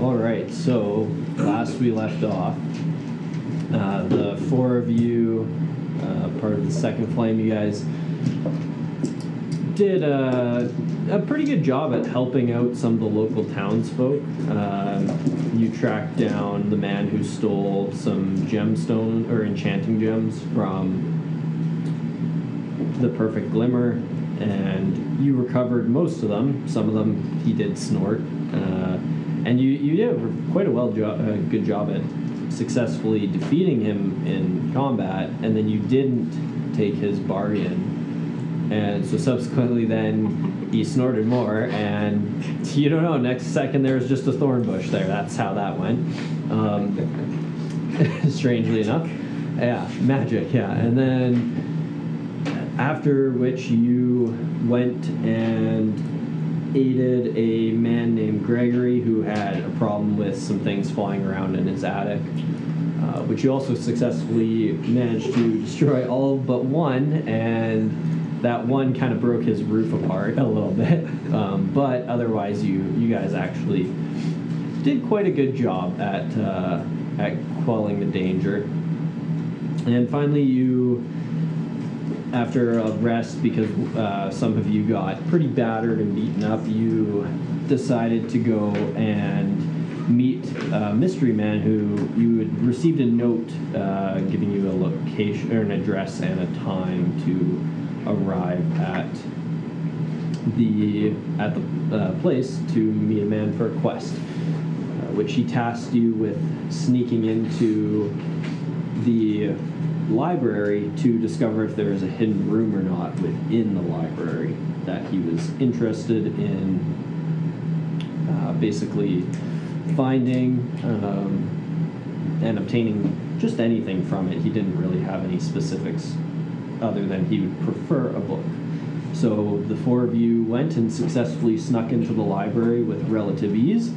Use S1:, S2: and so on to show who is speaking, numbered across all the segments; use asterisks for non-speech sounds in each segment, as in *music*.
S1: All right, so last we left off, uh, the four of you, uh, part of the second flame, you guys did a, a pretty good job at helping out some of the local townsfolk. Um, you tracked down the man who stole some gemstone or enchanting gems from the perfect glimmer, and you recovered most of them. Some of them he did snort, uh, and you you did quite a well jo- uh, good job at successfully defeating him in combat. And then you didn't take his bargain. And so subsequently, then he snorted more, and *laughs* you don't know. Next second, there was just a thorn bush there. That's how that went. Um, *laughs* strangely enough, yeah, magic, yeah. And then after which you went and aided a man named Gregory who had a problem with some things flying around in his attic. Uh, which you also successfully managed to destroy all but one, and that one kind of broke his roof apart a little bit. *laughs* Um, but otherwise, you you guys actually did quite a good job at uh, at quelling the danger. And finally, you after a rest because uh, some of you got pretty battered and beaten up, you decided to go and meet a mystery man who you had received a note uh, giving you a location or an address and a time to arrive at the at the uh, place to meet a man for a quest, uh, which he tasked you with sneaking into the library to discover if there is a hidden room or not within the library that he was interested in uh, basically finding um, and obtaining just anything from it. He didn't really have any specifics other than he would prefer a book. So the four of you went and successfully snuck into the library with relative ease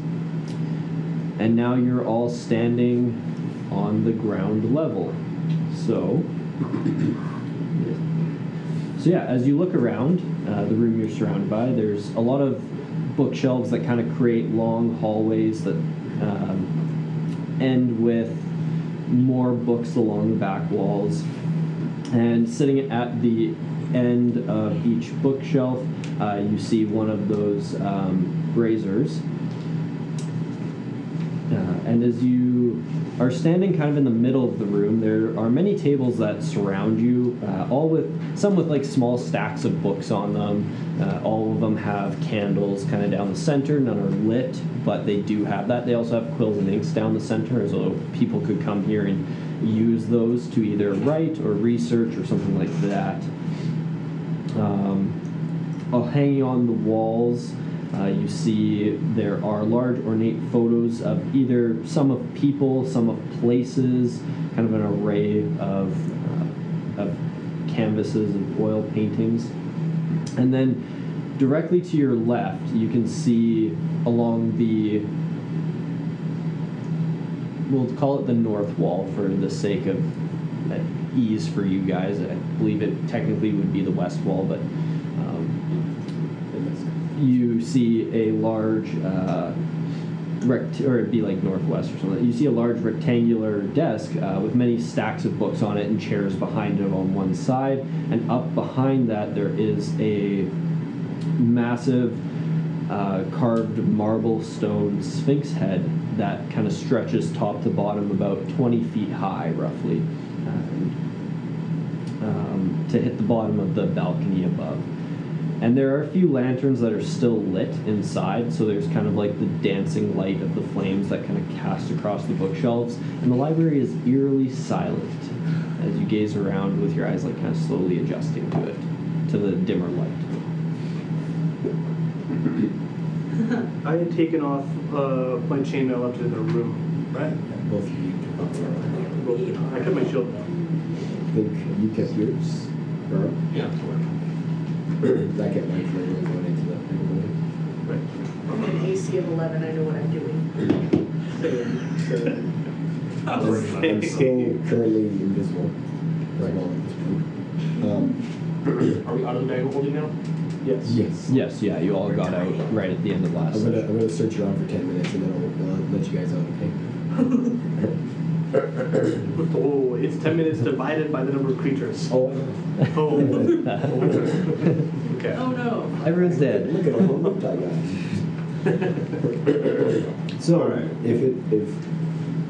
S1: and now you're all standing on the ground level. So, so yeah, as you look around uh, the room you're surrounded by, there's a lot of bookshelves that kind of create long hallways that um, end with more books along the back walls. And sitting at the end of each bookshelf, uh, you see one of those um, braziers. Uh, and as you are standing kind of in the middle of the room, there are many tables that surround you, uh, all with some with like small stacks of books on them. Uh, all of them have candles kind of down the center. None are lit, but they do have that. They also have quills and inks down the center, as though people could come here and use those to either write or research or something like that. Um, Oh, hanging on the walls, uh, you see there are large ornate photos of either some of people, some of places, kind of an array of, uh, of canvases and oil paintings. And then directly to your left, you can see along the we'll call it the north wall for the sake of uh, ease for you guys. I believe it technically would be the west wall, but um, you see a large uh, rect or it'd be like northwest or something. You see a large rectangular desk uh, with many stacks of books on it and chairs behind it on one side, and up behind that there is a massive uh, carved marble stone sphinx head that kind of stretches top to bottom about 20 feet high, roughly. And um, to hit the bottom of the balcony above. And there are a few lanterns that are still lit inside, so there's kind of like the dancing light of the flames that kind of cast across the bookshelves. And the library is eerily silent as you gaze around with your eyes, like kind of slowly adjusting to it, to the dimmer light.
S2: I had taken off uh, my chainmail up to the room.
S3: Right. Both of you took off your armor.
S2: I cut my shield down.
S3: I think you kept yours, Earl.
S4: Yeah.
S3: I kept mine for everyone going into that thing.
S5: I'm an AC of 11, I know what I'm doing.
S3: I'm- I'm still currently invisible. Right. Um,
S4: Are
S2: we out of the bag of holding now? Yes.
S3: Yes.
S1: Yes, yeah, you all got out right at the end of last.
S3: I'm gonna, I'm gonna search around for 10 minutes and then I'll, I'll let you guys out, okay?
S2: With the whole, Oh, it's 10 minutes divided by the number of creatures.
S3: Oh,
S1: *laughs*
S3: *laughs*
S2: Oh.
S5: Oh,
S2: okay.
S5: no.
S1: Everyone's dead.
S3: look at all the I got. So, if it, if,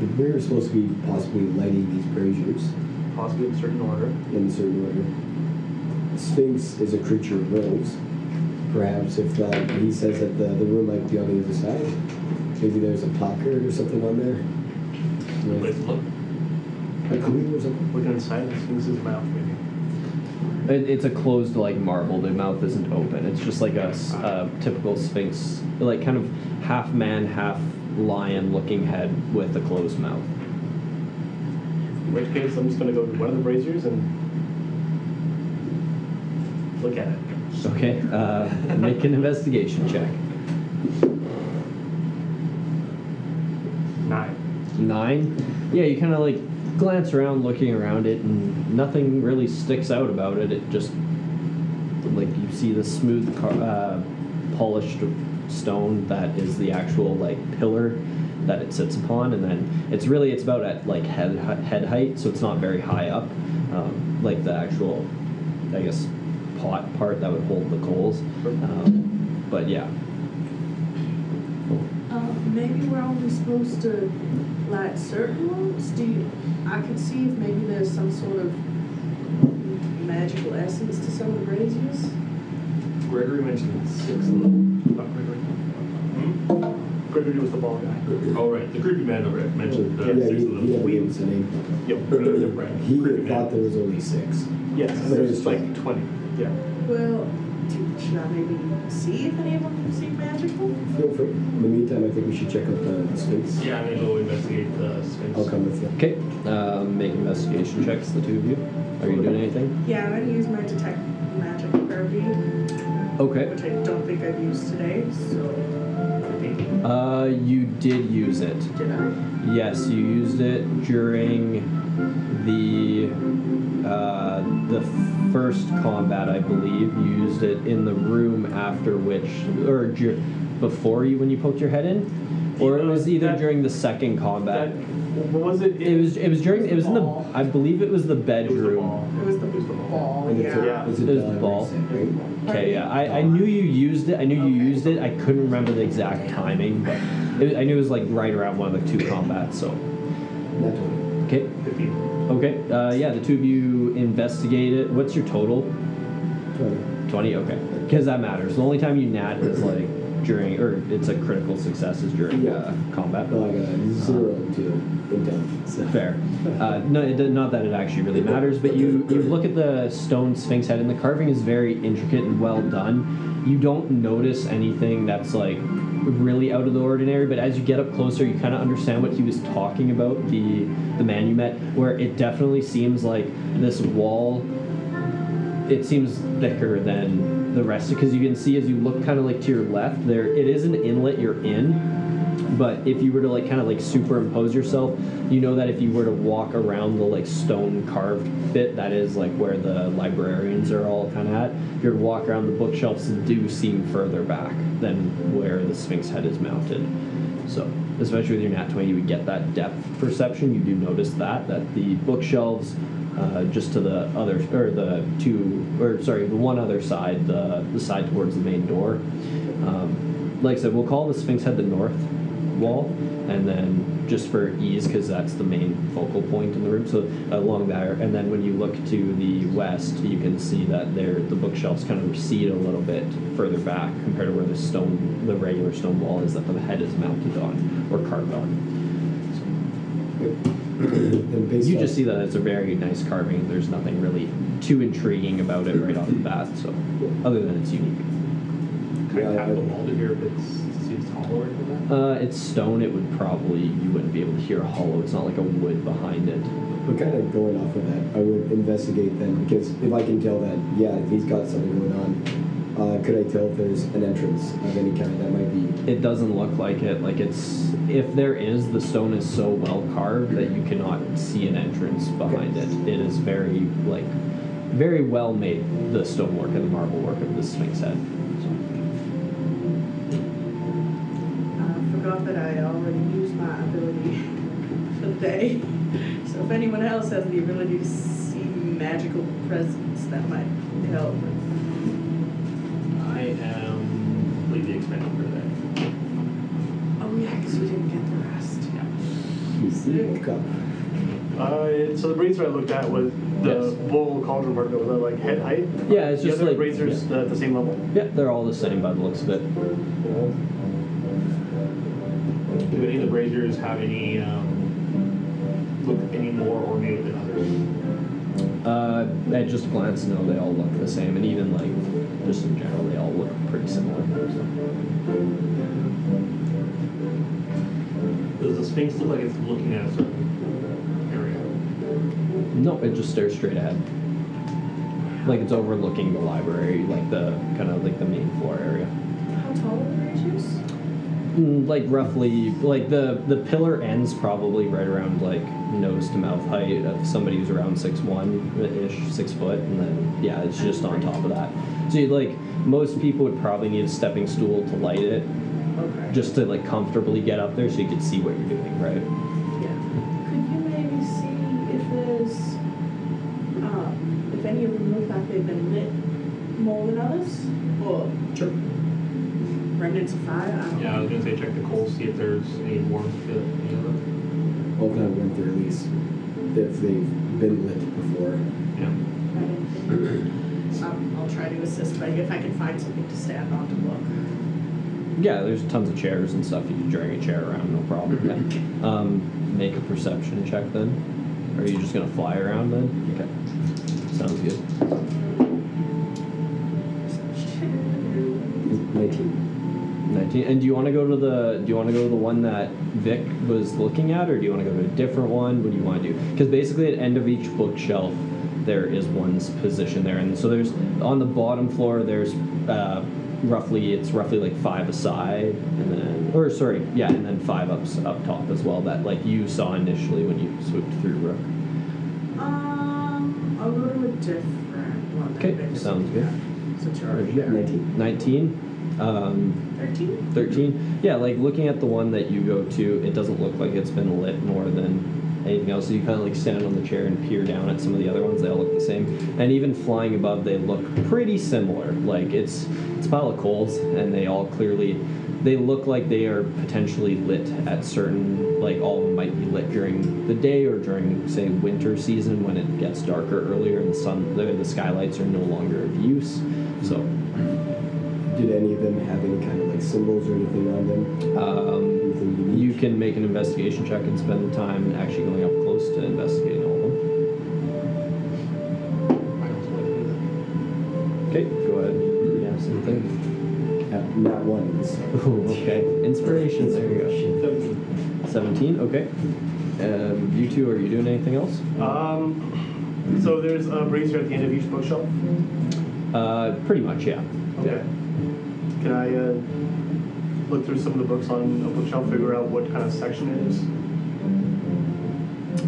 S3: if we're supposed to be possibly lighting these braziers
S2: *laughs* Possibly in certain order.
S3: in a certain order, Sphinx is a creature of rose. Perhaps if uh, he says that the, the room might be on the other side, maybe there's a placard or something on there. With
S2: look.
S3: a clue or something.
S2: Look inside the Sphinx's mouth, maybe.
S1: It, it's a closed like marble. The mouth isn't open. It's just like a, s- a typical sphinx, like kind of half man, half lion looking head with a closed mouth.
S2: In which case, I'm just going to go to one of the braziers and look at it.
S1: Okay, uh, make an investigation check.
S2: Nine.
S1: Nine. Yeah, you kind of like glance around, looking around it, and nothing really sticks out about it. It just like you see the smooth, car- uh, polished stone that is the actual like pillar that it sits upon, and then it's really it's about at like head hei- head height, so it's not very high up. Um, like the actual, I guess, pot part that would hold the coals. Um, but yeah,
S5: Uh, maybe we're only supposed to light certain ones? Do you, I could see if maybe there's some sort of magical essence to some of the braziers.
S2: Gregory mentioned six level. Not Gregory. Hmm? Gregory was the ball guy.
S4: Oh, right, the creepy man over there mentioned
S3: yeah,
S4: the
S3: he,
S4: six
S3: he
S4: of
S3: never
S4: them.
S3: gave us a name.
S2: Yep.
S4: Right.
S3: He
S4: Creepy
S3: thought there
S4: man.
S3: was only six.
S2: Yes, and there's like 20. Yeah.
S5: Well, do- should I maybe see if any of them seem magical?
S3: Feel free. In the meantime, I think we should check out the, the Sphinx.
S4: Yeah, I'm gonna go investigate the sphinx.
S3: I'll come with you.
S1: okay. Um, make investigation checks, the two of you. Are you doing anything?
S5: Yeah, I'm gonna use my detect magic Kirby,
S1: Okay.
S5: which I don't think I've used today, so.
S1: Uh, you did use it.
S5: Did I?
S1: Yes, you used it during the uh, the first combat, I believe. You used it in the room after which, or ju- before you when you poked your head in, or it was either
S2: That-
S1: during the second
S2: That,
S1: combat.
S2: what was it?
S1: It was. It was during. It was in the. I believe it was the
S2: It was the
S1: bedroom.
S2: ball.
S5: It was the, it was the ball,
S3: And it's a-
S2: Yeah.
S3: it's a
S1: There's
S3: dollar
S1: the ball.
S3: set, right?
S1: Okay. Yeah. I, I knew you used it. I knew you
S5: Okay.
S1: used it. I couldn't remember the exact timing, but it, I knew it was like right around one of the two combats. So.
S3: Not twenty.
S1: Okay. Okay. Uh, yeah, the two of you investigate it. What's your total?
S3: Twenty.
S1: Twenty. Okay, because that matters. The only time you nat is like during, or it's a critical success is during uh, combat.
S3: No, I got a uh, zero to intel.
S1: *laughs*
S3: So.
S1: Fair. Uh, no, it, not that it actually really matters, but you, you look at the stone sphinx head, and the carving is very intricate and well done. You don't notice anything that's like really out of the ordinary, but as you get up closer, you kind of understand what he was talking about the the man you met, where it definitely seems like this wall. It seems thicker than the rest because you can see as you look kind of like to your left there. It is an inlet you're in, but if you were to like kind of like superimpose yourself you know that if you were to walk around the like stone carved bit that is like where the librarians are all kind of at if you were to walk around the bookshelves do seem further back than where the sphinx head is mounted so especially with your nat 20 you would get that depth perception you do notice that that the bookshelves uh, just to the other or the two or sorry the one other side the, the side towards the main door um, like i said we'll call the sphinx head the north wall and then just for ease because that's the main focal point in the room so along there and then when you look to the west you can see that there the bookshelves kind of recede a little bit further back compared to where the stone the regular stone wall is that the head is mounted on or carved on
S3: *coughs* and based
S1: you
S3: off,
S1: just see that it's a very nice carving there's nothing really too intriguing about it right off the bat so other than it's unique
S4: Can I tap the wall to hear if it's, to see if it's hollow or anything like
S1: uh, it's stone it would probably you wouldn't be able to hear a hollow it's not like a wood behind it
S3: We're kind of going off of that. I would investigate then because if I can tell that, yeah, he's got something going on. Uh, could I tell if there's an entrance of any kind that might be?
S1: It doesn't look like it. Like it's if there is, the stone is so well carved that you cannot see an entrance behind it. It is very like very well made, the stonework and the marble work of the Sphinx head.
S5: I forgot that I already used my ability *laughs* for the day. So if anyone else has the ability to see magical presence, that might help.
S4: I am completely expended for that.
S5: Oh yeah, because we didn't get the rest.
S3: You've got-
S2: Uh, it, so the razor I looked at was the
S1: Yes.
S2: bull cauldron part of it was that like head height.
S1: Yeah, it's
S2: the
S1: just
S2: other
S1: like
S2: razors uh, at the same level.
S1: Yeah, they're all the same by the looks of it.
S4: Do any of the braziers have any, um, look any more ornate than others?
S1: Uh, at just a glance, no, they all look the same, and even like just in general, they all look pretty similar.
S4: Does the Sphinx look like it's looking at a certain area?
S1: No, it just stares straight ahead, like it's overlooking the library, like the kind of like the main floor area.
S5: How tall are the ratios?
S1: Mm, Like roughly, like the the pillar ends probably right around like nose to mouth height of somebody who's around six one ish, six foot, and then yeah, it's just on top of that. So you'd like most people would probably need a stepping stool to light it,
S5: Okay.
S1: just to like comfortably get up there so you could see what you're doing, right?
S5: Yeah. Could you maybe see if there's, um, if any of them look like they've been lit more than others? Or
S1: Sure.
S5: remnants of fire? I don't
S4: Yeah, I was gonna say check the coals, see if there's any warmth to any of them.
S3: Open up one through at least if they've been lit before.
S4: Yeah.
S5: know. Um, I'll try to assist, but if I can find something to stand on to look.
S1: Yeah, there's tons of chairs and stuff. You can drag a chair around, no problem. Yeah. Um, make a perception check then. Or are you just gonna fly around then? Okay. Sounds good.
S3: 19.
S1: 19. And do you want to go to the do you want to go to the one that Vic was looking at or do you want to go to a different one? What do you want to do? Cuz basically at end of each bookshelf there is one's position there. And so there's on the bottom floor there's uh, roughly it's roughly like 5 aside and then or sorry, yeah, and then 5 up up top as well that like you saw initially when you swooped through Rook.
S5: Um, I'll go to a different one. that
S1: Okay,
S5: I've been to.
S1: sounds good.
S5: Since you're already there.
S3: 19.
S1: 19 um,
S5: Thirteen?
S1: 13 yeah like looking at the one that you go to it doesn't look like it's been lit more than anything else so you kind of like stand on the chair and peer down at some of the other ones they all look the same and even flying above they look pretty similar like it's it's a pile of coals and they all clearly they look like they are potentially lit at certain like all of them might be lit during the day or during say winter season when it gets darker earlier and the sun the, the skylights are no longer of use so
S3: Did any of them have any kind of like symbols or anything on them?
S1: um,
S3: Anything unique?
S1: You can make an investigation check and spend the time actually going up close to investigating all of them.
S4: I also like to do that.
S1: Okay, go ahead. Yeah, same thing.
S3: Uh, not one. so-
S1: Ooh, okay. Inspiration, there you go. 17, okay. Um, you two, are you doing anything else?
S2: Um, so there's a razor at the end of each bookshelf.
S1: Uh, pretty much, yeah.
S2: Okay. Can I uh, look through some of the books on a bookshelf, figure out what kind of section it is?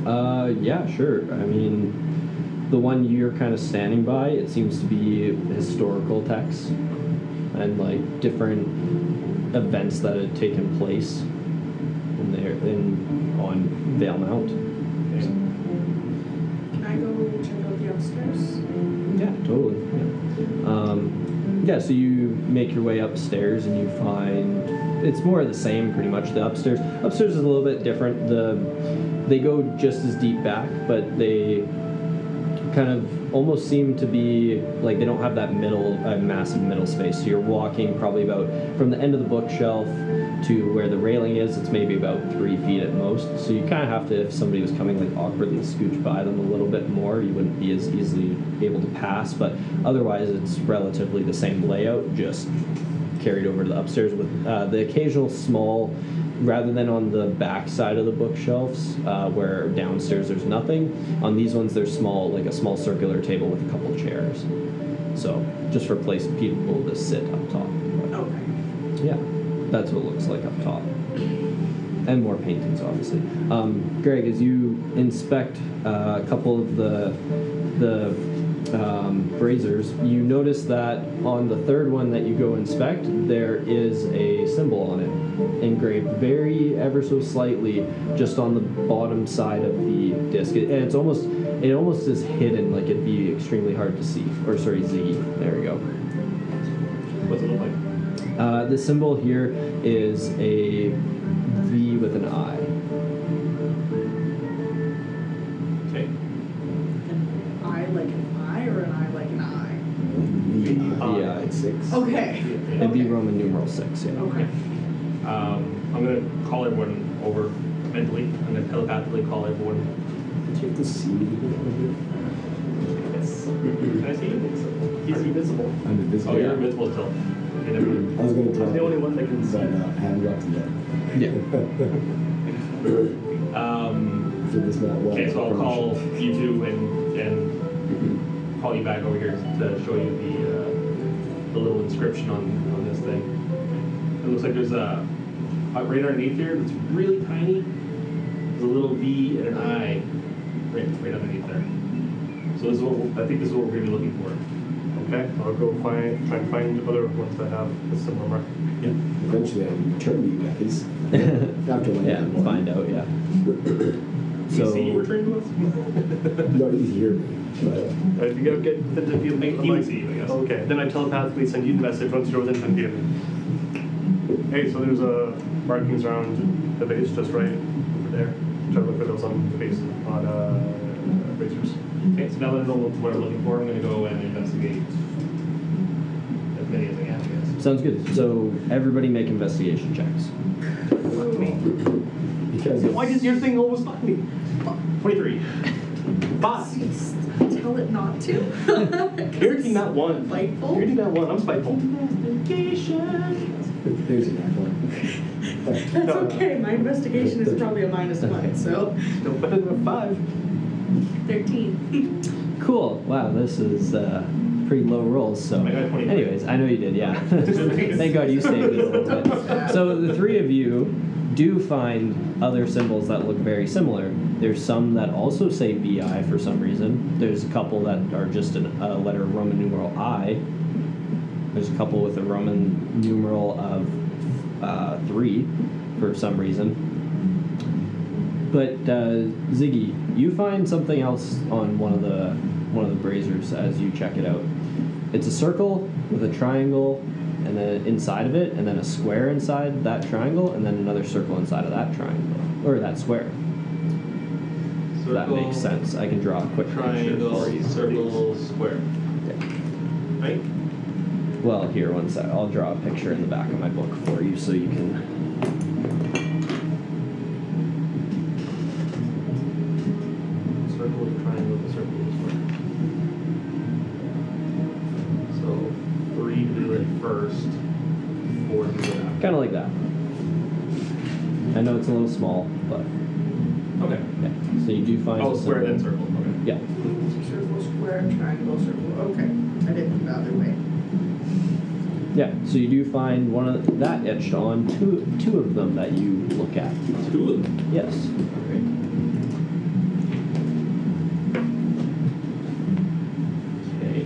S1: Uh, yeah, sure. I mean, the one you're kind of standing by, it seems to be historical texts and like different events that had taken place in there in on Vale Mount.
S5: Can I go check out the upstairs?
S1: Yeah, totally. Yeah. Um, yeah. So you make your way upstairs and you find it's more of the same, pretty much. The upstairs upstairs is a little bit different. The they go just as deep back, but they kind of almost seem to be like they don't have that middle uh, massive middle space so you're walking probably about from the end of the bookshelf to where the railing is it's maybe about three feet at most so you kind of have to if somebody was coming like awkwardly scooch by them a little bit more you wouldn't be as easily able to pass but otherwise it's relatively the same layout just carried over to the upstairs with uh, the occasional small rather than on the back side of the bookshelves uh, where downstairs there's nothing on these ones there's small like a small circular table with a couple chairs so just for place people to sit up top
S5: Okay.
S1: yeah that's what it looks like up top and more paintings obviously um, greg as you inspect uh, a couple of the the um, braziers, you notice that on the third one that you go inspect, there is a symbol on it, engraved very ever so slightly, just on the bottom side of the disc. It, and it's almost, it almost is hidden, like it'd be extremely hard to see. Or sorry, Ziggy. There we go.
S4: What's it look like?
S1: Uh, the symbol here is a V with an I.
S4: Okay.
S5: An eye like an eye or an eye like an eye?
S3: The
S1: Yeah.
S3: eye, like six.
S5: Oh, Okay.
S4: Yeah.
S1: It'd be
S5: Okay.
S1: Roman numeral six. Yeah.
S5: Okay.
S4: Um, I'm gonna call everyone over mentally. I'm gonna telepathically call everyone.
S3: Did you have to see me?
S4: Yes. Can I see you?
S2: He's invisible.
S3: I'm invisible.
S4: Oh, you're invisible still. Okay, never mind.
S3: I was gonna
S2: I'm
S3: drop
S2: the only
S3: it,
S2: one that can
S3: but
S2: see.
S3: uh, I haven't dropped it *laughs*
S1: Yeah.
S3: yet.
S4: Um,
S3: Did this not well?
S4: okay, so I'll call you two and and call you back over here to show you the uh, the little inscription on on this thing. It looks like there's a, a right underneath here that's really tiny. There's a little V and an I right right underneath there. So this is what we'll- I think this is what we're gonna be looking for.
S2: Okay, I'll go find, try and find other ones that have a similar mark.
S3: Eventually, I'll return to
S1: *laughs*
S3: you guys. After like
S1: yeah.
S3: one.
S1: Find out. Yeah.
S4: Do you
S1: so
S4: see you were turned to us?
S3: No, you hear me. But
S2: Uh, you gotta get the, the, the,
S4: Make
S2: the
S4: you
S2: mic.
S4: see, I guess.
S2: Okay, then I telepathically send you the message once you're within 50 of me. Hey, so there's uh, markings around the base just right over there. Try to look for those on the base, on uh, razors.
S4: Okay, so now that I know what I'm looking for, I'm gonna go and investigate as many as I can, I guess.
S1: sounds good. So everybody make investigation checks.
S3: because
S2: Why does your thing always find me?
S4: 23.
S2: Boss,
S5: Please tell it not *laughs* to.
S2: you're team not one.
S5: Spiteful?
S2: You're team not one. I'm spiteful.
S3: *laughs* there's an apple.
S5: That's okay. My investigation is probably a minus one, so
S2: Still better than a five.
S5: thirteen.
S1: Cool. Wow. This is uh, pretty low rolls. So,
S4: I got 25.
S1: anyways, I know you did.
S5: *laughs*
S1: Yeah. Thank God you saved it a little bit. So the three of you do find other symbols that look very similar. There's some that also say VI for some reason. There's a couple that are just an, a letter Roman numeral I. There's a couple with a Roman numeral of uh, three for some reason. But uh, Ziggy, you find something else on one of the one of the braziers as you check it out. It's a circle with a triangle, and then inside of it, and then a square inside that triangle, and then another circle inside of that triangle or that square. If that makes sense. I can draw a quick
S4: Triangle,
S1: picture for
S4: circle, square.
S1: you. Yeah.
S4: Right?
S1: Well, here one sec. I'll draw a picture in the back of my book for you, so you can.
S2: Circle, triangle, circle, square.
S4: So three to do it first, four to do it after.
S1: Kind of like that. I know it's a little small, but
S4: Okay.
S1: yeah. So you do find.
S4: Oh,
S1: a
S4: square
S1: symbol.
S4: then circle. Okay.
S1: Yeah.
S5: Circle, square, triangle, circle. Okay, I didn't think the other way.
S1: Yeah, so you do find one of that etched on two two of them that you look at.
S4: Two of them.
S1: Yes.
S4: Okay. Okay.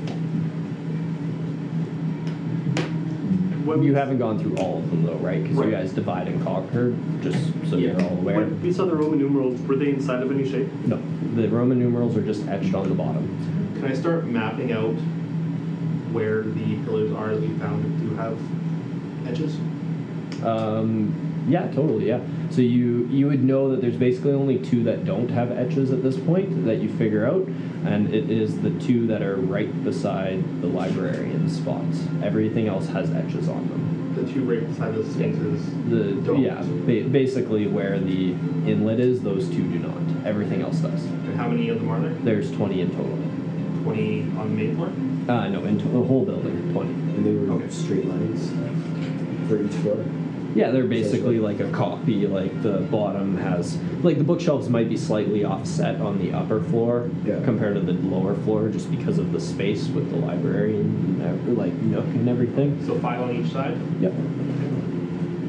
S2: When
S1: You haven't gone through all of them though, right? Because
S2: Right.
S1: you guys divide and conquer, just so
S4: Yeah.
S1: you're all aware.
S2: When we saw the Roman numerals, were they inside of any shape?
S1: No, the Roman numerals are just etched on the bottom.
S4: Can I start mapping out where the pillars are that we found that do have edges?
S1: Um, yeah, totally. Yeah. So you you would know that there's basically only two that don't have etches at this point that you figure out, and it is the two that are right beside the librarian spots. Everything else has etches on them.
S4: The two right beside the sphinxes.
S1: The
S4: Don't.
S1: yeah, ba- basically where the inlet is, those two do not. Everything else does.
S4: And how many of them are there?
S1: There's 20 in total.
S4: 20 on the main floor?
S1: Uh, no, in to- the whole building, 20.
S3: And they were
S4: Okay.
S3: straight lines for each floor.
S1: Yeah, they're basically like a copy. Like the bottom has, like the bookshelves might be slightly offset on the upper floor
S3: Yeah.
S1: compared to the lower floor, just because of the space with the library and ev- like nook and everything.
S4: So five on each side,
S1: Yep.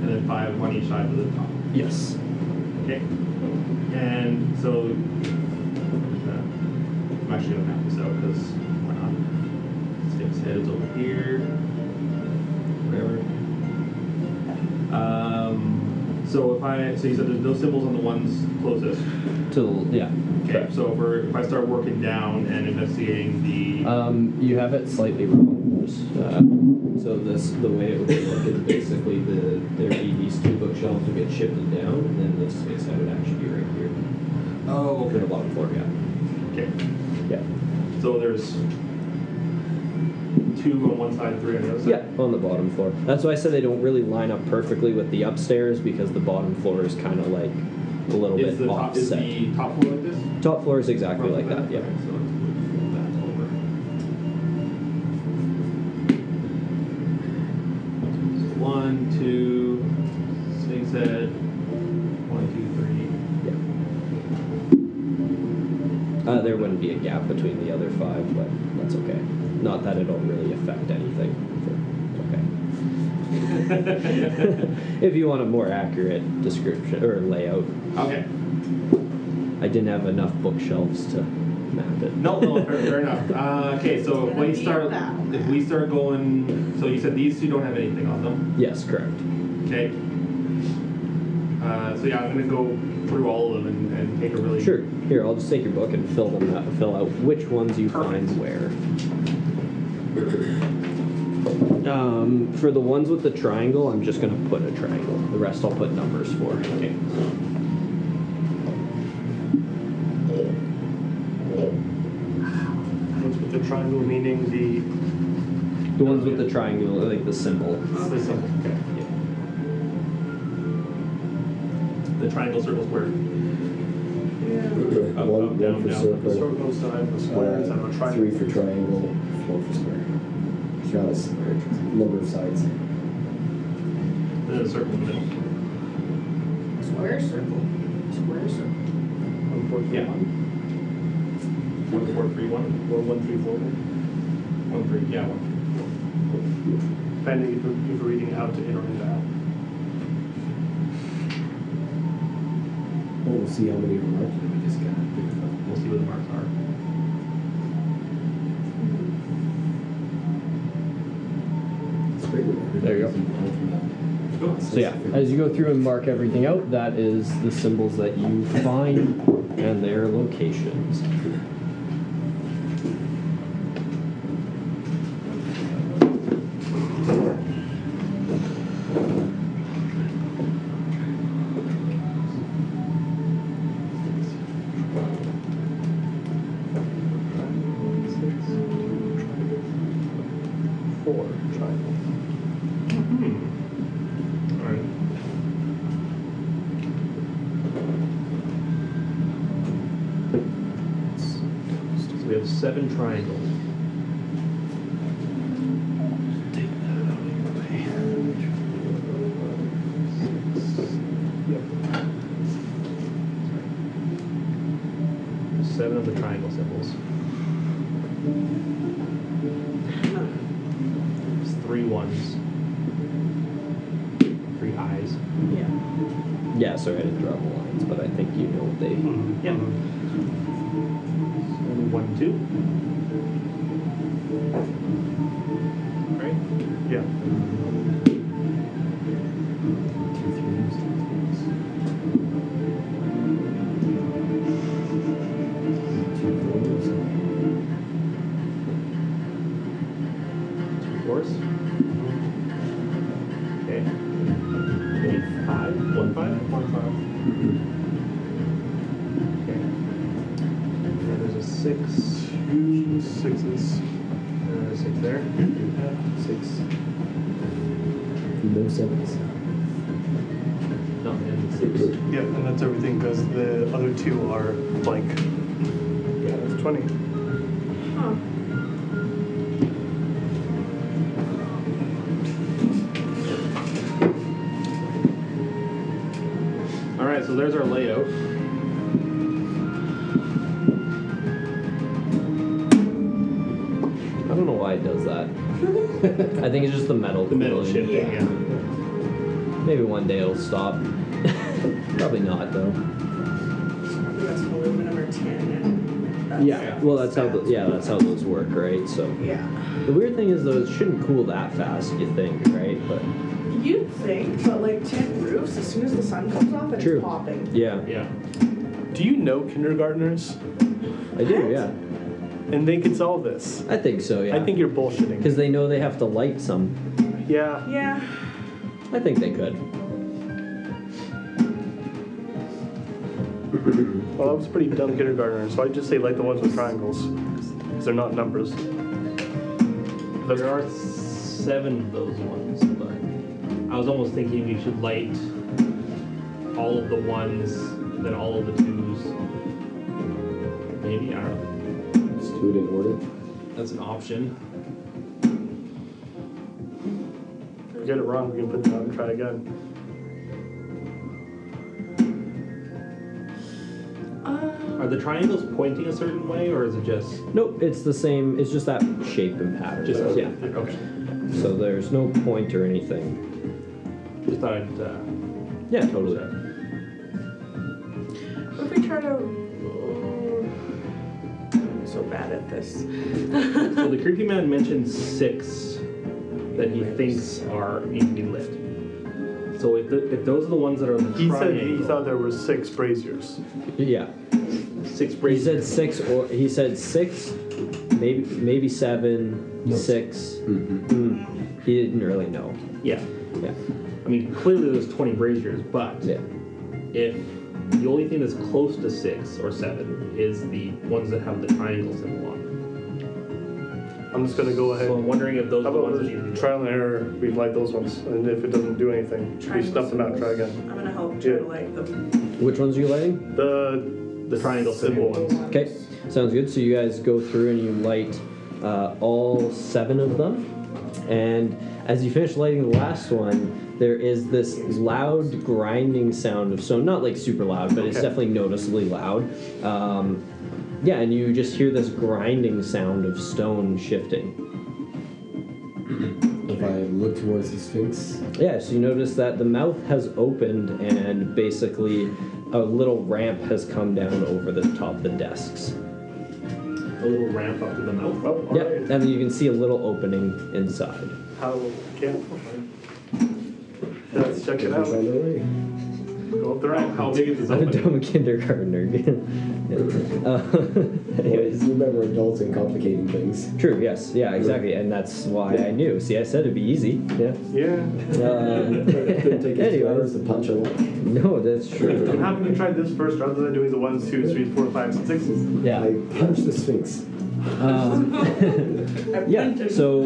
S4: and then five on each side of the top.
S1: Yes.
S4: Okay. And so, uh, I'm actually gonna map this out because why not? Jim's head is over here. Whatever. Um, so if I, so you said there's no symbols on the ones closest.
S1: Till yeah.
S4: Okay, so if, we're, if I start working down and investigating the.
S1: Um, you have it slightly wrong. There's, Uh, so this the way it would look is basically the there'd be these two bookshelves would get shifted down, and then the space out would actually be right here
S4: oh,
S1: for the bottom floor. Yeah.
S4: Okay.
S1: Yeah.
S4: So there's two on one side, three on the other side.
S1: Yeah, on the bottom floor. That's why I said they don't really line up perfectly with the upstairs because the bottom floor is kind of like a little
S4: Is the
S1: bit
S4: top is
S1: offset.
S4: the top floor like this?
S1: Top floor is exactly like that.
S4: Okay,
S1: Yeah.
S4: So let's move that over. So one, two, Sphinx head. One, two, three.
S1: Yeah. Uh, there wouldn't be a gap between the other five, but that's okay. Not that it'll really affect anything. Okay. *laughs* if you want a more accurate description or layout,
S4: Okay.
S1: I didn't have enough bookshelves to map it.
S4: No, no, fair, fair enough. Uh, okay, so if
S5: Gonna
S4: we
S5: be
S4: start,
S5: about
S4: if we start going, so you said these two don't have anything on them.
S1: yes, correct.
S4: Okay. Uh, so yeah, I'm gonna go through all of them and, and take a really
S1: Sure. Here, I'll just take your book and fill them out, fill out which ones you
S4: Perfect.
S1: find *clears throat* where. Um, for the ones with the triangle, I'm just gonna put a triangle. The rest I'll put numbers for.
S4: Okay.
S2: What's with the triangle meaning the.
S1: The ones with the triangle, like the symbol.
S2: the symbol. Okay.
S1: Yeah.
S4: The triangle, circle, square.
S3: One,
S4: Up, up,
S3: one
S4: down,
S3: for
S4: down.
S2: The
S3: circle,
S2: circle side, the square, is that a
S3: uh,
S2: triangle?
S3: three for triangle, four for square. It's not a s- number of sides.
S4: And then a circle in the middle.
S5: Square circle. Square circle.
S2: One, four, three,
S4: Yeah.
S2: one.
S4: One, four, three, one.
S2: Or one, three, four.
S4: One, three. Yeah, one.
S2: Depending if you're, if you're reading out to in or into out.
S3: And we'll see how many are marked that we just got.
S4: We'll see what the marks are.
S3: It's pretty good.
S1: There you
S4: Cool.
S1: So yeah, as you go through and mark everything out, that is the symbols that you find and their locations.
S2: Six, two, triangle. Four, triangle.
S4: Hmm. All right. So we have seven triangles. Seven of the triangle symbols. There's three ones. Three eyes.
S5: Yeah.
S1: Yeah, sorry I didn't draw the lines, but I think you know what they.
S4: Yep. One, two. Right?
S2: Yeah.
S4: Two fours. Okay. Maybe five. One five.
S2: One, five.
S4: Okay. And then there's a six.
S2: Two sixes.
S4: And there's a six there.
S2: Six.
S3: No sevens.
S4: No, and the six.
S2: Yeah, and that's everything because the other two are blank. Yeah, that's 20.
S5: Huh.
S4: All right, so there's our layout.
S1: I don't know why it does *laughs* that. I think it's just the metal.
S4: The middle
S1: cooling.
S4: shifting,
S5: Yeah.
S4: yeah.
S1: Maybe one day it'll stop. *laughs* Probably not though.
S5: Probably got some aluminum or tin and That's-
S1: Yeah, well, that's how, the, yeah, that's how those work, right? So
S5: Yeah.
S1: the weird thing is though, it shouldn't cool that fast, you think, right? But
S5: You'd think, but like tin roofs, as soon as the sun comes off, it's
S1: True.
S5: popping.
S1: yeah,
S4: Yeah.
S2: Do you know kindergartners?
S1: I do, yeah,
S2: And they can solve this.
S1: I think so, yeah.
S2: I think you're bullshitting.
S1: because they know they have to light some.
S2: Yeah.
S5: Yeah.
S1: I think they could.
S2: Well, I was a pretty dumb kindergartner, so I just say like the ones with triangles, because they're not numbers.
S4: There are seven of those ones, but I was almost thinking we should light all of the ones, then all of the twos. Maybe, I don't know.
S3: Let's do it in order.
S4: That's an option.
S2: If we get it wrong, we can put them out and try again.
S5: Uh,
S4: Are the triangles pointing a certain way, or is it just.
S1: Nope, it's the same. It's just that shape and pattern.
S4: just
S1: yeah.
S4: Okay.
S1: So there's no point or anything.
S4: Just thought I'd. Uh,
S1: Yeah, totally.
S5: what if we try to. I'm so bad at this.
S4: so the creepy man mentioned six that he thinks are need to be lit. So if, the, if those are the ones that are the
S2: He said
S4: triangle,
S2: he thought there were six braziers.
S1: Yeah.
S4: six
S1: He
S4: braids.
S1: said six or he said six, maybe maybe seven, six. Mm, He didn't really know.
S4: Yeah.
S1: Yeah.
S4: I mean, clearly there's 20 braziers, but
S1: Yeah.
S4: if the only thing that's close to six or seven is the ones that have the triangle symbol on them.
S2: I'm just gonna go ahead.
S4: So I'm wondering if those
S2: How
S4: are the
S2: about
S4: ones
S2: with
S4: that need to be lit.
S2: trial and error? We light those ones, and if it doesn't do anything, we snuff them out and try again.
S5: I'm gonna help try
S2: Yeah.
S5: to light them.
S1: Which ones are you lighting?
S2: The
S4: The triangle symbol ones.
S1: Okay. Sounds good. So you guys go through and you light uh, all seven of them, and as you finish lighting the last one, there is this loud grinding sound of stone. Not like super loud, but it's
S2: Okay.
S1: definitely noticeably loud. Um, yeah, and you just hear this grinding sound of stone shifting.
S3: If I look towards the Sphinx,
S1: Yeah, so you notice that the mouth has opened and basically a little ramp has come down over the top of the desks.
S4: A little ramp up to the mouth.
S2: Well, all
S1: Yep,
S2: right.
S1: and you can see a little opening inside. *laughs*
S2: How can? Let's check
S3: we
S2: it out.
S3: find our way.
S2: Go up the ramp.
S4: How big is this
S1: I'm a
S4: opening?
S1: dumb kindergartner. *laughs* Yeah. Uh,
S3: Anyways,
S1: anyways,
S3: you remember adults and complicating things.
S1: true. Yes. Yeah. Exactly. And that's why I knew. See, I said it'd be easy. Yeah. *laughs*
S2: Yeah.
S1: Um,
S3: It didn't take us two hours
S1: anyways,
S3: to punch a lock.
S1: no, that's
S2: I'm
S1: true.
S2: happy we tried this first rather than doing the ones, twos, threes, four, fives, and sixes.
S3: I
S1: Yeah.
S3: punched the Sphinx.
S1: Um, yeah. So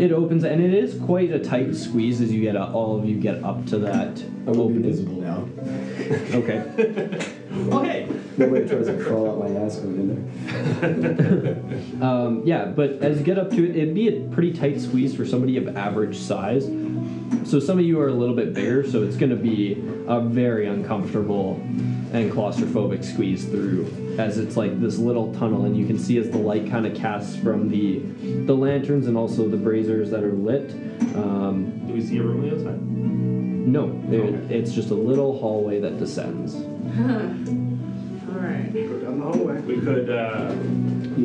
S1: It opens and it is quite a tight squeeze as you get up, all of you get up to that
S3: I'm
S1: opening.
S3: invisible now.
S1: Okay.
S4: Okay.
S3: Nobody tries to crawl out my ass when I'm in
S1: Um, yeah, but as you get up to it, it'd be a pretty tight squeeze for somebody of average size. So some of you are a little bit bigger, so it's going to be a very uncomfortable and claustrophobic squeeze through as it's like this little tunnel and you can see as the light kind of casts from the the lanterns and also the braziers that are lit um,
S4: Do we see a room on the outside?
S1: no it-
S4: Okay.
S1: it's just a little hallway that descends
S5: Alright.
S2: Go down the hallway.
S4: We could, uh,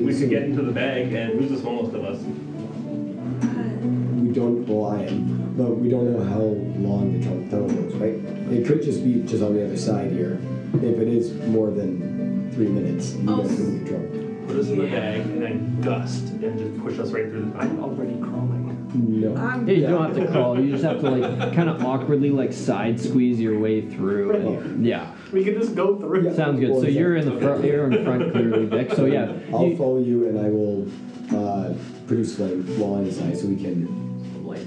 S4: we could get into the bag, and who's the smallest of us?
S3: there. We don't, well, I am, but we don't know how long the tun- tunnel goes, right? It could just be just on the other side here. If it is more than three minutes, you guys will be drunk.
S4: Put us in the
S5: Yeah.
S4: bag, and then gust, and just push us right through the. I'm already crawling.
S3: No.
S5: I'm
S1: Yeah, you don't have to crawl. You just have to like kind of awkwardly like side squeeze your way through.
S3: Right
S1: and- yeah,
S2: We can just go through.
S3: Yeah.
S1: sounds good. So
S3: Or is
S1: you're
S3: that-
S1: in the front. You're in front clearly, Vic. So yeah,
S3: I'll
S1: you-
S3: follow you and I will uh, produce flame while on his eye so we can,
S4: Light.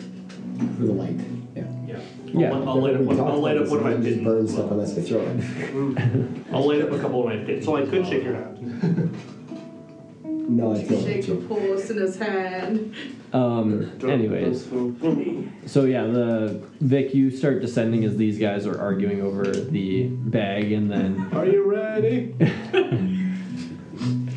S3: for the light. Yeah.
S4: Yeah.
S1: Yeah.
S4: I'll, I'll light up.
S3: We
S4: One,
S3: talked
S4: I'll light
S3: about this,
S4: up one of my
S3: we just
S4: pins.
S3: burn
S4: as
S3: stuff
S4: well.
S3: unless they throw it.
S4: I'll light up a couple of my
S2: *laughs*
S4: pins.
S2: So I could shake your hand.
S3: No, I don't.
S5: Shake the pulse in his hand.
S1: um. Anyways, so yeah, the Vic, you start descending as these guys are arguing over the bag, and then
S2: Are you ready?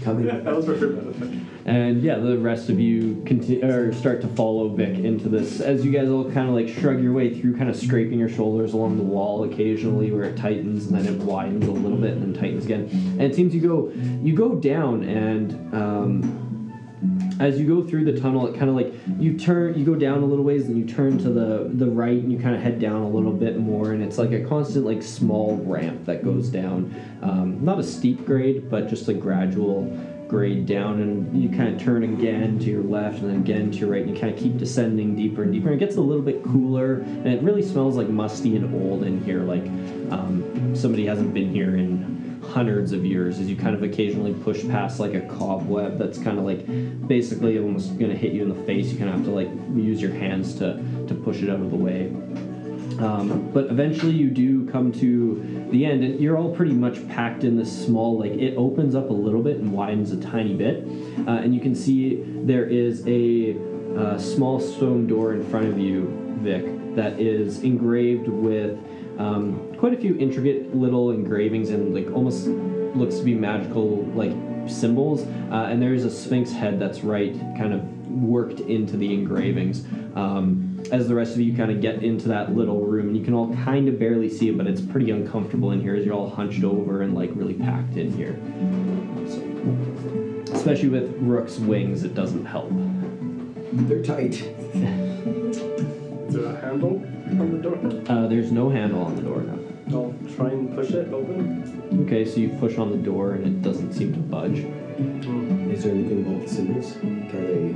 S3: Coming.
S4: *laughs*
S2: that was my favorite effect.
S1: And yeah, the rest of you continue or start to follow Vic into this as you guys all kind of like shrug your way through, kind of scraping your shoulders along the wall occasionally, where it tightens and then it widens a little bit and then tightens again. And it seems you go you go down and. Um, as you go through the tunnel, it kind of like you turn, you go down a little ways, and you turn to the the right, and you kind of head down a little bit more, and it's like a constant like small ramp that goes down, um, not a steep grade, but just a gradual grade down, and you kind of turn again to your left, and then again to your right, and you kind of keep descending deeper and deeper, and it gets a little bit cooler, and it really smells like musty and old in here, like um, somebody hasn't been here in hundreds of years as you kind of occasionally push past like a cobweb that's kind of like basically almost going to hit you in the face you kind of have to like use your hands to to push it out of the way um, but eventually you do come to the end and you're all pretty much packed in this small like it opens up a little bit and widens a tiny bit uh, and you can see there is a uh, small stone door in front of you vic that is engraved with um, quite a few intricate little engravings and like almost looks to be magical like symbols uh, and there is a sphinx head that's right kind of worked into the engravings um, as the rest of you kind of get into that little room and you can all kind of barely see it but it's pretty uncomfortable in here as you're all hunched over and like really packed in here so, especially with rook's wings it doesn't help
S3: They're tight.
S2: Is there a handle on the door?
S1: uh, there's no handle on the door now
S2: I'll try and push it open.
S1: Okay, so you push on the door and it doesn't seem to budge.
S3: Is there anything about the cinders? Are they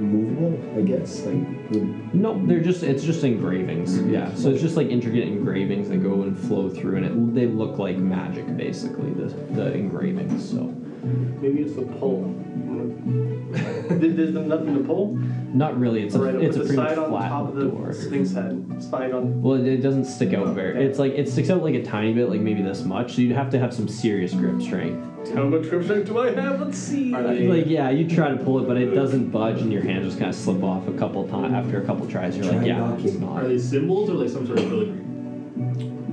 S3: movable? I guess. Like, would,
S1: No, they're just it's just engravings. Yeah, so it's just like intricate engravings that go and flow through, and it, they look like magic basically. The the engravings. So
S2: Maybe it's a pull. There- *laughs* There's nothing to pull.
S1: not really. It's a
S2: right,
S1: it's a
S2: put
S1: pretty
S2: the
S1: much
S2: side
S1: flat
S2: on top of the
S1: door.
S2: Sphinx head. Spine on.
S1: Well, it, it doesn't stick out very. It's like it sticks out like a tiny bit, like maybe this much. So you'd have to have some serious grip strength.
S2: How much grip strength do I have? Let's see.
S4: Are they-
S1: Like yeah, you try to pull it, but it doesn't budge, and your hands just kind of slip off a couple times after a couple tries. You're
S3: Try
S1: like yeah, it's
S3: knocking.
S1: not.
S4: Are they symbols or like some sort of filigree?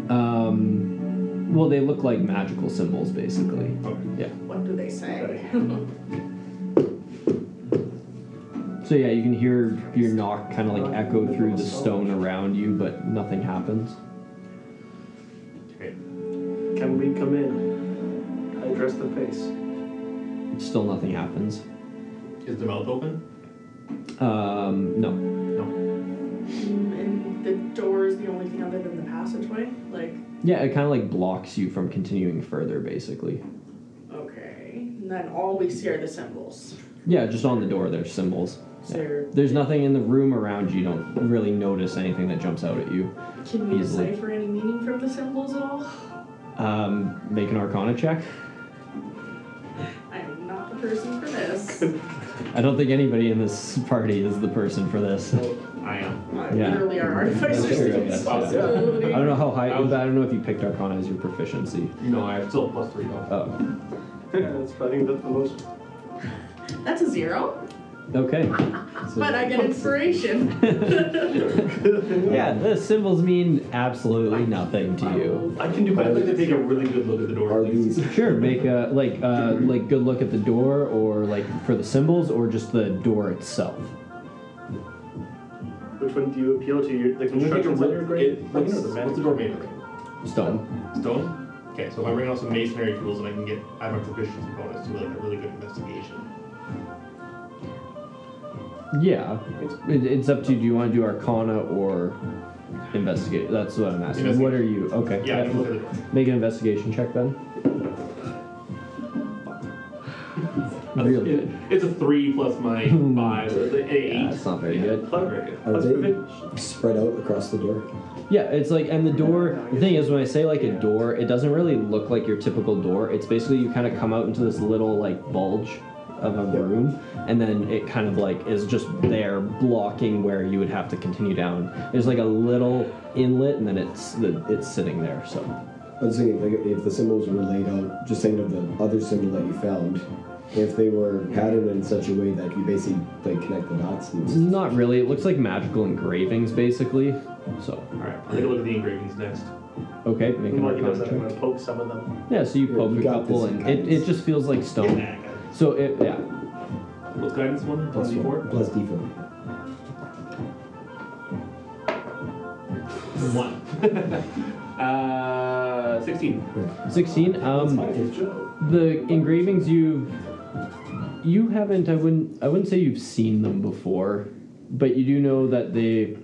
S1: Um, well, they look like magical symbols, basically.
S4: Okay.
S1: Yeah.
S5: What do they *laughs* say?
S1: So yeah, you can hear your knock kind of like echo through the stone around you, but nothing happens.
S4: Okay.
S2: Can we come in? I dress the face.
S1: Still nothing happens.
S4: Is the mouth open?
S1: Um, no.
S4: No.
S5: and the door is the only thing other than the passageway. Like,
S1: Yeah, it kind of like blocks you from continuing further, basically.
S5: okay. And then all we see are the symbols.
S1: Yeah, just on the door there's symbols.
S5: So
S1: Yeah. There's nothing in the room around you. You don't really notice anything that jumps out at you.
S5: can we
S1: Easily.
S5: decipher any meaning from the symbols at all?
S1: Um, make an Arcana check.
S5: I am not the person for
S1: *laughs*
S5: this.
S1: I don't think anybody in this *laughs* party is the person for this.
S4: I am.
S5: I
S1: Yeah.
S5: literally are *laughs* artificers
S1: Sure,
S5: to
S1: yeah. I
S5: responsibility.
S1: don't know how high. I don't know if you picked Arcana as your proficiency.
S4: No, I have still plus three though.
S1: Oh.
S2: That's, I think that's the most.
S5: That's a zero,
S1: Okay. *laughs*
S5: but I get inspiration. *laughs*
S1: Yeah, the symbols mean absolutely nothing to you.
S4: I can do. I'd like to take a really good look at the door.
S3: are
S4: please.
S3: these
S1: Sure, make a like uh, like good look at the door, or like for the symbols, or just the door itself.
S2: Which one do you appeal to? Your, the
S4: I'm gonna take a
S2: construction
S4: look-
S2: center
S4: it-
S2: grade?
S4: What's,
S2: Or the
S4: what's the
S2: man-
S4: door made of? right?
S1: Stone.
S4: Stone. Okay, so if I bring out some masonry tools, and I can get add my proficiency bonus to like a really good investigation.
S1: Yeah, it, it's up to you. Do you want to do Arcana or investigate? That's what I'm asking. What are you? Okay.
S4: Yeah, I can look at the door.
S1: Make an investigation check then. Really
S4: It-
S1: good.
S4: It's a three plus my five, so it's an eight.
S1: Yeah, it's not very good.
S4: Not very good.
S3: are
S2: That's
S3: they
S2: perfect.
S3: spread out across the door?
S1: Yeah, it's like, and the door. The thing is, when I say like a door, it doesn't really look like your typical door. It's basically you kind of come out into this little like bulge of a
S3: Yeah.
S1: room, and then it kind of like is just there blocking where you would have to continue down. There's like a little inlet, and then it's the it's sitting there. So
S3: I was thinking, like, if the symbols were laid out, just thinking of the other symbol that you found, if they were patterned in such a way that you basically like connect the dots and
S1: not really. It looks like magical engravings, basically. So
S4: All right, I'll take a look at the engravings next.
S1: okay, make
S2: I'm
S1: an
S2: lucky
S1: arcana
S2: that I'm
S1: check.
S2: gonna poke some of them.
S1: Yeah, so you
S3: Yeah,
S1: poke
S3: you
S1: a
S3: got
S1: couple,
S3: this, you
S1: and
S3: got
S1: it,
S3: this.
S1: it just feels like stone.
S4: Yeah,
S1: So it, yeah,
S4: What's guidance one?
S3: Plus four.
S4: Plus four.
S3: Plus D4.
S4: One. *laughs* uh, sixteen.
S1: sixteen. Um, the engravings you've you haven't i wouldn't i wouldn't say you've seen them before but you do know that they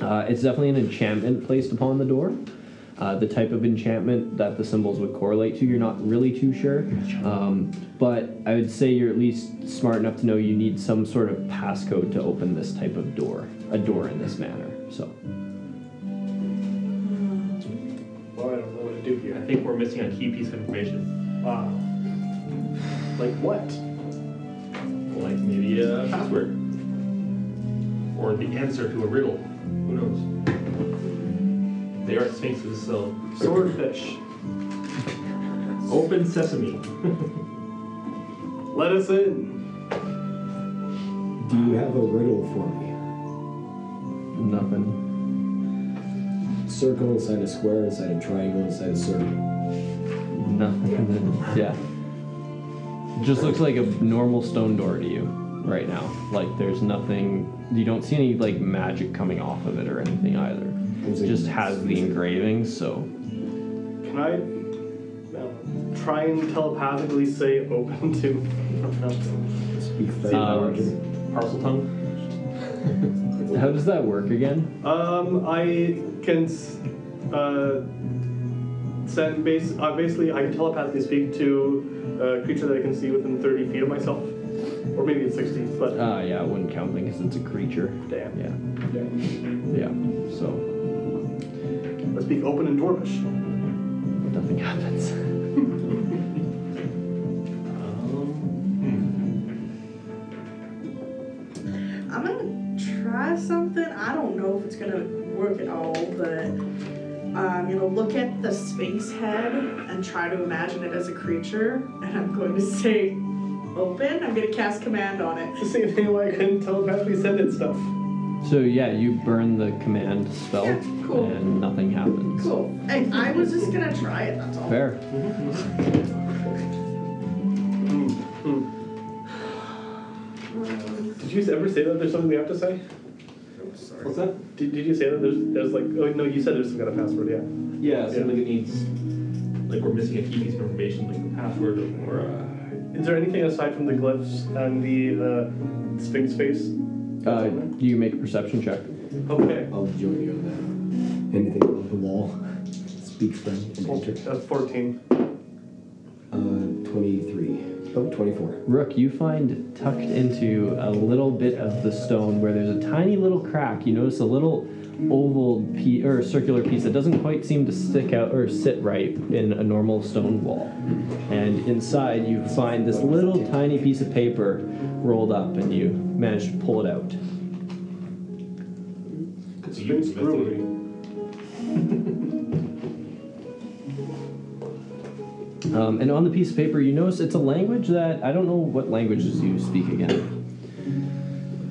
S1: uh, it's definitely an enchantment placed upon the door uh, the type of enchantment that the symbols would correlate to you're not really too sure um, but i would say you're at least smart enough to know you need some sort of passcode to open this type of door a door in this manner so
S2: Well, I don't know what to do
S4: I
S2: here.
S4: think we're missing a key piece of information.
S2: Wow. Like what?
S4: Like maybe a password. Or the answer to a riddle. Who knows? They are sphinxes, so.
S2: Swordfish.
S4: Open sesame.
S2: Let us in.
S3: Do you have a riddle for me?
S1: nothing
S3: Circle inside a square, inside a triangle, inside a circle.
S1: nothing *laughs* yeah just looks like a normal stone door to you right now. Like there's nothing you don't see any like magic coming off of it or anything either. It just has the engravings, so
S2: Can I um, try and telepathically say open to? *laughs*
S3: Speak
S1: Um,
S4: Parcel tongue.
S1: how does that work again?
S2: um, I can s- uh, send base. Uh, basically, I can telepathically speak to a creature that I can see within 30 feet of myself, or maybe it's 60. But
S1: Uh yeah, I wouldn't count them because it's a creature.
S2: damn.
S1: Yeah.
S2: Okay.
S1: Yeah. So
S2: Let's speak open and dwarvish.
S1: nothing *laughs* happens.
S5: I'm gonna try something. I don't know if it's gonna work at all, but I'm gonna look at the Sphinx head and try to imagine it as a creature, and I'm going to say, "Open." I'm gonna cast command on it.
S2: It's the same thing why I couldn't telepathically send it stuff.
S1: So yeah, you burn the command spell
S5: Yeah, cool.
S1: and nothing happens.
S5: Cool. And I was just gonna try it. That's all.
S1: Fair.
S5: Um,
S2: Did you ever say that there's something we have to say?
S4: What's that?
S2: Did, did you say that there's there's like oh no you said there's some kind of password yeah
S4: Yeah, so
S2: Yeah.
S4: like it needs. Like we're missing a key piece of information, like the password or. Uh,
S2: is there anything aside from the glyphs and the uh, sphinx face
S1: Uh, you make a perception check.
S2: okay
S3: I'll join you on that. Anything above the wall. Speak French and enter.
S2: that's 14
S3: Uh, 23. Oh, 24.
S1: Rook, you find tucked into a little bit of the stone where there's a tiny little crack. You notice a little oval piece or circular piece that doesn't quite seem to stick out or sit right in a normal stone wall. And inside, you find this little tiny piece of paper rolled up, and you manage to pull it out.
S4: could be
S2: sphinx
S4: used to investigate.
S2: brewery
S1: Um, and on the piece of paper, you notice it's a language that I don't know what languages you speak again.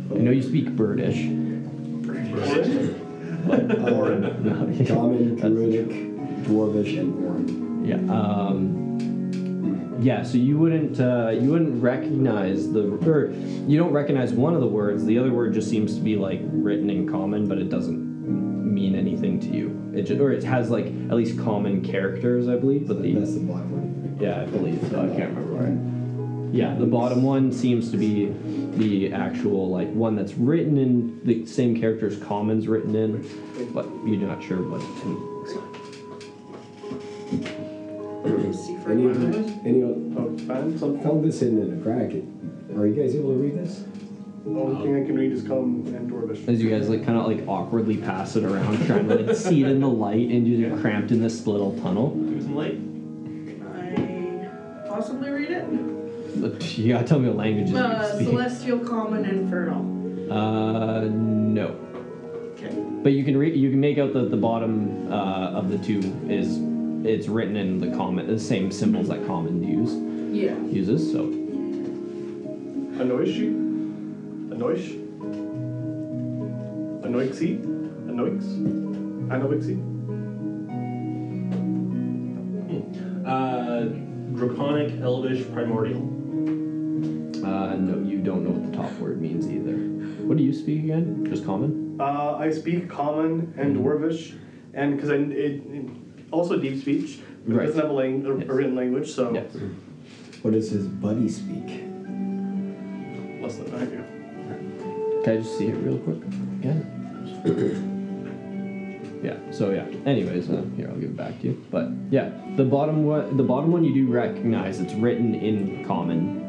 S1: I know you speak Birdish.
S3: Um, *laughs* common,
S1: That's-
S3: Druidic, Dwarvish, and Orin.
S1: Yeah. Um, yeah. So you wouldn't uh, you wouldn't recognize the or you don't recognize one of the words. The other word just seems to be like written in common, but it doesn't mean anything to you. It just, or it has like at least common characters, I believe. But the
S3: That's the black one.
S1: yeah, I believe so. I can't remember. Right. Yeah, the bottom one seems to be the actual like one that's written in the same characters common's written in, but you're not sure what it means.
S5: see for
S3: Any
S5: a while.
S3: other, any other,
S2: oh found
S3: I
S2: something
S3: found this hidden in a crack. Are you guys able to read this?
S2: only thing I can read is come and dwarvish
S1: as you guys like kind of like awkwardly pass it around trying to like see it in the light and you're cramped in this little tunnel
S4: Do some light.
S5: I possibly read it.
S1: But you gotta tell me what languages
S5: Uh,
S1: you speak
S5: celestial, common, infernal.
S1: uh no
S5: Okay.
S1: but you can read you can make out that the bottom uh, of the two is it's written in the common the same symbols that common use
S5: Yeah.
S1: uses so
S2: anoishi anoish anoixi anoix anoixi
S4: Uh, draconic, elvish, primordial.
S1: Uh, no, you don't know what the top word means either. What do you speak again? Just common?
S2: Uh, I speak Common and
S1: Mm-hmm.
S2: Dwarvish, and because I it, it- also deep speech, but
S1: Right.
S2: it doesn't have a, lang- a
S1: Yes.
S2: written language, so
S1: Yes.
S3: What does his buddy speak?
S2: less than I do.
S1: Can I just see it real quick? Yeah. *clears throat* yeah. So yeah. Anyways, uh, here I'll give it back to you. But yeah, the bottom one, the bottom one you do recognize. It's written in common.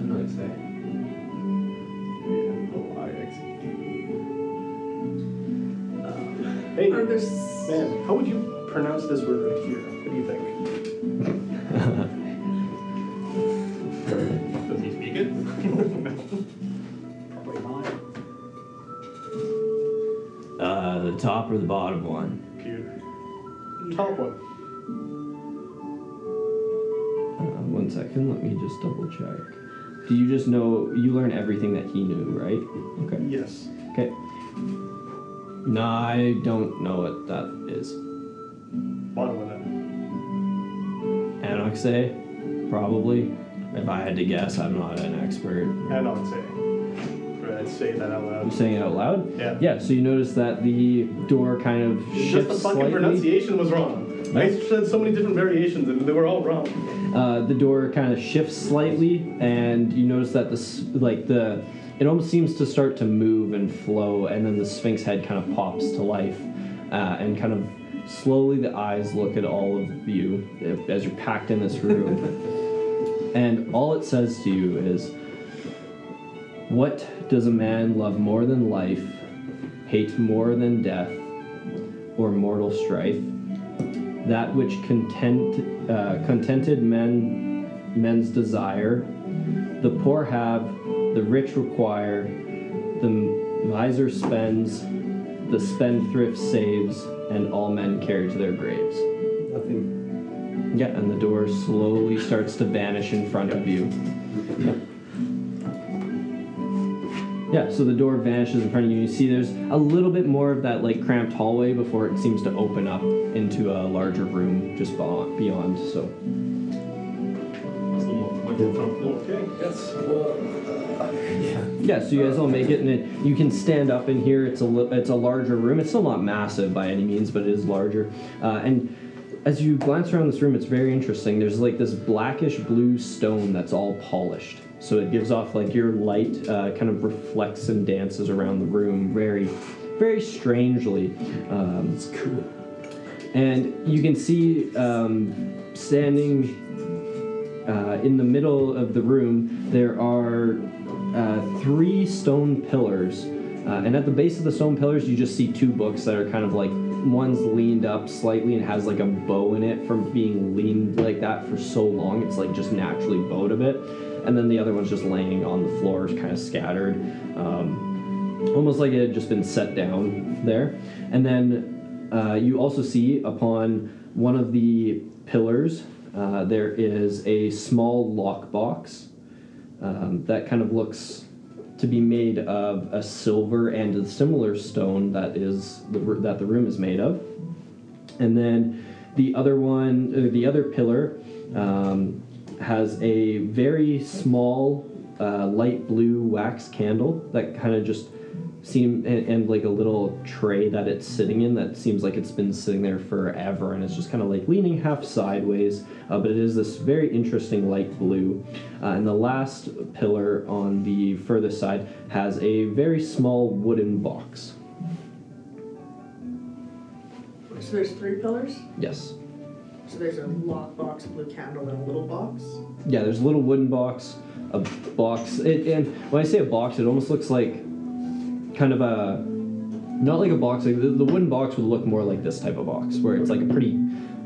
S4: I know what to say.
S2: Oh, E Hey,
S5: Are there s-
S2: Uh, man, how would you pronounce this word right here? What do you think?
S4: Does he speak it?
S2: Probably not.
S1: Uh, the top or the bottom one?
S2: Computer. Top one.
S1: Uh, one second. Let me just double check. Do you just know? You learn everything that he knew, right? Okay.
S2: Yes.
S1: Okay. No, I don't know what that is.
S2: Bottom one. Then.
S1: Anoxe, probably. If I had to guess, I'm not an expert.
S2: And I'd say. Right, I'd say that out
S1: I'm
S2: loud.
S1: saying it out loud.
S2: Yeah.
S1: Yeah. So you notice that the door kind of shifts
S2: Just the fucking
S1: slightly.
S2: pronunciation was wrong. I
S1: Right.
S2: said so many different variations and they were all wrong.
S1: Uh, the door kind of shifts slightly, and you notice that the s- like the it almost seems to start to move and flow, and then the Sphinx head kind of pops to life, uh, and kind of slowly the eyes look at all of you uh, as you're packed in this room, and all it says to you is, "What does a man love more than life, hate more than death, or mortal strife?" that which content uh, contented men men's desire the poor have the rich require the miser spends the spendthrift saves and all men carry to their graves
S3: Nothing.
S1: yeah and the door slowly starts to vanish in front of you yeah so the door vanishes in front of you you see there's a little bit more of that like cramped hallway before it seems to open up into a larger room just beyond, beyond so
S4: It's a little more- much more comfortable.
S2: Okay, yes.
S1: Yeah, so you guys all make it, and it, you can stand up in here. It's a li- it's a larger room. It's still not massive by any means, but it is larger. Uh, and as you glance around this room, it's very interesting. There's like this blackish blue stone that's all polished, so it gives off like your light uh, kind of reflects and dances around the room very, very strangely. Um,
S3: It's cool.
S1: and you can see um, standing uh, in the middle of the room, there are uh, three stone pillars. Uh, and at the base of the stone pillars, you just see two books that are kind of like one's leaned up slightly and has like a bow in it from being leaned like that for so long, it's like just naturally bowed a bit. And then the other one's just laying on the floor, kind of scattered. Um, almost like it had just been set down there. And then uh, you also see upon one of the pillars uh, there is a small lockbox um, that kind of looks to be made of a silver and a similar stone that is the, r- that the room is made of. And then the other one, or the other pillar, um, has a very small uh, light blue wax candle that kind of just seem and, and like a little tray that it's sitting in that seems like it's been sitting there forever and it's just kind of like leaning half sideways uh, but it is this very interesting light blue uh, and the last pillar on the further side has a very small wooden box
S5: So there's three pillars.
S1: yes
S5: So there's a lock box, a blue candle, and a little box.
S1: Yeah, there's a little wooden box, a box, it, and when I say a box, it almost looks like kind of a not like a box. Like the, the wooden box would look more like this type of box, where it's like a pretty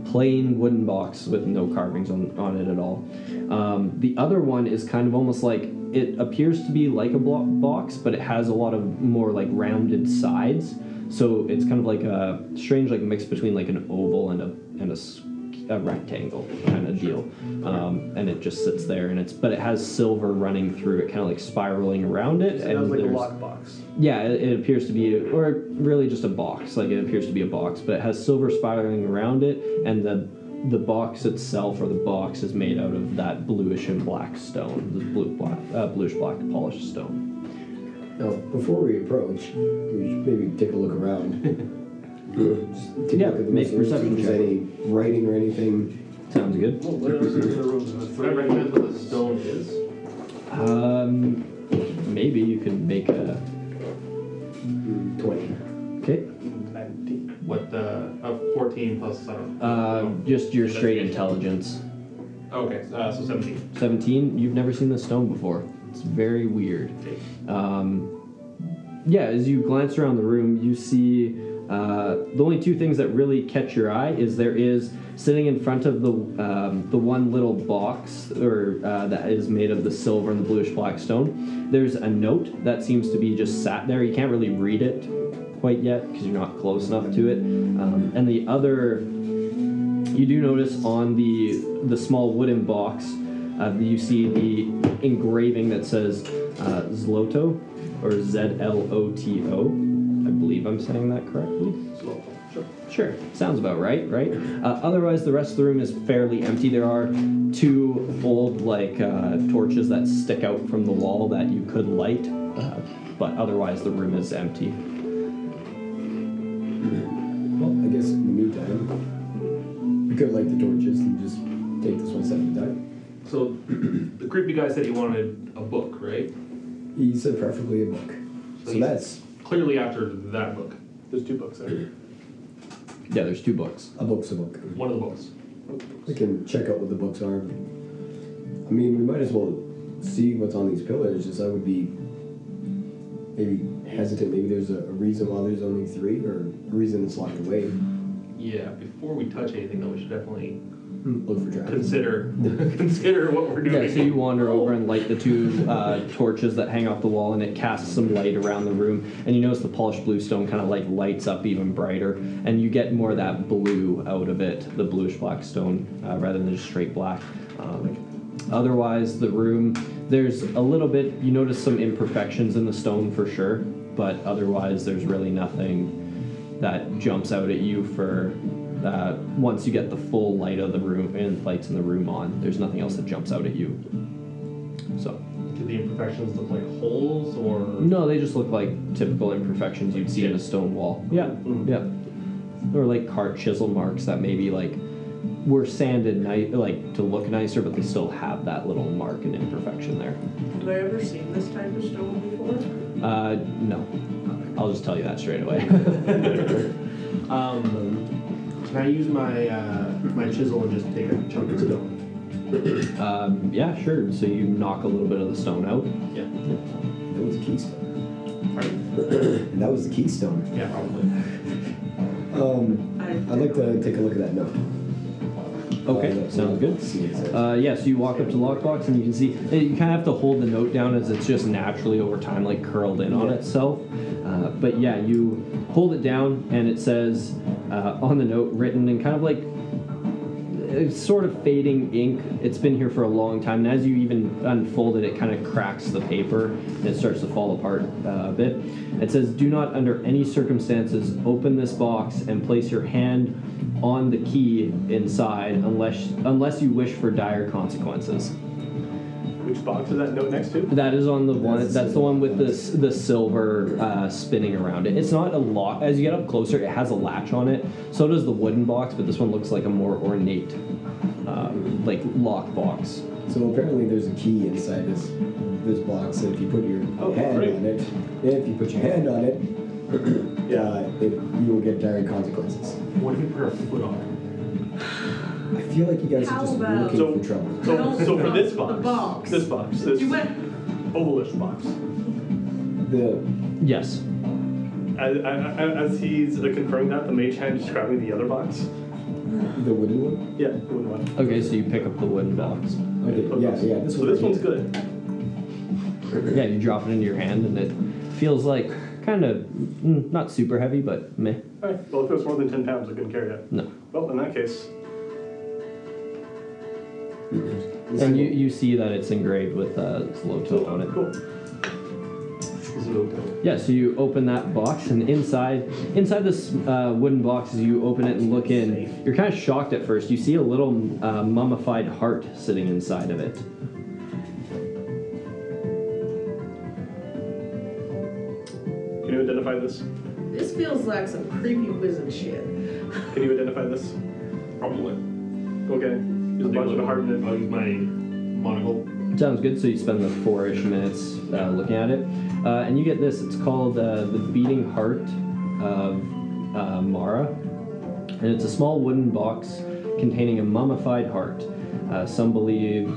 S1: plain wooden box with no carvings on, on it at all. Um, the other one is kind of almost like it appears to be like a block box, but it has a lot of more like rounded sides. So it's kind of like a strange like mix between like an oval and a and a s- a rectangle kind of deal, um, and it just sits there, and it's but it has silver running through it, kind of like spiraling around it.
S2: It
S1: and
S2: sounds like a
S1: there's-
S2: lockbox.
S1: yeah, it, it appears to be, or really just a box. Like it appears to be a box, but it has silver spiraling around it, and the the box itself or the box is made out of that bluish and black stone, the blue black, uh, bluish black polished stone.
S3: Now, before we approach, we should maybe take a look around. *laughs* Just take a
S1: Yeah,
S3: look at the
S1: make
S3: rest of the room,
S1: perception
S3: see if there's
S1: check.
S3: any writing or anything.
S1: Sounds good.
S4: Well, what else Oh, is in the room? Would I recommend what the stone is?
S1: Um, maybe you can make a.
S3: Twenty.
S1: Okay.
S4: What the uh, fourteen plus I don't.
S1: Uh, just your straight intelligence.
S4: okay, uh, so seventeen.
S1: 17 you've never seen this stone before it's very weird um, yeah as you glance around the room you see uh, the only two things that really catch your eye is there is sitting in front of the um, the one little box or uh, that is made of the silver and the bluish black stone there's a note that seems to be just sat there you can't really read it quite yet because you're not close enough to it um, and the other you do notice on the the small wooden box, uh, you see the engraving that says uh, Zloto, or Z L O T O. I believe I'm saying that correctly. Sure, sounds about right, right? Uh, otherwise, the rest of the room is fairly empty. There are two old, like, uh, torches that stick out from the wall that you could light, uh, but otherwise, the room is empty.
S3: Well, I guess in the meantime, we could light the torches and just take this one step at a time.
S4: So *clears throat* the creepy guy said he wanted a book, right?
S3: He said preferably a book. So
S4: Please.
S3: that's
S4: Clearly after that book,
S2: There's two books there.
S1: Yeah, there's two books.
S3: a book's a book.
S4: one of the books.
S3: We can check out what the books are. I mean, we might as well see what's on these pillars, as I would be maybe hesitant. Maybe there's a, a reason why there's only three, or a reason it's locked away.
S4: Yeah. Before we touch anything, though, we should definitely
S3: Look for traps.
S4: consider *laughs* consider what we're doing.
S1: Yeah, so you wander over and light the two uh, torches that hang off the wall, and it casts some light around the room. And you notice the polished blue stone kind of like lights up even brighter, and you get more of that blue out of it, the bluish black stone, uh, rather than just straight black. Um, otherwise, the room there's a little bit. You notice some imperfections in the stone for sure, but otherwise there's really nothing that jumps out at you for. Uh, once you get the full light of the room and lights in the room on, there's nothing else that jumps out at you. So
S4: Do the imperfections look like holes or?
S1: no, they just look like typical imperfections you'd see in a stone wall. Yeah, yeah. Or like cart chisel marks that maybe like were sanded ni- like to look nicer, but they still have that little mark and imperfection there.
S5: Have I ever seen this type of stone before?
S1: Uh, no, I'll just tell you that straight away. *laughs*
S6: Um, can I use my uh, my chisel and just take a chunk of stone?
S1: um, yeah, sure. So you knock a little bit of the stone out.
S6: Yeah.
S3: That was a keystone. And *clears throat* that was the keystone.
S6: Yeah, probably.
S3: Um,
S5: I-
S3: I'd like to take a look at that note.
S1: Okay,
S3: Uh, that-
S1: sounds good.
S3: see what it says.
S1: Uh, yeah, so you walk up to the lockbox and you can see eh, you kind of have to hold the note down as it's just naturally over time like curled in on itself. Uh, but yeah, you hold it down and it says uh, on the note written in kind of like it's sort of fading ink. It's been here for a long time, and as you even unfold it, it kind of cracks the paper and it starts to fall apart uh, a bit. It says, "Do not, under any circumstances, open this box and place your hand on the key inside, unless unless you wish for dire consequences."
S2: Which box is that note next to?
S1: That is on the one.
S3: That's
S1: That's the one with the s- the silver uh, spinning around it. It's not a lock. As you get up closer, it has a latch on it. So does the wooden box, but this one looks like a more ornate, um, like lock box.
S3: So apparently there's a key inside this this box, and if you put your
S2: Oh,
S3: hand
S2: great.
S3: on it, if you put your hand
S2: *clears throat*
S3: on it, uh, it, you will get dire consequences.
S4: What if we put our foot on
S3: I feel like you guys are
S5: How
S3: just
S5: about-
S3: looking
S2: So-
S3: for trouble.
S2: So,
S5: No,
S2: so for this
S5: the
S2: box,
S5: box.
S2: this box, this
S5: You went,
S2: ovalish box.
S3: The
S1: Yes.
S2: As, I- I- as he's uh, confirming that, the mage hand is grabbing the other box.
S3: the wooden one.
S2: Yeah, the wooden one.
S1: Okay, so you pick up the wooden box.
S3: Okay, yeah, yeah. This
S2: so
S3: one.
S2: this
S3: right
S2: one's
S3: here.
S2: good.
S1: Yeah, you drop it into your hand, and it feels like kind of mm, not super heavy, but meh.
S2: All right. Well, if it was more than ten pounds, I couldn't carry it.
S1: No.
S2: Well, in that case,
S1: And
S3: This one-
S1: you, you see that it's engraved with uh, Zloto on it.
S2: cool.
S4: Zuoto.
S1: Yeah, so you open that box, and inside inside this uh, wooden box, as you open it and look in, you're kind of shocked at first. You see a little uh, mummified heart sitting inside of it.
S2: Can you identify this?
S5: This feels like some creepy wizard shit.
S2: Can you identify this?
S4: Probably.
S2: Okay. There's a bunch of hard
S4: I'll use my monocle.
S1: Sounds good. So you spend the four-ish minutes uh, looking at it, uh, and you get this. It's called uh, the Beating Heart of uh, Mara, and it's a small wooden box containing a mummified heart. Uh, some believe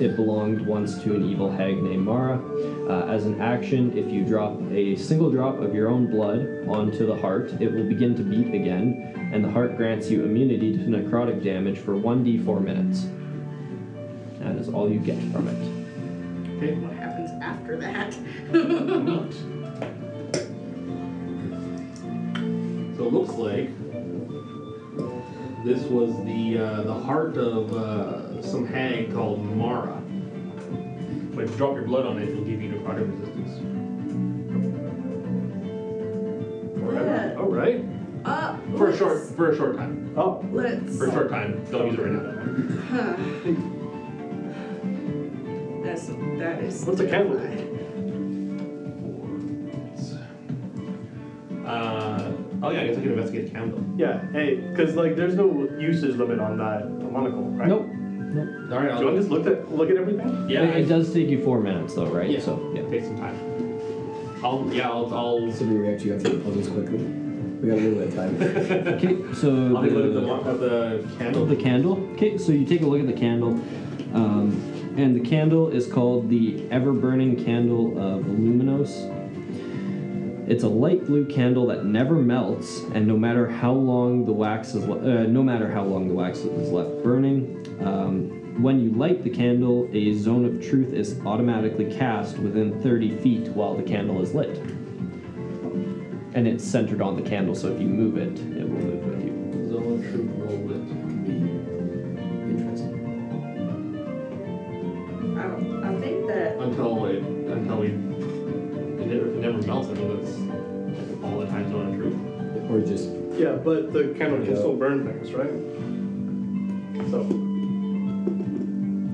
S1: it belonged once to an evil hag named Mara. Uh, as an action, if you drop a single drop of your own blood onto the heart, it will begin to beat again, and the heart grants you immunity to necrotic damage for 1d4 minutes. That is all you get from it.
S4: Okay.
S5: What happens after that? *laughs*
S4: Not. So it looks like this was the uh, the heart of uh, some hag called Mara. But if you drop your blood on it, it'll give you necrotic resistance.
S5: Yeah.
S4: All right.
S5: Uh,
S4: For a
S5: let's-
S4: short for a short time.
S2: Oh,
S5: Let's.
S4: For a short time. Don't use it right now.
S5: Huh. That's that is.
S2: What's a candle?
S5: terrifying.
S4: Uh, oh yeah, I guess I can investigate the candle.
S2: yeah. Hey, because like there's no usage limit on that monocle, right?
S1: Nope. Nope.
S4: All right.
S2: Do
S4: I'll
S2: you want to just look at look at everything?
S4: Yeah.
S1: It, it does take you four minutes though, right?
S4: Yeah.
S1: So yeah.
S4: Take some time. I'll yeah I'll I'll.
S3: Somebody react to you have to do the puzzles quickly. We got a little bit of time.
S2: *laughs*
S1: Okay. So
S4: I'll take a look at the, mo- at the candle.
S1: the candle. Okay. So you take a look at the candle, um, and the candle is called the Ever Burning Candle of Luminos. It's a light blue candle that never melts, and no matter how long the wax is, le- uh, no matter how long the wax is left burning, um, when you light the candle, a zone of truth is automatically cast within 30 feet while the candle is lit, and it's centered on the candle. So if you move it, it will move with you.
S4: Zone of truth roll lit.
S3: Interesting.
S5: I don't. I think that.
S4: Until it until we it never, it never melts. I mean that's all the time zone of truth.
S3: Or just
S2: Yeah, but the candle
S3: Yeah.
S2: can still burn things, right? So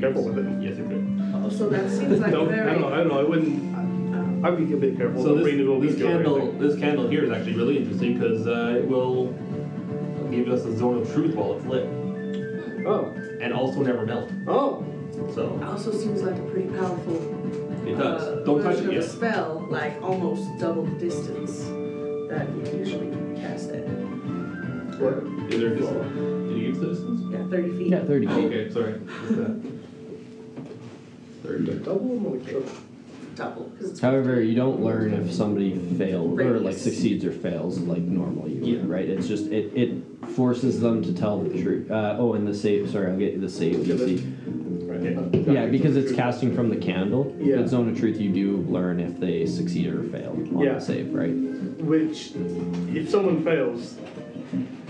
S2: careful with it.
S4: Yes, it could.
S5: Also, oh, that seems like
S2: No, I
S5: very.
S2: *laughs* don't know. I don't know. I wouldn't.
S5: Um,
S2: I would be a bit careful.
S4: So
S2: about reading what we
S4: this, this
S2: do or
S4: candle
S2: anything.
S4: this candle here is actually really interesting because uh, it will give us a zone of truth while it's lit
S2: Oh.
S4: and also never melt.
S2: Oh.
S4: So
S5: also seems like a pretty powerful.
S4: it does.
S5: uh,
S4: Don't touch
S5: version
S4: it
S5: of
S4: yet.
S5: A spell like almost double the distance that you usually cast it.
S2: What?
S4: Is there a distance? Did you use the distance?
S5: Yeah, thirty feet.
S1: Yeah, 30 feet.
S4: Oh, okay, sorry. What's that? Thirty.
S2: Double or triple?
S5: Double. 'cause it's
S1: However, you don't learn if somebody fails or like
S5: Radius.
S1: succeeds or fails like normal you would,
S4: Yeah.
S1: right? It's just it, it forces them to tell the truth. Uh, oh, and the save. Sorry, I'll get you the save
S2: Yeah, but-
S1: DC.
S2: Right.
S1: Yeah, because it's casting from the candle.
S2: Yeah.
S1: With zone of truth, you do learn if they succeed or fail on
S2: Yeah.
S1: the save, right?
S2: Which, if someone fails,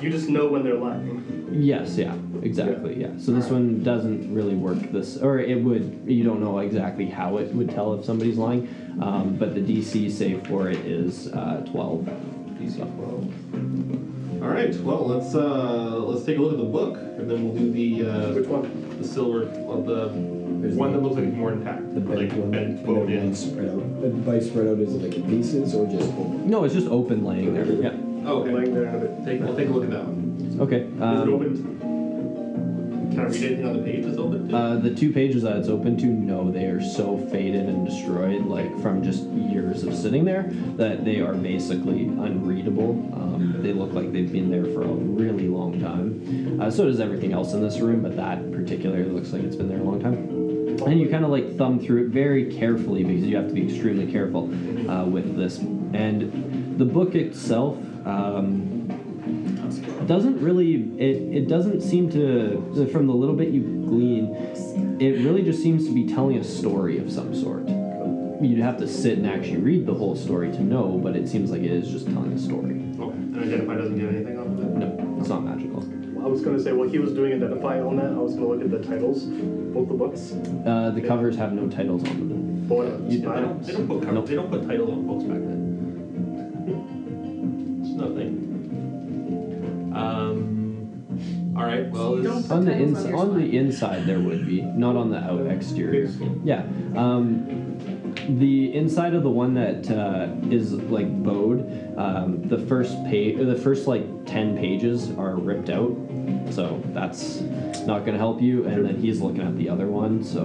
S2: you just know when they're lying.
S1: Yes. Yeah. Exactly. Yeah. So this one doesn't really work. This or it would. You don't know exactly how it would tell if somebody's lying, um, but the DC save for it is uh, twelve.
S4: DC twelve. All right. Well, let's uh, let's take a look at the book, and then we'll do the
S2: Which
S4: uh,
S2: one?
S4: the silver of the
S3: There's
S4: one
S3: the-
S4: that looks like it's more intact,
S3: the
S4: like
S3: bent one.
S4: bent
S3: and
S4: bowed
S3: then
S4: in.
S3: one spread out. But By spread out, is it like in pieces or just open?
S1: No, it's just open laying there. Yeah.
S4: Okay.
S2: Lying there in a bit.
S4: Take, we'll take a look at that one.
S1: Okay.
S4: Is it
S1: um,
S4: opened? Can I read anything on the page that's open? too?
S1: Uh, the two pages that it's open to, no, they are so faded and destroyed, like from just years of sitting there, that they are basically unreadable. Um, they look like they've been there for a really long time. Uh, so does everything else in this room, but that particularly looks like it's been there a long time. And you kind of like thumb through it very carefully because you have to be extremely careful uh, with this. And the book itself. Um, doesn't really it, it doesn't seem to from the little bit you glean it really just seems to be telling a story of some sort you'd have to sit and actually read the whole story to know but it seems like it is just telling a story
S4: okay. And identify doesn't get anything off of it.
S1: no it's not magical
S2: I was gonna say what he was doing identify on that. I was gonna look at the titles, both the books.
S1: uh, the covers have no titles on them
S2: Boy, it's
S1: You
S4: They
S2: fine.
S4: don't, they don't put cover,
S1: Nope.
S4: they don't put titles on books back then. It's nothing. Um, all right. Well,
S5: So you
S4: this-
S5: don't-
S1: On the
S5: Sometimes
S1: ins-
S5: on your
S1: on the
S5: spine.
S1: inside there would be, not on the out exterior. Yeah. Um, the inside of the one that uh, is like bowed, um, the first page, the first like ten pages are ripped out, so that's not going to help you. And then he's looking at the other one, so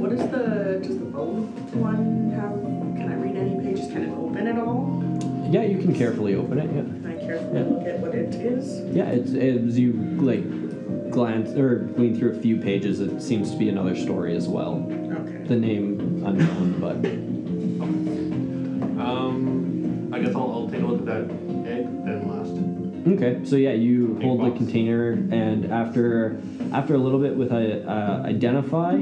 S5: What is the, does the bone one have, can I read any pages? Can it open at all?
S1: yeah, you can carefully open it. Yeah.
S5: Can I carefully
S1: Yeah.
S5: look at what it is?
S1: Yeah, it's as you like glance or glean through a few pages, it seems to be another story as well.
S5: Okay.
S1: The name unknown, but
S4: um, I guess I'll, I'll take a look at that egg then last.
S1: okay. So yeah, you
S4: Big
S1: hold the
S4: box.
S1: container, and after after a little bit with a uh, identify,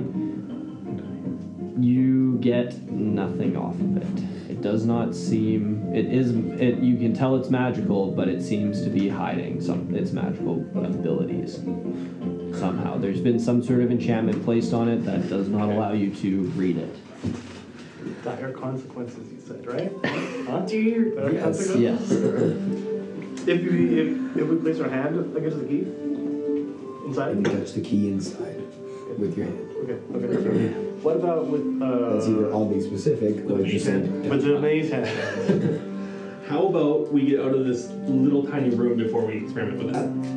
S1: you get nothing off of it. It does not seem. It is. It you can tell it's magical, but it seems to be hiding some its magical abilities. Somehow, there's been some sort of enchantment placed on it that does not allow you to read it.
S2: Dire consequences, you said, right?
S5: Dear.
S2: Dire consequences?
S1: Yes.
S2: If we if, if we place our hand against the key
S3: And
S2: inside.
S3: you touch the key inside with your hand.
S2: Okay. Okay. What about with uh?
S3: That's either oddly specific or just saying.
S2: With the maze hand.
S4: How about we get out of this little tiny room before we experiment with that?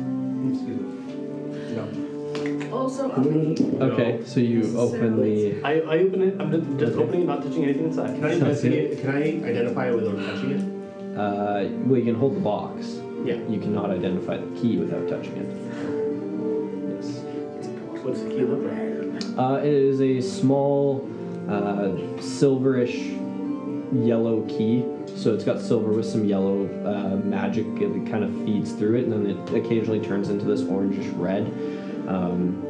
S5: Also, on the,
S1: Okay, so you open the.
S2: I, I open it. I'm just, just opening it, not touching anything inside.
S4: Can I investigate? Can I identify it without touching it?
S1: Uh, well, you can hold the box.
S4: Yeah.
S1: You cannot identify the key without touching it. Yes.
S2: What's the key look like?
S1: Uh, it is a small, uh, silverish yellow key. So it's got silver with some yellow uh, magic. It kind of feeds through it, and then it occasionally turns into this orangish red. Um,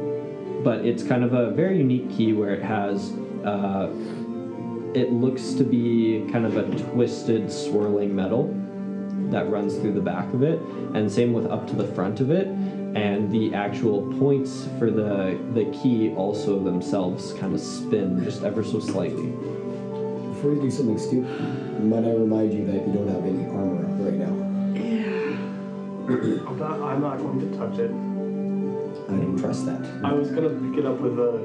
S1: but it's kind of a very unique key where it has. Uh, it looks to be kind of a twisted, swirling metal that runs through the back of it, and same with up to the front of it. And the actual points for the the key also themselves kind of spin just ever so slightly.
S3: Before you do something stupid, might I remind you that you don't have any armor up right now?
S5: yeah.
S2: I'm not, I'm not going to touch it.
S3: I don't trust that.
S2: I was gonna pick it up with uh,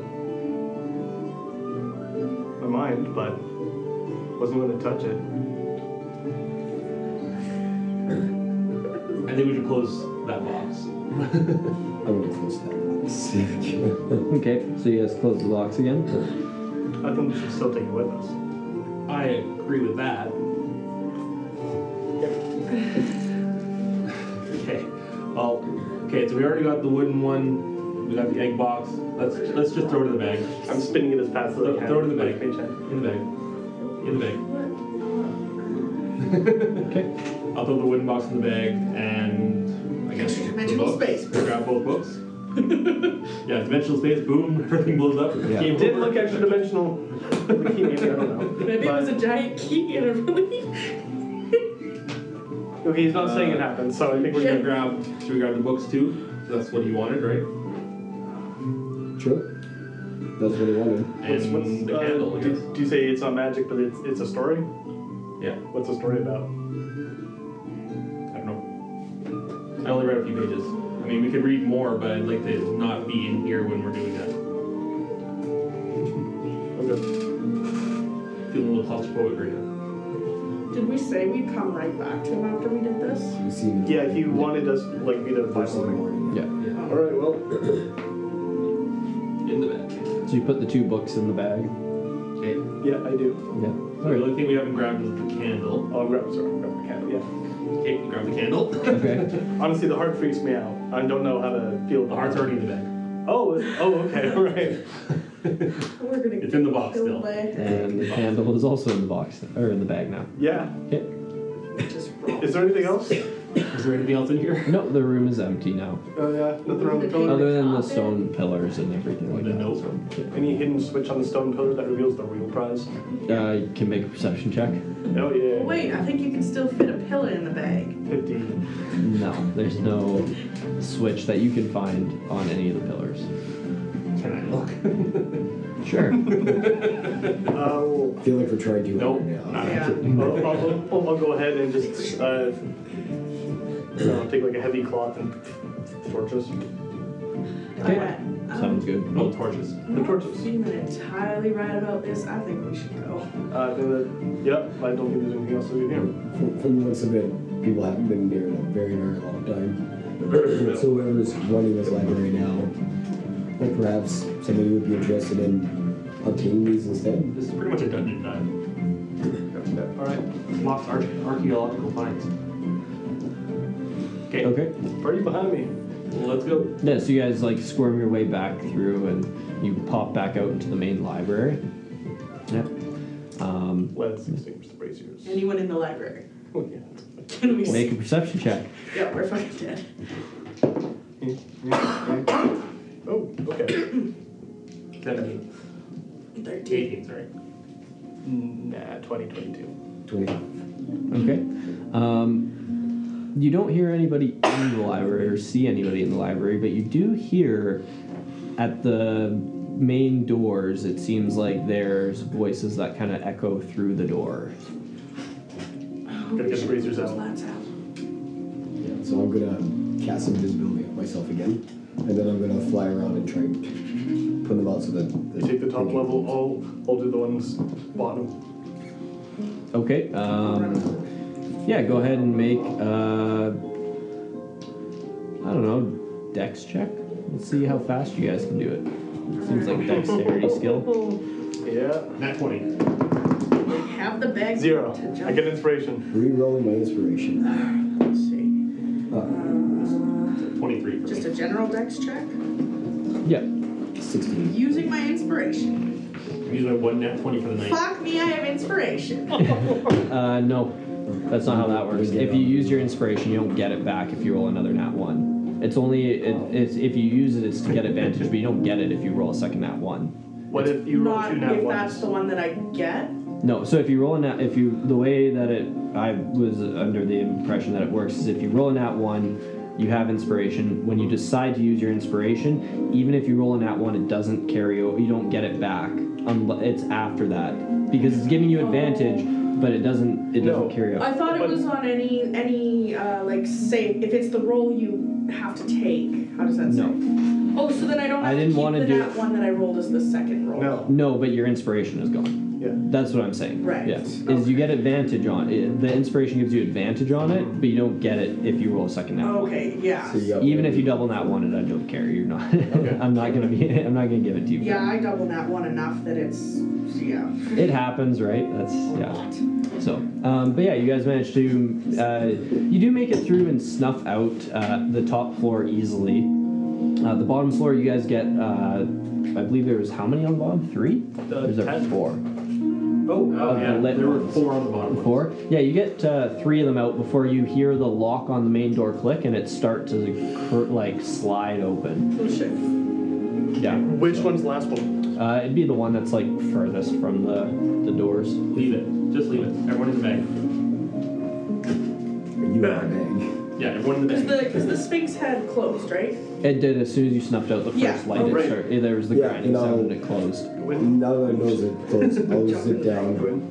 S2: my mind, but wasn't gonna touch it.
S4: I think we should close that box.
S3: I'm gonna close
S2: *laughs*
S3: that. Sick.
S1: Okay, so you guys close the box again.
S2: I think we should still take it with us.
S4: I agree with that. *laughs* okay. Well, okay. So we already got the wooden one. We got the egg box. Let's let's just throw it in the bag.
S2: I'm spinning it as fast as I
S4: Throw,
S2: can.
S4: throw it in the
S2: Like,
S4: bag. In the bag. In the bag.
S1: Okay.
S4: I'll throw the wooden box in the bag, and I guess
S5: Dimensional
S4: the books.
S5: space.
S4: Grab both
S5: *laughs*
S4: books. yeah, dimensional space. Boom! *laughs* Everything blows up.
S1: Yeah.
S4: Game
S2: Did
S4: over.
S2: look extra dimensional. *laughs* Maybe, I don't know.
S5: Maybe it was a giant key *laughs* and it really.
S2: But- okay, he's not saying it happened, so I think we're
S4: Should we
S2: good.
S4: grab? Should we grab the books too? That's what he wanted, right?
S3: Sure. That's what I wanted.
S2: What's-
S4: And
S2: what's,
S4: the
S2: uh,
S4: candle. I
S2: do,
S4: guess.
S2: do you say it's not magic, but it's it's a story?
S4: Yeah.
S2: What's the story about?
S4: I don't know. I only read a few pages. I mean, we could read more, but I'd like to not be in here when we're doing that.
S2: I'm good.
S4: Feeling a little claustrophobic right now.
S5: Did we say we'd come right back to him after we did this?
S3: You see me
S2: Yeah, if you wanted us, like, be there by
S3: first thing in the
S2: morning.
S3: morning.
S1: Yeah.
S4: Yeah.
S2: All right, well,
S4: In the bag.
S1: So you put the two books in the bag.
S4: Okay. So
S2: yeah, I do.
S1: Yeah.
S4: the only thing we haven't grabbed is the candle.
S2: I'll grab, sorry, I'll grab the candle. Yeah.
S4: Okay, we grab the candle.
S1: Okay.
S2: Honestly, the heart freaks me out. I don't know how to feel.
S4: the heart's already in the bag.
S2: Oh, it's- oh, okay, *laughs* all right.
S5: We're gonna
S4: It's in the box
S5: killed
S4: still.
S5: by-
S1: And the candle is also in the box or in the bag now.
S2: Yeah.
S1: Okay.
S4: *laughs*
S5: Just roll.
S2: Is there anything else?
S4: Is there anything else in here?
S1: No, the room is empty now,
S2: Oh yeah, nothing wrong with the
S5: Uh,
S2: pillar.
S1: other than the stone pillars and everything like
S4: The
S1: that.
S4: note.
S2: Any hidden switch on the stone pillar that reveals the real prize?
S1: Uh, you can make a perception check.
S2: Oh yeah.
S5: Wait, I think you can still fit a pillow in the bag.
S2: Fifty.
S1: No, there's no switch that you can find on any of the pillars.
S4: Can I look?
S1: Sure.
S2: Um,
S3: I feel like we're trying to do
S4: Nope.
S3: it now.
S5: Yeah.
S2: I'll, I'll, I'll, I'll go ahead and just uh, you know, take like a heavy cloth and torches.
S1: Okay.
S5: Alright, um,
S1: Sounds good.
S4: No torches.
S5: I'm not feeling entirely right about this. I think we should go.
S2: Uh, then the, yep, I don't think there's anything else to do here.
S3: From, from what's a bit, people haven't been here in a very, very long time. so whoever's running this library now, or perhaps somebody would be interested in obtaining these instead.
S4: This is pretty much a dungeon dive.
S2: All right.
S4: Lost arch- archaeological finds. Okay.
S1: Okay.
S2: Party behind me.
S4: Let's go.
S1: Yeah, so you guys like squirm your way back through and you pop back out into the main library. Yep. Um,
S2: Let's extinguish the braziers.
S5: Anyone in the library?
S2: Oh, yeah, that's fine.
S5: Can we?
S1: make a perception check.
S5: Yeah, we're fucking dead.
S2: Oh, okay.
S4: 17.
S5: Thirteen.
S4: 18, sorry.
S2: Mm, nah, 2022.
S3: 20.
S1: Okay. Um, you don't hear anybody in the library or see anybody in the library, but you do hear at the main doors, it seems like there's voices that kind of echo through the door.
S5: Oh,
S2: Gotta
S5: we
S2: get the
S5: should
S2: razors
S5: put those
S2: out.
S5: lights out.
S3: Yeah, so I'm gonna cast invisibility on myself again, and then I'm gonna fly around and try and put them out so that.
S2: You take the top level, I'll, I'll do the ones bottom.
S1: Okay. Um, yeah, go ahead and make, uh, I don't know, dex check. Let's see how fast you guys can do it. Seems like dexterity skill.
S2: Yeah.
S4: Nat 20.
S5: We have the bag.
S2: Zero.
S5: To jump.
S2: I get inspiration.
S3: Re-rolling my inspiration.
S5: Alright, let's see.
S3: Uh,
S5: Uh,
S4: 23 for
S5: just
S4: me.
S5: a general dex check.
S1: Yeah.
S3: 16.
S5: Using my inspiration.
S4: Use my one nat 20 for the night.
S5: Fuck me, I have inspiration.
S1: Uh, no, that's not how that works. If you use your inspiration, you don't get it back if you roll another nat one. It's only it, it's if you use it, it's to get advantage, but you don't get it if you roll a second nat one.
S2: What if you roll
S5: Not
S2: two
S5: if
S2: nat
S5: that's
S2: ones?
S5: the one that I get.
S1: No, so if you roll a nat, if you the way that it, I was under the impression that it works is if you roll a nat one, you have inspiration. When you decide to use your inspiration, even if you roll a nat one, it doesn't carry over. You don't get it back. Unle- it's after that because it's giving you advantage, but it doesn't. It doesn't
S2: No.
S1: carry over.
S5: I thought it
S2: But-
S5: was on any any uh, like say if it's the role you have to take. How does that
S1: No.
S5: say? Oh, so then I don't.
S1: I
S5: Have
S1: didn't
S5: to keep
S1: wanna
S5: the
S1: do-
S5: nat one that I rolled as the second roll.
S2: No.
S1: No, but your inspiration is gone.
S2: Yeah.
S1: That's what I'm saying.
S5: Right.
S1: Yeah. Is
S5: Okay.
S1: you get advantage on it. The inspiration gives you advantage on it, but you don't get it if you roll a second nat one.
S5: Okay. Yeah.
S3: So you got
S1: Even
S3: one.
S1: if you double nat one, and I don't care, you're not. *laughs* I'm not gonna be. I'm not gonna give it to you.
S5: Yeah, I double nat one enough that it's yeah.
S1: It happens, right? That's yeah. So, um, but yeah, you guys managed to. Uh, you do make it through and snuff out uh, the top floor easily. Uh, the bottom floor, you guys get. Uh, I believe there was how many on the bottom? Three?
S2: Uh,
S1: There's
S2: ten.
S1: four.
S4: Oh, oh
S1: the
S4: yeah.
S1: lit
S4: There were
S1: ones.
S4: four on the bottom. ones.
S1: Four. Yeah, you get uh, three of them out before you hear the lock on the main door click and it start to cur- like slide open.
S5: Oh shit.
S1: Yeah.
S2: Which one's the last one?
S1: Uh, it'd be the one that's like furthest from the the doors.
S4: Leave it. Just leave it. Everyone in the bag.
S3: You are a bag.
S4: Yeah, everyone in the
S5: Cause
S4: bag.
S5: the cause the Sphinx had closed right.
S1: It did as soon as you snuffed out the first
S5: Yeah.
S1: light.
S5: Oh,
S1: it
S2: right.
S1: started, eh, there was the
S3: Yeah,
S1: grinding
S3: you know.
S1: sound and it closed.
S2: Win.
S3: Now that I know that close, I'll
S2: *laughs* Go
S3: zip down.
S2: in.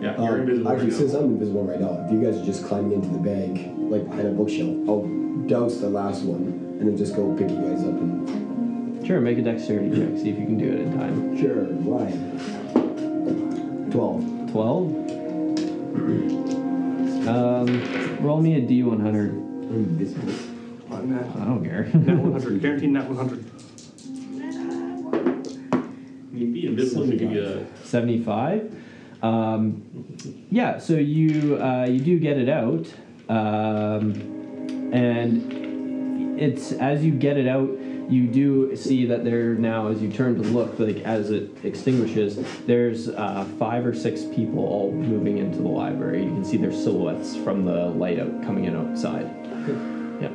S4: Yeah,
S3: Uh,
S4: you're invisible.
S3: actually,
S4: right now.
S3: since I'm invisible right now, if you guys are just climbing into the bag, like behind a bookshelf, I'll douse the last one and then just go pick you guys up and.
S1: Sure, make a dexterity check. See if you can do it in time.
S3: Sure, why? 12.
S1: Twelve. *clears throat* Um, roll me a d100.
S3: Invisible.
S2: Uh, nat,
S1: I don't care. *laughs*
S2: nat 100. Guaranteed nat 100.
S4: You can be invisible to give you a
S1: 75 um, yeah so you uh, you do get it out um, and it's as you get it out you do see that there now as you turn to look like as it extinguishes there's uh, five or six people all moving into the library you can see their silhouettes from the light out coming in outside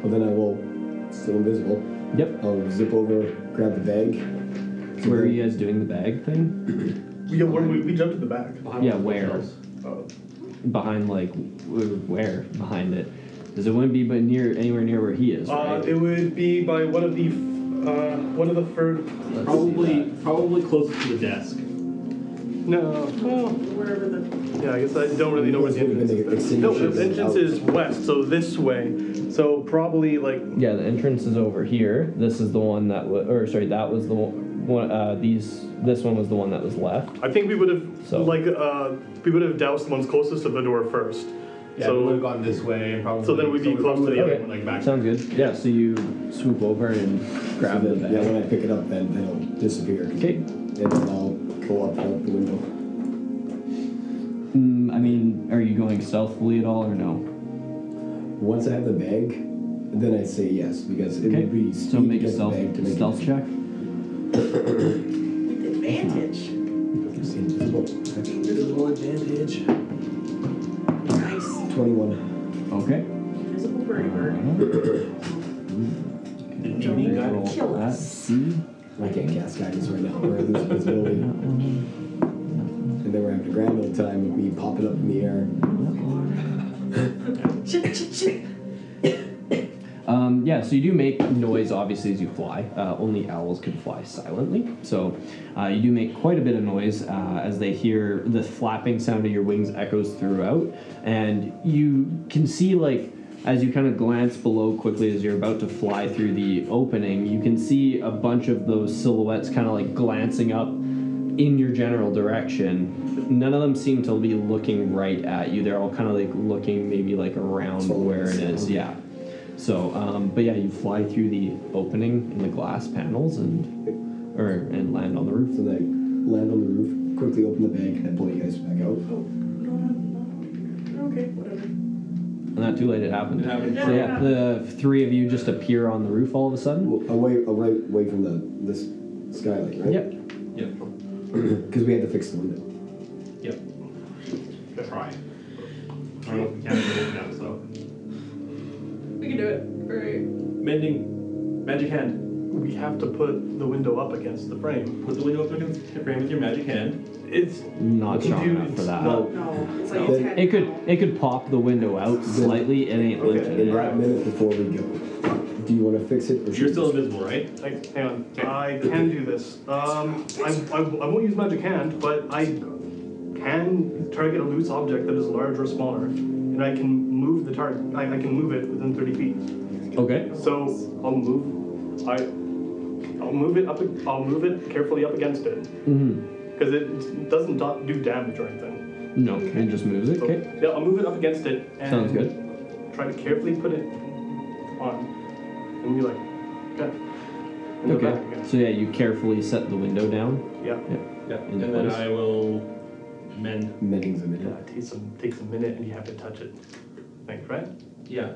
S3: Well, then I will, still invisible,
S1: yep
S3: I'll zip over, grab the bag.
S1: where are you guys doing the bag thing
S2: We, yeah, we, we jumped to the back.
S4: behind
S1: Yeah,
S4: one of
S1: where?
S4: the shelves.
S2: Oh.
S1: behind like w- where behind it because it wouldn't be but near anywhere near where he is
S2: Uh,
S1: right?
S2: it would be by one of the. f- Uh, what are the third?
S1: Let's see
S4: Probably,
S1: that.
S4: probably closest to the desk.
S2: No. Well,
S5: Wherever the
S2: yeah, I guess I don't really know where the
S3: Those would've
S2: entrance
S3: been the
S2: is. No, the
S3: extinguishers
S2: entrance
S3: out.
S2: is west, so this way. So probably like
S1: Yeah, the entrance is over here. This is the one that was, or sorry, that was the one. one uh, these, this one was the one that was left.
S2: I think we would have
S1: So-
S2: like uh, we would have doused the ones closest to the door first.
S4: Yeah, we would have
S2: so
S4: gone this way and probably.
S2: So then we'd be
S4: we
S2: close to
S4: probably
S2: the
S4: would've
S2: other
S4: went,
S2: one.
S4: Like back.
S1: Sounds good. Yeah, so you swoop over and grab
S3: So
S1: the
S3: then- Yeah,
S1: bag.
S3: when I pick it up, then it'll disappear.
S1: Okay.
S3: And then I'll go up out the window.
S1: Mm, I mean, are you going stealthily at all or no?
S3: Once I have the bag, then I say yes because it
S1: Okay.
S3: would be
S1: So
S3: speed
S1: make
S3: to
S1: a
S3: get the
S1: stealth,
S3: bag to make it-
S1: stealth check.
S5: with advantage.
S3: It's invisible.
S6: Invisible advantage.
S5: Nice.
S3: Twenty-one.
S1: Okay.
S5: Invisible birdie bird.
S4: Evening guy.
S1: Roll
S5: Kill
S1: that.
S5: us.
S1: See?
S3: I can't cast guidance right now, or I lose visibility. And then we're having a grand old time of me popping up in the air.
S5: Chip, chip, chip.
S1: Um, yeah, so you do make noise, obviously, as you fly. Uh, only owls can fly silently. So uh, you do make quite a bit of noise uh, as they hear the flapping sound of your wings echoes throughout. And you can see, like, as you kind of glance below quickly as you're about to fly through the opening, you can see a bunch of those silhouettes kind of like glancing up in your general direction. None of them seem to be looking right at you. They're all kind of like looking maybe like around
S3: Following
S1: where it
S3: the
S1: is.
S3: sound.
S1: Yeah. So, um, but yeah, you fly through the opening in the glass panels and or and land on the roof.
S3: So then I land on the roof, quickly open the bag, and then pull you guys back out.
S5: Okay, whatever.
S1: Not too late. It happened.
S4: It happened.
S1: So yeah, the three of you just appear on the roof all of a sudden.
S3: Well, away, away, away from the this skylight, right?
S1: Yep.
S4: Yep.
S3: Because we had to fix the window.
S4: Yep. Try. I don't know if we can do it now. So
S5: We can do it. Alright.
S4: mending, magic hand.
S2: we have to put the window up against the frame.
S4: Put the window up against the frame with your magic hand.
S2: It's
S1: Not strong
S2: Dude,
S1: enough for
S2: it's
S1: that.
S2: not-
S5: No, it's like
S3: Then-
S5: a 10
S1: It could
S5: now.
S1: it could pop the window out slightly. It ain't
S2: Okay.
S1: lifting.
S3: In that minute before we go, do you want to fix it? Or
S4: You're
S3: should-
S4: still invisible, right?
S2: Like, hang on. I can do this. Um, I, I, I won't use magic hand, but I can target a loose object that is large or smaller, and I can move the target. I, I can move it within 30 feet.
S1: Okay.
S2: So I'll move. I, I'll move it up. I'll move it carefully up against it,
S1: Mm-hmm.
S2: because it doesn't do do damage or anything.
S1: No, it just moves it.
S2: So,
S1: Okay.
S2: Yeah, I'll move it up against it. And
S1: Sounds good.
S2: Try to carefully put it on, and be like, okay. And go back
S1: Okay.
S2: again.
S1: So yeah, you carefully set the window down.
S2: Yeah.
S1: Yeah.
S4: Yeah.
S1: In
S4: And then
S1: place.
S4: I will mend.
S3: Mending's a
S2: Yeah,
S3: minute.
S2: it takes a, takes a minute and you have to touch it. Like, right?
S4: Yeah.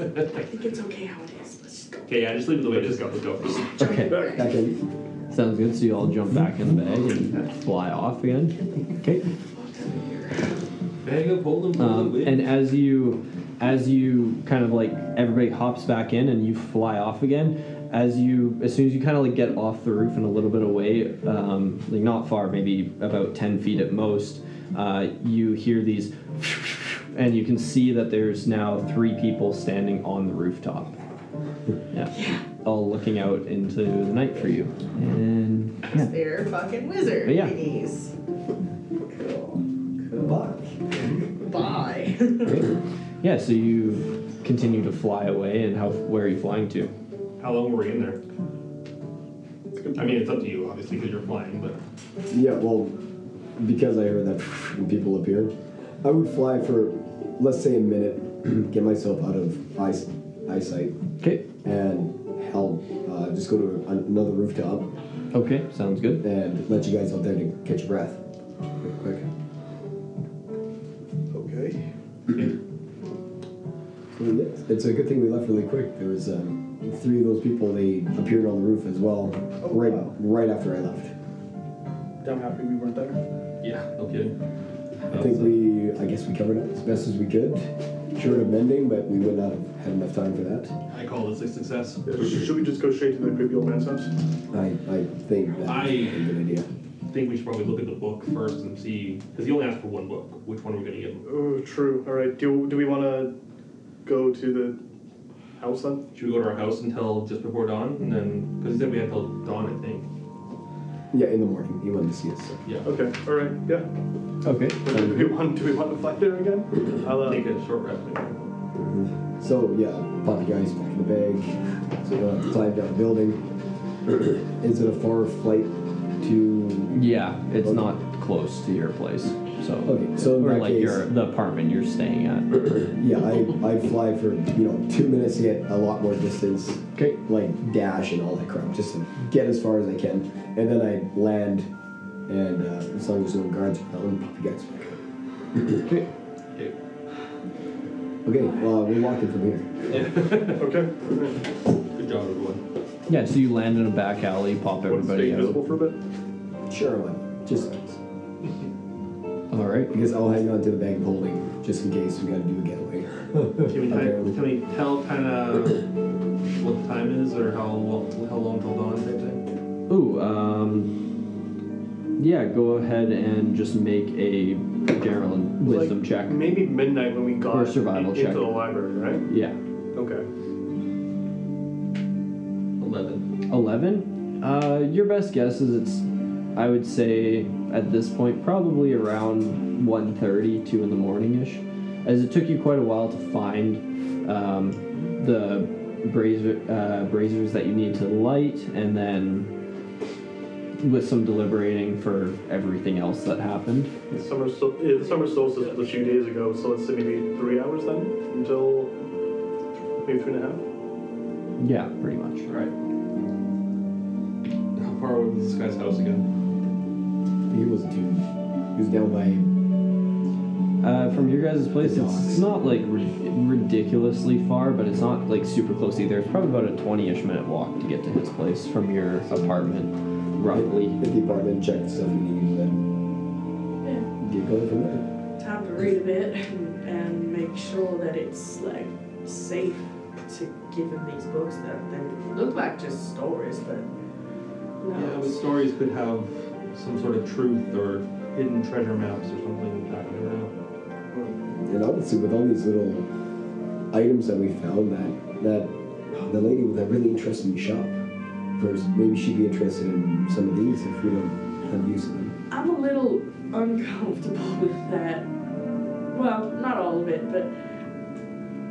S5: I think it's okay how it is. Let's just go.
S4: Okay. Yeah. Just leave it the way it is.
S2: Just
S4: Go. Go.
S1: Okay.
S3: Back in.
S1: Sounds good. So you all jump back in the bag and fly off again. Okay.
S4: Bag of holding.
S1: Um, and as you, as you kind of like everybody hops back in and you fly off again. As you, as soon as you kind of like get off the roof and a little bit away, um, like not far, maybe about ten feet at most, uh, you hear these, *laughs* and you can see that there's now three people standing on the rooftop. Yeah, all looking out into the night for you. And yeah,
S5: They're fucking wizard
S1: But yeah.
S5: minis. Cool.
S3: Fuck.
S5: Bye.
S1: great. yeah. So you continue to fly away, and how? Where are you flying to?
S4: How long were we in there? I mean, it's up to you, obviously, because you're flying, but
S3: Yeah, well, because I heard that when people appear, I would fly for, let's say, a minute, *clears throat* get myself out of eyes, eyesight,
S1: Okay.
S3: and hell, uh, just go to an- another rooftop
S1: Okay, sounds good.
S3: and let you guys out there to catch your breath. Quick. Okay. So yes, it's a good thing we left really quick. There was um, three of those people. They appeared on the roof as well,
S6: Oh,
S3: right
S6: wow.
S3: right after I left.
S6: Damn happy we weren't there.
S4: yeah, no kidding.
S3: I think we, I guess we covered up as best as we could. Short of mending, but we would not have had enough time for that.
S4: I call this a success.
S2: Should we just go straight to the creepy old man's house?
S3: I, I think that's
S4: I-
S3: a good idea.
S4: I think we should probably look at the book first and see, because he only asked for one book. Which one are we going to give him?
S2: Oh, true. All right. Do, do we want to go to the house then?
S4: Should we go to our house until just before dawn, and then because he said we had till dawn, I think.
S3: Yeah, in the morning. He wanted to see us. So.
S4: Yeah.
S2: Okay, alright, yeah.
S1: Okay.
S2: Do we want, do we want to fight there again? I'll, uh,
S4: Take a short rest. Maybe.
S3: So yeah, pop the guys back in the bag. So we don't have to climb down a building. Is it a far flight to?
S1: Yeah, it's
S3: Okay.
S1: not close to your place. So
S3: Okay, so in
S1: or
S3: that
S1: like
S3: case-
S1: your the apartment you're staying at.
S3: Yeah, I I fly for you know two minutes to get a lot more distance,
S1: okay.
S3: like dash and all that crap, just to get as far as I can, and then I land, and uh, as long as no guards around, pop the guys back.
S1: Okay.
S4: Okay.
S3: Okay, well we're walking from here.
S2: okay. Alright.
S4: Good job, everyone.
S1: Yeah, so you land in a back alley, pop
S2: Want to
S1: everybody
S2: stay
S1: out.
S2: invisible for a bit?
S3: Sure, one. Just
S1: All right.
S3: because I'll hang on to the bag of holding just in case we got to do a
S4: *laughs*
S3: getaway.
S4: Can we,
S3: Apparently.
S4: kind can we tell kind of what the time is or how long, how long till dawn type thing?
S1: Ooh. Um. Yeah. Go ahead and just make a general
S2: It was like
S1: wisdom check.
S2: Maybe midnight when we got
S1: Or survival
S2: in-
S1: check.
S2: into the library, right?
S1: Yeah.
S2: Okay.
S4: Eleven.
S1: 11 uh, your best guess is it's i would say at this point probably around 1.30 2 in the morning ish as it took you quite a while to find um, the brazier, uh, braziers that you need to light and then with some deliberating for everything else that happened
S2: The summer, sol- yeah, the summer solstice was a few days ago, so let's say maybe three hours then until maybe three and a half.
S1: yeah pretty much
S4: All right. How far away was this guy's house again?
S3: He wasn't too. He was down by.
S1: uh, from your guys' place
S3: The
S1: it's,
S3: docks.
S1: it's not like ri- ridiculously far but it's not like super close either it's probably about a 20ish minute walk to get to his place from your apartment roughly
S3: Hit the apartment, check the stuff you need, and then get going from there.
S5: *laughs* Time to read a bit and make sure that it's like safe to give him these books that they look like just stories, but
S4: Yeah,
S5: no.
S4: but stories could have some sort of truth or hidden treasure maps or something. I don't know.
S3: And honestly, with all these little items that we found, that that the lady with that really interested me shop. First, maybe she'd be interested in some of these if we don't have use of them.
S5: I'm a little uncomfortable *laughs* with that. Well, not all of it, but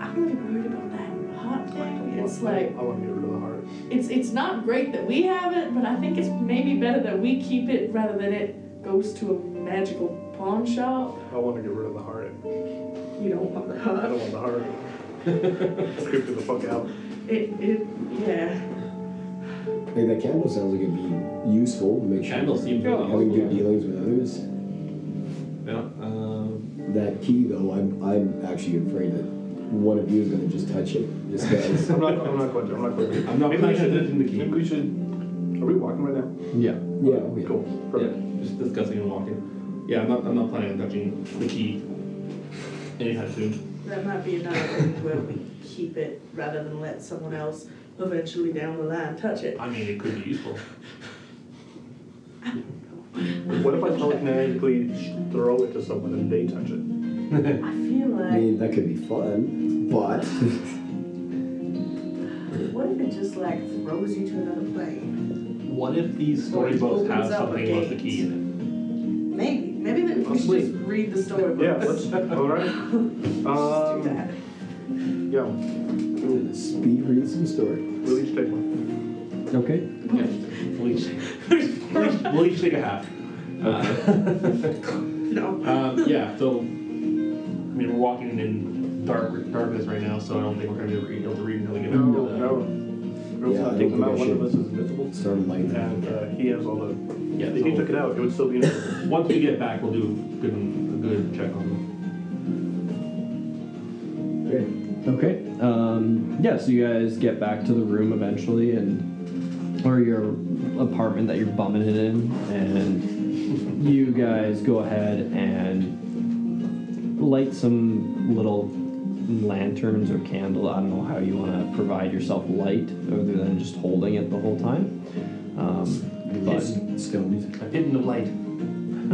S5: I'm really worried about that heart thing. It's like
S2: I want to get rid of the heart.
S5: it's it's not great that we have it, but I think it's maybe better that we keep it rather than it goes to a magical pawn shop.
S2: I want to get rid of the heart.
S5: You don't want
S2: *laughs*
S5: the
S2: I
S5: heart.
S2: don't want the heart. *laughs* It's creeping the fuck out.
S5: It it yeah.
S3: Like that candle sounds like it'd be useful. Make sure
S4: Candle seems
S3: we're
S4: really
S3: having good
S4: useful,
S3: dealings with others.
S4: Yeah. Um,
S3: That key, though, I'm I'm actually afraid that one of you is gonna just touch it. *laughs* Just guys.
S2: I'm not. I'm not going to. I'm not going to.
S4: I'm not
S2: Maybe we should.
S4: confident in the key.
S2: Maybe we should. Are we walking right now?
S1: yeah
S3: yeah, yeah.
S2: Cool.
S4: yeah.
S2: Perfect.
S4: Just discussing and walking. Yeah, I'm not. I'm not planning on touching the key anytime soon.
S5: That might be another thing where we keep it rather than let someone else eventually down the line touch it.
S4: I mean, it could be useful.
S2: What if I telekinetically sh- throw it to someone and they touch it?
S5: I feel
S3: I
S5: like
S3: mean, that could be fun, but *laughs*
S5: what if it just like throws you to another plane?
S4: What if these
S5: Or it
S4: storybooks have
S5: opens up a
S4: something about the
S5: gate.
S4: key in
S5: Maybe maybe that we should
S4: Possibly.
S5: just read the storybook.
S2: Yeah.
S5: *laughs*
S2: Let's. All right.
S5: Just do
S2: Um.
S5: that. *laughs*
S2: Yeah.
S3: speed read some story.
S2: We'll each take one.
S1: okay
S4: it? Yeah. We'll each, we'll each- we'll each take a half.
S2: *laughs*
S4: Uh,
S5: No.
S4: um, yeah. So, I mean, we're walking in dark darkness right now, so I don't think we're gonna be able to read until we get out
S2: No.
S4: to the-
S2: No. Girls
S3: Yeah, I
S2: not
S3: don't
S2: taking them
S3: think I
S2: out. One
S3: should.
S2: of us is invisible.
S3: Start a light.
S2: And uh, he has all the.
S4: Yeah.
S2: If he took
S4: So
S2: it out, it would still be invisible.
S1: *laughs*
S4: once we get back, we'll do a good a good check on them.
S3: Okay.
S1: Okay. Um, yeah, so you guys get back to the room eventually, and or your apartment that you're bumming it in, and you guys go ahead and light some little lanterns or candle. I don't know how you want to provide yourself light, other than just holding it the whole time. Um, but
S3: Stoned.
S4: A hidden of light.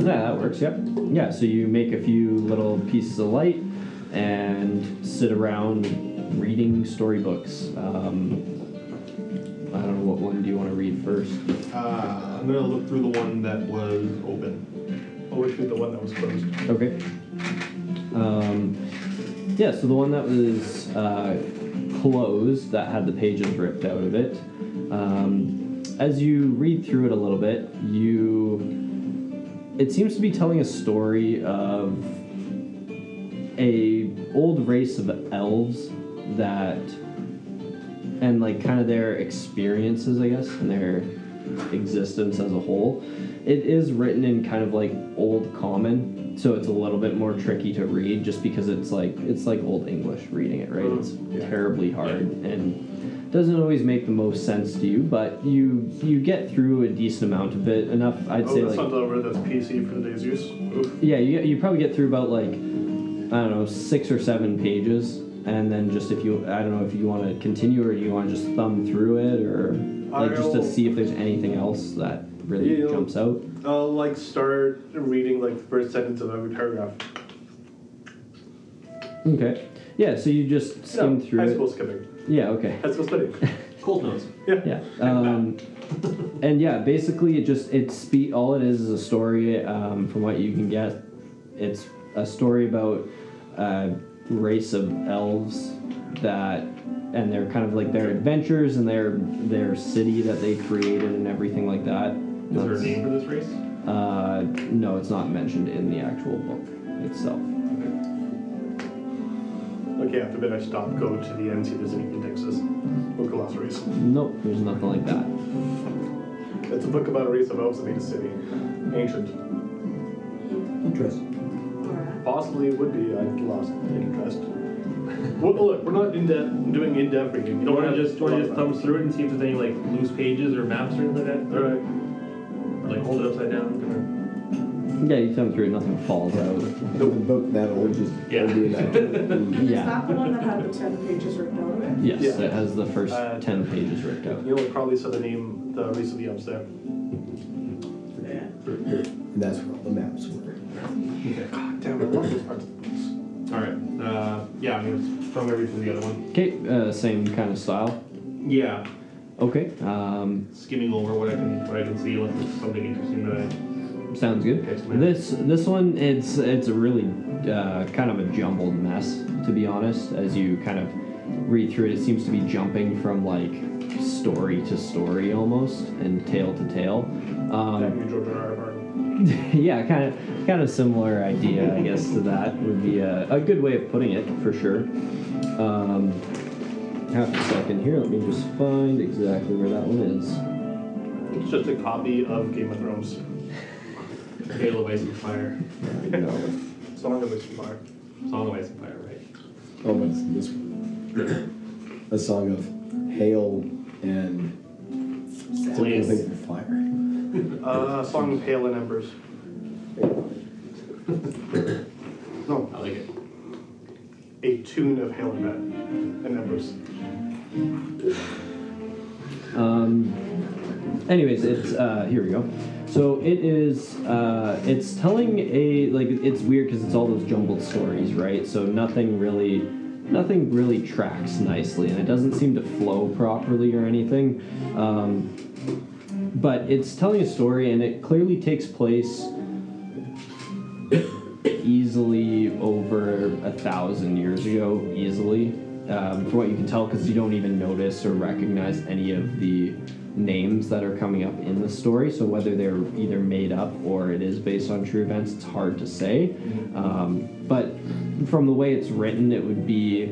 S1: yeah, that works. Yep. Yeah, so you make a few little pieces of light, and sit around reading storybooks. Um, I don't know what one do you want to read first.
S6: Uh, I'm gonna look through the one that was open.
S2: Oh, which was the one that was closed.
S1: Okay. Um, yeah, so the one that was uh, closed, that had the pages ripped out of it. Um, as you read through it a little bit, you. It seems to be telling a story of a old race of elves that and like kind of their experiences i guess and their existence as a whole it is written in kind of like old common so it's a little bit more tricky to read just because it's like it's like old english reading it
S2: Mm,
S1: right it's
S6: Yeah.
S1: terribly hard and doesn't always make the most sense to you but you you get through a decent amount of it enough i'd
S2: oh,
S1: say
S2: that's
S1: like
S2: not the word that's PC for today's use. Oof.
S1: yeah, you, you probably get through about like I don't know six or seven pages, and then just if you I don't know if you want to continue or you want to just thumb through it or like just to
S2: I'll-
S1: see if there's anything else that really
S2: Yeah.
S1: jumps out.
S2: I'll like start reading like the first sentence of every paragraph.
S1: Okay, yeah. So you just skim
S2: Yeah,
S1: through
S2: high
S1: it.
S2: school skipping.
S1: Yeah. Okay.
S2: High school studying.
S4: Cold notes.
S1: Yeah. Um, and yeah, basically it just it's spe- all it is is a story. Um, from what you can get, it's a story about a race of elves that and they're kind of like their adventures and their their city that they created and everything like that.
S4: Is there a
S1: That's-
S4: name for this race?
S1: Uh, no, it's not mentioned in the actual book itself.
S2: Okay, after that I stop, go to the end, see if there's any indexes or glossaries.
S1: Nope, there's nothing like that.
S2: It's a book about a race of elves that made a city. Ancient.
S3: Interesting.
S5: Alright.
S2: Possibly it would be. I lost interest. well, look, we're not in depth doing in depth reading.
S4: You don't want to just want to just thumbs through it and see if there's any like loose pages or maps or anything like
S2: All right.
S4: that. Like hold it upside down. kinda-
S1: Yeah, you thumb through it, nothing falls out.
S3: The book that old just
S4: Yeah.
S3: would be enough. Mm.
S5: Is
S1: Yeah.
S5: that the one that had the ten pages ripped out of it?
S1: Yes,
S2: Yeah.
S1: it has the first
S2: Uh,
S1: ten pages ripped out.
S2: You know, probably saw the name, the race of the elves there.
S5: Yeah.
S3: And that's where all the maps were.
S2: God damn, I love those parts of the books.
S4: All right. Uh, yeah, I'm gonna throw everything the other one.
S1: Okay, uh, same kind of style.
S4: Yeah,
S1: Okay, um,
S4: skimming over what I can what I can see unless there's something interesting that I.
S1: sounds good.
S4: Okay, so-
S1: This this one it's it's a really uh, kind of a jumbled mess to be honest. As you kind of read through it, it seems to be jumping from like story to story almost and tale to tale. Um, *laughs*
S2: Damn you, George R. R. Martin.
S1: yeah, kind of kind of similar idea, I guess, to that would be a, a good way of putting it for sure. Um, half a second here. Let me just find exactly where that one is.
S2: It's just a copy of Game of Thrones.
S4: Tale of Ice and Fire.
S1: There you go.
S2: Song of Ice and Fire.
S4: Song of Ice and Fire, right?
S3: Oh, what's this one? A song of hail and
S4: Blaze.
S3: something for fire.
S2: Uh, Song of Hail and *laughs* Embers. no,
S4: I like it.
S2: a tune of Hail and Em- and Embers.
S1: Um, anyways, it's uh, here we go. So it is. Uh, it's telling a like it's weird because it's all those jumbled stories, right? So nothing really, nothing really tracks nicely, and it doesn't seem to flow properly or anything. Um, but it's telling a story, and it clearly takes place easily over a thousand years ago, easily. Um, for what you can tell, because you don't even notice or recognize any of the names that are coming up in the story. So whether they're either made up or it is based on true events, it's hard to say. Um, but from the way it's written, it would be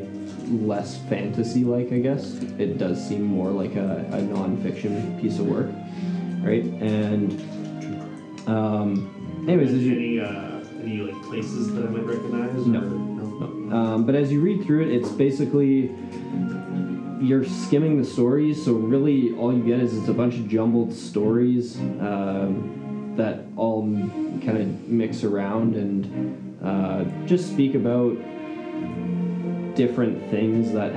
S1: less fantasy-like, I guess. It does seem more like a, a non-fiction piece of work, right? And um, anyways, as you
S4: any uh, any like places that I might recognize?
S1: No.
S4: Or, no.
S1: Um, but as you read through it, it's basically you're skimming the stories. So really, all you get is it's a bunch of jumbled stories um, that all kind of mix around and uh, just speak about different things that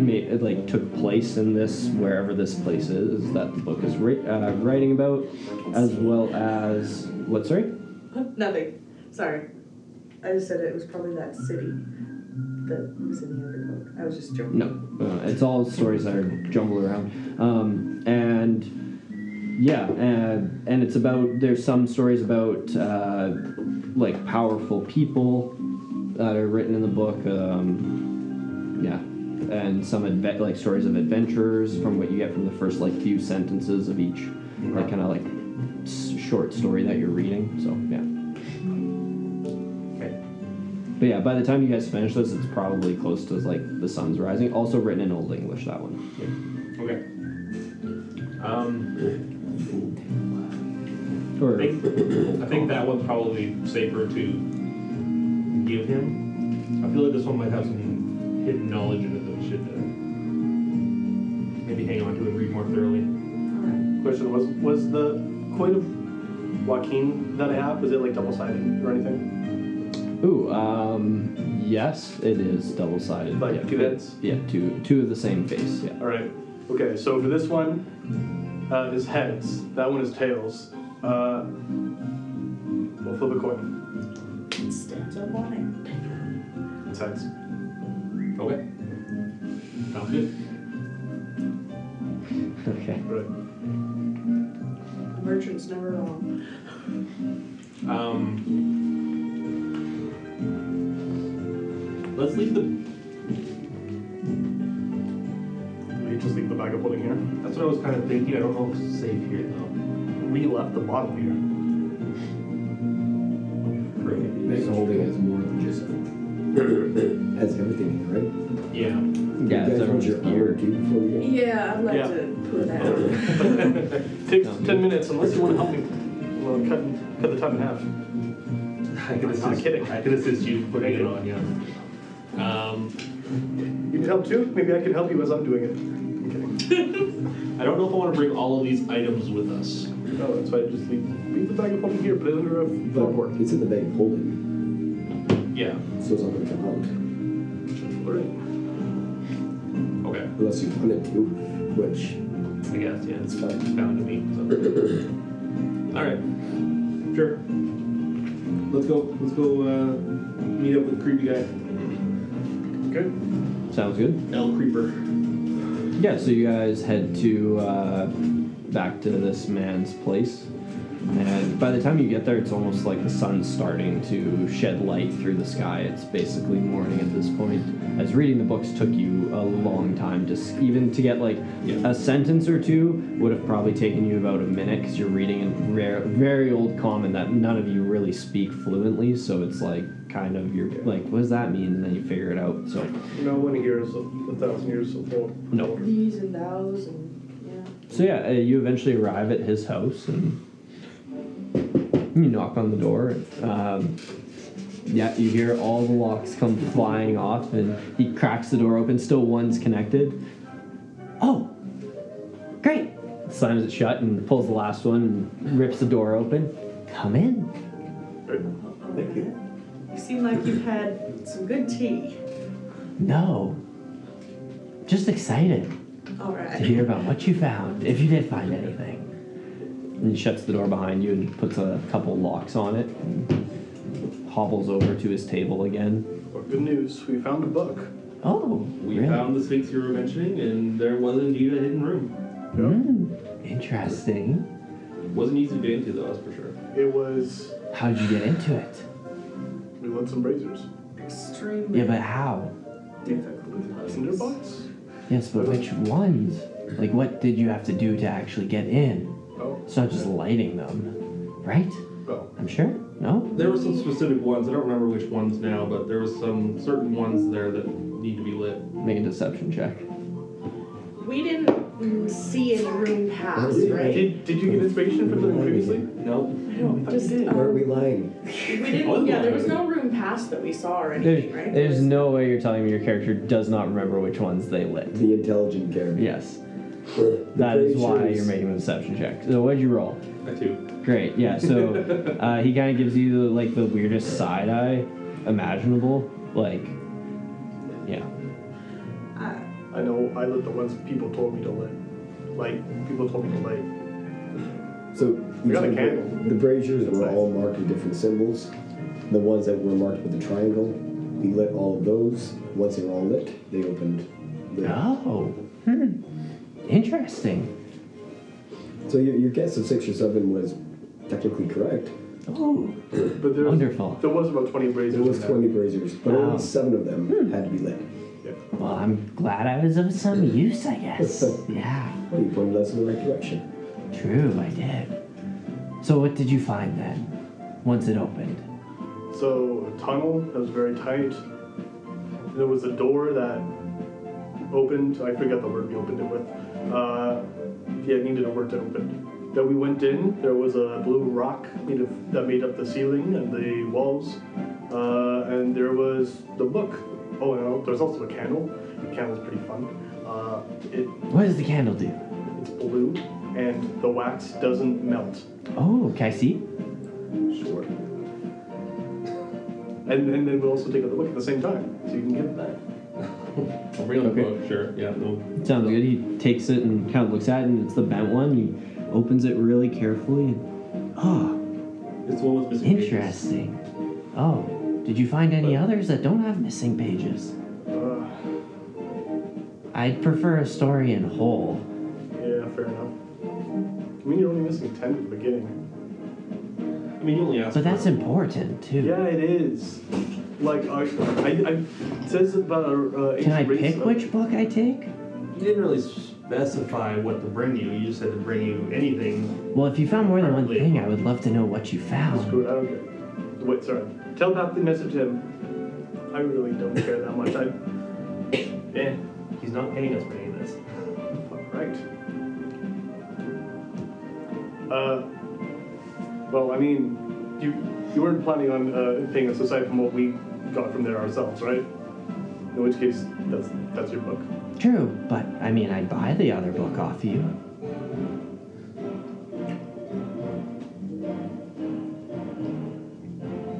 S1: ma- like took place in this wherever this place is that the book is ri- uh, writing about, as well as what? Sorry.
S5: Nothing. Sorry. I just said it was probably that city. that was in the other book. I was just joking.
S1: No, uh, it's all stories that are jumbled around, um, and yeah, and, and it's about there's some stories about uh, like powerful people that are written in the book. Um, yeah, and some adve- like stories of adventurers from what you get from the first like few sentences of each like kind of like s- short story that you're reading. So yeah,
S4: Okay.
S1: but yeah, by the time you guys finish this, it's probably close to like the sun's rising. Also written in Old English, that one.
S4: Okay. Um, I
S1: Or
S4: think, I think that one's probably safer to give him. I feel like this one might have some hidden knowledge in it that we should uh, maybe hang on to and read more thoroughly.
S5: Alright.
S2: Question was was the coin of Joaquin that I have was it like double sided or anything?
S1: ooh, um, yes, it is double sided.
S2: Like
S1: yeah.
S2: two ends?
S1: Yeah, two two of the same face. Yeah.
S2: All right. Okay. So for this one, uh, is heads. That one is tails. Uh, we'll flip a coin.
S5: It stands up on it.
S2: It's heads.
S4: Okay. Sounds good.
S1: Okay.
S2: All right.
S5: The merchant's never wrong.
S4: Um, let's leave the.
S2: We just leave the bag of holding here. *laughs*
S4: That's what I was kind of thinking. I don't know if it's safe here though.
S2: We left the bottle here.
S3: Bag of holding has more than just has everything in it, right?
S4: Yeah.
S1: Yeah,
S3: you
S1: it's
S3: guys want
S1: everyone's
S3: your
S1: gear.
S3: armor too before we go?
S5: Yeah, I'd like
S2: Yeah.
S5: to pull it out.
S2: Takes
S1: Sounds good.
S2: ten minutes unless you want to help me. Well, cut cut the time in half.
S4: I can
S2: I'm
S4: assist.
S2: not kidding.
S4: I can assist you putting it on. Yeah. Um,
S2: You need help too? Maybe I can help you as I'm doing it. I'm kidding.
S4: I don't know if I want to bring all of these items with us.
S2: No, that's why I just leave, leave the bag of holding here. Put it under a floorboard.
S3: But it's in the bag of holding,
S4: Yeah.
S3: so it's not gonna come out
S2: All right.
S4: Okay.
S3: unless you want it to, which
S4: I guess yeah. It's
S3: it's fine.
S4: bound to me. *clears throat* So. all right. Sure.
S6: Let's go. Let's go uh, meet up with creepy guy.
S2: Good.
S1: Sounds good.
S6: El Creeper.
S1: Yeah. So you guys head to uh, back to this man's place, and by the time you get there, it's almost like the sun's starting to shed light through the sky. It's basically morning at this point. As reading the books took you a long time to s- even to get like
S4: Yeah.
S1: a sentence or two would have probably taken you about a minute because you're reading in rare, very old common that none of you really speak fluently. So it's like kind of you're like, what does that mean? And then you figure it out. So
S2: No one here is a, a thousand years old.
S1: No.
S5: *laughs* These and those and
S1: So yeah, uh, you eventually arrive at his house and you knock on the door. Um, yeah, you hear all the locks come flying off, and he cracks the door open. Still, one's connected. Oh, great! Slams it shut and pulls the last one and rips the door open. Come in.
S5: yeah. Thank you. You seem like you've had some good tea.
S1: No, just excited.
S5: All
S1: to
S5: right.
S1: hear about what you found, if you did find anything. And he shuts the door behind you and puts a couple locks on it. and hobbles over to his table again.
S2: Well, good news. We found a book.
S1: Oh,
S4: We
S1: really?
S4: found the sphinx you were mentioning, and there was indeed a hidden room.
S1: Mm, interesting.
S4: Wasn't easy to get into though, that's for sure.
S2: It was.
S1: How'd you get into it?
S2: We lent some razors.
S5: Extremely
S1: Yeah, but how?
S5: difficult.
S2: Cinderbox?
S1: Yes, but which ones? Like, what did you have to do to actually get in?
S2: Oh,
S1: It's not just lighting them, right?
S4: Oh.
S2: well.
S1: I'm sure. No.
S4: There were some specific ones. I don't remember which ones now, but there was some certain ones there that need to be lit.
S1: Make a deception check.
S5: We didn't mm, see any room
S1: Oh,
S5: pass, right?
S2: Did, did you get inspiration from them previously?
S4: No.
S5: No, just,
S3: Where are
S5: um,
S1: Oh,
S3: we lying?
S5: we didn't, yeah, there was no room pass that we saw or anything, right?
S1: There's, there's no way you're telling me your character does not remember which ones they lit.
S3: The intelligent character.
S1: Yes. That is why you're making a deception check. So what'd you roll?
S4: I *laughs* too.
S1: Great. Yeah. So uh, he kind of gives you the, like the weirdest side eye imaginable. Like, yeah.
S5: Uh,
S2: I know I lit the ones people told me to lit. Like, people told me to light.
S3: So
S2: We got a
S3: each of the-
S2: candle.
S3: The braziers
S2: That's
S3: were
S2: nice.
S3: all marked with different symbols. The ones that were marked with the triangle we lit all of those. Once they were all lit, they opened. the-
S1: Oh. Hmm. Interesting.
S3: So your, your guess of six or seven was technically correct.
S1: Oh.
S2: But there,
S1: Wonderful.
S2: There was about 20 braziers.
S3: There was
S2: in
S3: 20 braziers, but
S1: Wow. Hmm.
S3: only seven of them had to be lit.
S2: Yeah.
S1: Well, I'm glad I was of some use, I guess. Yeah.
S3: Well, you pointed us in the right direction.
S1: True, I did. So what did you find then? Once it opened.
S2: So a tunnel that was very tight. There was a door that opened. I forget the word we opened it with. Uh, yeah, it needed a word to open. That we went in. There was a blue rock made of, that made up the ceiling and the walls. Uh, and there was the book. Oh, and there's also a candle. The candle's pretty fun. Uh, it,
S1: What does the candle do?
S2: it's blue, and the wax doesn't melt.
S1: Oh, can I see?
S2: Sure. And, and then we'll also take a look at the same time, so you can give it back.
S4: I'll bring on the
S1: Okay.
S4: book, sure. Yeah, no.
S1: Sounds good. He takes it and kind of looks at it, and it's the bent one. He opens it really carefully. And, oh,
S4: It's the one with missing pages.
S1: interesting. Oh, did you find any others that don't have missing pages?
S2: Uh,
S1: I'd prefer a story in whole.
S2: yeah, fair enough. I mean, you're only missing 10 at the beginning.
S4: I mean, you only asked.
S1: But that's
S4: for-
S1: important, too.
S2: Yeah, it is. Like, I, I, I it says about uh,
S1: Can I
S2: ancient race
S1: pick
S2: of-
S1: which book I take?
S4: You didn't really specify what to bring you. You just said to bring you anything.
S1: Well, if you found more than one
S4: Probably.
S1: thing, I would love to know what you
S2: Screw
S1: found.
S2: it, I don't care. Wait, sorry. Telepathically message him. I really don't care that much. I. Eh,
S4: He's not paying us for any of this.
S2: fuck right. Uh, well, I mean, you you weren't planning on uh, paying us aside from what we got from there ourselves, right? In which case, that's that's your book.
S1: True, but I mean, I'd buy the other book off you.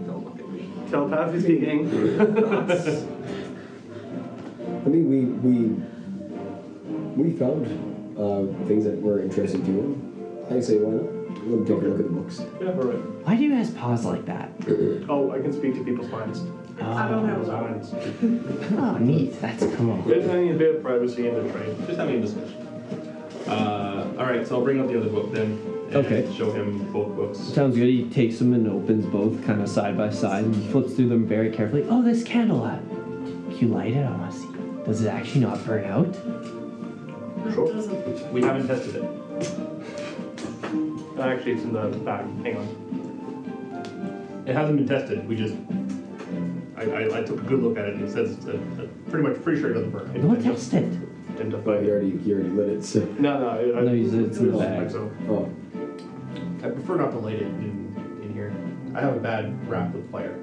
S4: Don't look at me.
S2: Telepathy *laughs* speaking.
S3: I mean, we we we found uh, things that were interesting to you. I say why not? We'll take a look at the books.
S2: yeah, all right.
S1: Why do you guys pause like that?
S2: Oh, I can speak to people's minds.
S5: I don't have a lot.
S2: Minds.
S1: Oh, neat. That's cool.
S2: There's any bit of privacy in the trade.
S4: Just having a discussion. Uh, all right, so I'll bring up the other book then. and
S1: Okay.
S4: Show him both books.
S1: Sounds good. He takes them and opens both kind of side by side and flips through them very carefully. Oh, this candle up. Can you light it? I want to see. Does it actually not burn out?
S5: No, it doesn't.
S4: We haven't tested it.
S2: Actually, it's in the back. Hang on.
S4: It hasn't been tested. We just. I, I, I took a good look at it and it says it's a,
S2: uh,
S4: a- pretty much pretty sure it doesn't burn.
S1: No, test it.
S3: But
S2: Identify.
S3: you already you already lit it. So
S2: No, no. I, I,
S1: No, he's- it's in the
S2: I
S1: bag.
S2: think So.
S3: oh,
S4: I prefer not to light it in, in here. I have a bad rap with fire.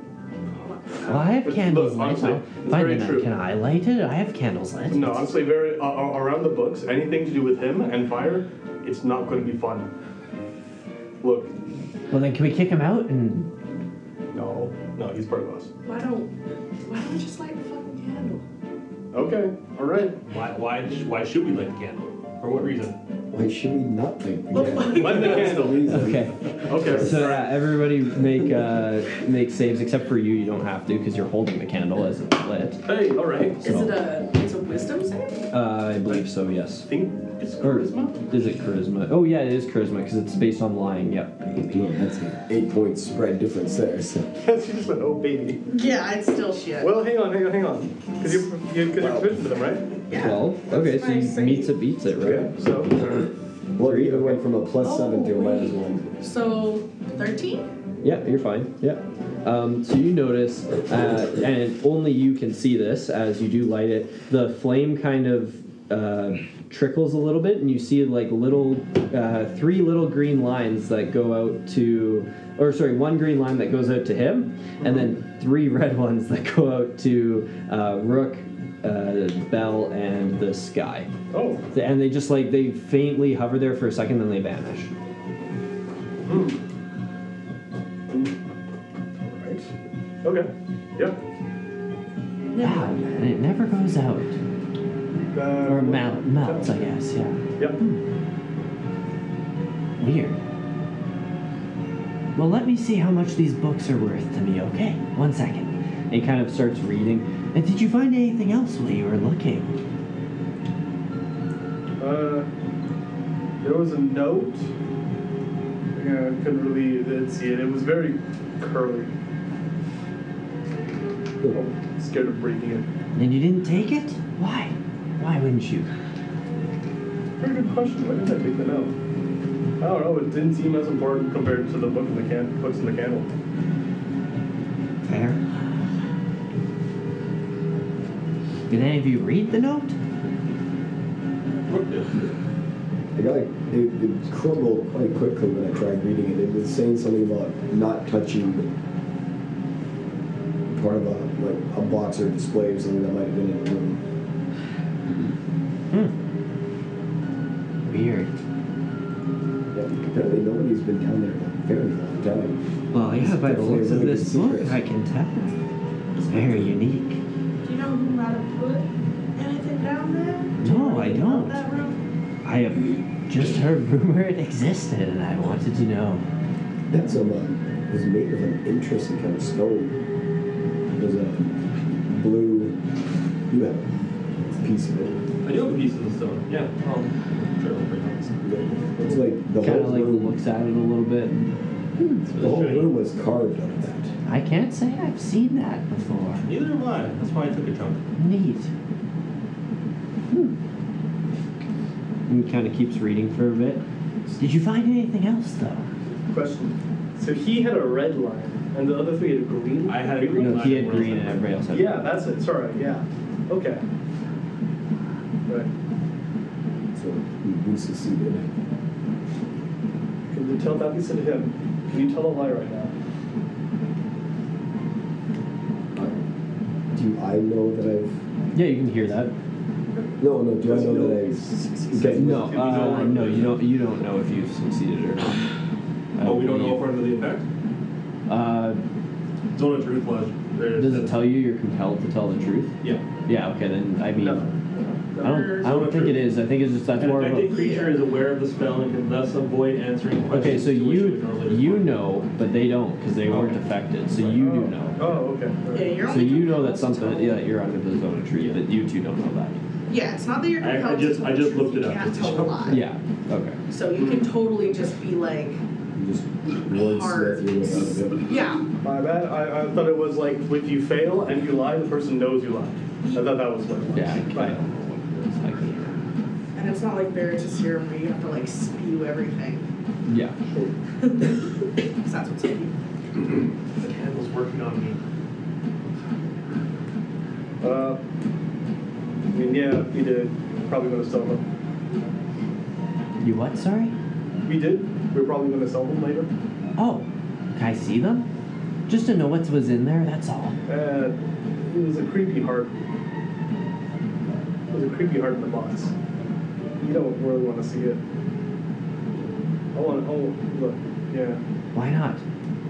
S1: Well, I have
S2: Look,
S1: candles lit.
S2: honestly,
S1: I'll find
S2: it's very
S1: them.
S2: true.
S1: Can I light it? I have candles lit.
S2: No, honestly, very uh, uh, around the books. Anything to do with him and fire, it's not going to be fun. Look,
S1: Well, then can we kick him out? And
S2: no, no, he's part of us.
S5: Why don't, why don't we just light the fucking candle?
S2: Okay, all right. *laughs*
S4: Why, why, why should we light the candle? For what reason?
S3: why should we not think? *laughs*
S2: Light the candle.
S1: okay.
S2: Okay.
S1: So yeah, everybody make uh, make saves except for you. You don't have to because you're holding the candle as it's lit.
S2: hey, all right.
S5: Is it a, it's a wisdom save?
S1: Uh, I believe so. Yes.
S2: Think it's
S1: Or
S2: charisma.
S1: Is it charisma? Oh yeah, it is charisma because it's based on lying. Yep.
S3: No, that's an eight point spread difference there. So
S2: she just went, oh baby.
S5: Yeah, it's still shit.
S2: Well, hang on, hang on, hang on. Because you're because you're proficient to them, right?
S5: yeah.
S1: Twelve. Okay, so
S5: That's my
S1: you
S5: save.
S1: meets it, beats it, right?
S2: Okay. So
S3: well, it even went from a plus
S5: Oh,
S3: seven to a minus
S5: wait.
S3: one.
S5: So, 13?
S1: Yeah, you're fine. Yeah. Um, so you notice, uh, and only you can see this as you do light it. The flame kind of uh, trickles a little bit, and you see like little uh, three little green lines that go out to, or sorry, one green line that goes out to him, and then three *laughs* red ones that go out to uh, Rook, uh, Bell, and the sky.
S2: oh.
S1: And they just like they faintly hover there for a second, then they vanish.
S2: hmm. Right. Okay. Yeah.
S1: Wow, and it never goes out.
S2: Uh,
S1: Or mount, mounts, I guess, yeah.
S2: Yep.
S1: Weird. Well, let me see how much these books are worth to me, okay? One second. and he kind of starts reading. And did you find anything else while you were looking?
S2: Uh, there was a note. Yeah, I couldn't really didn't see it. It was very curly. I'm scared of breaking it.
S1: And you didn't take it? Why? Why wouldn't you?
S2: Very good question. Why did I take the note? I don't know. It didn't seem as important compared to the book and the can- books and the candle.
S1: Fair. Did any of you read the note?
S3: I got like, it, it crumbled quite quickly when I tried reading it. It was saying something about not touching part of a like a box or display or something that might have been in the room.
S1: Hmm. Weird.
S3: Yeah, apparently nobody's been down there in a very long time.
S1: Well, yeah, by the
S3: Definitely
S1: looks of
S3: really
S1: this
S3: good
S1: book,
S3: secret.
S1: I can tell. It's very unique.
S5: Do you know who might have put anything down there?
S1: No, I don't.
S5: Up that room?
S1: I have just heard *laughs* rumor it existed, and I wanted to know.
S3: That's a uh, was made of an interesting kind of stone. There's a blue. You have a piece of it.
S4: I do have a piece of the stone. Yeah. um, Well, sure, I'll bring it up.
S3: It's like the
S1: Kind
S3: whole
S1: of like
S3: room.
S1: looks at it a little bit.
S3: the whole room was carved out of that.
S1: I can't say I've seen that before.
S4: Neither have I. That's why I took a chunk.
S1: Neat. And kind of keeps reading for a bit. Did you find anything else though?
S2: Question. So he had a red line, and the other three had a green.
S4: I had a green
S1: No,
S4: line
S1: he
S4: and
S1: had
S4: one
S1: green
S4: else
S1: and
S4: had-
S1: everybody else had.
S2: Yeah, that's it. Sorry. Yeah. Okay. Right.
S3: So we, we succeeded.
S2: Can you tell Matthew said to him? Can you tell a lie right now?
S3: Uh, do I know that I've?
S1: Yeah, you can hear that.
S3: No, no. Do I
S2: Does he
S3: know
S2: know
S3: that
S2: he's-
S3: I've? Okay,
S1: No,
S2: He's over
S1: uh,
S2: it.
S1: no, you don't. You don't know if you've succeeded or not. I
S4: Oh, we don't know
S1: believe.
S4: if we're under the effect.
S1: Uh,
S4: Zone of truth lodge. There
S1: does it tell you you're compelled to tell the truth?
S4: Yeah.
S1: Yeah. Okay. Then I mean,
S2: No.
S1: I don't. I
S4: Zone
S1: don't
S4: of
S1: think it
S4: truth.
S1: is. I think it's just that's
S4: An
S1: more of
S4: affected
S1: a.
S4: creature is aware of the spell and can thus avoid answering questions.
S1: Okay, so
S4: to which it
S1: you
S4: would normally
S1: you
S4: respond.
S1: know, but they don't because they weren't
S4: Okay.
S1: affected. So you do
S2: Oh.
S1: know.
S2: Oh, okay.
S5: Yeah, you're
S1: So
S5: only
S1: you know
S5: compelled
S1: that
S5: to
S1: something.
S5: tell.
S1: Yeah, you're under the zone of truth, but you two don't know that.
S5: Yeah, it's not that you're
S4: I- I
S5: compelled to
S4: just- I
S5: tell the
S4: just
S5: truth,
S4: looked it
S5: you
S4: up.
S5: can't
S4: It's
S5: tell a
S4: just-
S5: lie.
S1: Yeah. Okay.
S5: So you can totally just be like
S3: just Lord
S5: hard.
S3: Smith your way out of it.
S5: Yeah.
S2: My bad. I, I thought it was like if you fail and you lie, the person knows you lied. I thought that was what it was.
S1: Yeah. I can-
S2: Right.
S1: I can-
S5: And it's not like Veritas here where you have to like spew everything. *laughs*
S1: Yeah.
S5: 'Cause that's what's in you.
S4: The candle's working on me.
S2: Uh, I mean, yeah, we did. Probably gonna sell them.
S1: You what? Sorry.
S2: We did. We are probably gonna sell them later.
S1: Oh, can I see them? Just to know what was in there. That's all.
S2: Uh, it was a creepy heart. It was a creepy heart in the box. You don't really want to see it. I want to. Oh, look. Yeah.
S1: Why not?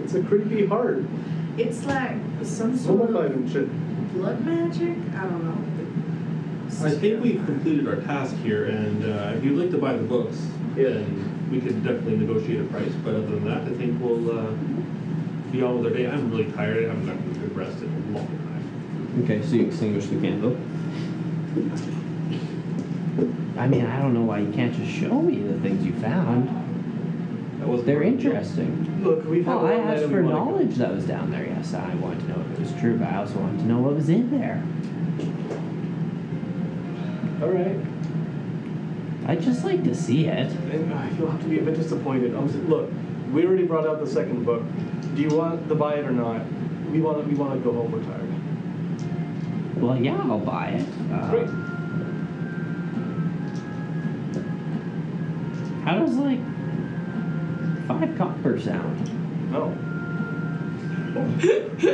S2: It's a creepy heart.
S5: It's like some sort
S2: Mummified
S5: of
S2: and shit.
S5: blood magic. I don't know.
S4: I think
S5: *laughs*
S4: we've completed our task here, and uh, if you'd like to buy the books,
S2: Yeah.
S4: then we could definitely negotiate a price. But other than that, I think we'll uh, be on with our day. I'm really tired. I haven't gotten a good rest in a long time.
S1: Okay, so you extinguish the candle. I mean, I don't know why you can't just show me the things you found.
S4: That wasn't
S1: They're
S4: very-
S1: interesting.
S2: Look, we have.
S1: Well, Oh, I
S2: one night
S1: asked
S2: and we
S1: for
S2: wanna go.
S1: knowledge that was down there. Yes, I wanted to know if it was true, but I also wanted to know what was in there.
S2: All right.
S1: I'd just like to see it.
S2: And uh, you'll have to be a bit disappointed. I'm, s- look, we already brought out the second book. Do you want to buy it or not? We want to. We want to go home. We're tired.
S1: Well, yeah, I'll buy it. Uh,
S2: Great.
S1: How does like five copper sound?
S2: No.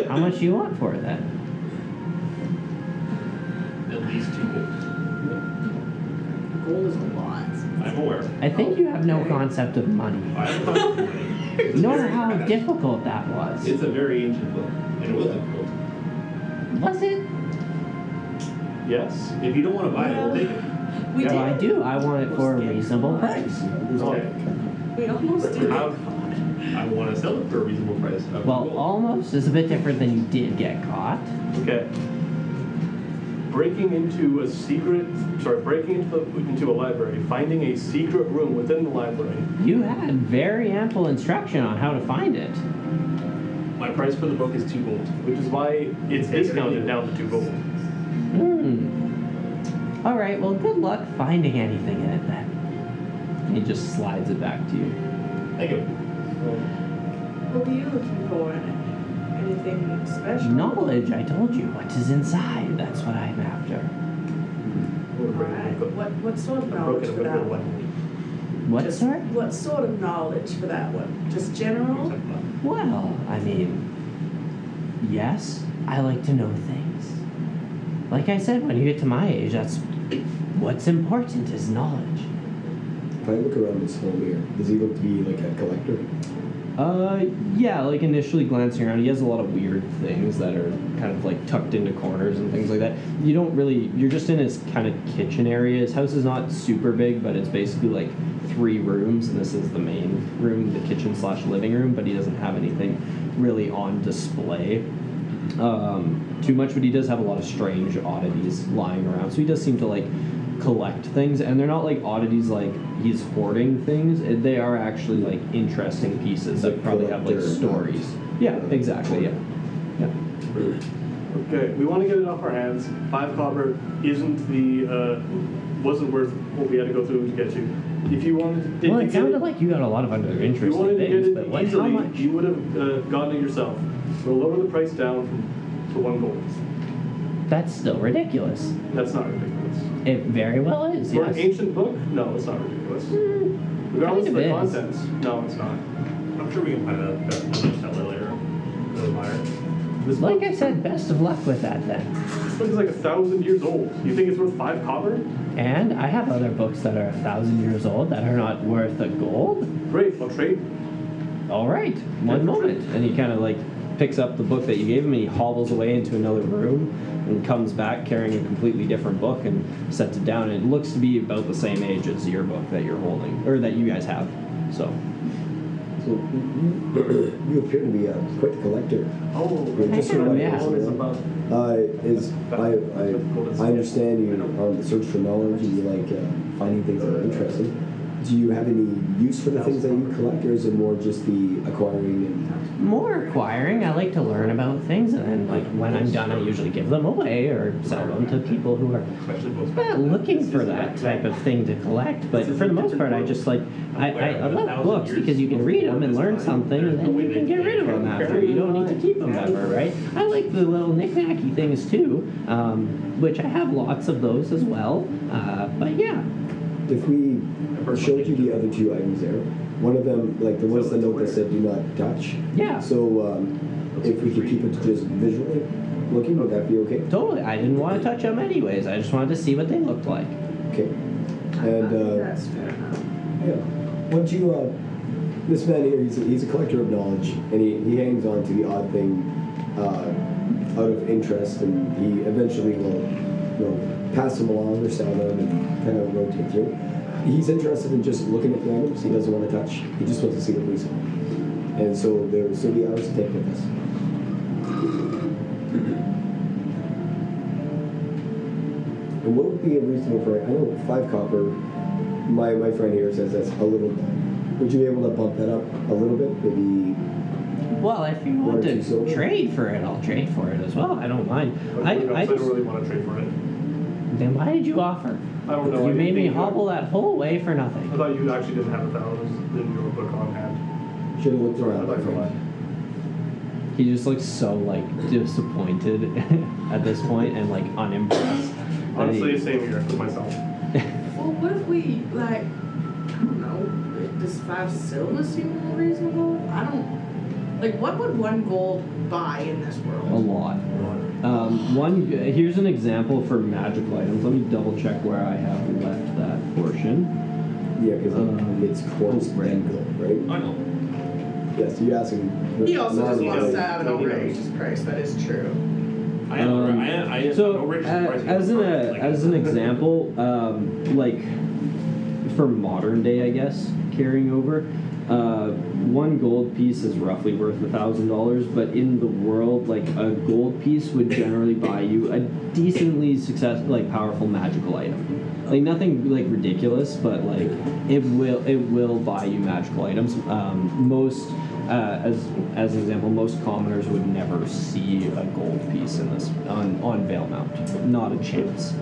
S1: How much do you want for it then?
S4: At least two gold.
S5: Gold is a lot.
S4: I'm aware.
S1: I think you have no
S5: Okay.
S1: concept of money.
S4: I have a
S1: *laughs*
S4: lot of money. It's
S1: Nor
S4: very-
S1: how difficult that was.
S4: It's a very ancient book, and it was difficult.
S1: Was it?
S2: Yes.
S4: If you don't want to buy it, we'll take it.
S5: We
S1: No, I
S5: did.
S1: do. I want it for a reasonable price.
S3: Yeah, there's
S2: Okay.
S3: all-
S5: We almost did.
S4: How- I want to sell it for a reasonable price. I would
S7: Well,
S4: roll.
S7: almost. It's a bit different than you did get caught.
S2: Okay. Breaking into a secret, sorry, breaking into, the, into a library, finding a secret room within the library.
S7: You had very ample instruction on how to find it.
S4: my price for the book is two gold.
S2: Which is why it's discounted down to two gold.
S7: Hmm. All right. Well, good luck finding anything in it then. And He just slides it back to you.
S4: Thank you.
S5: What were you looking for in it? Anything special?
S7: Knowledge. I told you what is inside. That's what I'm after.
S5: Alright, what, what sort of knowledge
S2: Broken
S5: for
S2: window
S5: that one?
S2: one.
S7: What
S5: Just
S7: sort?
S5: What sort of knowledge for that one? Just general?
S7: Well, I mean, yes, I like to know things. Like I said, when you get to my age, that's what's important is knowledge.
S3: If I look around this home here, does he look to be like a collector?
S1: Uh, yeah, like initially glancing around, he has a lot of weird things that are kind of like tucked into corners and things like that. You don't really, you're just in his kind of kitchen area. His house is not super big, but it's basically like three rooms, and this is the main room, the kitchen slash living room, but he doesn't have anything really on display um, too much, but he does have a lot of strange oddities lying around. So he does seem to like collect things, and they're not like oddities like he's hoarding things. It- They are actually like interesting pieces that probably have like
S3: collector, not-
S1: stories. Yeah,
S3: uh,
S1: exactly. Yeah, yeah.
S2: Okay, we want to get it off our hands. Five copper isn't the, uh, wasn't worth what we had to go through to get you. If you wanted to.
S7: well,
S2: if
S7: it
S2: you
S7: sounded
S2: did-
S7: like you got a lot of other
S2: If you
S7: interesting
S2: wanted to get
S7: things,
S2: it
S7: but what, how
S2: easily,
S7: much?
S2: you would have uh, gotten it yourself. We'll lower the price down to one gold.
S7: That's still ridiculous.
S2: That's not ridiculous.
S7: It very well is.
S2: For
S7: Yes.
S2: an ancient book? No, it's not ridiculous. Regardless of
S7: kind
S2: the
S7: of is.
S2: contents, no, it's not.
S4: I'm sure we can find a best one seller later. Doesn't matter.
S2: This book,
S7: Like I said, best of luck with that then.
S2: this book is like a thousand years old. You think it's worth five copper?
S7: And I have other books that are a thousand years old that are not worth a gold.
S2: Great, I'll trade.
S1: All right, one moment. And he kind of like picks up the book that you gave him and he hobbles away into another room and comes back carrying a completely different book and sets it down. And it looks to be about the same age as your book that you're holding or that you guys have. So,
S3: So you, you appear to be a quite the collector.
S2: Oh,
S3: You're just sort of like
S7: Yeah.
S3: this, you
S2: It's
S3: know?
S2: about
S3: Uh, is I, I, I understand you on the search for knowledge and you like uh, finding things that are interesting. Do you have any use for the things that you collect, or is it more just the acquiring and
S7: More acquiring, I like to learn about things, and then like when I'm done, I usually give them away or sell them to people who are
S4: Especially
S7: I'm
S4: books.
S7: not looking for that type of thing to collect, but for the most part, I just like I, I, I love books because you can read them and learn something, and then you can get rid of them after. You don't need to keep them ever, right? I like the little knick-knacky things too, um, which I have lots of those as well. Uh, but yeah,
S3: if we showed you the other two items there, one of them like there was the note that said "do not touch."
S7: Yeah.
S3: So um, if we could keep it just visually looking, would that be okay?
S7: totally. I didn't want to touch them anyways. I just wanted to see what they looked like.
S3: Okay.
S5: I
S3: And.
S5: think
S3: Uh,
S5: That's fair enough.
S3: Yeah. Once you, uh, this man here, he's a, he's a collector of knowledge, and he, he hangs on to the odd thing uh, out of interest, and he eventually will, you know, pass them along or sell them and kind of rotate through. He's interested in just looking at the items. He doesn't want to touch. He just wants to see what we saw. And so there will still be hours to take with us. And what would be a reasonable price? I know five copper. My my friend here says that's a little. Would you be able to bump that up a little bit? Maybe.
S7: Well, if you
S3: One or
S7: want
S3: two
S7: to
S3: silver.
S7: trade for it, I'll trade for it as well. I don't mind.
S2: but
S7: I,
S2: I,
S7: I
S2: don't
S7: just,
S2: really want to trade for it.
S7: then why did you offer?
S2: I don't know. I
S7: You
S2: didn't
S7: made me
S2: think you-
S7: hobble that whole way for
S2: I
S7: nothing.
S2: thought you actually didn't have a thousand in your book on hand.
S3: Should have looked
S2: I'd
S3: around.
S2: like to lie.
S1: He just looks so like disappointed *laughs* at this point and like unimpressed. that he-
S2: Honestly, same here with myself.
S5: Well, what if we like? I don't know. Does five silver seem more reasonable? I don't. Like, what would one gold buy in this
S1: a
S5: world?
S1: lot. Um, one here's an example for magical items. Let me double check where I have left that portion.
S3: Yeah, because
S7: Uh,
S1: Um,
S3: it's quartz
S1: right.
S3: and gold, right?
S4: I know.
S3: Yes. you ask him.
S5: He also just
S3: Not
S5: wants
S3: really.
S5: to have an
S2: Nobody knows.
S5: outrageous price. That is true.
S4: I am.
S1: Um,
S4: I am. I am
S1: So
S4: outrageous
S1: a-
S4: pricing.
S1: as an uh
S4: Like,
S1: as an example, um, like for modern day, I guess carrying over, Uh, one gold piece is roughly worth a thousand dollars, but in the world, like a gold piece would generally buy you a decently successful, like powerful magical item. Like nothing like ridiculous, but like it will it will buy you magical items. Um, most uh, as as an example, most commoners would never see a gold piece in this on on Vale Mount. Not a chance.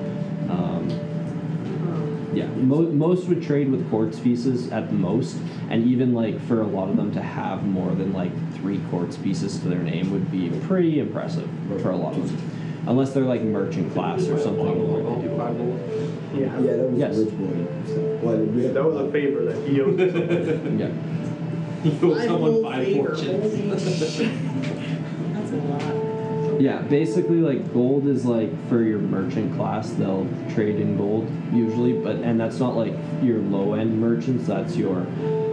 S1: Um, yeah, mo- most would trade with quartz pieces at the most, and even like for a lot of them to have more than like three quartz pieces to their name would be pretty impressive for a lot of them, unless they're like merchant class or something. where they do all that.
S3: Yeah, that was
S1: Yes.
S3: a rich boy. So, well, we
S2: That was a favor that he owed. us.
S1: Yeah,
S4: *laughs* You owe
S5: Five
S4: someone
S5: gold
S4: five
S5: favor,
S4: fortunes.
S5: holy shit. That's a lot.
S1: yeah. Basically, like gold is like for your merchant class, they'll trade in gold usually, but and that's not like your low end merchants. That's your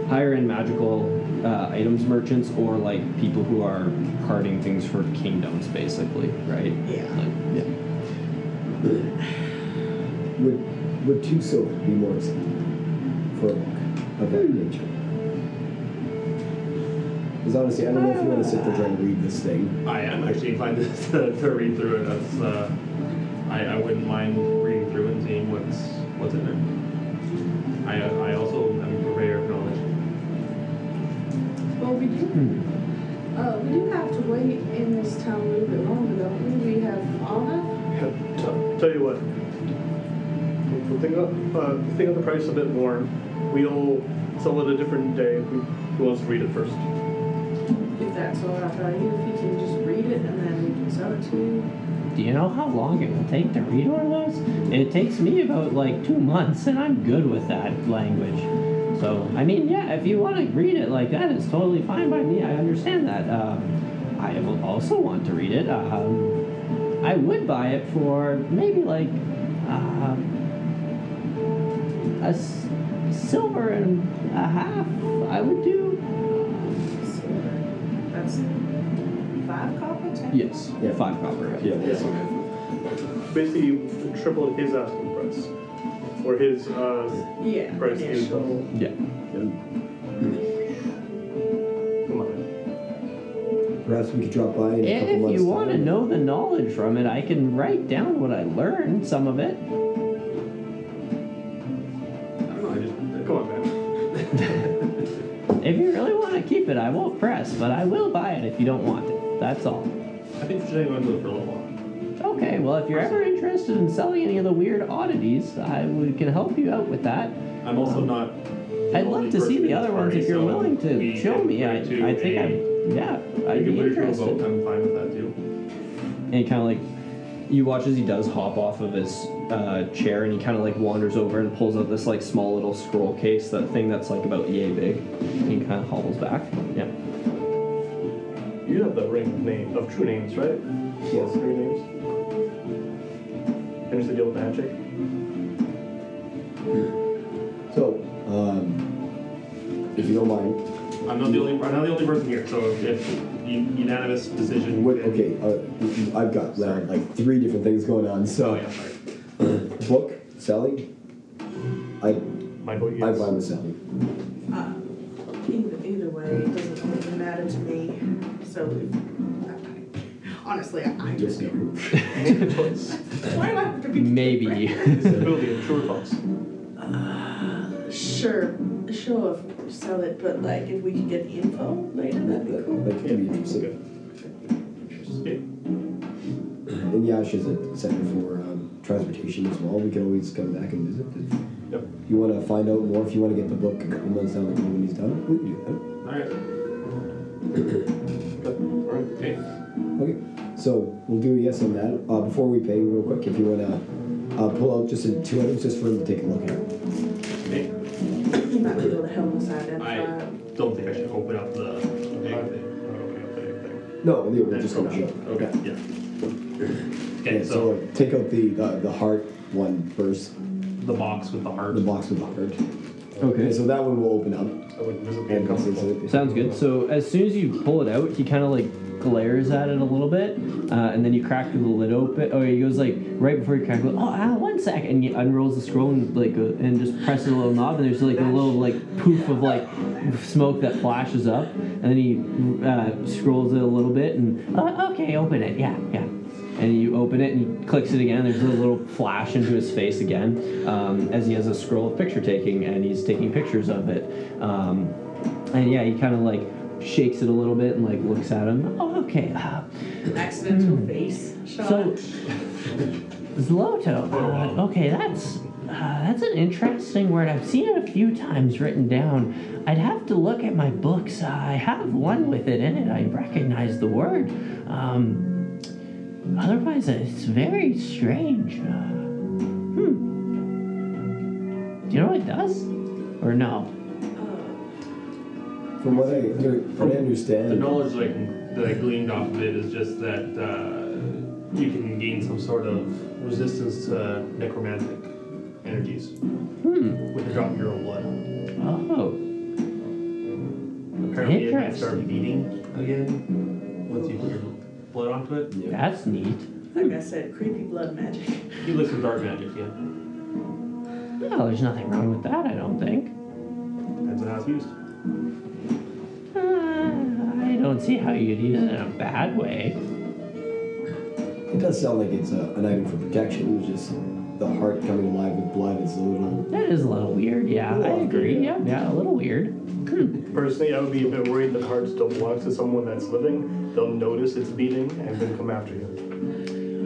S1: higher end magical. Uh, items merchants or like people who are carting things for kingdoms basically right
S5: Yeah.
S1: Like, yeah
S3: would, would two silver be more acceptable for a book of
S5: Hmm.
S3: that nature? Because honestly, I don't know if you want to sit there trying to read this thing.
S4: *laughs* I am actually inclined to, *laughs* to read through it. That's, uh, I, I wouldn't mind reading through and seeing what's what's in there. I, I also am a purveyor of knowledge.
S5: Well, we do, uh, we do have to wait in this town a little bit longer, don't we? We have Anna.
S2: T- *laughs* Tell you what, we'll think of, uh, think of the price a bit more. We'll sell it a different day. Who who wants to read it first?
S5: If that's all right by you, if you can just read it and then we can sell it to you.
S7: Do you know how long it will take to read one of those? It takes me about like two months, and I'm good with that language. So, I mean, yeah, if you want to read it like that, it's totally fine by me. I understand that. Um, I will also want to read it. Um, I would buy it for maybe like uh, a s- silver and a half. I would do.
S5: So That's five copper, ten?
S1: Yes.
S3: Yeah.
S1: Five copper. Right?
S2: Basically, you tripled his asking price. Or his, uh,
S5: Yeah.
S2: Price
S5: yeah.
S2: usual.
S1: Yeah.
S2: come on.
S3: Perhaps we could drop by in a couple
S7: If
S3: months.
S7: you want to
S3: time.
S7: know the knowledge from it, I can write down what I learned, some of it.
S4: I don't know, I just.
S2: Come on, man.
S7: If you really want to keep it, I won't press, but I will buy it if you don't want it. That's all.
S4: I think we should hang on to it for a little while.
S7: Okay, well, if you're ever interested in selling any of the weird oddities, I would, can help you out with that.
S4: I'm also not.
S7: I'd love to see the other ones if you're willing to show me. I, I think I'm, yeah,
S4: You
S7: I'd
S4: can
S7: be
S4: put it through a vote,
S7: interested.
S4: I'm fine with that too.
S1: And he kind of like, you watch as he does hop off of his uh, chair, and he kind of like wanders over and pulls out this like small little scroll case, that thing that's like about yay big. And he kind of hobbles back. Yeah.
S2: You have the ring name of true names, right?
S3: Yes.
S2: Three names. Finish the deal with the handshake.
S3: So, um, if you don't mind,
S4: I'm not the only, I'm not the only person here, so if u- unanimous decision.
S3: what, okay, uh, I've got uh, like three different things going on.
S4: Oh,
S3: So,
S4: yeah, sorry.
S3: book selling. I
S2: My vote is.
S3: I buy the selling.
S5: Uh, Either, either way, it doesn't really matter to me, so if, I- I- honestly, I I
S3: Just
S5: just,
S3: go.
S5: why do I have to be?
S1: Maybe.
S2: This is William, true or false?
S5: Uh, Sure, sure, if we sell it, but like, if we could get the info later, that'd be cool.
S3: That, that could be interesting.
S2: Yeah.
S3: And Yash is a center for um, transportation as well. We can always come back and visit. If
S2: Yep.
S3: you want to find out more, if you want to get the book a couple months down the road when he's done, we can do that.
S4: Alright,
S2: Okay. All right.
S4: okay.
S3: Okay, so we'll do a yes on that. Uh, before we pay, real quick, if you wanna uh, pull out just a, two items just for them to take a look at.
S4: Okay.
S5: You might be able to help us
S4: I
S5: identify.
S4: don't think I should open up the big thing.
S2: Okay.
S3: No, they were
S2: That's
S3: just gonna
S2: cool.
S3: show.
S4: Okay, yeah.
S3: Yeah,
S4: Okay,
S3: so,
S4: so
S3: like, take out the, the the heart one first,
S4: the box with the heart.
S3: the box with the heart. Okay,
S8: Okay.
S3: so that one will open up.
S2: I would visibly
S3: And this is
S2: uncomfortable.
S3: it.
S8: Sounds good. So as soon as you pull it out, he kind of like glares at it a little bit, uh, and then you crack the lid open. Oh, he goes like right before you crack the lid. Oh, ah, one sec, and he unrolls the scroll and like uh, and just presses a little knob, and there's like a little like poof of like smoke that flashes up, and then he uh, scrolls it a little bit, and oh, okay, open it. Yeah, yeah. And you open it and he clicks it again. There's a little flash into his face again um, as he has a scroll of picture taking and he's taking pictures of it. Um, and yeah, he kind of like shakes it a little bit and like looks at him. Oh, okay. Uh,
S5: Accidental face shot.
S1: Hmm. So, Zloto. Uh, okay, that's uh, that's an interesting word. I've seen it a few times written down. I'd have to look at my books. Uh, I have one with it in it. I recognize the word. Um, otherwise, it's very strange. Uh, hmm. Do you know what it does? Or no?
S3: From what I, what I understand,
S4: The knowledge that I, can, that I gleaned off of it is just that uh, you can gain some sort of resistance to necromantic energies with the drop of your own blood.
S1: Hmm. Oh,
S4: Apparently, it might start
S1: Interesting.
S4: beating again once you put your blood onto it.
S1: that's neat.
S5: like I said, creepy blood magic.
S4: He looks with dark magic, yeah.
S1: No, there's nothing wrong with that. I don't think.
S4: Depends on how it's used.
S1: Uh, I don't see how you'd use it in a bad way.
S3: it does sound like it's a, an item for protection. It's just the heart coming alive with blood is a little.
S1: That is a little weird, yeah. I
S3: Yeah.
S1: agree. Yeah, yeah, a little weird. *clears throat*
S2: Personally, I would be a bit worried that hearts don't belong to someone that's living. They'll notice it's beating and then come after you.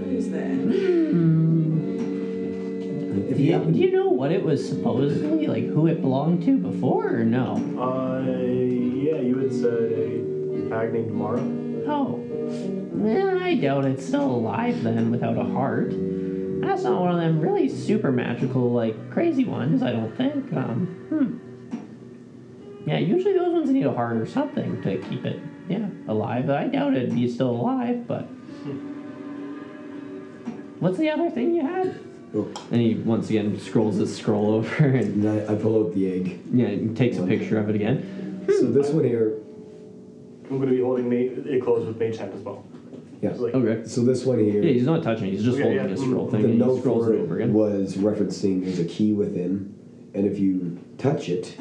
S5: Who's that?
S3: If
S1: Do
S3: you
S1: you,
S3: happen
S1: do you know what it was supposedly, like who it belonged to before or no?
S2: Uh, yeah, you would say a hag named Mara.
S1: Oh. Eh, I doubt it's still alive then without a heart. That's not one of them really super magical, like crazy ones, I don't think. Um, hmm. Yeah, usually those ones need a heart or something to keep it, yeah, alive. I doubt it'd be still alive, but. What's the other thing you had?
S8: and he once again scrolls his scroll over and
S3: oh, And I, I pull out the egg.
S8: yeah, he takes a picture of it again.
S3: So this one here,
S2: I'm going to be holding ma- it closed with Mage Hand as well.
S3: yeah.
S2: It's like,
S8: Okay.
S3: So this one here,
S8: Yeah, he's not touching. it, He's just
S2: Okay,
S8: holding
S2: yeah.
S8: his scroll thing.
S3: the
S8: and he
S3: note
S8: scrolls
S3: for
S8: it
S3: it
S8: over again.
S3: was referencing there's a key within, and if you touch it,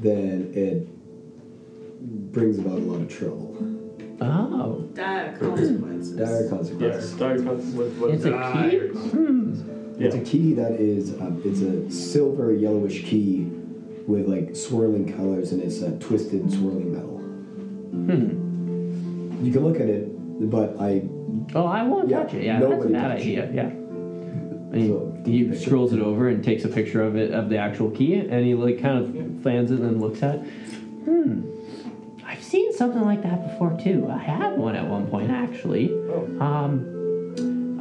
S3: then it brings about a lot of trouble,
S1: Oh,
S5: Dire consequences.
S3: dire
S2: Yes,
S3: consequences.
S2: dark consequence with, with
S1: it's a key? Hmm.
S2: Yeah.
S3: It's a key that is um, it's a silver yellowish key with like swirling colors, and it's a twisted swirling metal.
S1: Hmm.
S3: You can look at it, but I
S1: Oh, I won't
S3: Yeah,
S1: touch it. Yeah, that's a
S3: nobody
S1: bad
S3: touch
S1: idea. Yeah. And he,
S3: So,
S8: he
S3: picture.
S8: scrolls it over and takes a picture of it of the actual key, and he like kind of fans it and then looks at. it.
S1: Hmm. I've seen something like that before too. I had one at one point actually.
S2: Oh.
S1: Um,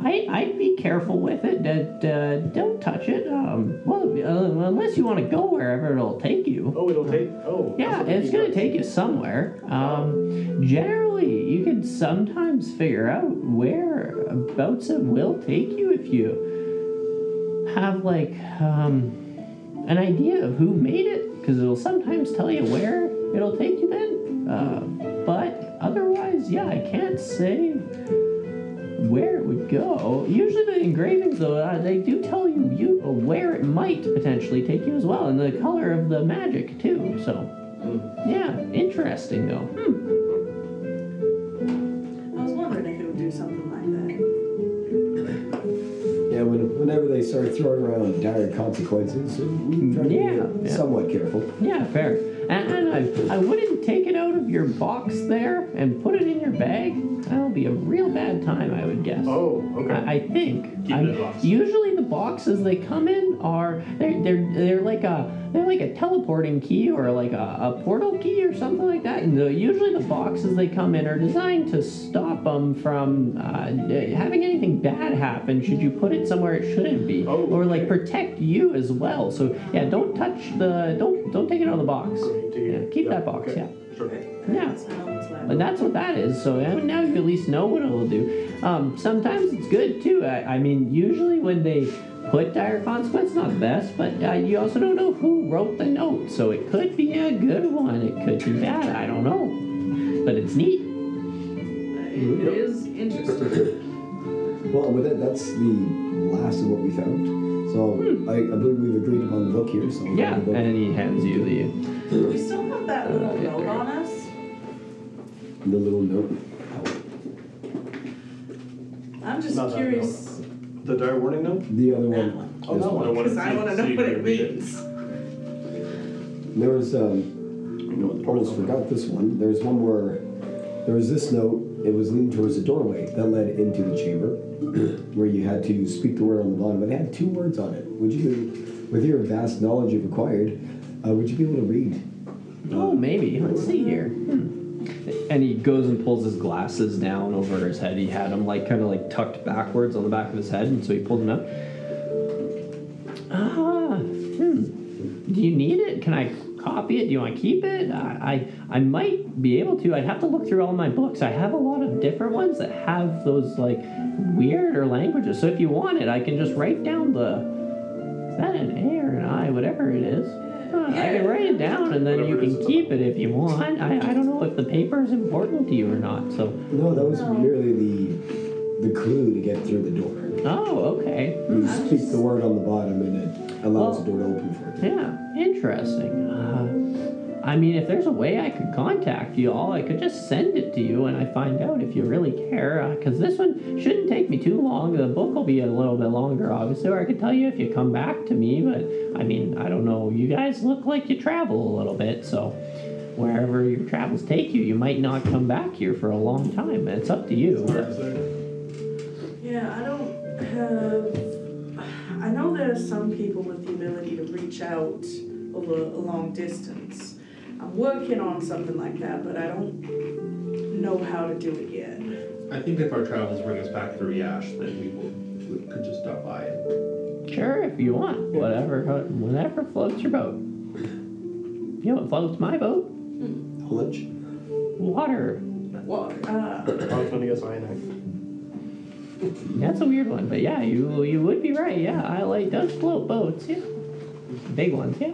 S1: I I'd be careful with it. That uh, don't touch it. Um, well, uh, unless you want to go wherever it'll take you.
S2: Oh, it'll take. Oh.
S1: Yeah,
S2: that's what
S1: it's
S2: he
S1: gonna
S2: does.
S1: take you somewhere. Um, generally, you can sometimes figure out whereabouts it will take you if you have like um, an idea of who made it, because it'll sometimes tell you where it'll take you then. Uh, but otherwise, yeah, I can't say where it would go. Usually, the engravings though uh, they do tell you you where it might potentially take you as well, and the color of the magic too. So. Yeah, interesting though. Hmm.
S5: I was wondering if it would do something like that.
S3: Yeah, when, whenever they start throwing around dire consequences, we try to
S1: Yeah,
S3: be
S1: yeah.
S3: somewhat careful.
S1: Yeah, fair. And, and I, I wouldn't take it out of your box there and put it in your bag. That'll be a real bad time, I would guess.
S2: Oh, okay.
S1: I, I think.
S4: Keep it
S1: I-
S4: in the box.
S1: Usually the boxes they come in are they're they're, they're like a they're like a teleporting key or like a, a portal key or something like that. And the, usually the boxes they come in are designed to stop them from uh, having anything bad happen. Should you put it somewhere it shouldn't be,
S2: Oh,
S1: or like
S2: okay.
S1: protect you as well. So yeah, don't touch the don't don't take it out of the box.
S2: Great to
S1: Yeah,
S2: hear.
S1: keep that box.
S2: okay.
S1: Yeah.
S2: Sure.
S1: Yeah.
S5: That sounds like
S1: But that's what that is. So uh, now you at least know what it'll do. Um, sometimes it's good too. I, I mean, usually when they put dire consequence, not the best, but uh, you also don't know who wrote the note, so it could be a good one, it could be bad, I don't know. But it's neat.
S5: It is interesting.
S3: Well, with that, that's the last of what we found. So I, I believe we've agreed upon the book here. So we'll
S1: Hmm. Yeah,
S3: go to the book.
S1: and he hands you the.
S5: Do we still have that little note on us?
S3: the little note.
S5: I'm just
S2: Not that
S5: curious,
S2: The dire warning note?
S3: The other
S5: That
S3: one.
S5: one.
S2: Oh, that one.
S5: *laughs* because I wanna know what it means.
S3: There was um, almost forgot this one. There was one where there was this note. It was leaning towards a doorway that led into the chamber, *clears throat* where you had to speak the word on the bottom. But it had two words on it. Would you, with your vast knowledge you've acquired, uh, would you be able to read?
S1: Oh, maybe. Let's see here. Hmm. And he goes and pulls his glasses down over his head. He had them like kind of like tucked backwards on the back of his head, and so he pulled them up. Ah, hmm. Do you need it? Can I copy it? Do you want to keep it? I, I, I might be able to. I'd have to look through all my books. I have a lot of different ones that have those like weirder languages. So if you want it, I can just write down the. Is that an A or an I? Whatever it is. Huh, I can write it down and then
S2: Whatever it
S1: you
S2: is,
S1: can
S2: it's
S1: keep it if you want. I, I don't know if the paper is important to you or not. So,
S3: No, that was
S5: No.
S3: merely the the clue to get through the door.
S1: oh, okay. Hmm.
S3: You speak the word on the bottom, and it allows the door to open for you.
S1: Yeah, interesting. Uh, I mean, if there's a way I could contact you all, I could just send it to you and I find out if you really care. Because this one shouldn't take me too long. The book will be a little bit longer, obviously, or I could tell you if you come back to me. But I mean, I don't know. You guys look like you travel a little bit, so wherever your travels take you, you might not come back here for a long time. It's up to you.
S5: Yeah, I don't have, I know there are some people with the ability to reach out over a long distance. I'm working on something like that, but I don't know how to do it yet.
S4: I think if our travels bring us back through Yash, then we will we could just stop by and
S1: Sure, if you want. Whatever, whatever floats your boat. You know what floats my boat?
S3: How much?
S1: Water.
S5: Water. Uh,
S2: That's when he gets ionic.
S1: That's a weird one, but yeah, you you would be right. Yeah, I like does float boats. Yeah, big ones. Yeah.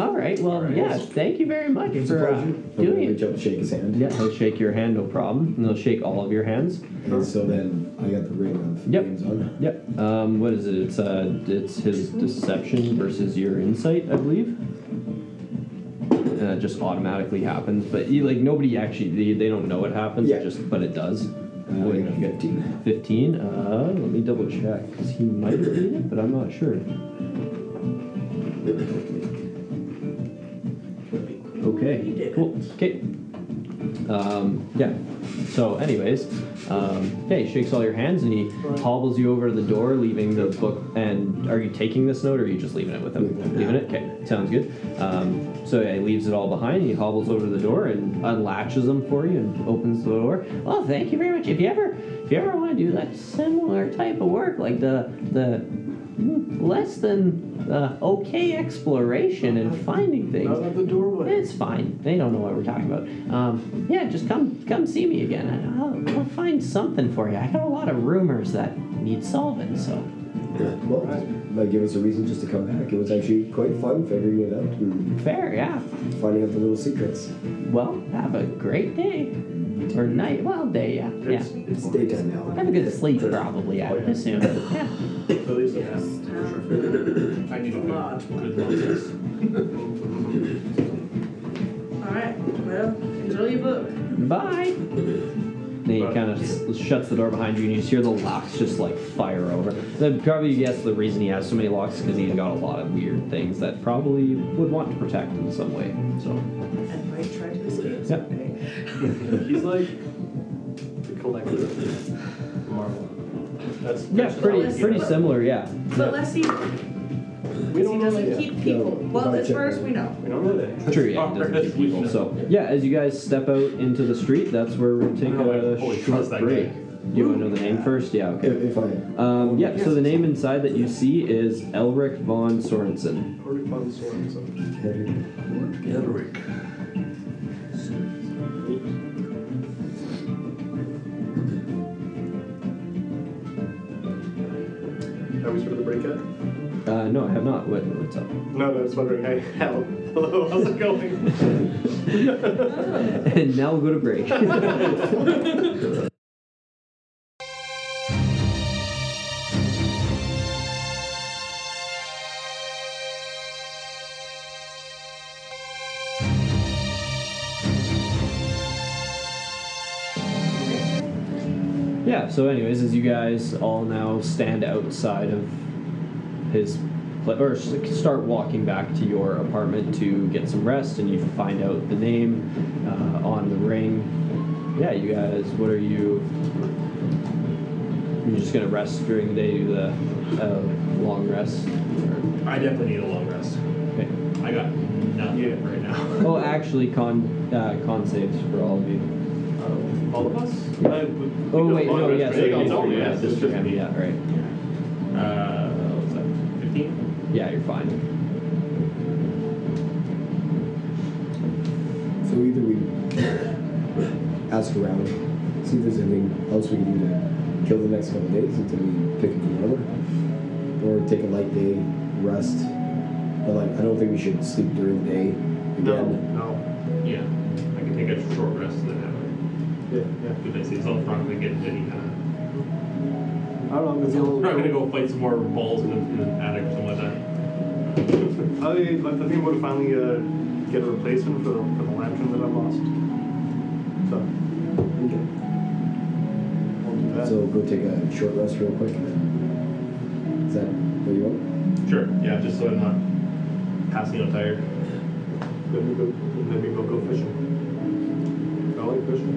S1: All right. Well, yeah. Thank you very much for uh, doing
S3: Reach
S1: it.
S3: up and shake his hand.
S1: Yeah, he'll shake your hand, no problem. And they'll shake all of your hands.
S3: And so then I got the ring of
S1: Yep.
S3: names on.
S1: Yep. Um, what is it? It's uh, it's his deception versus your insight, I believe. And it just automatically happens, but you, like nobody actually they, they don't know it happens.
S3: Yeah.
S1: It just but it does.
S3: Uh, I got a 15.
S1: 15. Uh, let me double check because he might have beat it, but I'm not sure.
S5: He did
S1: Okay.
S5: it.
S1: Cool. Okay. Um, yeah. So, anyways, um, yeah, he shakes all your hands and he hobbles you over to the door, leaving the book. And are you taking this note, or are you just leaving it with him? Leaving it. Okay. Sounds good. Um, so yeah, he leaves it all behind. He hobbles over to the door and unlatches them for you and opens the door. Well, thank you very much. If you ever, if you ever want to do that similar type of work, like the the mm, less than uh, okay exploration and finding things,
S9: Not at the doorway.
S1: it's fine. They don't know what we're talking about. Um, yeah, just come come see me again. and I'll, I'll find something for you. I got a lot of rumors that need solving, so.
S3: Well, that gave us a reason just to come back. It was actually quite fun figuring it out and
S1: Fair, yeah.
S3: finding out the little secrets.
S1: Well, have a great day. Or night. Well, day, yeah. Yeah.
S2: It's,
S3: It's daytime now.
S1: Have a good sleep, probably, I would assume. Yeah.
S2: it's at least a
S5: yes. um,
S4: I need a good,
S5: Lodge.
S4: good long rest.
S5: All right. Well, enjoy your book.
S1: Bye. Then he
S2: Bye.
S1: kind of s- shuts the door behind you, and you just hear the locks just like fire over. Then probably guess the reason he has so many locks is because he's got a lot of weird things that probably would want to protect in some way. So.
S5: And might try to escape
S1: Yeah.
S5: someday.
S2: He's like the collector.
S4: Marvel.
S2: That's
S1: Yeah, pretty
S5: Listen.
S1: pretty similar. Yeah.
S5: But let's see. Because
S2: We
S5: he
S2: don't know
S5: doesn't
S2: that.
S5: keep people.
S3: No,
S5: well,
S3: I
S5: as
S3: check
S5: far as
S3: it.
S5: we know.
S2: We don't know that.
S1: True. Yeah. It doesn't keep people. So yeah, as you guys step out into the street, that's where we take a
S4: Holy
S1: short
S4: trust that
S1: break.
S4: guy.
S1: You want to know the name first? Yeah.
S3: If,
S1: Okay.
S3: if I.
S1: Um, yeah. So the name inside that you see is Elric von Sorensen.
S2: Or we found the sword, so.
S4: Elric.
S2: Have we started the break yet?
S1: Uh, no, I have not. What, what's up?
S2: No, no, I was wondering. Hey, *laughs* hello. Hello, how's it going?
S1: and *laughs* now we'll go to break. *laughs* yeah. So, anyways, as you guys all now stand outside of his, pla- or s- start walking back to your apartment to get some rest, and you find out the name uh, on the ring. Yeah, you guys. What are you? You're just gonna rest during the day, do the uh, long rest. Or,
S4: I definitely need a long rest.
S1: okay.
S4: I got nothing
S2: Yeah.
S4: right now.
S1: Oh, actually, con uh, con saves for all of you.
S2: Um, all of us? Oh, I would think
S1: Oh
S2: a
S1: wait,
S2: long
S1: no,
S2: rest
S1: yeah,
S2: for
S1: so
S2: you.
S1: it's
S2: It's
S1: all
S2: only
S1: yeah,
S2: us.
S1: this is him, yeah, right.
S4: Uh, what's that? Fifteen.
S1: Yeah, you're fine.
S3: So either we ask around, see if there's anything else we can do to kill the next couple days until we pick up the armor, or take a light day rest. But like, I don't think we should sleep during the day again.
S2: No, no.
S4: Yeah, I can take a short rest and then have
S2: Yeah, yeah.
S4: it. If I see myself, I'm not gonna get any kind
S2: I don't know. It's a
S4: of. I'm not gonna
S2: little-
S4: go fight some more balls in the, in the attic or something like that.
S2: I, like, I think I'm going to finally uh, get a replacement for the, for the lantern that I lost. So, I'll do that.
S3: So go take a short rest real quick. Is that what you want?
S4: Sure. Yeah, just so I'm not passing out tired.
S2: Then we go, and then we go, go fishing. I like fishing.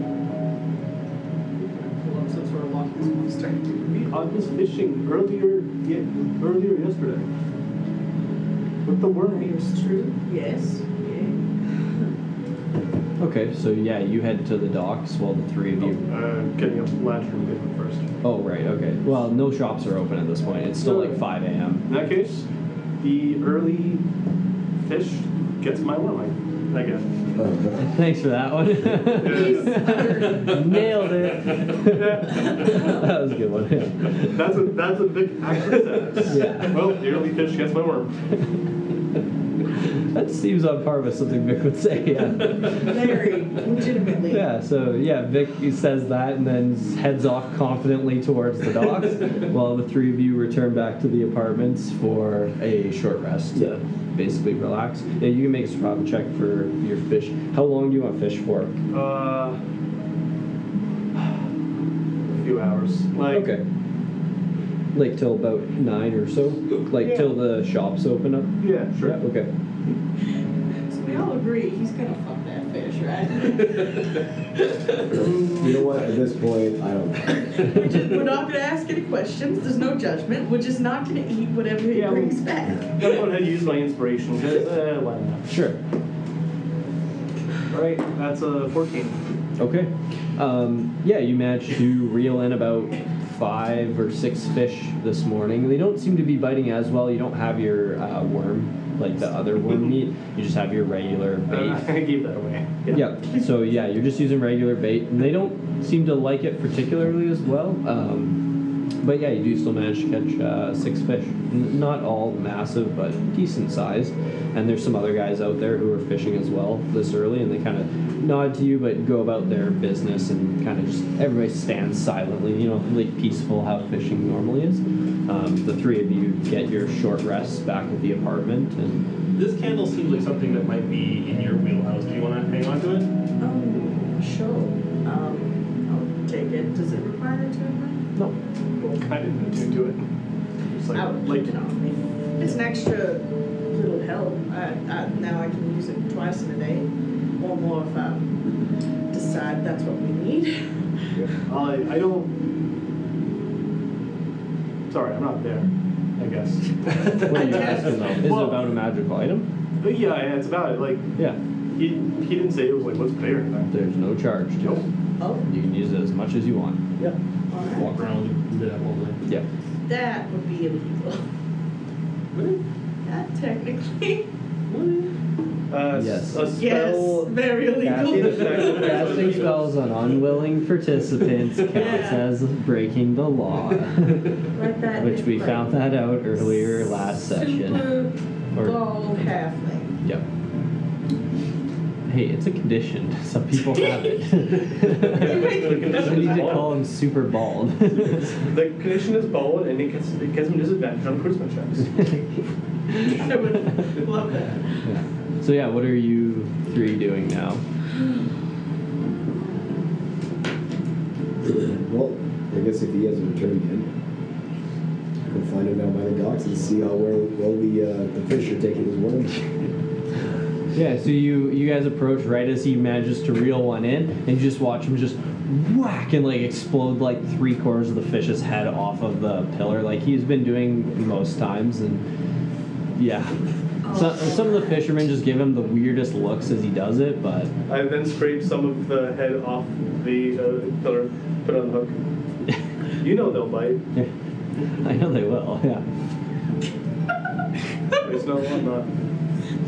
S5: Pull up some sort of walking monster.
S2: We caught this fishing earlier, ye- earlier yesterday. With the worm.
S5: Appears true. Yes. Yay.
S1: Okay, so yeah, you head to the docks while the three of you.
S2: Uh, getting a lantern bit first.
S1: Oh right, okay. Well, no shops are open at this point. It's still like 5 a.m.
S2: In that case, the early fish gets my worm, I, I guess.
S3: Oh, no.
S1: *laughs* Thanks for that one. *laughs* Nailed it. *laughs* that was a good one. *laughs* Yeah.
S2: That's what that's what Vic actually says.
S1: Yeah.
S2: Well, the early fish gets my worm.
S1: That seems on par with something Vic would say. Yeah.
S5: Very legitimately.
S1: Yeah, so yeah, Vic says that and then heads off confidently towards the docks while the three of you return back to the apartments for a short rest to basically relax. Yeah, you can make a survival check for your fish. How long do you want fish for?
S2: Uh, a few hours. Like
S1: okay. Like till about nine or so? Like
S2: Yeah.
S1: till the shops open up?
S2: Yeah, sure.
S1: Yeah, okay.
S5: So we all agree he's gonna fuck that fish, right?
S3: You know what? At this point, I don't.
S5: We're just- We're not gonna ask any questions. There's no judgment. We're just not gonna eat whatever he
S2: Yeah,
S5: brings back.
S2: That's what I use my inspiration because uh, why not?
S1: Sure.
S2: All right, that's a uh, fourteen.
S1: Okay. Um, yeah, you managed to reel in about five or six fish this morning. They don't seem to be biting as well. You don't have your uh, worm, like the other worm meat. You just have your regular
S2: Uh, *laughs*
S1: bait.
S2: I gave that away.
S1: Yeah. So yeah, you're just using regular bait, and they don't seem to like it particularly as well. Um, but yeah, you do still manage to catch uh, six fish. N- not all massive, but decent sized. And there's some other guys out there who are fishing as well this early, and they kind of nod to you, but go about their business and kind of just everybody stands silently. You know, like peaceful how fishing normally is. Um, the three of you get your short rests back at the apartment, and
S4: This candle seems like something that might be in your wheelhouse. Do you want to hang on to it?
S5: Um, sure. Um, I'll take it. Does it require a turn?
S1: no,
S5: Cool.
S2: I didn't attune to it. It's like,
S5: Ouch.
S2: like
S5: You know, It's an extra little help. I, I, now I can use it twice in a day, or more if I decide that's what we need.
S2: I I don't. Sorry, I'm not there. I guess.
S1: what are you
S5: I guess.
S1: asking though? Is
S2: Well-
S1: it about a magical item?
S2: But yeah, yeah, it's about it. Like
S1: Yeah,
S2: he he didn't say it was like what's clear.
S1: there's no charge to it.
S2: Nope.
S5: Oh,
S1: You can use it as much as you want.
S2: Yeah.
S5: all right.
S4: Walk around with it all night.
S1: Yeah.
S5: That
S2: *laughs*
S5: would be illegal. Not technically.
S2: Uh,
S1: Yes.
S2: A spell.
S5: Yes, very
S2: Yeah.
S5: illegal. *laughs*
S1: Casting spells on unwilling participants *laughs* counts
S5: Yeah.
S1: as breaking the *laughs* law,
S5: Like that
S1: which
S5: is
S1: we
S5: like
S1: found that out earlier last session.
S5: Super
S1: Or-
S2: *laughs*
S5: bald halfling.
S1: Yep. Hey, it's a condition. *laughs* Some people have it. *laughs* We need to call him super bald. *laughs*
S2: The condition is bald, and it gets it gives him disadvantage on charisma checks.
S5: I would love that.
S1: Yeah. So yeah, what are you three doing now?
S3: Well, I guess if he hasn't returned yet, we'll find him down by the docks and see how well, well the, uh, the fish are taking his worm.
S1: Yeah, so you you guys approach right as he manages to reel one in, and you just watch him just whack and like explode like three quarters of the fish's head off of the pillar, like he's been doing most times, and yeah, so, some of the fishermen just give him the weirdest looks as he does it, but *laughs*
S2: I then scrape some of the head off the uh, pillar, put it on the hook. You know they'll bite.
S1: I know they will. Yeah,
S2: It's not one not.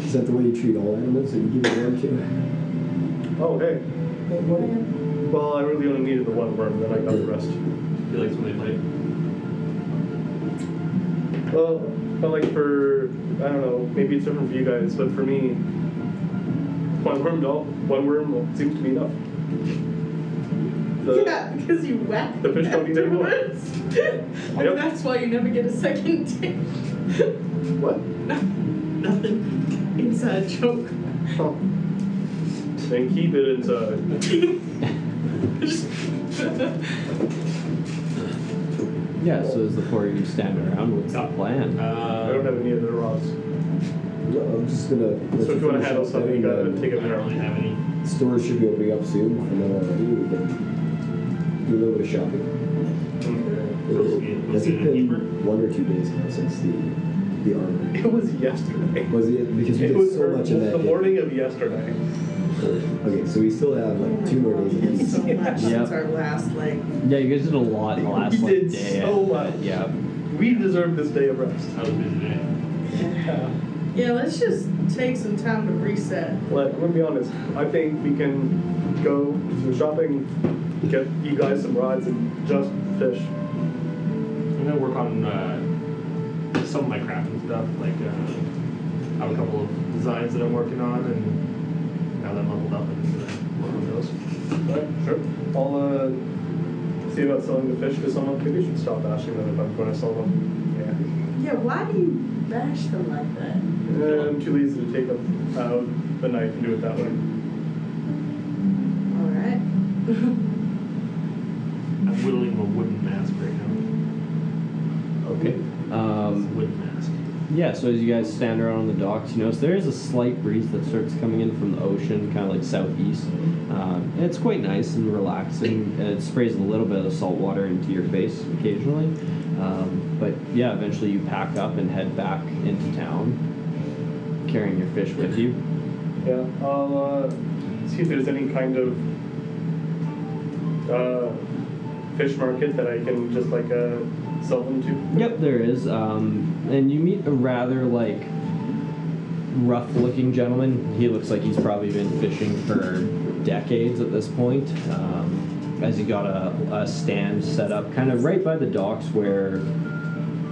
S3: Is that the way you treat all animals that you give a worm to?
S2: Oh hey. Well, I really only needed the one worm, then I got the rest.
S4: He likes when they bite.
S2: Well, but like for I don't know, maybe it's different for you guys, but for me, one worm, no, one worm will- seems to be enough. The-
S5: yeah, because you whack
S2: the fish don't eat anymore.
S5: *laughs* afterwards. and
S2: Yep.
S5: that's why you never get a second date. *laughs*
S2: What?
S5: Nothing.
S1: *laughs*
S5: Inside joke. *laughs*
S2: Oh. Then keep it inside.
S1: yeah. So as the four of you stand around, what's the plan?
S2: I don't
S4: Uh,
S2: have any of the raws.
S3: No, I'm just gonna.
S2: So if you want to handle something, you gotta take
S4: I
S2: it
S4: don't
S2: there.
S4: really have any.
S3: Store should be opening up soon. If we're not already, we can do a little bit of shopping.
S4: Let's get- let's
S3: Has
S4: get
S3: it
S4: a keeper.
S3: been one or two days now since the the armor?
S2: It was yesterday.
S3: Was it because we
S2: It
S3: did
S2: was
S3: so much of that?
S2: the
S3: day.
S2: morning of yesterday.
S3: Okay, so we still have like two more days.
S5: Did *laughs*
S3: left.
S5: so much
S1: Yep.
S5: since our last like
S1: Yeah, you guys did a lot in the last
S2: We
S1: like,
S2: did
S1: day.
S2: so much.
S1: Yeah.
S2: We deserve this day of rest.
S4: I was busy today.
S5: yeah let's just take some time to reset
S2: Like, I'm gonna be honest. I think we can go do some shopping, get you guys some rods, and just fish.
S4: I'm gonna work on uh, some of my craft and stuff. Like, uh, I have a couple of designs that I'm working on, and now that I'm leveled up, I'm just gonna work on those.
S2: Alright, sure. I'll uh, see about selling the fish to someone. Maybe you should stop bashing them if I'm going to sell them.
S5: yeah why do you bash them like that
S2: Yeah. Uh, I'm too lazy to take them out the knife and do it that way.
S5: all right *laughs*
S4: I'm whittling a wooden mask right now.
S1: Okay. Um,
S4: It's a wooden mask.
S1: Yeah, so as you guys stand around on the docks, you notice there is a slight breeze that starts coming in from the ocean, kind of like southeast. Um, and it's quite nice and relaxing. And it sprays a little bit of salt water into your face occasionally. Um, but yeah, eventually you pack up and head back into town, carrying your fish with you.
S2: Yeah, I'll uh, see if there's any kind of uh, fish market that I can just like uh, sell them to.
S1: Yep, there is. Um, and you meet a rather like rough-looking gentleman. He looks like he's probably been fishing for decades at this point. Um, as he got a, a stand set up, kind of right by the docks where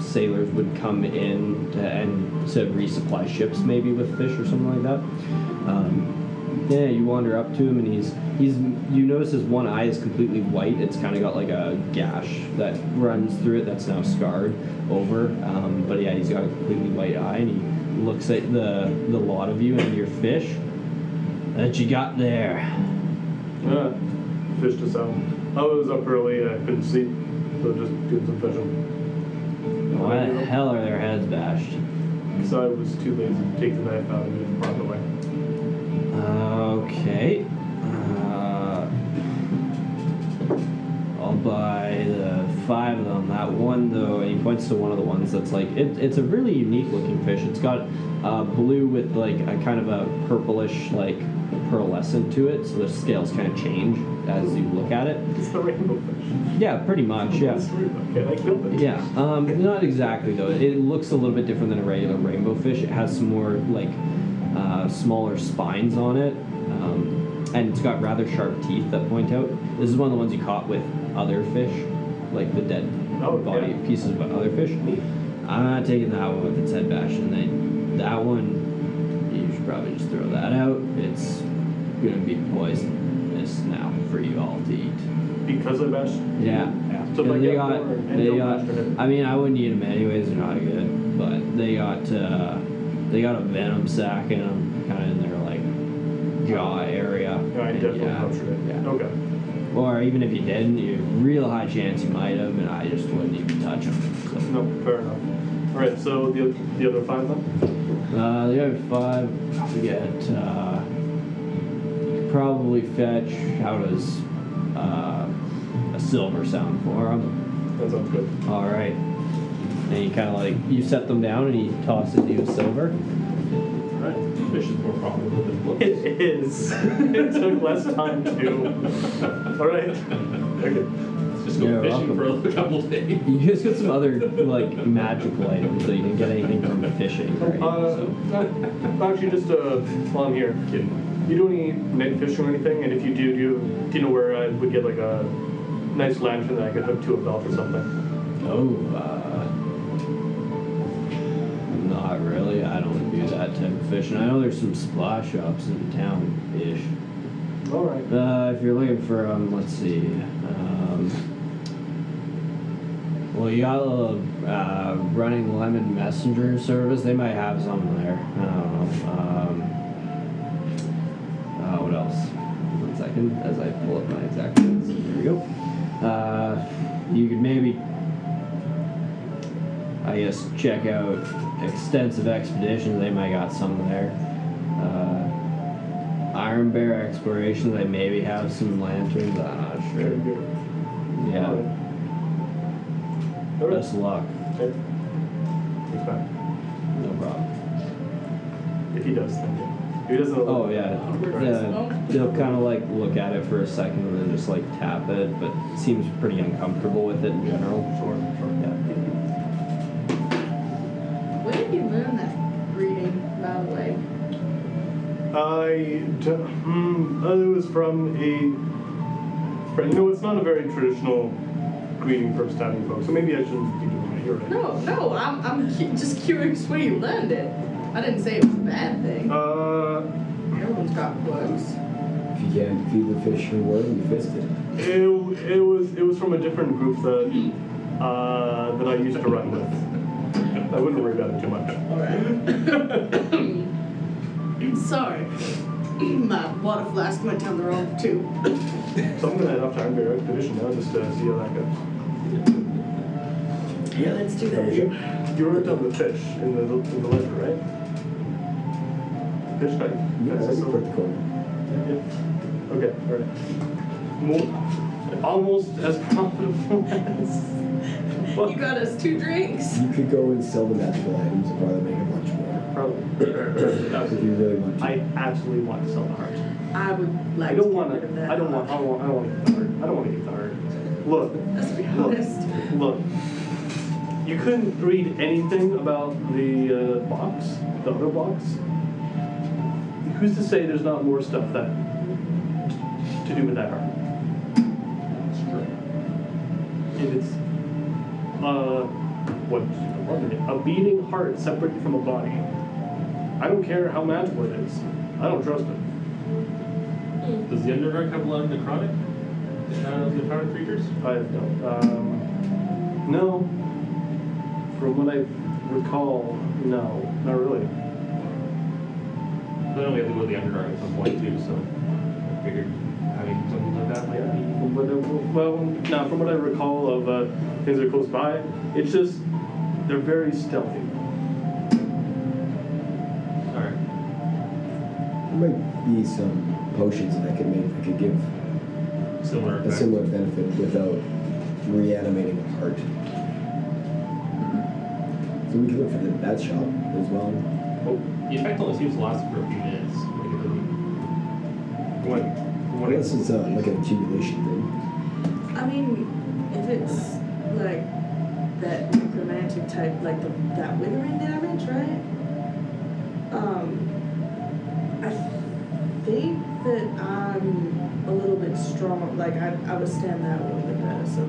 S1: sailors would come in to, and to resupply ships, maybe with fish or something like that. Um, yeah, you wander up to him, and he's he's you notice his one eye is completely white. It's kind of got like a gash that runs through it that's now scarred over. Um, but yeah, he's got a completely white eye, and he looks at the the lot of you and your fish that you got there.
S2: Yeah, fish to sell. I was up early and I couldn't sleep, so just did some fishing.
S1: Why the hell are their heads bashed?
S2: Because I was too lazy to take the knife out and do it the proper way.
S1: Okay. Uh, I'll buy the five of them. That one, though, and he points to one of the ones that's like, it, it's a really unique looking fish. It's got uh, blue with like a kind of a purplish, like pearlescent to it, so the scales kind of change as you look at it.
S2: It's the rainbow fish.
S1: Yeah, pretty much, yeah.
S2: Okay, I killed it.
S1: Yeah, um, not exactly though. It looks a little bit different than a regular rainbow fish. It has some more like uh, smaller spines on it, um, and it's got rather sharp teeth that point out. This is one of the ones you caught with other fish, like the dead
S2: Oh,
S1: body
S2: yeah.
S1: pieces of other fish. I'm not taking that one with its head bashed, and then that one, you should probably just throw that out. It's gonna be poisonous now for you all to eat.
S2: Because of Bash?
S1: Yeah.
S2: So if
S1: And
S2: I
S1: they
S2: get
S1: got,
S2: more and
S1: they
S2: don't
S1: got.
S2: master it-
S1: I mean, I wouldn't eat them anyways. They're not good, but they got, uh, they got a venom sac in them, kind of in their like jaw area.
S2: Yeah, I
S1: And
S2: definitely
S1: yeah,
S2: punctured it.
S1: Yeah.
S2: Okay.
S1: Or even if you didn't, you real high chance you might have, and I just wouldn't even touch them.
S2: No, fair enough. All right, so the, the other five then?
S1: So, uh, the other five, we get uh, probably fetch. How does uh, a silver sound for them?
S2: That sounds good.
S1: All right. And you kind of like you set them down, and he tosses you a silver.
S2: Right.
S4: Fish is more profitable than books.
S2: *laughs*
S4: *laughs*
S2: It is. it took less time to. All right. Okay.
S4: Let's just go
S1: You're
S4: fishing
S1: welcome.
S4: for a couple days.
S1: You just got some other like
S4: *laughs*
S1: magical items that you didn't get anything from fishing, right?
S2: Uh,
S1: So-
S2: uh, actually, just uh, while I'm here,
S4: Kidding.
S2: you do any night fishing or anything? And if you do, do you, do you know where I would get like a nice lantern that I could hook to a belt or something?
S1: oh, uh, not really. I don't do that type of fishing. I know there's some splash shops in town ish.
S2: All right.
S1: Uh, if you're looking for, um, let's see. Um, well, you got a little, uh, running lemon messenger service. They might have something there. I don't know. Um, uh, what else? One second, as I pull up my exact. notes. There we go. Uh, you could maybe I guess check out extensive expeditions. They might got some there. Uh, Iron Bear exploration. They maybe have some lanterns. I'm not sure. Yeah.
S2: All right.
S1: Best of luck.
S2: Okay. He's back.
S1: No problem.
S2: If he does, thank you. If he doesn't,
S1: Oh yeah.
S5: Awkward.
S1: yeah. They'll kind of like look at it for a second and then just like tap it, but seems pretty uncomfortable with it in general.
S2: Sure, sure.
S1: Yeah.
S5: Where did you learn that reading, by the way?
S2: I d- hmm, uh, it was from a friend. No, it's not a very traditional greeting for stabbing folks. So maybe I shouldn't be doing it. You're right.
S5: No, no, I'm, I'm *laughs* cu- just curious where you learned it. I didn't say it was a bad
S2: Oh.
S5: thing.
S2: Uh,
S5: Everyone's got books.
S3: If you can't feed the fish your worm, you fist it.
S2: it, it was it was from a different group that uh, that I used to run with. I wouldn't worry about it too much.
S5: I'm *coughs* sorry. *coughs* My water flask went down the wrong tube.
S2: So I'm gonna head off to Iron Bear Expedition now just to see how that goes.
S5: Yeah, let's do
S2: You, you wrote down the fish in the in the ledger, right? Fish guy.
S3: Yeah,
S2: That's
S3: that's
S2: a
S3: a
S2: silver.
S3: quick corner.
S2: Yeah. Okay, alright. More, almost as profitable *laughs* as.
S5: You got us two drinks.
S3: You could go and sell the magical items and probably make a bunch more. If you really want to.
S2: I absolutely want to sell the heart.
S5: I would like
S2: I don't
S5: to
S2: want
S5: get rid of
S2: to.
S5: that.
S2: I don't want. I don't want. I don't want to get the heart. I don't want to get the heart. Look,
S5: Let's be
S2: Look.
S5: honest.
S2: look. You couldn't read anything about the uh, box, the other box. Who's to say there's not more stuff that to do with that heart?
S4: That's true.
S2: And it's uh what what is it? a beating heart separated from a body. I don't care how magical it is. I don't trust it.
S4: Does the Underdark have a lot of necrotic? Uh, necrotic creatures?
S2: I don't. Um, no. From what I recall, no, not really.
S4: I know we have to go to the Underdark at some point too, so I figured having something like that might be.
S2: From what I, well, no, from what I recall of uh, things that are close by, it's just they're very stealthy.
S4: Alright.
S3: There might be some potions that I could make that could give
S4: Similar.
S3: a
S4: effect.
S3: similar benefit without reanimating a heart. So we could look for the, that shop as well.
S4: Oh, the effect only seems to last for a few minutes. Like, it doesn't. What? What
S3: Unless it's uh, like an accumulation thing.
S5: I mean, if it's like that romantic type, like the, that withering damage, right? Um, I think that I'm a little bit strong. Like I, I would stand that a little bit better. So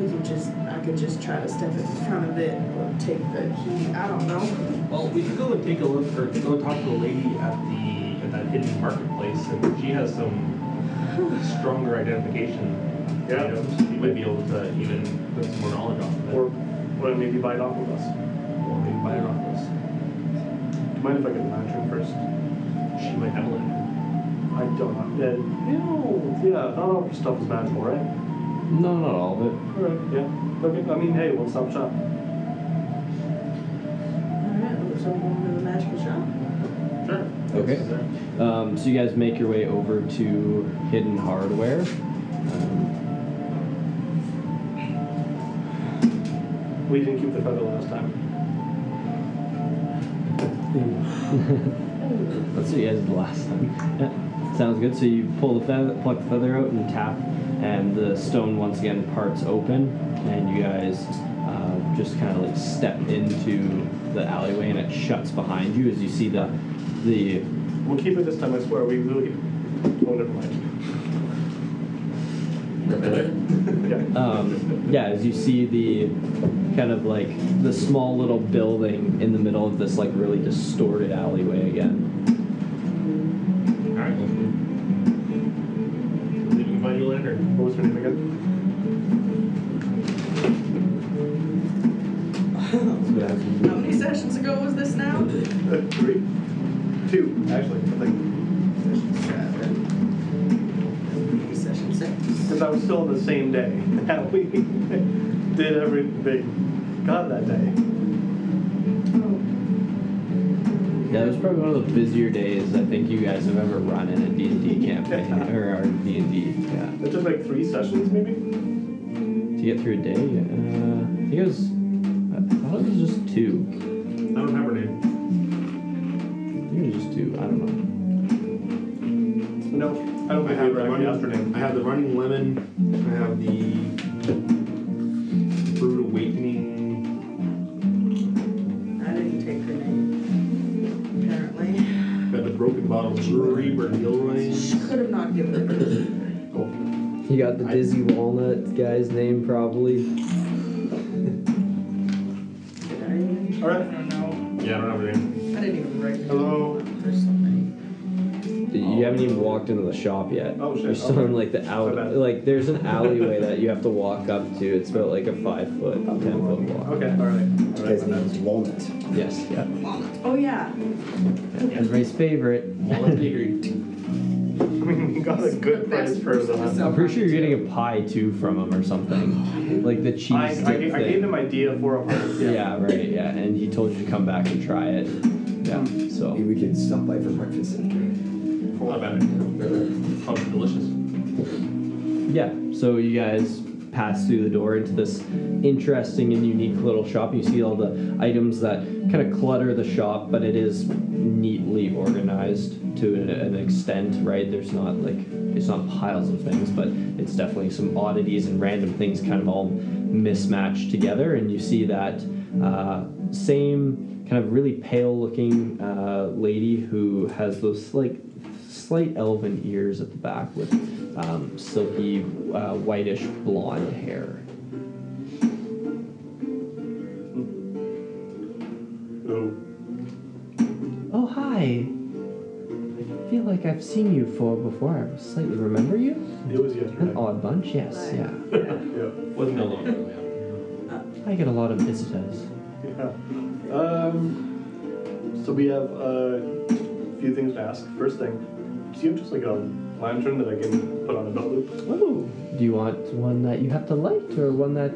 S5: we could just, I could just try to step in front of it or take the heat. I don't know.
S4: Well, we can go and take a look, or go talk to a lady at the at that hidden marketplace, and she has some stronger identification.
S2: Yeah.
S4: items. She might be able to even put some more knowledge off of it.
S2: Or, or maybe buy it off of us.
S4: Or maybe buy it off us.
S2: Do you mind if I get the lantern first?
S4: She might have a lantern.
S2: I don't. Uh, Yeah, you know, yeah, not all your stuff is magical, right?
S1: No, not all of it.
S2: All right, yeah. Okay, I mean, hey, one stop shop.
S5: All right, looks like we're going to the magical shop.
S4: Sure.
S1: Okay. Um, so you guys make your way over to Hidden Hardware. Um,
S2: We didn't keep the feather last time.
S1: Let's see, you guys did the last time. *laughs* Yeah, sounds good. So you pull the feather, pluck the feather out, and tap, and the stone once again parts open, and you guys uh, just kind of like step into the alleyway, and it shuts behind you as you see the the
S2: We'll keep it this time, I swear. We will keep it. Oh, never mind. yeah.
S1: um, yeah, as you see the kind of like the small little building in the middle of this like really distorted alleyway again.
S4: Alright. See if we can find you a lantern.
S2: What was her name again?
S5: How many sessions ago was this now?
S2: Uh, three. Two, actually, I think.
S5: Maybe Session six.
S2: Because I was still on the same day *laughs* that we did everything. God, that day.
S1: Yeah, it was probably one of the busier days I think you guys have ever run in a D and D campaign or D and D. Yeah,
S2: It took like three sessions, maybe?
S1: to get through a day. Uh, I think it was. I thought it was just two.
S4: I don't have her name.
S1: I think it was just two. I don't know.
S2: No, I don't
S6: I have
S2: think we
S6: the
S2: ever actually asked her
S6: running.
S2: name.
S6: I have the running lemon. I have the fruit awakening.
S5: I didn't take her name, apparently.
S6: Got the broken bottle brewery where Gilroy.
S5: She could have not given it. to me.
S6: Oh,
S10: You got the
S6: I-
S10: Dizzy Walnut guy's name probably.
S5: Did I even?
S2: All right.
S5: I don't know.
S4: Yeah, I don't have her name.
S5: I didn't even write.
S2: Hello.
S5: There's so many.
S10: You haven't even walked into the shop yet.
S2: Oh, shit,
S10: You're still
S2: okay.
S10: in like the out.
S2: My bad.
S10: Like there's an alleyway that you have to walk up to. It's about like a five foot, ten foot walk.
S2: Okay, all right.
S3: This guy's name is Walnut.
S10: Yes. Yeah.
S5: Oh yeah.
S10: Everybody's favorite.
S2: I mean, *laughs* we got a good price for the.
S1: I'm pretty sure you're getting a pie too from him or something, like the cheese
S2: I, I,
S1: dip
S2: gave, I
S1: thing.
S2: gave him idea for a heart.
S1: yeah. right. Yeah, and he told you to come back and try it. Yeah.
S3: Maybe
S1: So
S3: we could stop by for breakfast.
S4: Thought about it. Probably delicious.
S1: yeah. So you guys pass through the door into this interesting and unique little shop. You see all the items that kind of clutter the shop, but it is neatly organized to an, an extent, right? There's not like it's not piles of things, but it's definitely some oddities and random things kind of all mismatched together, and you see that uh, same kind of really pale-looking uh, lady who has those like slight elven ears at the back with um, silky uh, whitish blonde hair.
S2: Ooh.
S7: Oh, hi. I feel like I've seen you for before. I slightly remember you.
S2: It was yesterday.
S7: An odd bunch, yes, yeah.
S2: Yeah.
S4: Wasn't that long ago,
S7: I get a lot of visitors.
S2: Yeah. Um, so we have a few things to ask. First thing, do you have just like a lantern that I can put on a belt loop?
S7: Oh, do you want one that you have to light or one that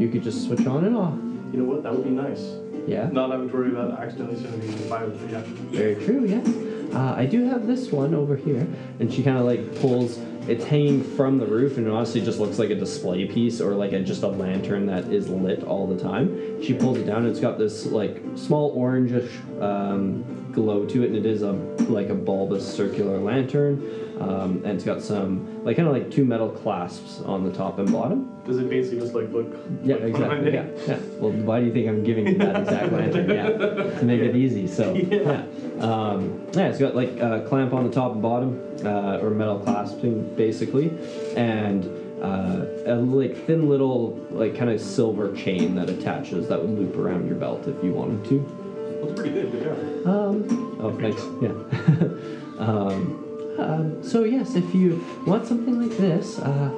S7: you could just switch on and off?
S2: You know what? That would be nice.
S7: Yeah,
S2: Not having to worry about accidentally sending me to buy it. Yeah.
S7: very true, yes. Uh, I do have this one over here. And she kind of like pulls
S1: It's hanging from the roof, and it honestly just looks like a display piece or like a, just a lantern that is lit all the time. She pulls it down, and it's got this like small orangish um, glow to it, and it is a like a bulbous circular lantern, um, and it's got some like kind of like two metal clasps on the top and bottom.
S2: Does it basically just like look?
S1: Yeah,
S2: like
S1: exactly.
S2: behind
S1: Yeah,
S2: it?
S1: yeah. Well, why do you think I'm giving you that exact lantern? Yeah, to make it easy. So yeah, um, yeah. It's got like a clamp on the top and bottom, uh, or metal clasping basically, and uh, a like thin little like kind of silver chain that attaches that would loop around your belt if you wanted to.
S6: Looks pretty good. Good job.
S1: Um, oh, thanks. Yeah. *laughs* um, um, so yes, if you want something like this, uh,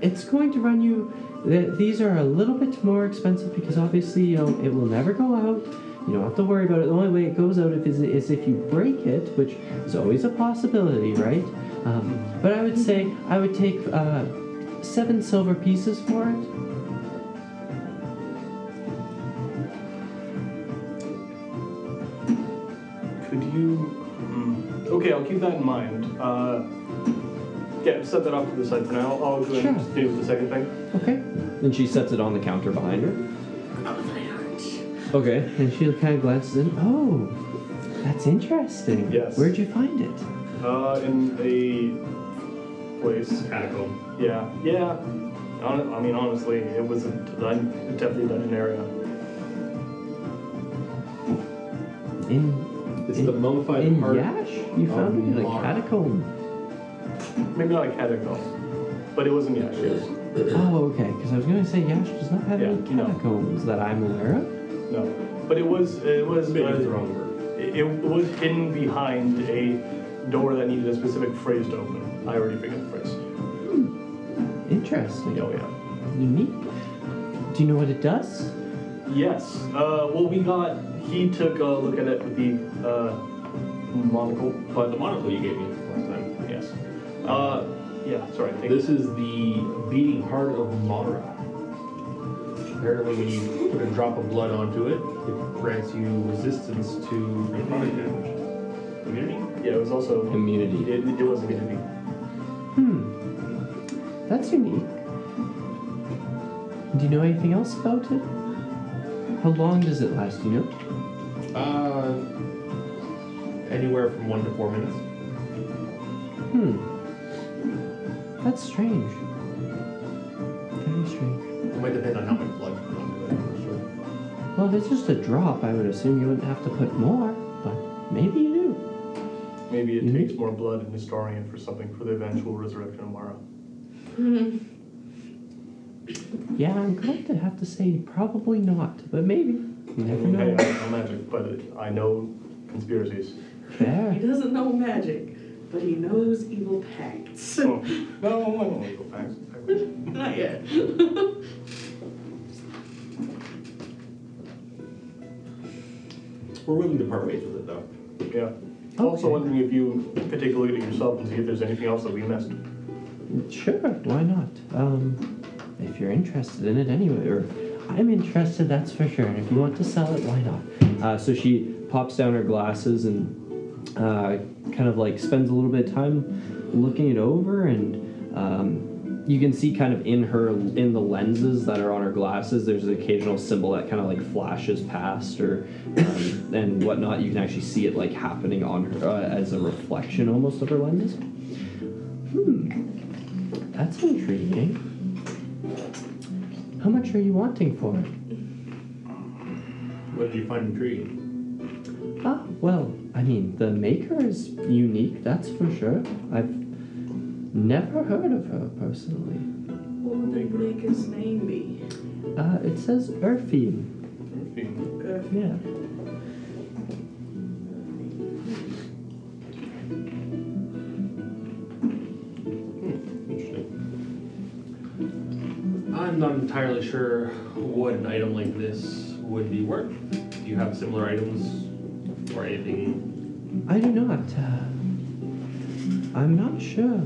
S1: it's going to run you. Th- these are a little bit more expensive because obviously you know it will never go out. You don't have to worry about it. The only way it goes out if, is, is if you break it, which is always a possibility, right? Um, but I would say I would take uh, seven silver pieces for it.
S2: Could you? Hmm. Okay, I'll keep that in mind. Uh, yeah, set that off to the side for now. I'll go
S1: Sure.
S2: and continue with the second thing.
S1: Okay. And she sets it on the counter behind her. Okay. And she kind of glances in. Oh, that's interesting.
S2: Yes.
S1: Where'd you find it?
S2: Uh, in a place.
S4: Catacomb.
S2: Yeah, yeah. Hon- I mean, honestly, it was a dun- definitely a dungeon area.
S1: In.
S6: It's
S1: in,
S6: the mummified
S1: in
S6: heart
S1: Yash. You
S6: of
S1: found it in a
S6: Mara.
S1: catacomb.
S2: Maybe not a catacomb, but it wasn't Yash. It was,
S1: Oh, okay. Because I was gonna say Yash does not have
S2: Yeah,
S1: any
S2: no.
S1: catacombs that I'm aware of.
S2: no, but it was it was
S4: Maybe it's the
S2: uh,
S4: wrong word.
S2: it, it was hidden behind a door that needed a specific phrase to open. I already figured the phrase.
S1: Interesting.
S2: Oh yeah.
S1: Unique. Do you know what it does?
S2: Yes. Uh, well, we got he took a look at it with the uh, monocle,
S4: But
S2: but
S4: the monocle you gave me last time.
S2: yes. Uh, yeah. Sorry. Thank
S6: This is the beating heart of Mara. Apparently, when you put a drop of blood onto it, it grants you resistance to necrotic damage.
S4: Immunity?
S2: Yeah. It was also
S1: Immunity.
S2: It, it was immunity.
S1: Hmm. That's unique. Do you know anything else about it? How long does it last, do you know?
S6: Uh, anywhere from one to four minutes.
S1: Hmm. That's strange. Very strange.
S6: It might depend on how much blood you put onto it. I'm not sure.
S1: Well, if it's just a drop, I would assume you wouldn't have to put more, but maybe you do.
S2: Maybe it
S1: Mhm.
S2: takes more blood and is storing it for something for the eventual resurrection of *laughs* Mara.
S1: Yeah, I'm going to have to say probably not, but maybe. You
S2: I
S1: never
S2: mean, hey,
S1: know.
S2: I know magic, but I know conspiracies.
S5: He
S1: Fair.
S5: doesn't know magic, but he knows evil pacts. *laughs*
S2: Oh, *laughs* no, I don't legal facts.
S5: Not yet. *laughs*
S6: We're willing to part ways with it, though.
S2: Yeah. Also
S1: Okay.
S2: wondering if you could take a look at it yourself and see if there's anything else that we missed.
S1: Sure, why not? Um, if you're interested in it anyway, or I'm interested, that's for sure. And if you want to sell it, why not? Uh, so she pops down her glasses and uh, kind of like spends a little bit of time looking it over, and um, you can see kind of in her in the lenses that are on her glasses. There's an occasional symbol that kind of like flashes past or um, and whatnot. You can actually see it like happening on her uh, as a reflection almost of her lenses. Hmm. That's intriguing. How much are you wanting for it?
S6: What did you find intriguing?
S1: Ah, well, I mean, the maker is unique, that's for sure. I've never heard of her personally.
S5: What would the maker's name be?
S1: Uh, it says Urfine.
S5: Uh,
S1: Yeah.
S6: Interesting.
S4: I'm not entirely sure what an item like this would be worth. Do you have similar items or anything?
S1: I do not. Uh, I'm not sure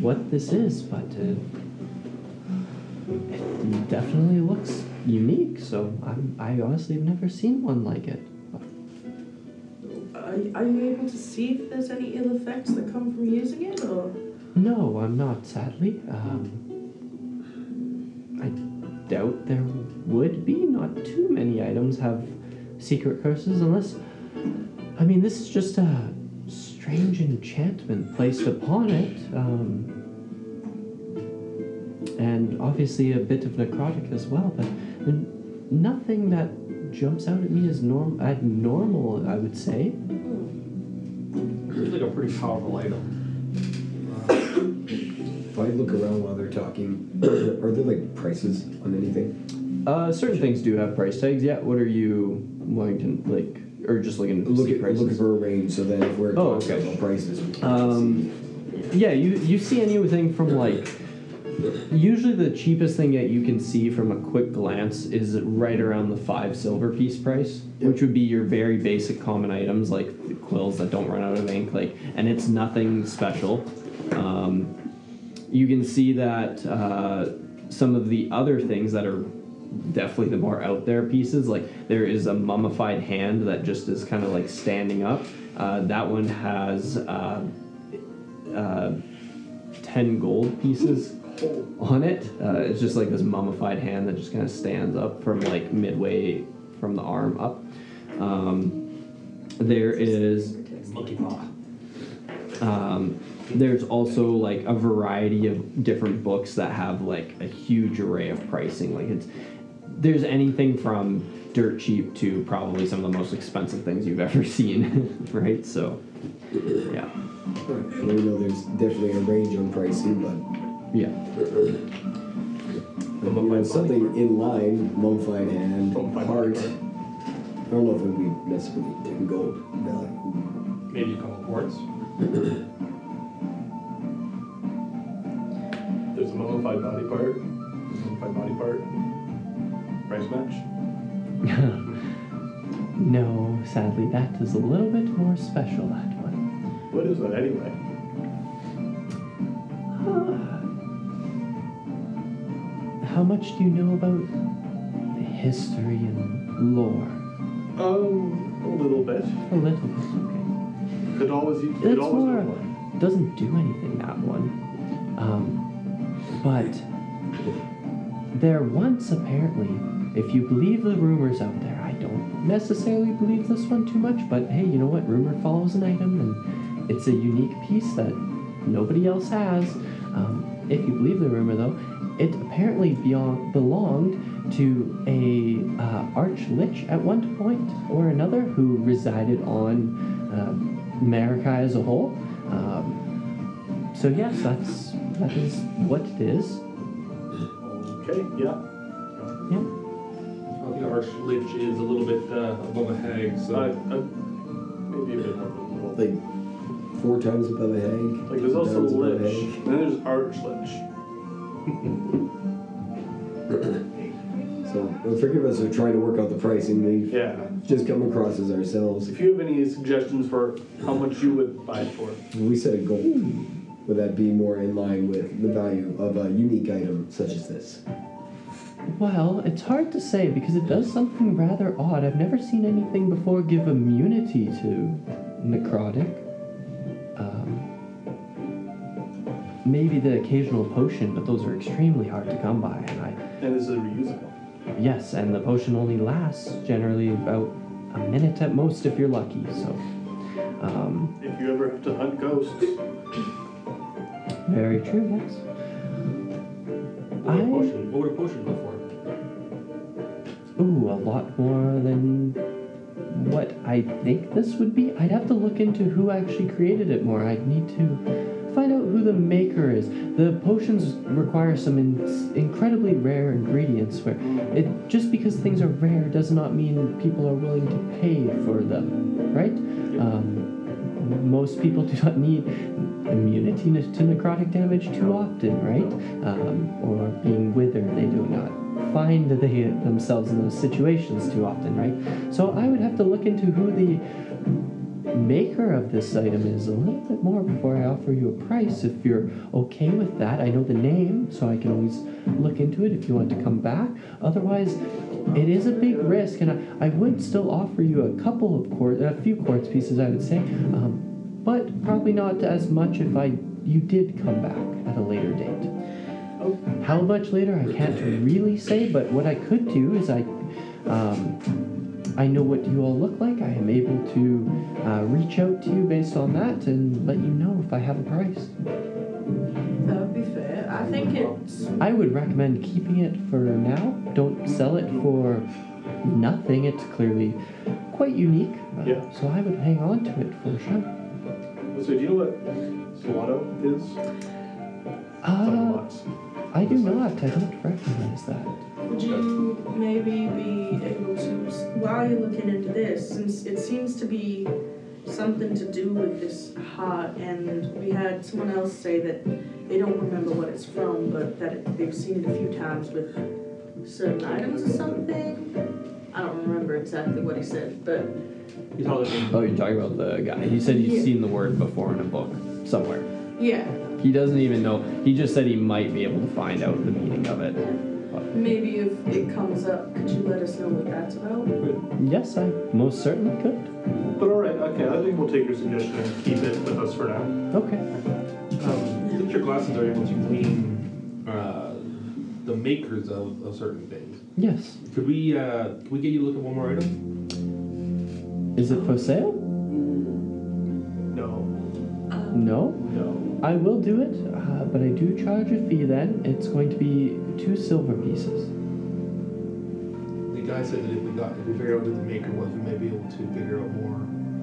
S1: what this is, but uh, it definitely looks unique. So I'm, I honestly have never seen one like it.
S5: I Are, you- are you able to see if there's any ill effects that come from using it, or?
S1: No, I'm not, sadly. Um, I doubt there would be. Not too many items have secret curses, unless. I mean, this is just a strange enchantment placed upon it. Um, and obviously a bit of necrotic as well, but n- nothing that jumps out at me as norm- abnormal, I would say.
S11: Seems like a pretty powerful item.
S3: If I look around while they're talking, *clears throat* are there like prices on anything?
S12: Uh, certain things do have price tags. Yeah. What are you wanting to like, or just looking to
S3: Look
S12: see
S3: at,
S12: prices?
S3: looking for a range so that if we're
S12: Oh,
S3: talking
S12: okay.
S3: about prices, we can
S12: Um, yeah, you you see anything from like. Usually, the cheapest thing that you can see from a quick glance is right around the five silver piece price, which would be your very basic common items like quills that don't run out of ink, like, and it's nothing special. Um, you can see that uh, some of the other things that are definitely the more out there pieces, like there is a mummified hand that just is kind of like standing up. Uh, that one has uh, uh, 10 gold pieces on it. Uh, it's just like this mummified hand that just kind of stands up from like midway from the arm up. Um, there is
S4: Monkey paw.
S12: um, there's also like a variety of different books that have like a huge array of pricing. Like it's there's anything from dirt cheap to probably some of the most expensive things you've ever *laughs* seen, right? So, yeah,
S3: Alright, well, we know there's definitely a range on pricing, but
S12: yeah.
S3: you know, something in line, mummified hand,
S2: Mummified
S3: heart.
S2: heart.
S3: I don't know if it'd be messing with the ten gold value.
S4: Maybe a couple quarts.
S2: There's a mummified body part, mummified body part, price match.
S1: *laughs* no, sadly, that is a little bit more special, that one.
S2: What is that anyway?
S1: How much do you know about history and lore?
S2: Um, a little bit.
S1: A little bit,
S2: It always, it
S1: It's
S2: always
S1: more-
S2: was one.
S1: okay. Doesn't do anything, that one. Um, but there once, apparently, if you believe the rumors out there, I don't necessarily believe this one too much, but hey, you know what? Rumor follows an item, and it's a unique piece that nobody else has. Um, if you believe the rumor, though, it apparently beyond, belonged to a uh, arch lich at one point or another who resided on uh, Maracay as a whole. Um, so yes, that's that is what it is.
S2: Okay, yeah.
S1: Yeah.
S4: Oh, the arch lich is a little bit uh, above a hag, so
S2: Uh, uh, maybe a bit more than a little. Like,
S3: Like four times above a hag.
S2: there's
S3: four
S2: also
S3: times above a
S2: lich,
S3: hag.
S2: and then there's arch lich.
S3: So the three of us are trying to work out the pricing. We've
S2: Yeah.
S3: just come across as ourselves.
S2: If you have any suggestions for how much you would buy it for,
S3: We set a goal. Would that be more in line with the value of a unique item such as this?
S1: Well, it's hard to say because it does something rather odd. I've never seen anything before give immunity to necrotic. Um, maybe the occasional potion, but those are extremely hard to come by. And I,
S2: and this is reusable.
S1: yes, and the potion only lasts generally about a minute at most if you're lucky. So, um,
S2: If you ever have to hunt ghosts,
S1: very true. Yes.
S4: what would, a
S1: I-
S4: potion, what would a potion go for?
S1: Ooh, a lot more than what I think this would be. I'd have to look into who actually created it more. I'd need to find out who the maker is. The potions require some in- incredibly rare ingredients where it just because things are rare does not mean people are willing to pay for them, right? Um, most people do not need immunity to to necrotic damage too often, right? Um, or being withered, they do not find that they themselves in those situations too often, right? So I would have to look into who the maker of this item is a little bit more before I offer you a price. If you're okay with that, I know the name, so I can always look into it if you want to come back. Otherwise, It is a big risk, and I, I would still offer you a couple of quartz, a few quartz pieces, I would say, um, but probably not as much if I you did come back at a later date. How much later, I can't really say, but what I could do is I, um, I know what you all look like. I am able to uh, reach out to you based on that and let you know if I have a price.
S5: That would be fair. I think it's
S1: I would recommend keeping it for now. Don't sell it for nothing. It's clearly quite unique. Uh,
S2: Yeah.
S1: So I would hang on to it for sure.
S2: So do you know what Solano is?
S1: Uh, I do not. I don't recognize that.
S5: Would you maybe be able to, while you're looking into this, since it seems to be something to do with this heart, and we had someone else say that they don't remember what it's from, but that it, they've seen it a few times with certain items or something? I don't remember exactly what he said, but
S4: You told us
S13: Oh, you're talking about the guy. He said he's
S5: Yeah.
S13: seen the word before in a book somewhere.
S5: yeah,
S13: He doesn't even know. He just said he might be able to find out the meaning of it.
S5: maybe if it comes up, could you let us know what that's about?
S13: Yes, I most certainly could.
S2: But all right, okay. I think we'll take your suggestion and keep it with us for now.
S13: Okay.
S4: Um, since your glasses are able to glean uh, the makers of, of certain things,
S13: Yes.
S4: could we uh, could we get you to look at one more item?
S13: Is it for sale?
S2: No,
S5: Um,
S13: No.
S2: no.
S13: I will do it, uh, but I do charge a fee then. It's going to be two silver pieces.
S4: The guy said that if we got if we figure out who the maker was, we might be able to figure out more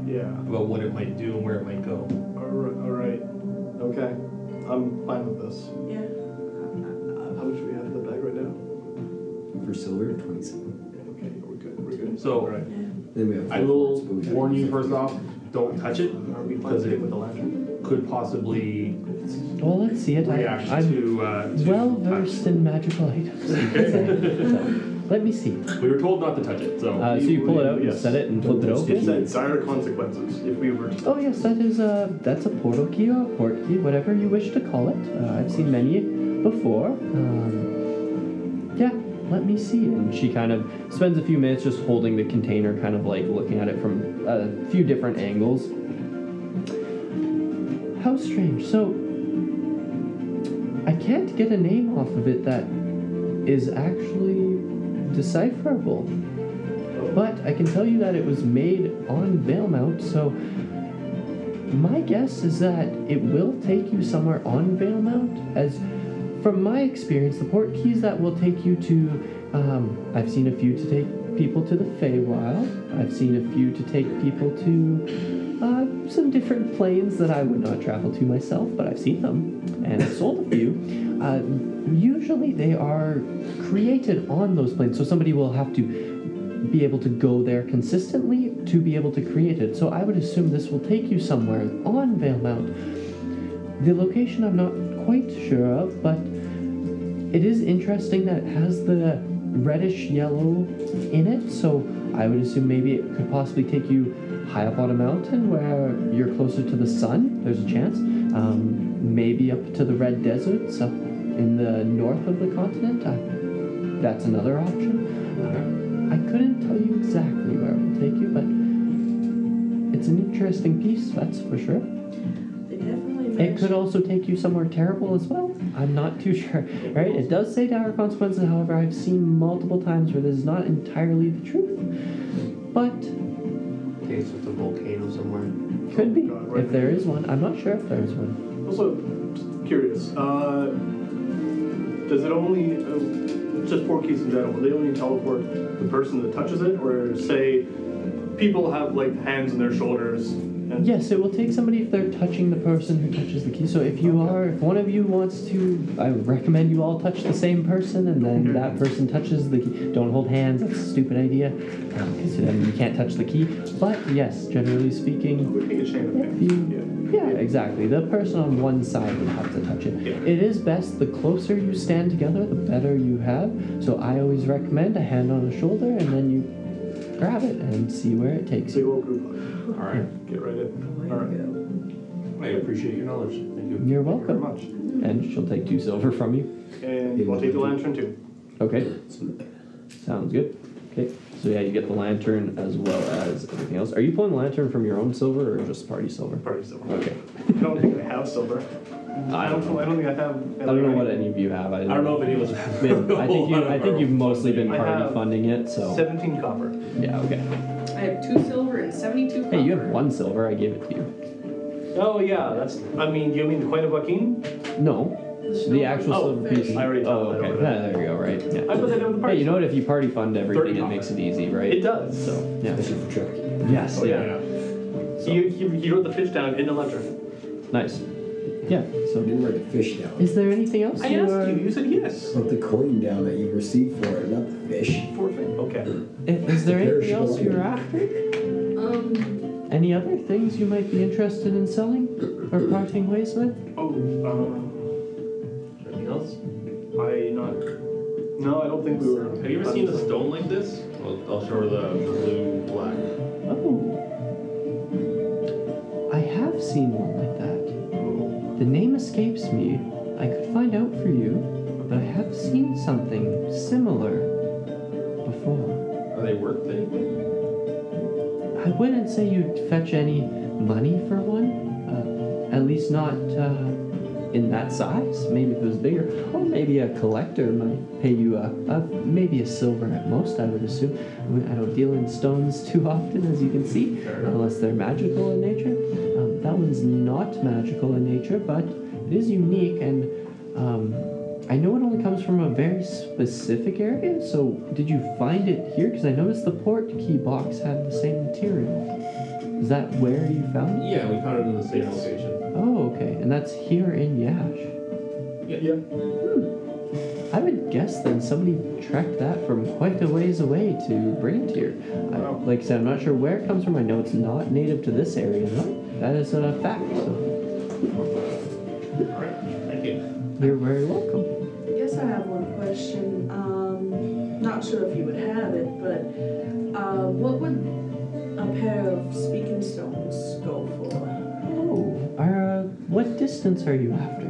S2: Yeah.
S4: about what it might do and where it might go.
S2: All right. All right. Okay. I'm fine with this.
S5: Yeah.
S2: How much do we have in the bag right now?
S3: For silver, 27.
S2: Okay, we're good. We're good.
S4: So-
S2: all right.
S3: Then we have
S4: I
S3: four
S4: will
S3: quartz, but we gotta
S4: warn you
S3: use it.
S4: first off, don't touch it
S2: are we
S4: Does it-
S2: fine with the lantern?
S4: could possibly
S1: Well, let's see it. I,
S4: react
S1: I'm
S4: to, uh, to
S1: well
S4: touch.
S1: versed in magical
S13: *laughs*
S1: items. So, let me see.
S4: We were told not to touch it, so
S13: Uh, so you pull it out, you set it, and flip it
S2: It's
S13: over.
S2: had dire consequences if we were to.
S1: Oh yes, that is a that's a portal key or a port key, whatever you wish to call it. Uh, I've seen many before. Um, yeah, let me see it.
S13: And she kind of spends a few minutes just holding the container, kind of like looking at it from a few different angles.
S1: How strange. So I can't get a name off of it that is actually decipherable. But I can tell you that it was made on Veilmount, so my guess is that it will take you somewhere on Veilmount. As from my experience, the port keys that will take you to, um, I've seen a few to take people to the Feywild. I've seen a few to take people to uh, some different planes that I would not travel to myself, but I've seen them and I've sold a few. Uh, usually, they are created on those planes, so somebody will have to be able to go there consistently to be able to create it. So I would assume this will take you somewhere on Vale Mount. The location I'm not quite sure of, but it is interesting that it has the reddish yellow in it. So I would assume maybe it could possibly take you high up on a mountain where you're closer to the sun. There's a chance. Um, maybe up to the red deserts up in the north of the continent. I, that's another option. Uh, I couldn't tell you exactly where it will take you, but it's an interesting piece, that's for sure.
S5: They definitely
S1: It could
S5: mentioned-
S1: also take you somewhere terrible as well. I'm not too *laughs* sure, right? It does say dire consequences, however, I've seen multiple times where this is not entirely the truth. But
S4: Taste with a volcano somewhere.
S1: could be,
S2: God, right.
S1: if there is one. I'm not sure if there is one.
S2: Also, just curious. Uh, does it only uh, just four keys in general? They only teleport the person that touches it, or say people have like hands on their shoulders? And
S1: Yes, it will take somebody if they're touching the person who touches the key. So if you
S2: Okay.
S1: are, if one of you wants to, I recommend you all touch the same person, and then that person touches the key. Don't hold hands. That's a stupid idea, Um, because you can't touch the key. But yes, generally speaking,
S2: We take a chain of
S1: if
S2: hands.
S1: you, yeah, exactly. The person on one side would have to touch it.
S2: Yeah.
S1: It is best the closer you stand together, the better you have. So I always recommend a hand on a shoulder, and then you grab it and see where it takes
S2: So
S1: you.
S2: you all group
S4: All right.
S2: up. Get right in.
S5: Way
S2: All
S5: to
S2: right.
S5: go.
S4: I appreciate your knowledge. Thank you.
S1: You're
S2: Thank you very
S1: welcome.
S2: much.
S13: And she'll take two silver from you.
S2: And I'll take the lantern too.
S13: Okay, sounds good.
S14: Okay. So yeah, you get the lantern as well as everything else. Are you pulling the lantern from your own silver or just party silver?
S2: Party silver.
S14: Okay.
S2: I don't think I have silver. I don't. I don't think I have.
S14: I don't know what any of you have. I,
S4: I
S14: *laughs*
S4: don't know if any of us have. *laughs*
S14: Been, I think you. I think you've mostly been
S2: I
S14: party
S2: have
S14: funding it. So
S2: Seventeen copper.
S14: yeah. Okay.
S5: I have two silver and seventy-two copper.
S14: Hey, you have one silver. I gave it to you.
S2: Oh yeah, that's. I mean, you mean the coin of Joaquin?
S14: No, the actual
S2: Oh,
S14: silver piece.
S2: I already
S14: Oh,
S2: told that
S14: okay.
S2: over
S14: Yeah, there you go. Right.
S2: I
S14: Yeah.
S2: put that in the
S14: Hey,
S2: party.
S14: you know what? If you party fund everything,
S2: Thirty
S14: it
S2: dollars.
S14: makes it easy, right?
S2: It does. Oh,
S14: So yeah.
S3: Especially for Chuck.
S14: Yes. yeah. So-
S2: He, he, he wrote the fish down in the letter.
S14: Nice. Yeah.
S3: You
S14: So
S3: didn't write the fish down.
S1: Is there anything else?
S2: I
S1: you,
S2: asked
S1: uh,
S2: you. You said yes.
S3: Put the coin down that you received for it, not the fish.
S2: Poor thing. Okay.
S1: i- Is there anything
S3: Perishable
S1: else you're
S3: item.
S1: after?
S5: Um,
S1: Any other things you might be interested in selling or parting ways with?
S2: Oh, um,
S4: Anything else?
S2: I not. No, I don't think we were.
S4: Have you ever seen a stone like this? I'll, I'll show her the blue black.
S1: Oh. I have seen one like that. The name escapes me. I could find out for you, but I have seen something similar before.
S4: Are they worth anything?
S1: I wouldn't say you'd fetch any money for one, uh, at least not uh, in that size. Maybe if it was bigger, or maybe a collector might pay you a, a maybe a silver at most. I would assume. I, mean, I don't deal in stones *laughs* too often, as you can see, unless they're magical in nature. Um, that one's not magical in nature, but it is unique, and um, I know it only comes from a very specific area. So, did you find it here? Because I noticed the port key box had the same material. Is that where you found it?
S4: Yeah, we found it in the same location.
S1: Oh, okay. And that's here in Yash. Hmm.
S4: Yeah.
S1: I would guess then somebody tracked that from quite a ways away to bring it here. I, like I said, I'm not sure where it comes from. I know it's not native to this area, though. That is a fact, so
S4: All right. Thank you.
S1: you're very welcome.
S5: I guess I have one question. Um, not sure if you would have it, but uh, what would a pair of speaking stones go for?
S1: Oh, are, uh, what distance are you after?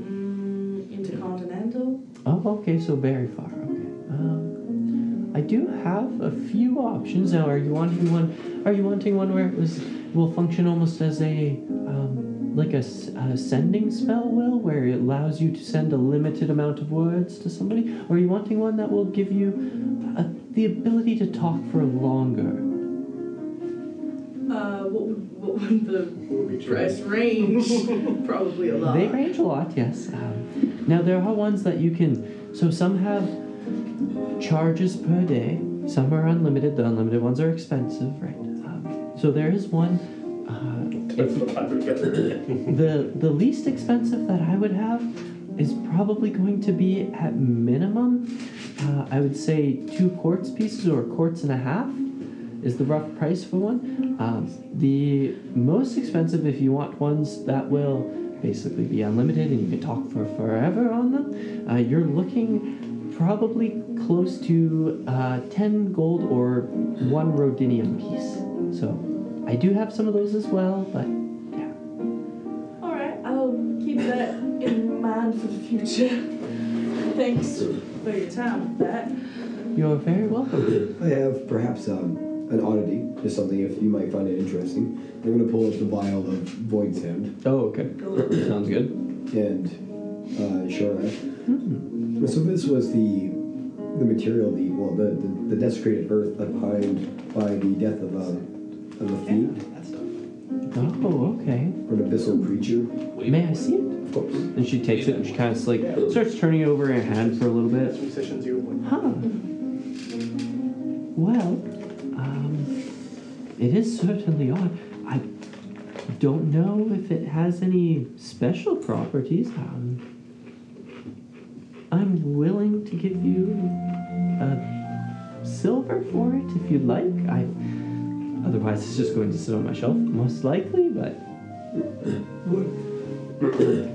S5: Mm, intercontinental.
S1: Oh, okay, so very far. Okay. Um, I do have a few options now. Are you wanting one? Are you wanting one where it was will function almost as a um, like a, s- a sending spell will, where it allows you to send a limited amount of words to somebody? Or are you wanting one that will give you uh the ability to talk for longer?
S5: Uh, what would, what would the
S2: We'll be
S5: price range? Probably a lot.
S1: They range a lot, yes. Um, now there are ones that you can. So some have charges per day. Some are unlimited. The unlimited ones are expensive, right? Um, so there is one. Uh, if- the the least expensive that I would have is probably going to be at minimum. Uh, I would say two quartz pieces or quarts and a half is the rough price for one. Um, the most expensive, if you want ones that will basically be unlimited and you can talk for forever on them, uh, you're looking probably close to uh, 10 gold or one rhodinium piece. So I do have some of those as well, but yeah.
S5: All right, I'll keep that in mind for the future. *laughs* Thanks for your time with that.
S1: You're very welcome.
S3: I have perhaps um, an oddity, just something if you might find it interesting. I'm going to pull up the vial of void sand
S14: Oh, okay. Sounds good.
S3: and uh, shoreline.
S1: Hmm.
S3: So this was the the material, the well, the, the, the desecrated earth left behind by the death of um, of a fiend
S1: Oh, okay.
S3: or an abyssal creature.
S1: May I see it?
S3: Of course.
S14: And she takes it and she kind of like starts turning it over in her hand for a little bit.
S2: Musicians, you would.
S1: Huh. Well, um, it is certainly odd. I don't know if it has any special properties. Um, I'm willing to give you a silver for it if you'd like. I otherwise it's just going to sit on my shelf, most likely. But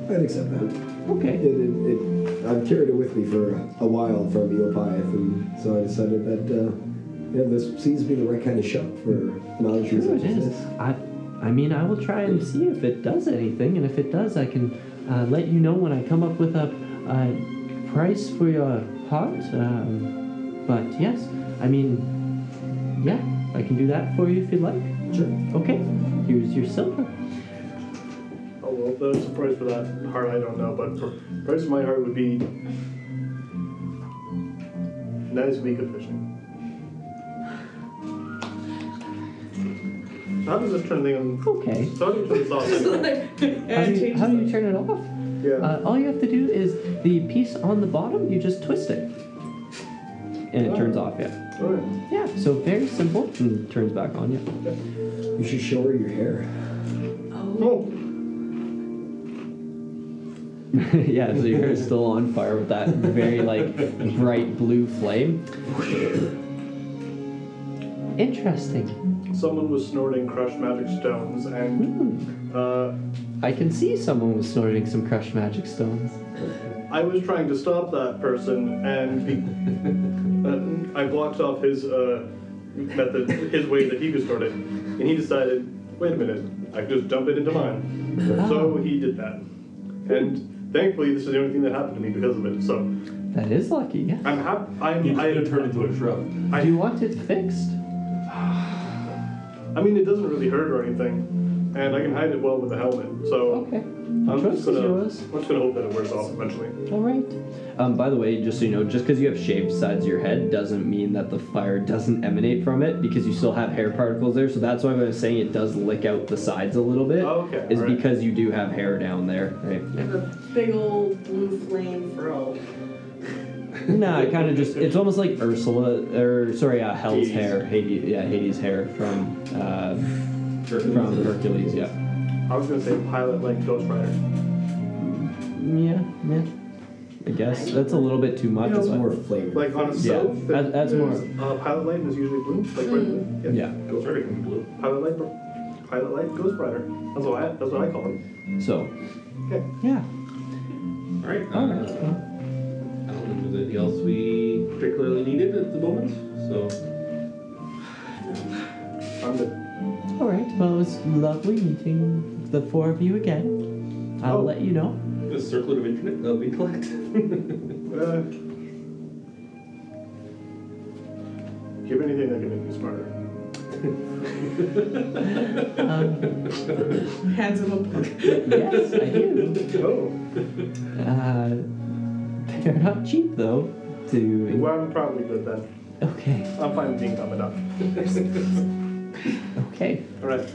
S3: I'd accept that. It,
S1: okay.
S3: it, it, I've carried it with me for a while from Eopiath, and so I decided that uh, yeah, this seems to be the right kind of shop for an oddity
S1: Sure
S3: such
S1: it
S3: as
S1: is.
S3: this.
S1: I, I mean, I will try and see if it does anything, and if it does, I can uh, let you know when I come up with a, a price for your heart. Um, yes. I mean, yeah, I can do that for you if you'd like.
S3: Sure.
S1: Okay, here's your silver.
S2: Oh well, the price for that heart I don't know, but for price for my heart would be nice week of fishing.
S15: I'm just trying to think.
S1: Okay.
S15: I'm starting to this
S5: Just *laughs*
S15: off.
S5: like,
S1: How do
S5: and
S1: you,
S5: changes
S1: how do
S5: them.
S1: you turn it off?
S15: Yeah.
S1: Uh, all you have to do is the piece on the bottom, you just twist it. And it turns off, yeah.
S15: Alright.
S1: Yeah, so very simple and turns back on, yeah.
S3: You should show her your hair.
S15: Oh,
S16: *laughs* yeah, so you're still on fire with that very like bright blue flame.
S1: Interesting.
S2: Someone was snorting crushed magic stones, and uh,
S16: Hmm. I can see someone was snorting some crushed magic stones.
S2: I was trying to stop that person, and be, *laughs* uh, I blocked off his uh, method, his way that he was snorting, and he decided, wait a minute, I can just dump it into mine.
S16: Oh.
S2: So he did that, and thankfully, this is the only thing that happened to me because of it. So
S16: That is lucky, yeah.
S2: I'm happy. I'm.
S4: You
S2: I,
S4: could turn into a shrub.
S16: Do you want it fixed?
S2: I mean, it doesn't really hurt or anything, and I can hide it well with the helmet. So
S16: Okay.
S2: I'm
S16: choice
S2: just
S16: is
S2: gonna,
S16: yours.
S2: I'm just gonna hope that it wears off eventually.
S16: All right. Um, by the way, just so you know, just because you have shaved sides of your head doesn't mean that the fire doesn't emanate from it because you still have hair particles there. So that's why I was saying it does lick out the sides a little bit.
S2: Oh, okay,
S16: Is
S2: all right.
S16: because you do have hair down there. Right.
S5: There's a big old blue flame fro.
S16: nah, it kind of just, it's almost like Ursula, or sorry, uh, Hell's hair. Hades, yeah, Hades' hair from, uh, from Hercules, yeah.
S2: I was gonna say pilot like Ghost Rider.
S16: Yeah, yeah. I guess that's a little bit too much.
S3: It's
S16: but-
S3: more flavor.
S2: Like on a
S16: Yeah,
S2: stove,
S16: that-
S2: that-
S16: that's more-
S2: there's, Uh, pilot light is usually blue, like red blue.
S16: Yeah.
S2: Ghost Rider can be blue. Pilot light, bro- pilot light, Ghost Rider. That's what I, that's what I call them.
S16: So,
S2: Okay.
S16: yeah.
S4: All right.
S16: All right.
S4: Uh,
S16: well.
S4: I don't think there's anything else we particularly needed at the moment. So
S2: I'm good.
S1: All right, well, it was lovely meeting the four of you again. I'll
S2: Oh.
S1: let you know.
S4: a circlet of internet of *laughs* intellect.
S2: Uh, do you have anything that can make me smarter?
S16: *laughs*
S1: Um,
S5: Hands him a book.
S1: yes, I do.
S2: Oh,
S1: Uh, they're not cheap, though, to...
S2: well, I'm probably good then.
S1: Okay,
S2: I'm fine being commandant.
S1: okay.
S2: *laughs* All right.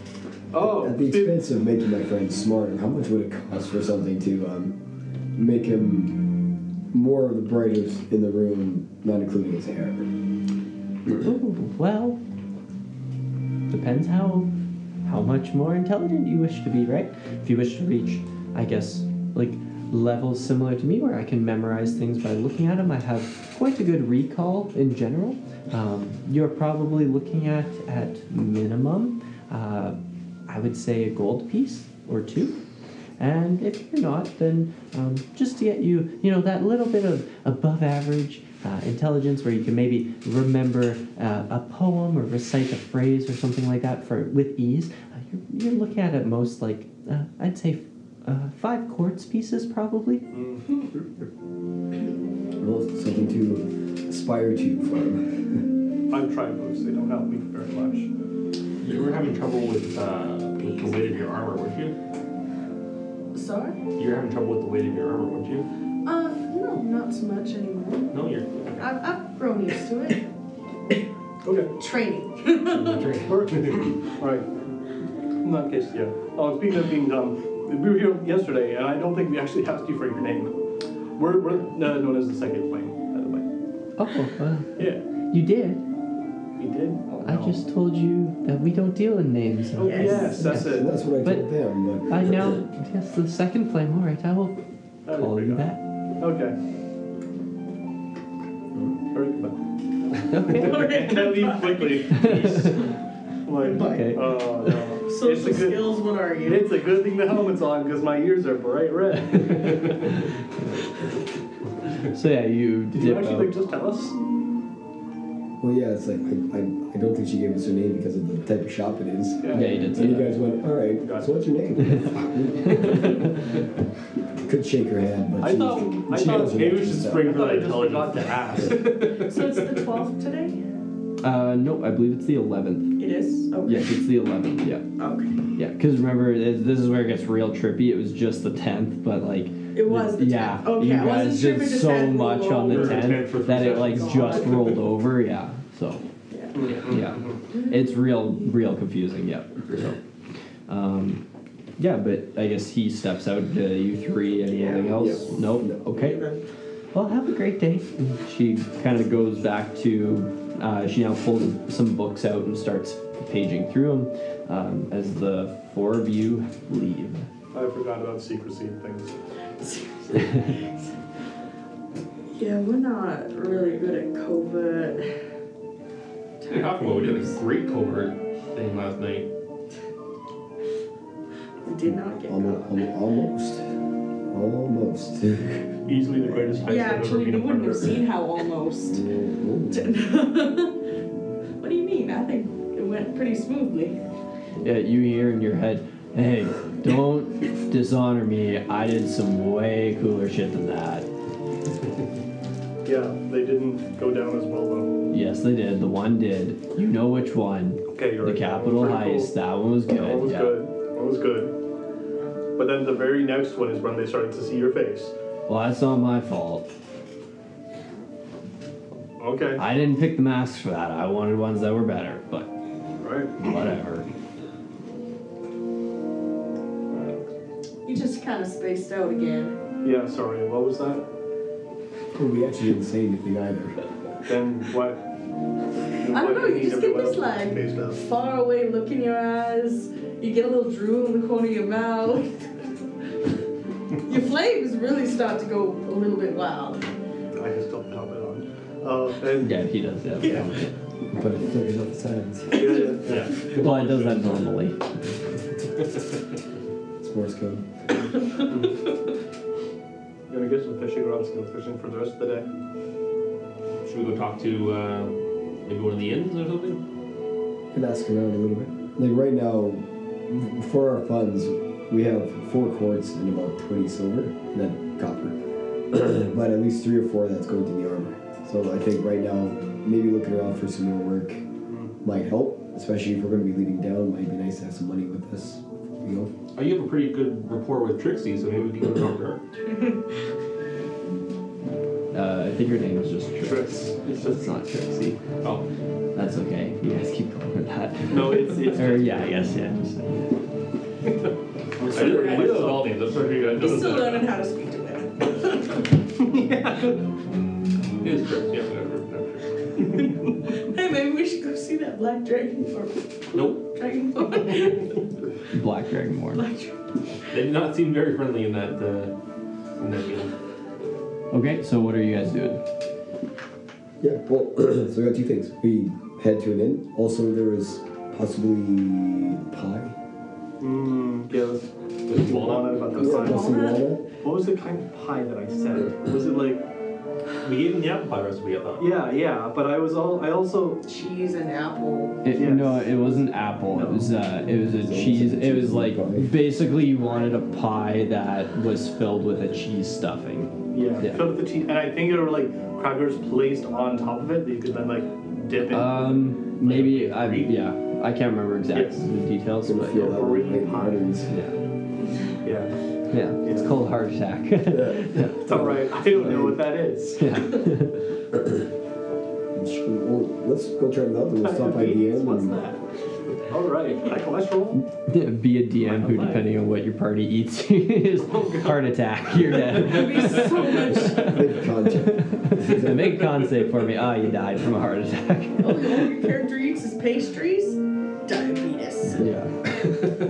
S2: Oh,
S3: At the
S2: did-
S3: expense of making my friend smarter, how much would it cost for something to um, make him more of the brightest in the room, not including his hair?
S1: Ooh, well, depends how how much more intelligent you wish to be, right? If you wish to reach, I guess, like levels similar to me, where I can memorize things by looking at them, I have quite a good recall in general. Um, you're probably looking at at minimum, uh, I would say, a gold piece or two. And if you're not, then um, just to get you, you know, that little bit of above average uh, intelligence where you can maybe remember uh, a poem or recite a phrase or something like that for with ease, uh, you're, you're looking at at most like, uh, I'd say, uh, five quartz pieces probably.
S3: Well, something to aspire to from.
S2: I've tried boots. They don't help me very much.
S4: you were having trouble with uh, with the weight of your armor, weren't you?
S5: Sorry?
S4: You were having trouble with the weight of your armor, weren't you?
S5: Uh, no, not so much anymore.
S4: No, you're.
S5: I've, I've grown used to it.
S2: Okay.
S5: Training.
S2: All right. In that case, yeah. Oh, speaking of being dumb, we were here yesterday, and I don't think we actually asked you for your name. We're, we're uh, known as the second plane, by the way.
S1: Oh, well,
S2: Yeah.
S1: you did.
S2: We did? Oh,
S1: I
S2: no.
S1: just told you that we don't deal in names.
S2: Oh, yes. that's
S3: And
S2: it.
S3: that's what I
S1: But-
S3: told them. But
S1: I now, yes, the second flame. All right, I will
S2: That
S1: call
S2: is
S1: you
S2: pretty
S1: that.
S2: good. Okay. Very good. *laughs* And I leave quickly. like,
S1: *laughs* Okay.
S2: oh, no. It's
S5: *laughs*
S2: a
S5: Social
S2: good-
S5: skills, what are you?
S2: It's a good thing the helmet's on because my ears are
S1: *laughs*
S2: bright red.
S16: So yeah, you
S2: Did
S16: dip
S2: you actually
S16: out.
S2: like, just tell us?
S3: Well, yeah, it's like I, I, I don't think she gave us her name because of the type of shop it is.
S1: Yeah, you did
S3: And
S1: say
S3: you
S1: that.
S3: guys went, all right. So what's your
S1: *laughs*
S3: name? Could shake her hand, but
S4: I
S3: she
S4: thought I
S3: she
S4: thought
S3: doesn't
S4: maybe
S3: know
S4: we should
S3: stuff.
S4: spring for
S2: I
S4: that
S2: just forgot
S4: intelligence to ask.
S5: So it's the twelfth today?
S1: Uh, no, I believe it's the 11th.
S5: It is? Okay.
S1: Yes, it's the 11th. Yeah,
S5: Okay.
S1: yeah. Because remember, it- this is where it gets real trippy. It was just the 10th, but like.
S5: It was the
S1: yeah.
S5: 10th. Okay,
S1: you
S5: I
S1: guys
S5: wasn't sure if
S1: did
S5: it just
S1: so
S5: had
S1: much on the
S5: rolled
S2: over.
S1: 10th
S2: For
S1: that it like
S5: possession.
S1: just rolled over. Yeah, so
S5: Yeah.
S1: yeah, it's real, real confusing. Yeah. So, um, yeah, but I guess he steps out to you three. Anything
S5: Yeah.
S1: else? No. Okay. Well, have a great day. She kind of goes back to. Uh, she now pulls some books out and starts paging through them um, as the four of you leave.
S2: *laughs* I forgot about secrecy and things.
S5: *laughs* Yeah, we're not really good at covert.
S4: We're talking about we did a great covert thing last night.
S5: We did not get
S3: Almo-
S5: caught.
S3: al- Almost. Almost. *laughs*
S2: Easily the greatest heist
S5: Yeah,
S2: I've ever
S5: actually,
S2: been
S5: you
S2: a part
S5: wouldn't have
S2: of.
S5: seen how almost.
S3: Ooh.
S5: what do you mean? I think it went pretty smoothly.
S1: Yeah, you hear in your head, "Hey, don't dishonor me. I did some way cooler shit than that."
S2: Yeah, they didn't go down as well though.
S1: Yes, they did. The one did. You know which one.
S2: Okay, you're
S1: The
S2: right.
S1: Capitol
S2: Pretty cool.
S1: heist. That one was good.
S2: That was
S1: yeah.
S2: good. That was good. But then the very next one is when they started to see your face.
S1: Well, that's not my fault.
S2: Okay.
S1: I didn't pick the masks for that. I wanted ones that were better, but
S2: Right.
S1: whatever.
S5: You just kind of spaced out again.
S2: Yeah, sorry. What was that?
S3: Well, we actually didn't say anything either.
S2: Then what?
S5: I don't know, you just get this like
S2: Based up.
S5: far away look in your eyes. You get a little drool in the corner of your mouth. your flames really start to go a little bit wild.
S2: I just don't pop it on. Uh, and
S1: Yeah, he does that.
S3: But it flickers off the sides.
S2: yeah,
S4: Yeah.
S1: Well, it does that normally.
S3: It's Morse code.
S2: I'm gonna get some fishing rods and go fishing for the rest of the day.
S4: Should we go talk to uh, maybe one of the inns or something?
S3: Could ask around a little bit. Like right now, for our funds, we have four quarts and about 20 silver, and then copper. but at least three or four of that's going to the armor. So I think right now, maybe looking around for some more work might help, especially if we're going to be leaving down. Might be nice to have some money with us. You know?
S4: Oh, you have a pretty good rapport with Trixie, so maybe we can go talk to her.
S1: Uh, I think her name is just Trix.
S2: Trix. It's
S1: It's
S2: just
S1: not Trixie.
S4: Oh,
S1: That's okay. You guys keep calling her that.
S2: no. It's it's.
S1: Or, yeah, I guess, yeah. Just,
S4: I didn't
S5: I
S4: my
S5: know.
S4: spell names. I'm sorry you guys
S5: He's
S4: noticed
S5: still
S4: that.
S5: learning how to speak to women.
S4: It is Trix. Yeah, whatever. whatever.
S5: *laughs* Hey, maybe we should go see that black dragon for
S4: Nope.
S5: dragon for *laughs*
S1: Black Dragonborn.
S5: black dragon.
S4: They did not seem very friendly in that uh, in that meal.
S1: Okay, so what are you guys doing?
S3: Yeah, well, *clears throat* so we got two things. We head to an inn. Also, there was possibly pie.
S2: Mm, yeah. let's-
S4: With walnut.
S2: Walnut about
S3: Yeah,
S2: the size.
S3: some
S5: Walnut?
S3: walnut.
S2: What was the kind of pie that I said? Was it like?
S4: We gave them the apple pie recipe, I thought.
S2: Yeah, yeah. But I was all. I also.
S5: Cheese and apple.
S1: It,
S2: Yes.
S1: No, it wasn't apple. It was uh, it was a cheese. It was like basically you wanted a pie that was filled with a cheese stuffing.
S2: Yeah.
S1: Yeah.
S2: Filled with the cheese, and I think there were like crackers placed on top of it that you could then like dip in.
S3: Uh,
S1: Um, maybe I yeah I can't remember exactly the details,
S3: Some
S1: but
S3: feel
S1: yeah,
S3: that one, like patterns.
S1: yeah,
S2: yeah.
S1: yeah. It's called heart attack. *laughs* yeah.
S2: It's all right. I don't know what that is.
S3: Well, let's go try it out and we'll stop by the inn.
S2: What's
S3: and-
S2: that? All right. High cholesterol.
S1: Be a DM who, depending on what your party eats, *laughs* is heart attack. You're dead. *laughs*
S5: It'd be so much.
S2: *laughs*
S3: Big content.
S1: Make a con save for me. Ah, you died from a heart attack.
S5: Oh, Only all your character eats is pastries. Diabetes.
S1: *laughs* yeah. *laughs*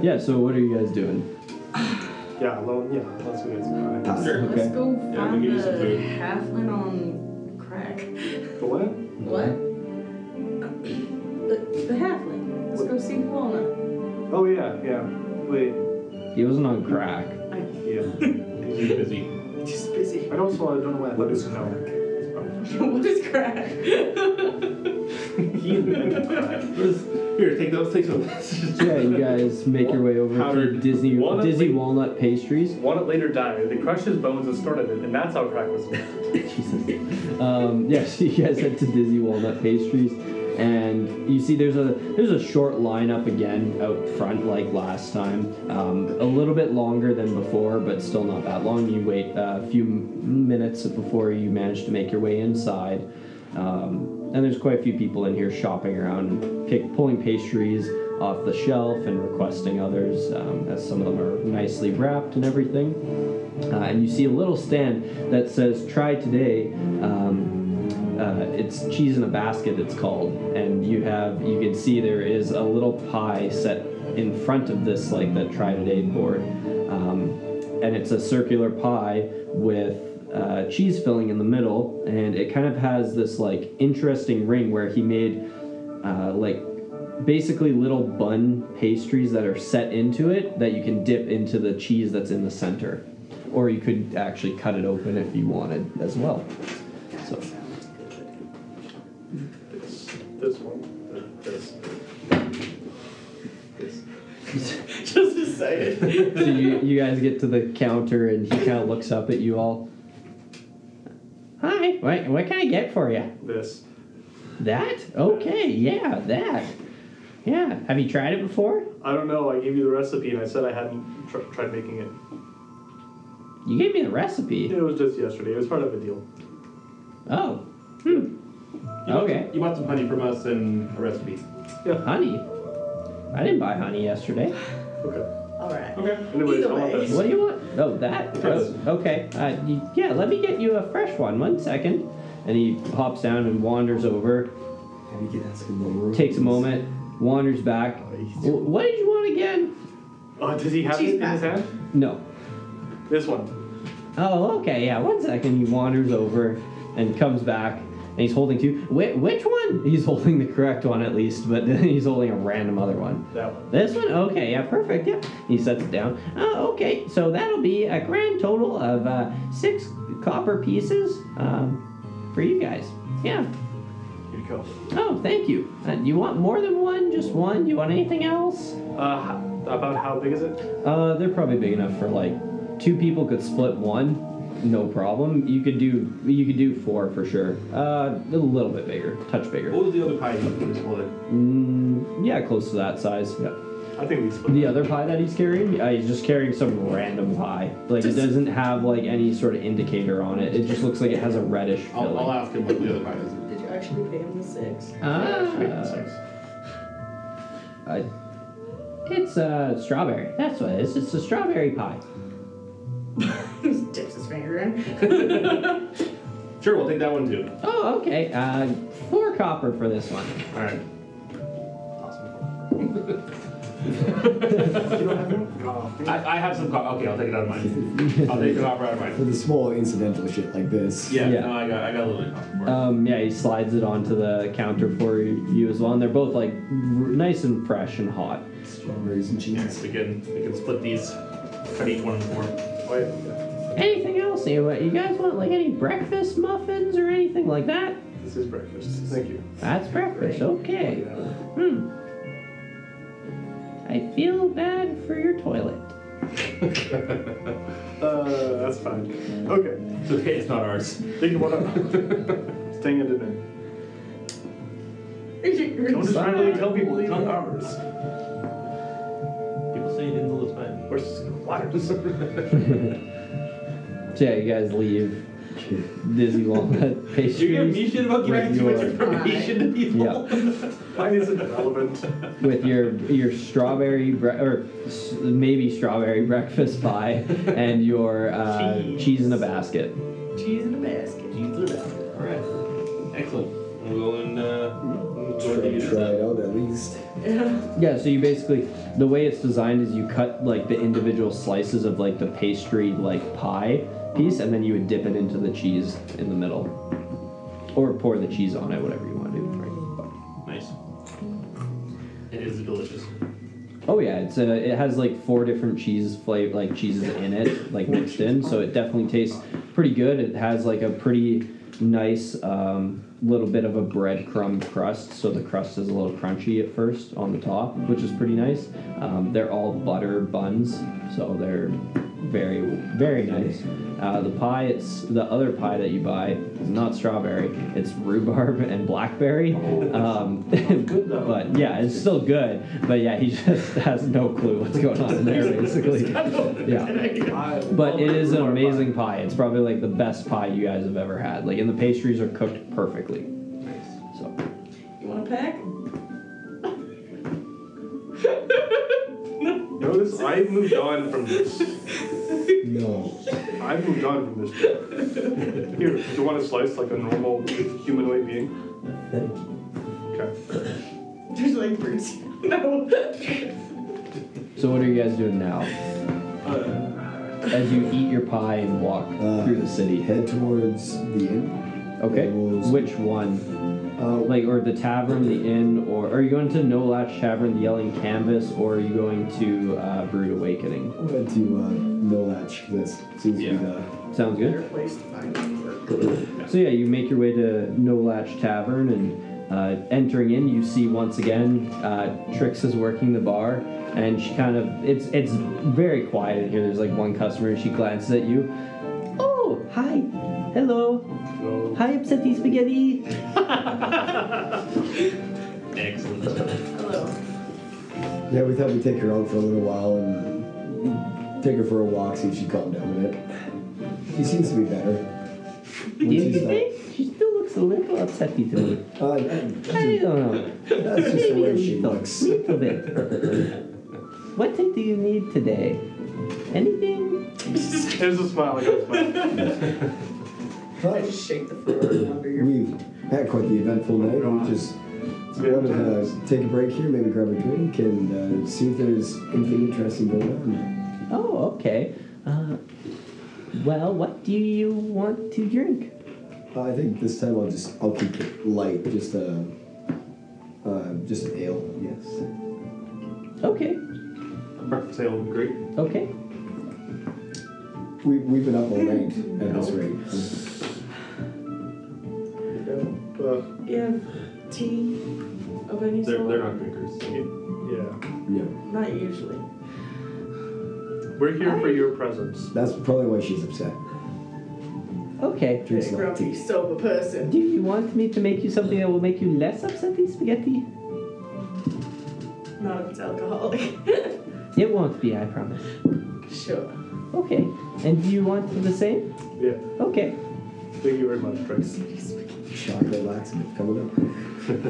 S1: Yeah. So what are you guys doing?
S2: Yeah. Well, yeah. Let's go get some pie.
S3: Sure.
S5: Let's go
S4: Yeah, we
S5: find
S4: give you
S5: the
S4: some food.
S5: halfling on crack.
S2: The what?
S5: What? The, the halfling. Let's go see Walnut.
S2: Oh yeah. Yeah. Wait.
S1: He wasn't on crack.
S2: Yeah.
S4: He's busy.
S5: Just *laughs* busy.
S2: I also I don't know why I let this know.
S5: what is crack?
S4: He invented that. Here, take those. *laughs* Take some. of this. Just-
S1: Yeah, you guys make your way over to
S2: Powdered
S1: Disney
S2: walnut
S1: Disney
S2: leaf.
S1: Walnut Pastries.
S2: Walnut later died. They crushed his bones and snorted it, and that's how crack was made.
S1: Jesus. Um, *laughs* yeah, so you guys head to Dizzy Walnut Pastries, and you see there's a there's a short lineup again out front like last time. Um, a little bit longer than before, but still not that long. You wait a few m- minutes before you manage to make your way inside. Um, and there's quite a few people in here shopping around, and pick, pulling pastries off the shelf and requesting others, um, as some of them are nicely wrapped and everything uh, and you see a little stand that says "Try today." Um, uh, it's cheese in a basket. It's called, and you have you can see there is a little pie set in front of this like the "Try today" board, um, and it's a circular pie with. Uh, cheese filling in the middle, and it kind of has this like interesting ring where he made uh, like basically little bun pastries that are set into it that you can dip into the cheese that's in the center or you could actually cut it open if you wanted as well so
S2: This, this one, this, this.
S5: Just decided.
S1: so you, you guys get to the counter and he kind of looks up at you all
S17: Hi, what, what can I get for you?
S2: This.
S17: That? Okay, yeah, that. Yeah, have you tried it before?
S2: I don't know. I gave you the recipe, and I said I hadn't tr- tried making it.
S17: You gave me the recipe.
S2: It was just yesterday. It was part of a deal.
S17: Oh, hmm.
S4: You bought
S17: Okay.
S4: some- you bought some honey from us and a recipe.
S17: Honey. I didn't buy honey yesterday.
S2: Okay.
S5: *laughs* All right.
S4: Okay.
S2: Anyways,
S5: Either
S2: I want
S5: way.
S2: this.
S17: What do you want? Oh, that?
S4: Yes.
S17: Oh, okay. Uh, y- yeah, let me get you a fresh one. One second. And he hops down and wanders over,
S3: How do you get that skin
S17: takes a moment, wanders back. "Wh- What did you want again?
S2: Uh, does he have
S5: Cheese
S2: it in his
S5: pack.
S2: hand?
S17: No.
S2: This one.
S17: Oh, okay. Yeah, one second. He wanders over and comes back. And he's holding two. Wh- which one? *laughs* He's holding the correct one at least, but *laughs* he's holding a random other one.
S2: That one.
S17: This one? Okay, yeah, perfect. Yeah. He sets it down. Oh, okay. So that'll be a grand total of uh, six copper pieces um, for you guys. Yeah.
S2: Here you go.
S17: Oh, thank you. Uh, you want more than one? Just one? You want anything else?
S2: Uh, ho- about how big is it?
S1: uh, they're probably big enough for like two people could split one no problem you could do you could do four for sure uh, a little bit bigger touch bigger
S4: What was the other pie you just wanted?
S1: mm, yeah close to that size yeah
S2: I think we split.
S1: the
S2: it.
S1: other pie that he's carrying uh, he's just carrying some random pie like it doesn't have like any sort of indicator on it it just looks like it has a reddish
S4: I'll,
S1: filling
S4: I'll ask him what the other pie is.
S5: Did you actually pay him the six? *laughs*
S4: Uh,
S17: Ah,
S1: Uh, I,
S17: it's uh, strawberry. That's what it is. It's a strawberry pie.
S5: He dips his finger in. *laughs*
S4: Sure, we'll take that one too.
S17: Oh, okay. Uh, four copper for this one.
S4: All *laughs* right. I, I have some. Co- okay, I'll take it out of mine. I'll take the copper out of
S3: For
S4: mine.
S3: the small incidental shit like this.
S4: Yeah,
S1: Yeah.
S4: no, I got, I got a little bit of copper. for it.
S1: um, yeah, he slides it onto the counter for you as well, and they're both like r- nice and fresh and hot.
S3: Strawberries and
S4: Here,
S3: cheese.
S4: we can we can split these. Cut each one in four. *laughs*
S2: Oh, yeah, yeah.
S17: Anything else? You, you guys want like any breakfast muffins or anything like that?
S2: This is breakfast. Thank you.
S17: That's breakfast. Okay.
S2: Yeah.
S17: Hmm. I feel bad for your toilet.
S2: Uh, that's fine. Okay.
S4: It's okay, it's not ours.
S2: Think about it. *laughs* Staying at dinner. Don't just randomly tell people it's not ours.
S4: People say you didn't know this man.
S2: We're just squatters.
S1: So yeah, you guys
S4: *laughs*
S1: leave Dizzy Walnut pastries.
S4: You give me shit about giving
S1: With
S4: too much
S1: your-
S4: information to people.
S2: Why is it relevant?
S1: with your your strawberry bre- or s- maybe strawberry *laughs* breakfast pie and your uh,
S4: Cheese.
S1: cheese in a basket.
S5: Cheese in a basket.
S4: *laughs* All right. Excellent. We'll go and uh, we'll
S3: Try
S4: go and
S3: try
S4: do
S3: it out at least.
S5: Yeah.
S1: Yeah, so you basically the way it's designed is you cut like the individual slices of like the pastry like pie piece, and then you would dip it into the cheese in the middle, or pour the cheese on it, whatever you want to do.
S4: Nice. It is delicious.
S1: Oh yeah, it's a, it has like four different cheese flavor like cheeses in it, like mixed in, so it definitely tastes pretty good. It has like a pretty nice um, little bit of a breadcrumb crust, so the crust is a little crunchy at first on the top, which is pretty nice. Um, they're all butter buns, so they're very, very nice. Uh, the pie, it's the other pie that you buy is not strawberry; it's rhubarb and blackberry. Um, *laughs* but yeah, it's still good. But yeah, he *laughs* just has no clue what's going on in there, basically. Yeah. But it is an amazing pie. It's probably like the best pie you guys have ever had. Like, and the pastries are cooked perfectly. So,
S5: You want a pack? *laughs*
S2: Notice I've moved on from this.
S3: No.
S2: I've moved on from this. Here, do you want a slice like a normal humanoid being?
S3: Thank you.
S2: Okay.
S5: There's like Bruce. *laughs* No.
S1: so what are you guys doing now?
S2: Uh,
S1: As you eat your pie and walk
S3: Uh,
S1: through the city.
S3: Head towards the inn.
S1: Okay.
S3: we'll-
S1: Which one?
S3: Uh,
S1: Like, or the tavern, the inn, or are you going to No Latch Tavern, the Yelling Canvas, or are you going to uh, Brood Awakening?
S3: I'm going to uh, no latch. That seems to
S1: Yeah.
S3: be the.
S1: Sounds
S5: Better
S1: good.
S5: place to find work.
S1: So yeah, you make your way to No Latch Tavern, and uh, entering in, you see once again uh, Trix is working the bar, and she kind of it's it's very quiet in here. There's like one customer, and she glances at you. Oh, hi, hello, hi, upsetty spaghetti.
S4: Excellent.
S5: Hello.
S3: Yeah, we thought we'd take her out for a little while and take her for a walk, see if she'd calm down a bit. She seems to be better. When
S7: You
S3: she's
S7: think? She still looks a little upsetty to me.
S3: not- Uh, that-
S7: I don't
S1: uh,
S7: know.
S3: that's just the
S7: Maybe a
S3: way she
S7: little,
S3: looks.
S7: little bit. What thing do you need today? Anything?
S2: There's a smile. I got a smile.
S5: I
S3: But
S5: just shake the floor under your
S3: we had quite the eventful night. We just wanted to uh, take a break here, maybe grab a drink, and uh, see if there's anything interesting going on.
S7: Oh, okay. Uh, well, what do you want to drink?
S3: Uh, I think this time I'll just I'll keep it light, just uh, uh, just an ale. Yes.
S7: Okay,
S2: Breakfast ale would be great.
S7: okay.
S3: We we've been up all night at this rate.
S2: Uh,
S5: Do you have tea of any
S4: They're,
S5: sort?
S4: they're not drinkers.
S2: Uh, yeah.
S3: Yeah.
S5: Not usually.
S2: We're here for your presence.
S3: That's probably why she's upset.
S7: Okay.
S3: Drinks
S5: Big
S3: a lot of
S5: grumpy
S3: tea.
S5: sober person.
S7: Do you want me to make you something that will make you less upsetty spaghetti?
S5: Not if it's alcoholic. *laughs*
S7: It won't be, I promise.
S5: sure.
S7: Okay. And do you want the same?
S2: Yeah.
S7: Okay.
S2: Thank you very much, Trix.
S3: Chocolate laxative coming up.
S5: *laughs*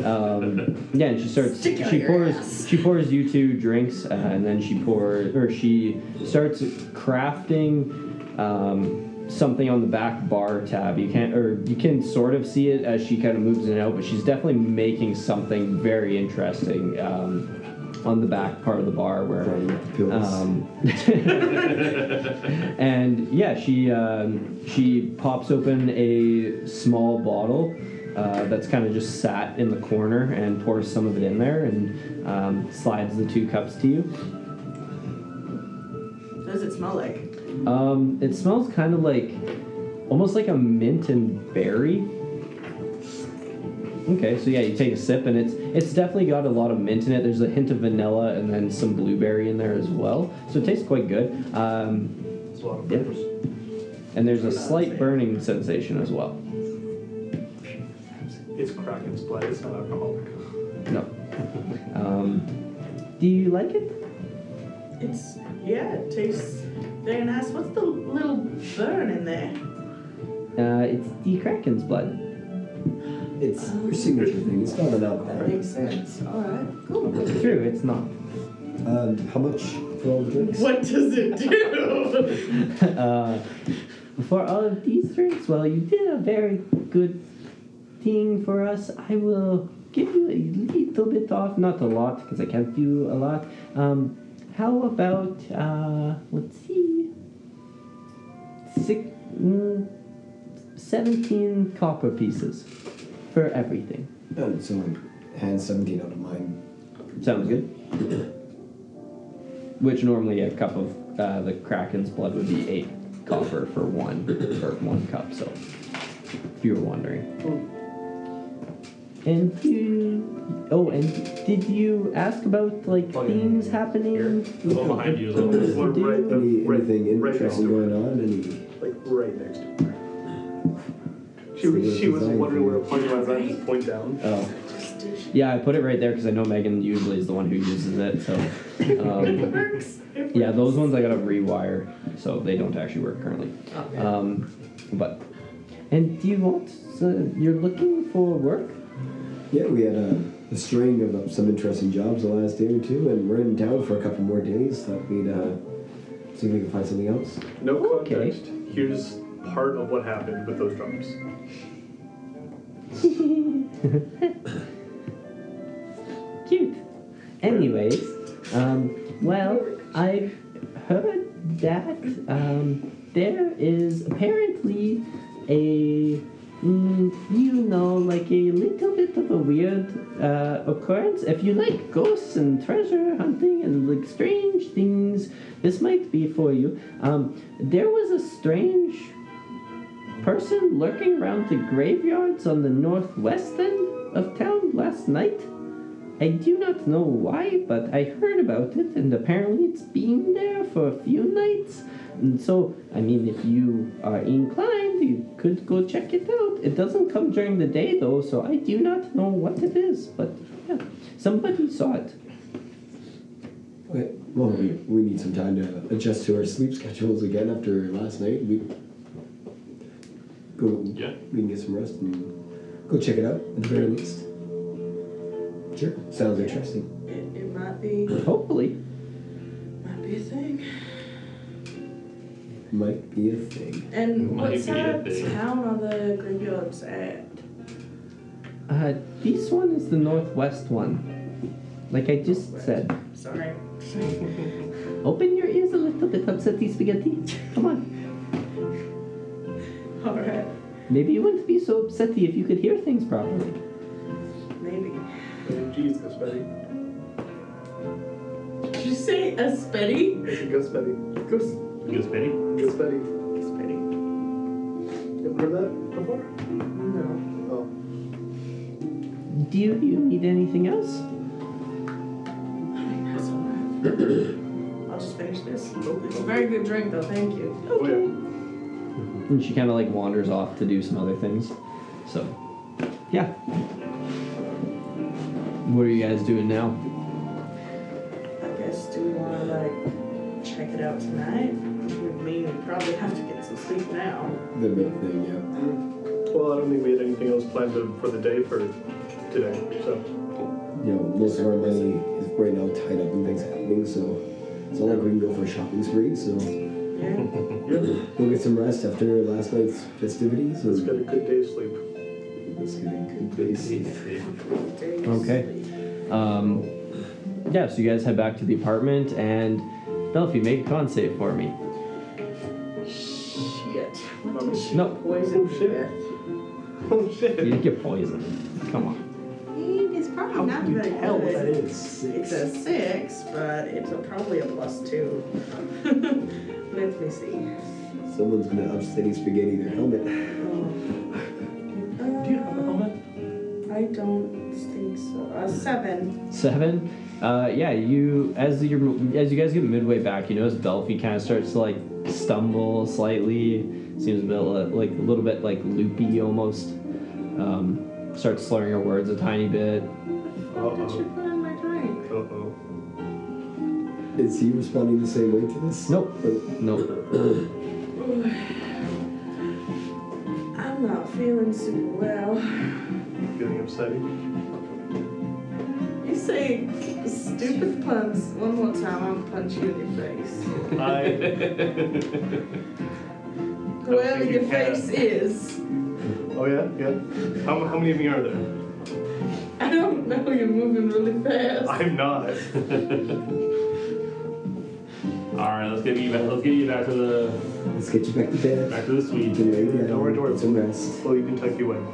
S1: Um, yeah, and she starts.
S5: Stick it on
S1: she
S5: your
S1: pours.
S5: ass.
S1: She pours you two drinks, uh, and then she pours, or she starts crafting um, something on the back bar tab. You can't, or you can sort of see it as she kind of moves in and out, but she's definitely making something very interesting um, on the back part of the bar where.
S3: Pills.
S1: Um, and yeah, she um, she pops open a small bottle uh, that's kind of just sat in the corner and pours some of it in there and um, slides the two cups to you.
S5: What does it smell like?
S1: Um, it smells kind of like almost like a mint and berry. Okay, so yeah, you take a sip and it's it's definitely got a lot of mint in it. There's a hint of vanilla and then some blueberry in there as well. So it tastes quite good. Um,
S2: It's a lot of
S1: Yeah.
S2: flavors.
S1: And there's a slight burning sensation as well.
S2: It's Kraken's blood. It's not alcoholic.
S1: No. Um, do you like it?
S5: It's yeah, it tastes very nice. What's the little burn in there?
S7: Uh, it's the Kraken's blood.
S3: it's her signature thing. It's not an alcohol.
S5: Makes sense. Alright, cool.
S7: It's true, it's not.
S3: Um, how much for all the drinks?
S5: What does it do?
S7: *laughs* uh, for all of these drinks, well, you did a very good thing for us. I will give you a little bit off, not a lot, because I can't do a lot. Um, how about, uh, let's see, six, mm, 17 copper pieces for everything.
S2: Oh,
S3: Um, so I hand 17 out of mine.
S1: Sounds good. Which normally a cup of uh, the Kraken's blood would be eight copper for one for one cup. So, if you were wondering. And you, oh, and did you ask about like
S4: Plug it in
S1: things happening?
S4: The one behind you is a little
S2: There's one right, the,
S3: Any,
S2: Oh, right,
S3: anything
S2: right next
S3: interesting
S2: to her.
S3: going on? Any,
S2: Like right next to her. She,
S3: So
S2: was-
S3: there's
S2: she was
S3: design
S2: wondering where a
S3: here.
S2: point was. I just point down.
S3: oh,
S5: Just do shit.
S18: Yeah, I put it right there because I know Megan usually is the one who uses it.
S1: *laughs*
S18: So,
S5: It
S18: um,
S5: works. It
S18: yeah,
S5: works.
S18: those ones I gotta rewire, so they don't actually work currently. Um, but
S1: And do you want? So you're looking for work?
S3: yeah, we had a, a string of uh, some interesting jobs the last day or two, and we're in town for a couple more days. Thought we'd uh, see if we can find something else.
S2: No
S1: Okay.
S2: context. Here's part of what happened with those drums.
S1: *laughs* Cute. Anyways, um, well, I've heard that um, there is apparently a, mm, you know, like a little bit of a weird uh, occurrence. If you like ghosts and treasure hunting and like strange things, this might be for you. Um, there was a strange person lurking around the graveyards on the northwest end of town last night. I do not know why, but I heard about it, and apparently it's been there for a few nights. And so, I mean, if you are inclined, you could go check it out. It doesn't come during the day, though, so I do not know what it is, but yeah, somebody saw it.
S3: Okay. Well, we, we need some time to adjust to our sleep schedules again after last night. We go.
S4: Yeah.
S3: We can get some rest and go check it out at the very least. Sure. Sounds interesting.
S5: It, it might be,
S1: Hopefully.
S5: might be a thing.
S3: Might be a thing.
S5: And
S4: Might
S5: what
S4: be a
S5: side of
S4: thing.
S5: town are the graveyards at?
S1: Uh, this one is the northwest one. Like I just said.
S5: Sorry. *laughs*
S1: Open your ears a little bit, upsetty spaghetti. *laughs* Come on.
S5: All right.
S1: Maybe you wouldn't be so upsetty if you could hear things properly.
S5: Maybe.
S2: Oh, Jeez, Gus Betty.
S5: Did you say a spetty?
S2: It's a Gus Betty.
S5: Goose.
S4: Goose Betty.
S2: Gus Betty.
S5: Spetty.
S2: You ever heard that before?
S5: No.
S2: Oh.
S1: Do you, you need anything else?
S5: I think that's all right. I'll just finish this. It's a very good drink, though. Thank you.
S2: Oh, yeah.
S18: and she kind of like wanders off to do some other things. So, yeah. What are you guys doing now?
S5: I guess do we want to like check it out tonight? Would mean we probably have to get some sleep now.
S3: The big thing, yeah.
S2: Well, I don't think we had anything else planned to- for the day for today, so.
S3: You know, most of our money is right now tied up in things happening, so it's not like we can go for a shopping spree. So
S2: *laughs*
S5: Yeah.
S2: Yeah,
S3: we'll get some rest after last night's festivities.
S2: let's get a good day's sleep.
S3: Let's get a good day's sleep.
S5: Days.
S18: Okay. Um, yeah, so you guys head back to the apartment, and Delphi, make a con save for me.
S5: Shit. What did she
S18: No.
S5: poison
S2: Oh,
S5: me
S2: shit.
S5: with?
S2: Oh
S18: You
S2: shit.
S18: didn't get poisoned. Come on.
S5: It's probably not
S2: can you
S5: very
S2: tell what that
S5: good.
S2: is?
S5: It's a six, but it's a, probably a plus two. *laughs* Let me see.
S3: Someone's gonna upsetty spaghetti their helmet.
S5: Do
S4: you have a helmet?
S5: I don't think so. A seven.
S18: Seven. Uh, yeah, you as you as you guys get midway back, you notice Delphi kind of starts to like stumble slightly. Seems a bit li- like a little bit like loopy almost. Um, starts slurring her words a tiny bit.
S5: What did you put in my drink?
S2: Uh-oh.
S3: Is he responding the same way to this?
S18: Nope.
S3: Or-
S18: Nope.
S5: I'm not feeling super well.
S2: Feeling upsetting.
S5: You say stupid puns one more time, I'll punch you in your face.
S4: *laughs*
S2: I.
S5: Whoever
S2: think
S5: your
S2: you can.
S5: face is.
S2: Oh yeah, yeah. How, how many of you are there?
S5: I don't know, you're moving really fast.
S2: I'm not.
S4: All right, let's get you back. Let's get you back to the
S3: Let's get you back to bed.
S4: back to the
S3: You
S4: suite.
S3: can lay down.
S2: Don't worry, don't worry.
S3: Get some rest.
S2: Well, you can tuck you in.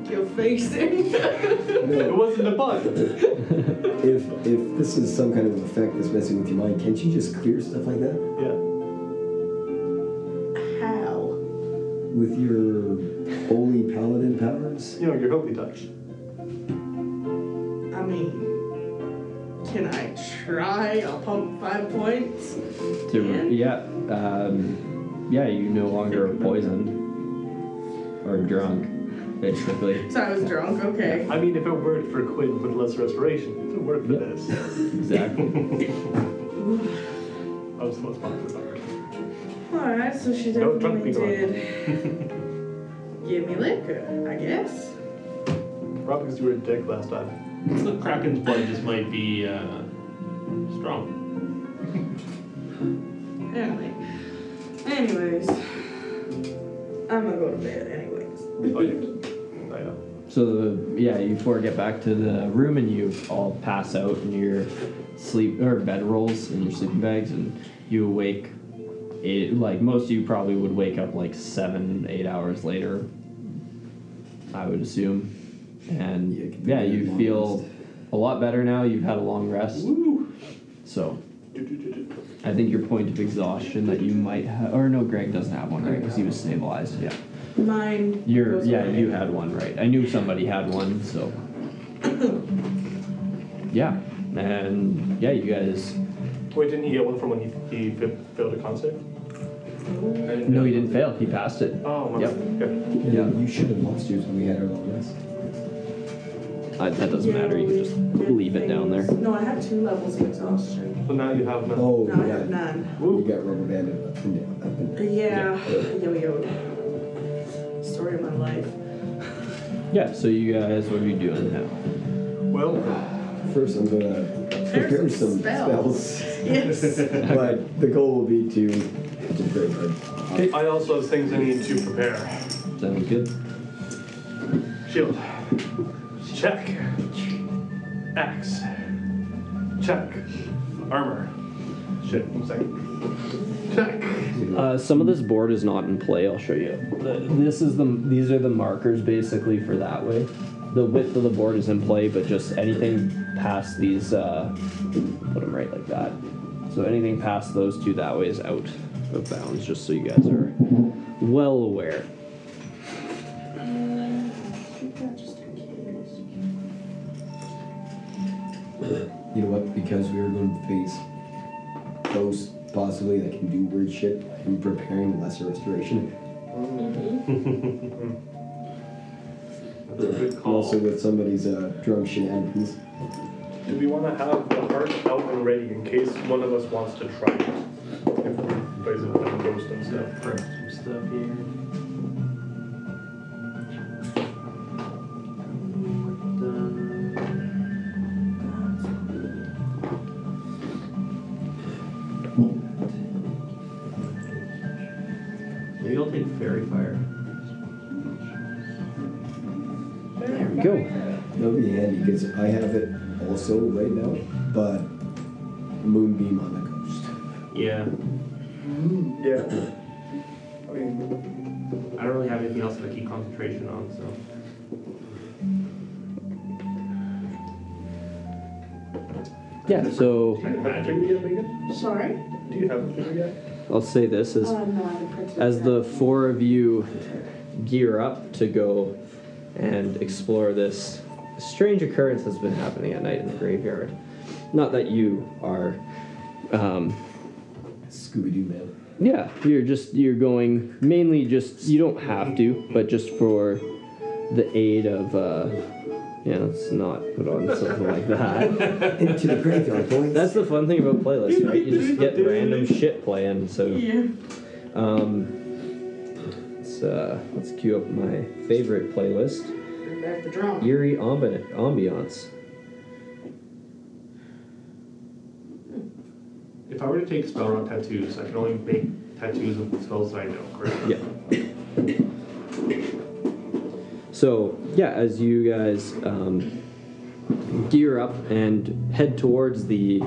S5: Like your face in. *laughs*
S2: It
S3: No,
S2: wasn't a
S4: *laughs*
S2: bug.
S3: if if this is some kind of effect that's messing with your mind, can't you just clear stuff like that?
S2: Yeah.
S5: How?
S3: with your holy paladin powers?
S2: You know, your holy touch.
S5: I mean, can I try? I'll pump five points.
S1: To, yeah, um, yeah. You no longer are poisoned or drunk, basically.
S5: So I was drunk. Okay.
S2: I mean, if it worked for Quinn with lesser respiration, it would work for this.
S1: Exactly.
S2: I was most popular.
S5: All right. So she
S2: Don't drunk me,
S5: definitely did.
S1: *laughs*
S5: Give me liquor, I guess.
S2: Probably because you were a dick last
S4: *laughs*
S2: time.
S4: The Kraken's blood just might be uh, strong.
S5: Apparently. Anyways, I'm gonna go to bed. Anyways.
S2: Oh, you- I know.
S1: so the, yeah, you four get back to the room and you all pass out in your sleep or bed rolls in your sleeping bags, and you awake. It, like most of you probably would wake up like seven, eight hours later. I would assume, and
S3: Yeah, it can be
S1: yeah,
S3: a
S1: you
S3: long
S1: feel
S3: rest.
S1: a lot better now. You've had a long rest, so I think your point of exhaustion that you might have, or no, Greg doesn't have one, right? Because he was stabilized. Yeah.
S5: Mine.
S1: You're,
S5: goes
S1: yeah,
S5: away.
S1: you had one, right? I knew somebody had one, so. yeah, and yeah, you guys.
S2: Wait, didn't he get one from when he, he fa- failed a concert?
S1: No, he didn't fail. He passed it.
S2: Oh, my
S1: Yep.
S2: okay.
S1: Yeah.
S3: You should have lost yours when we had our long rest.
S1: Uh, that doesn't
S5: Yeah,
S1: matter. You
S5: we
S1: can just
S5: did
S1: leave it down there.
S5: things. No, I have two levels of exhaustion.
S2: So now you have none.
S3: Oh,
S5: No, I have
S3: yeah.
S5: none.
S3: You got rubber banded up and down. Up and down.
S5: Yeah. Yo yo. Story of my life.
S1: Yeah. So you guys, what are you doing now?
S2: Well,
S3: First, I'm gonna prepare
S5: some
S3: some
S5: spells.
S3: spells. *laughs*
S5: Yes.
S3: but the goal will be to to pray hard.
S2: I also have things I need to prepare.
S1: Sounds good.
S2: Shield. Check. Axe. Check. Armor. Shit, one second. Check.
S1: Uh, some of this board is not in play. I'll show you. The- This is the these are the markers basically for that way. The width of the board is in play, but just anything past these, uh, put them right like that. So anything past those two that way is out of bounds. Just so you guys are well aware.
S3: You know what? Because we were going to face those possibly that can do weird shit. I'm preparing lesser restoration.
S2: That's a good
S3: And
S2: call.
S3: also with somebody's uh, drunk shenanigans.
S19: Do we want to have the heart out and ready in case one of us wants to try it? If we plays it with a ghost and stuff.
S4: Prep some stuff here. Done. Maybe I'll take fairy fire.
S1: There we go.
S3: That would be handy because I have it also right now, but moonbeam on the coast.
S4: Yeah,
S19: Yeah. I mean,
S4: I don't really have anything else that I keep concentration on, so.
S1: Yeah. So
S19: do you have a finger yet, Megan?
S5: Sorry.
S19: Do you have a finger yet?
S1: I'll say this is
S5: Oh, no, I haven't printed
S1: as
S5: it
S1: the
S5: out.
S1: four of you gear up to go and explore this strange occurrence that's been happening at night in the graveyard. Not that you are, um,
S3: Scooby Doo man.
S1: yeah, you're just you're going mainly just you don't have to, but just for the aid of. Uh, yeah, let's not put on something like that.
S3: Into the graveyard, boys.
S1: That's the fun thing about playlists, right? You just get random shit playing. So.
S5: Yeah.
S1: Um, let's, uh, let's cue up my favorite playlist,
S5: Bring back the drum.
S1: Eerie Ambi- Ambiance.
S4: If I were to take spell rock tattoos, I can only make tattoos of spells that I know, correct?
S1: Yeah. So, yeah, as you guys um, gear up and head towards the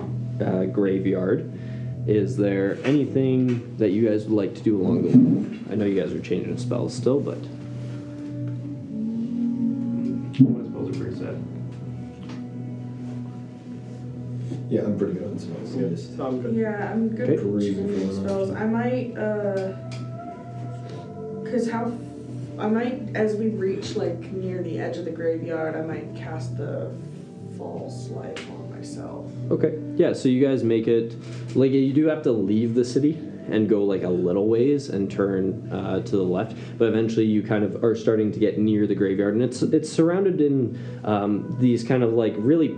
S1: uh, graveyard, is there anything that you guys would like to do along the way? I know you guys are changing spells still, but
S4: My spells are pretty set.
S3: yeah, I'm pretty good on spells. I just-
S19: No, I'm good.
S5: Yeah, I'm good
S1: Okay.
S5: for changing spells. I might uh Cause how, I might as we reach like near the edge of the graveyard, I might cast the false light on myself.
S1: Okay. Yeah, so you guys make it. Like, you do have to leave the city and go, like, a little ways and turn uh, to the left. But eventually, you kind of are starting to get near the graveyard. And it's, it's surrounded in um, these kind of, like, really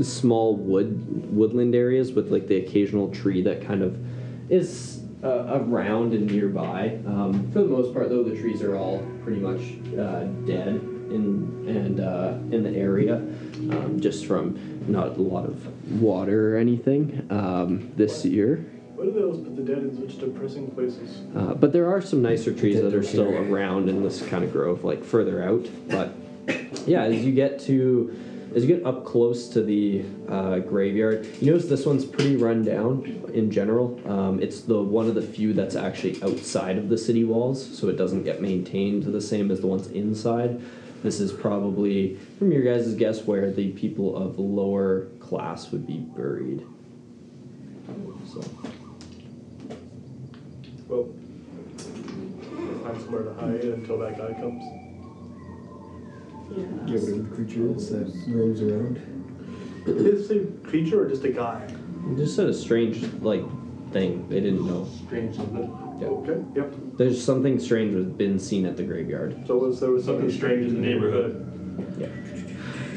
S1: small wood woodland areas with, like, the occasional tree that kind of is uh, around and nearby. Um, for the most part, though, the trees are all pretty much uh, dead in and uh, in the area, um, just from not a lot of water or anything um, this year.
S2: Why do they always put the dead in such depressing places?
S1: Uh, but there are some nicer trees that are still around in this kind of grove, like further out. But yeah, as you get to, as you get up close to the uh, graveyard, you notice this one's pretty run down in general. Um, it's the one of the few that's actually outside of the city walls, so it doesn't get maintained the same as the ones inside. This is probably, from your guys' guess, where the people of lower class would be buried. So.
S2: Well, let's find somewhere to hide until that guy comes.
S5: Yeah.
S3: Get rid of the creatures that roams around.
S2: Is this a creature or just a guy?
S1: It Just said a strange like thing. They didn't know.
S4: Strange something.
S1: Yeah.
S2: Okay, yep.
S1: There's something strange that's been seen at the graveyard.
S2: So was there was
S4: Something
S2: something
S4: strange in the neighborhood.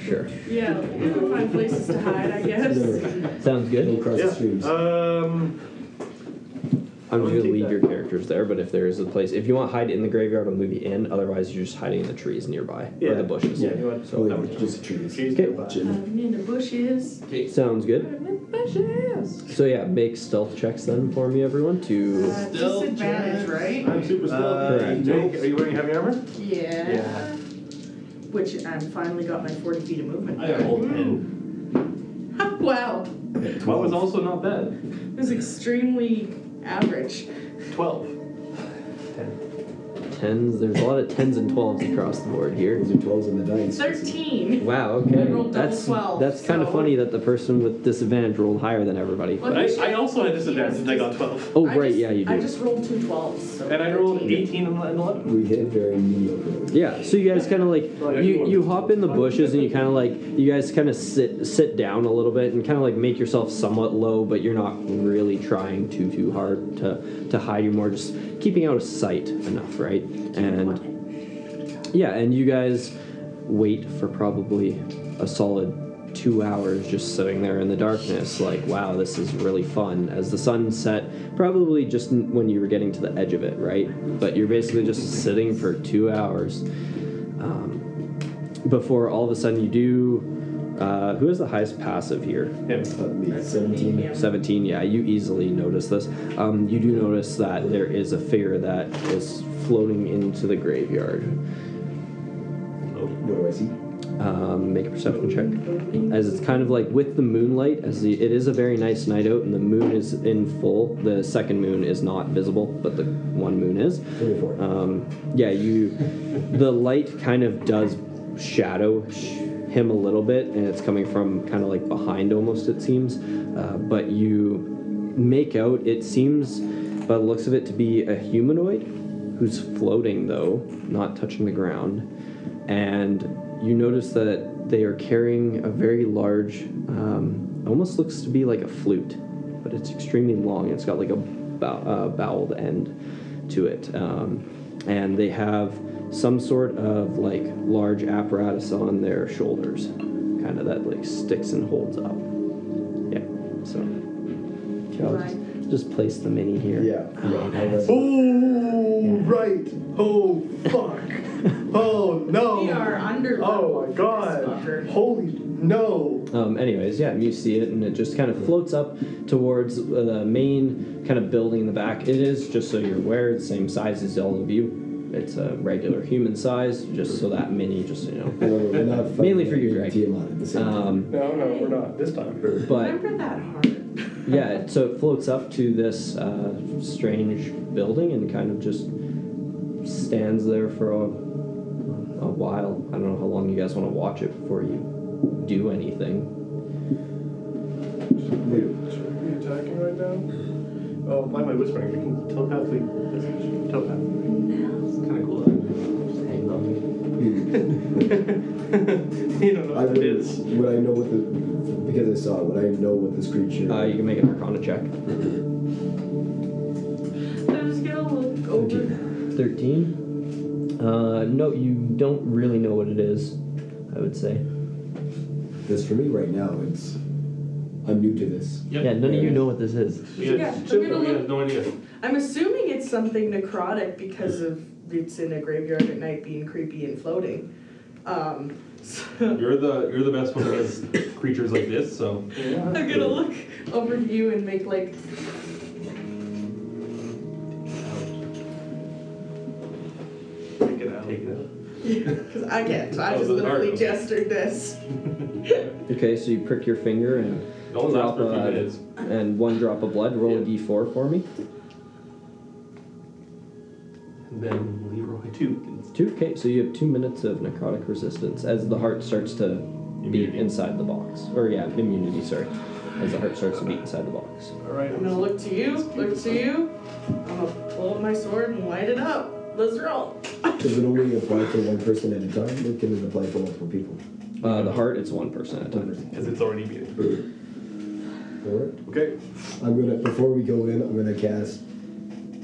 S1: Sure.
S5: Yeah, we can find places to hide, I guess.
S3: Never.
S1: Sounds
S3: Go
S1: good.
S3: across
S2: Yeah.
S3: the streams.
S2: Um,
S1: I'm just
S2: I'll
S1: gonna
S2: take
S1: lead
S2: that.
S1: your characters there, but if there is a place, if you want to hide in the graveyard, I'll move you in. Otherwise, you're just hiding in the trees nearby or
S2: Yeah.
S1: the bushes.
S2: yeah, you know what?
S3: So
S2: that was
S3: just trees.
S2: She's
S1: Okay.
S2: nearby.
S5: Uh,
S3: Jim.
S5: in the bushes.
S1: Sounds good.
S5: In the bushes.
S1: So yeah, make stealth checks then for me, everyone. To
S5: Uh,
S6: Still
S5: disadvantage,
S6: chance.
S5: right?
S2: I'm super slow.
S6: Uh,
S1: Correct.
S2: Jake, are you wearing heavy armor?
S5: Yeah.
S2: Yeah.
S5: Which I finally got my 40 feet of movement.
S4: I got a whole ten.
S5: *laughs* wow.
S4: Twelve was also not bad.
S5: It was extremely average.
S4: Twelve.
S1: tens. There's a lot of tens and twelves across the board here.
S3: Those are 12s on the dice.
S5: 13.
S1: Wow.
S5: I
S1: Okay.
S5: rolled double
S1: That's
S5: 12,
S1: that's kind of
S5: so-
S1: funny that the person with disadvantage rolled higher than everybody.
S5: Well,
S4: I,
S5: he should-
S4: I also had
S5: he was
S4: disadvantage and I got twelve.
S1: Oh
S5: I
S1: right,
S5: just-
S1: yeah, you do.
S5: I just rolled two 12s. So
S4: And I rolled
S5: 13.
S4: eighteen and eleven.
S3: We hit very mediocre.
S1: Yeah, so you guys kind of like you, you hop in the bushes and you kind of like you guys kind of sit sit down a little bit and kind of like make yourself somewhat low, but you're not really trying too too hard to to hide. You're more just keeping out of sight enough, right? And yeah, and you guys wait for probably a solid two hours just sitting there in the darkness like wow this is really fun as the sun set probably just n- when you were getting to the edge of it right but you're basically just sitting for two hours um, before all of a sudden you do uh, who has the highest passive here
S3: At least 17.
S5: Yeah.
S1: 17 yeah you easily notice this um, you do notice that there is a figure that is floating into the graveyard
S3: What do I see?
S1: um, make a perception check as it's kind of like with the moonlight as the, it is a very nice night out and the moon is in full the second moon is not visible but the one moon is
S3: 24.
S1: um, yeah you the light kind of does shadow sh- him a little bit and it's coming from kind of like behind almost it seems uh, but you make out it seems by the looks of it to be a humanoid who's floating though not touching the ground and you notice that they are carrying a very large um, almost looks to be like a flute but it's extremely long it's got like a bow, uh, bowled end to it. Um, and they have some sort of like large apparatus on their shoulders, kind of that like sticks and holds up. Yeah, so. Okay, I'll just- Just place the mini here.
S3: Yeah.
S2: Oh, right. Oh, fuck. Oh, no.
S5: We are under.
S2: Oh, my God. Holy, no.
S1: Um, anyways, yeah, you see it, and it just kind of floats up towards uh, the main kind of building in the back. It is just so you're aware, it's the same size as all of you. It's a regular human size, just so that mini, just you know. Mainly for you, Greg.
S3: Tiamat at the same time.
S1: Um,
S2: No, no, we're not. This time.
S1: but
S5: Remember that heart.
S1: yeah, it- so it floats up to this uh, strange building and kind of just stands there for a, a while. I don't know how long you guys want to watch it before you do anything.
S2: Are we attacking right now? Oh, why am I whispering? We can telepathically message. Telepathically.
S4: It's kind of cool. Though. Just hang *laughs* on.
S2: you don't know
S3: I
S2: what that
S3: would,
S2: is.
S3: would I know what the because I saw it. Would I know what this creature?
S1: Uh, you can make an Arcana check.
S5: I just get a look over.
S1: 13. Uh, no, you don't really know what it is, I would say.
S3: This for me right now. It's I'm new to this.
S4: Yep.
S1: Yeah, none of you know what this is.
S4: We had
S5: Yeah,
S4: Chip,
S5: we're gonna
S4: we
S5: look-
S4: have no idea.
S5: I'm assuming it's something necrotic because of it's in a graveyard at night being creepy and floating. Um, *laughs* so
S4: You're the you're the best one who *coughs* has creatures like this. So
S5: I'm gonna look over to you and make like
S2: Take it out.
S4: take it out.
S5: *laughs* because I can't. I
S4: Oh,
S5: just
S4: the
S5: literally
S4: heart.
S5: gestured this.
S1: Okay, so you prick your finger and
S4: It only lasts for a few
S1: Drop, uh,
S4: minutes.
S1: and one drop of blood. Roll a d4 for me.
S4: And then Leroy too.
S1: Two. Okay, so you have two minutes of necrotic resistance as the heart starts to beat
S4: Immunity.
S1: inside the box. Or yeah, immunity. Sorry, as the heart starts to beat inside the box.
S2: All right.
S5: I'm gonna look to you, look to you. I'm gonna pull up my sword and light it up. Let's roll.
S3: Does it only apply for one person at a time, or can it apply for multiple people?
S1: Uh, the heart, it's one person at a time.
S2: Because it's already muted.
S3: All right.
S2: Okay.
S3: I'm gonna before we go in, I'm gonna cast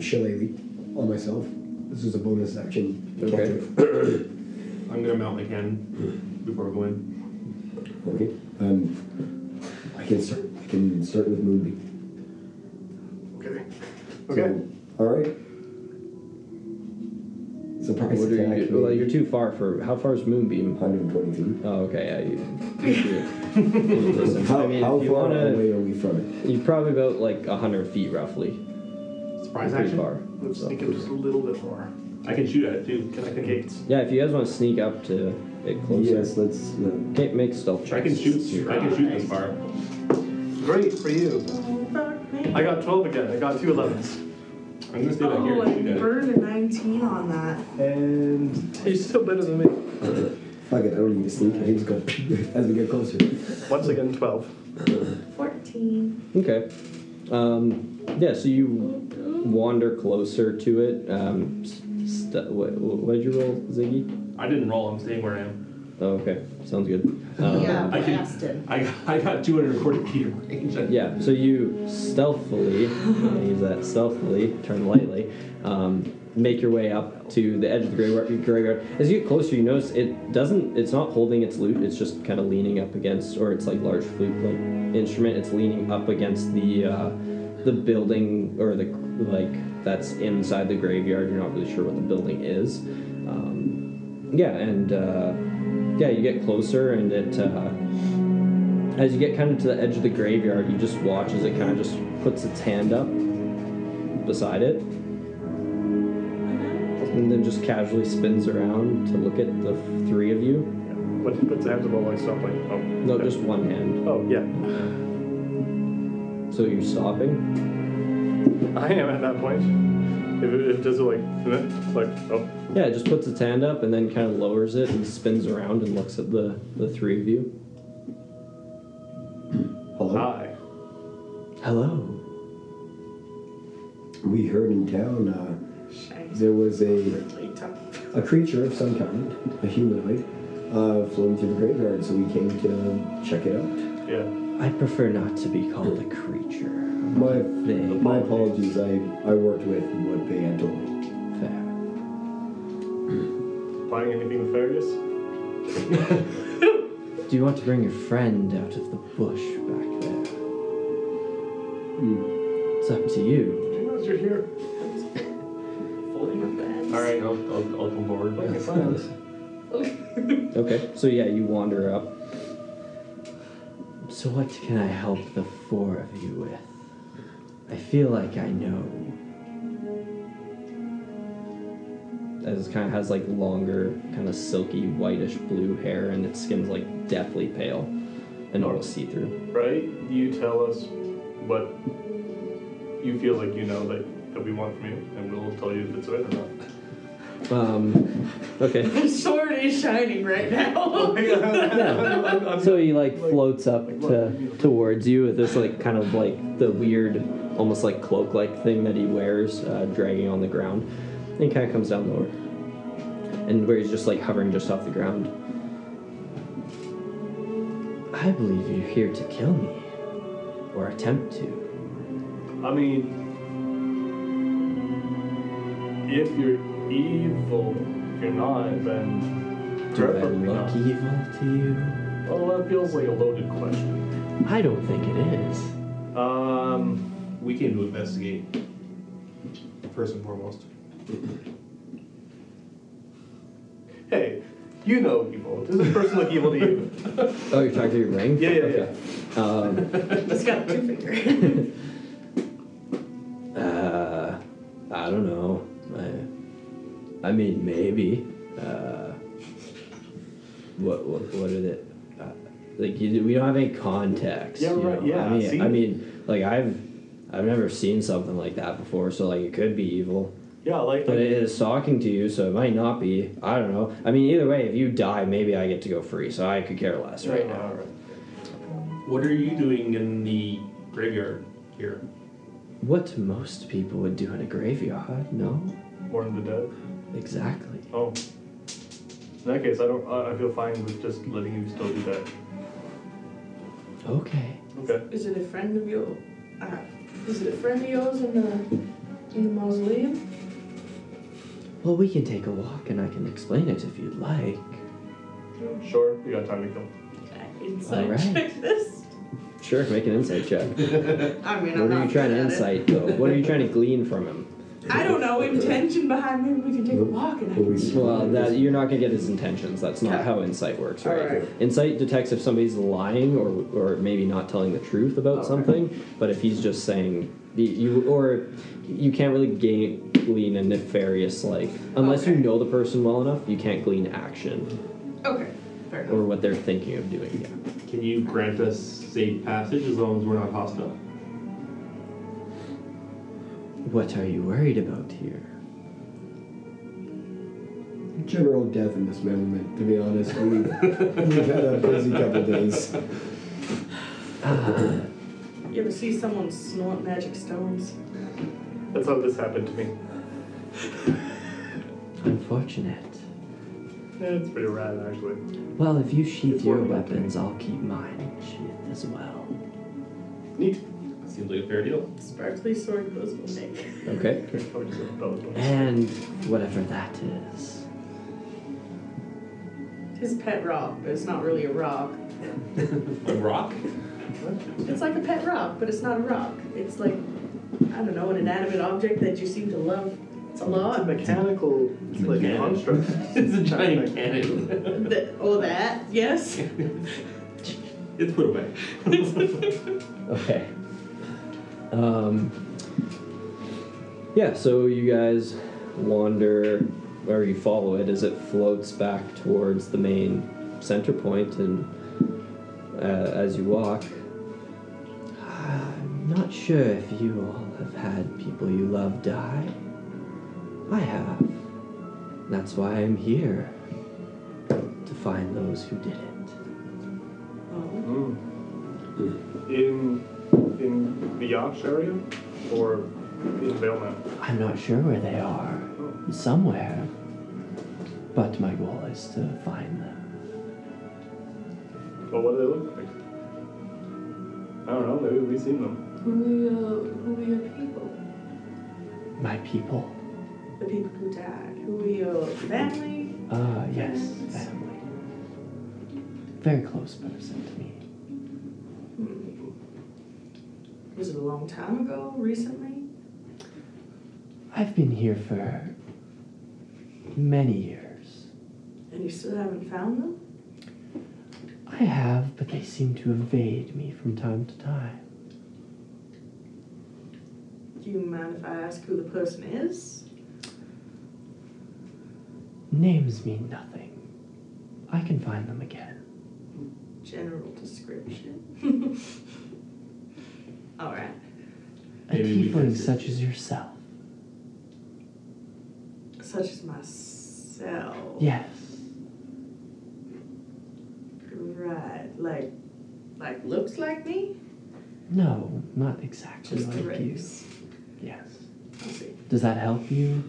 S3: Shillelagh on myself. This is a bonus action.
S1: Okay.
S4: I'm gonna mount my cannon before we go in.
S3: Okay. Um, I can start. I can start with Moonbeam.
S2: Okay. Okay.
S3: So, all right. Surprise
S1: What are you?
S3: attack.
S1: do- Well, you're too far for. How far is Moonbeam?
S3: 120 feet.
S1: Oh, okay. Yeah, you. you- listen,
S3: *laughs* How,
S1: I mean,
S3: how
S1: if you
S3: far
S1: wanna,
S3: away are we from it?
S1: you're probably about like hundred feet roughly.
S2: Surprise
S1: Pretty
S2: action.
S1: far.
S2: Let's
S1: So-
S2: sneak up just a little bit more.
S4: I can shoot at it too.
S2: Connect the gates.
S1: Yeah, if you guys want to sneak up to it closer,
S3: Yes, let's. uh, No.
S1: can't make stealth checks.
S4: I can shoot. I can shoot this far.
S2: Great for you.
S5: Fuck me.
S2: I got 12 again. I got two 11s.
S4: I'm gonna stay back here
S5: Oh, I
S4: and shoot at it.
S5: burned a 19 on that.
S2: And you're still better than me.
S3: Fuck it, I don't need to sneak. I can just *laughs* go as we get closer.
S2: Once again, 12.
S5: 14.
S1: Okay. Um, yeah, so you wander closer to it. Um, st- what, what did you roll, Ziggy?
S4: I didn't roll. I'm staying where I am.
S1: Oh, okay. Sounds good. Um,
S5: yeah,
S4: Uh, I can- *laughs*
S5: blasted.
S4: I I got 240 feet of range. I-
S1: Yeah, so you stealthily, I'm gonna use that stealthily, turn lightly, um, make your way up to the edge of the graveyard- graveyard. As you get closer, you notice it doesn't, it's not holding its loot, it's just kind of leaning up against, or it's like large flute like instrument, it's leaning up against the, uh, the building, or the, like, that's inside the graveyard, you're not really sure what the building is. Um, yeah, and, uh, yeah, you get closer and it, uh, as you get kind of to the edge of the graveyard, you just watch as it kind of just puts its hand up beside it and then just casually spins around to look at the three of you.
S2: What puts the hands above my stop like, oh.
S1: No, just one hand.
S2: Oh, yeah.
S1: So you're stopping.
S2: I am at that point. If it, if it does it like, eh, like, oh.
S1: Yeah, it just puts its hand up and then kind of lowers it and spins around and looks at the, the three of you.
S3: Hello.
S2: Hi.
S1: Hello.
S3: We heard in town uh,
S5: Shiny.
S3: there was a
S5: Really tough.
S3: a creature of some kind, a humanoid, uh, floating through the graveyard. So we came to check it out.
S2: Yeah.
S1: I prefer not to be called a creature.
S3: My
S1: Big.
S3: my apologies. I I worked with what they had told me.
S1: Fair.
S2: Buying anything nefarious?
S1: Do you want to bring your friend out of the bush back there?
S3: Hmm.
S1: It's up to you.
S2: Didn't realize you're here.
S4: All right, I'll, I'll, I'll come forward.
S2: Playing in silence.
S1: Okay, so yeah, you wander up. So, what can I help the four of you with? I feel like I know. As it kind of has like longer, kind of silky, whitish blue hair, and its skin's like deathly pale and almost see through.
S2: Right? You tell us what you feel like you know that, that we want from you, and we'll tell you if it's right or not.
S1: Um, okay.
S5: *laughs* The sword is shining right
S4: *laughs* Oh
S5: now.
S1: So he like floats up to towards you with this like kind of like the weird almost like cloak like thing that he wears, uh, dragging on the ground, and kind of comes down lower. And where he's just like hovering just off the ground. I believe you're here to kill me, or attempt to.
S2: I mean, if you're evil, if you're not, then
S1: Do I
S2: preferably
S1: look
S2: not.
S1: evil to you?
S2: Well, that feels like a loaded question.
S1: I don't think it is.
S2: Um,
S6: We came to investigate, first and foremost.
S2: hey, you know evil. Does this person look evil to you?
S1: Oh, you're talking to your ring?
S2: Yeah, yeah,
S1: Okay. Um,
S5: It's got a two finger.
S1: uh, I don't know. I, I mean, maybe. Uh, what, what, what are the. Uh, like, you, we don't have any context.
S2: Yeah,
S1: you
S2: right,
S1: know?
S2: yeah,
S1: I mean,
S2: see?
S1: I mean, like, I've. I've never seen something like that before, so like it could be evil.
S2: Yeah, like
S1: But it is talking to you, so it might not be. I don't know. I mean, either way, if you die, maybe I get to go free, so I could care less right
S2: uh,
S1: now.
S6: *laughs* What are you doing in the graveyard here?
S1: What most people would do in a graveyard, no?
S2: Born the dead.
S1: Exactly.
S2: Oh. In that case, I don't. I I feel fine with just letting you still do that.
S1: Okay.
S2: Okay.
S5: Is it a friend of your, uh, is it a friend of yours in the, in the mausoleum?
S1: Well, we can take a walk and I can explain it if you'd like.
S2: Sure. We got time to kill.
S5: Uh, Inside
S1: Alright.
S5: check this.
S1: Sure, make an insight
S5: *laughs*
S1: check.
S5: I mean, I'm
S1: what
S5: not.
S1: are you trying to
S5: good at it.
S1: insight, though? What are you trying to glean from him?
S5: I don't know intention behind maybe we can take a walk and I can
S3: We-
S1: Well, that you're not going to get his intentions. That's not
S5: Okay.
S1: how insight works,
S5: All
S1: right?
S5: right.
S1: Insight detects if somebody's lying or, or maybe not telling the truth about
S5: Okay.
S1: something, but if he's just saying you, you or you can't really gain glean a nefarious like unless you
S5: Okay.
S1: know the person well enough, you can't glean action
S5: Okay, fair
S1: or
S5: enough.
S1: what they're thinking of doing. Yeah.
S6: Can you grant us safe passage as long as we're not hostile?
S1: What are you worried about here?
S3: Um, General death in this movement, to be honest. We, we've had a busy couple days.
S1: Ah.
S5: You ever see someone snort magic stones?
S2: That's how this happened to me.
S1: Unfortunate.
S2: Yeah, it's pretty rad actually.
S1: Well, if you sheath
S2: It's
S1: your
S2: working out.
S1: weapons, I'll keep mine sheathed as well.
S2: Neat.
S6: Seems like a fair deal.
S5: Sparkly sword glows will make.
S1: Okay.
S2: Probably just a belt.
S1: And whatever that is.
S5: His pet rock, but *laughs* it's not really a rock.
S6: A rock?
S5: It's like a pet rock, but it's not a rock. It's like, I don't know, an inanimate object that you seem to love. It's
S2: It's
S5: a
S2: a
S5: lot.
S2: mechanical like
S6: Mechanic.
S2: construct.
S4: *laughs*
S6: it's a giant cannon.
S5: *laughs* Th- Or that, yes.
S6: It's put away.
S1: Okay. Um, yeah, so you guys wander, or you follow it as it floats back towards the main center point, and uh, as you walk, I'm not sure if you all have had people you love die. I have. That's why I'm here. To find those who didn't.
S5: Oh,
S2: Mm. In in the Yash area or in Vailmount?
S1: I'm not sure where they are. Somewhere. But my goal is to find them.
S2: Well, what do they look like? I don't know. Maybe we've seen them.
S5: Who are your, who are your people?
S1: My people.
S5: The people who died. Who are your family?
S1: Ah, yes,
S5: Friends.
S1: family. Very close person to me.
S5: Hmm. Was it a long time ago? Recently?
S1: I've been here for many years.
S5: And you still haven't found them?
S1: I have, but they seem to evade me from time to time.
S5: Do you mind if I ask who the person is?
S1: Names mean nothing. I can find them again.
S5: General
S1: *laughs*
S5: description. All right.
S1: A
S6: Maybe we can
S1: tiefling
S6: see.
S1: such as yourself.
S5: Such as myself.
S1: Yes.
S5: Right. Like, like looks like me.
S1: No, not exactly
S5: Just the
S1: like you.
S5: race.
S1: Yes.
S5: I'll see.
S1: Does that help you?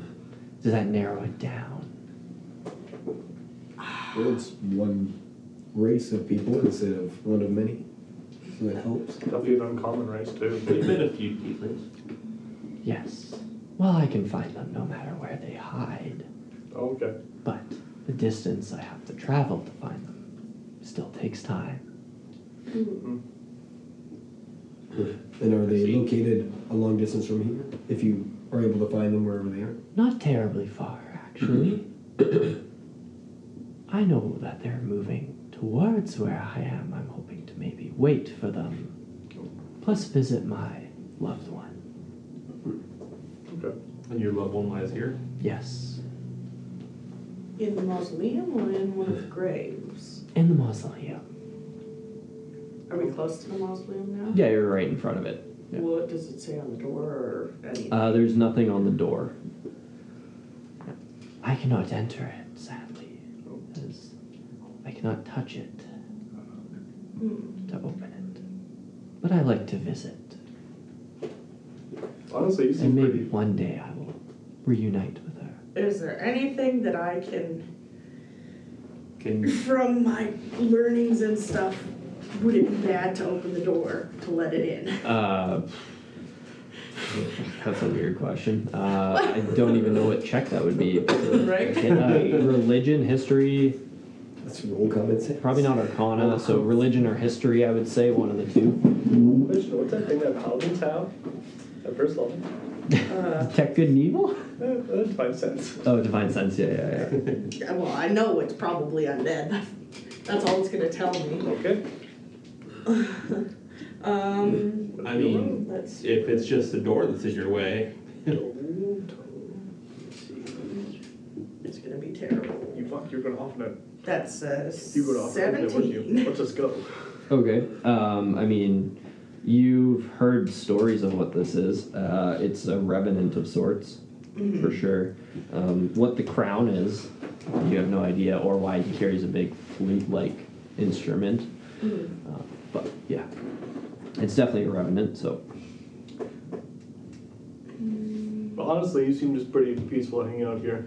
S1: Does that narrow it down?
S3: Well, it's one race of people instead of one of many. So that helps.
S2: Definitely an uncommon race too.
S4: We've met a few tieflings.
S1: Yes. Well, I can find them no matter where they hide,
S2: Oh, okay.
S1: but the distance I have to travel to find them still takes time.
S3: And are they located a long distance from here? If you are able to find them wherever they are.
S1: Not terribly far, actually.
S2: Mm-hmm.
S1: I know that they're moving towards where I am. I'm hoping to maybe wait for them, plus visit my loved one.
S4: And your loved one lies here.
S1: Yes,
S5: In the mausoleum or in one of the graves?
S1: in the mausoleum.
S5: Are we close to the mausoleum now?
S20: Yeah, you're right in front of it. Yeah.
S5: What does it say on the door or anything?
S20: Uh, there's nothing on the door.
S1: I cannot enter it, sadly, as I cannot touch it
S5: Hmm.
S1: to open it. But I like to visit,
S2: Honestly, you
S1: and
S2: seem
S1: maybe
S2: pretty.
S1: one day I will reunite with her.
S5: Is there anything that I can,
S4: Can
S5: from my learnings and stuff, would it be bad to open the door to let
S1: *laughs*
S5: it in?
S20: Uh, that's a weird question. Uh, I don't even know what check that would
S1: *laughs*
S20: be.
S5: Right?
S20: Uh, religion, history,
S3: That's roll common *clears throat* sense.
S20: probably not arcana. So religion or history, I would say one of the two.
S21: Which, what's that thing that paladins have? At first level?
S5: Uh,
S20: Tech good and evil.
S21: Eh, that's five cents.
S20: Oh, divine sense. Yeah, yeah, yeah.
S5: yeah, well, I know it's probably undead. That's all it's gonna tell me. *laughs*
S21: Okay.
S5: Um,
S4: I mean
S5: let's.
S4: if it's just the door that's in your way?
S5: It's gonna be terrible.
S21: You fuck, you're going to off it.
S5: That's uh,
S21: You go to off it, would
S2: *laughs*
S21: you?
S5: seventeen.
S21: Let's just go.
S20: Okay. Um, I mean, you've heard stories of what this is. Uh, it's a revenant of sorts, for sure. Um, what the crown is, you have no idea, or why he carries a big flute-like instrument. Uh, but yeah, it's definitely a revenant. So
S2: But honestly, you seem just pretty peaceful hanging out here.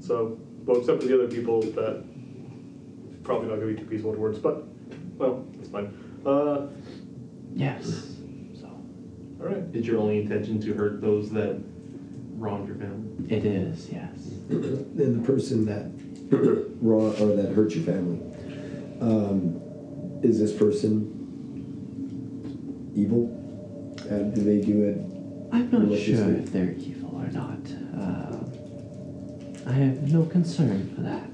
S2: So, well, except for the other people that probably not gonna be too peaceful towards, but well, it's fine. Uh, all
S1: Yes.
S2: Mm-hmm.
S1: So
S2: right.
S4: Is your only intention to hurt those that wronged your family?
S1: it is, yes.
S3: Then the person that raw or that hurt your family. Um, is this person evil? Uh, do they do it?
S1: I'm not
S3: Maliciously.
S1: sure if they're evil or not. Uh, I have no concern for that.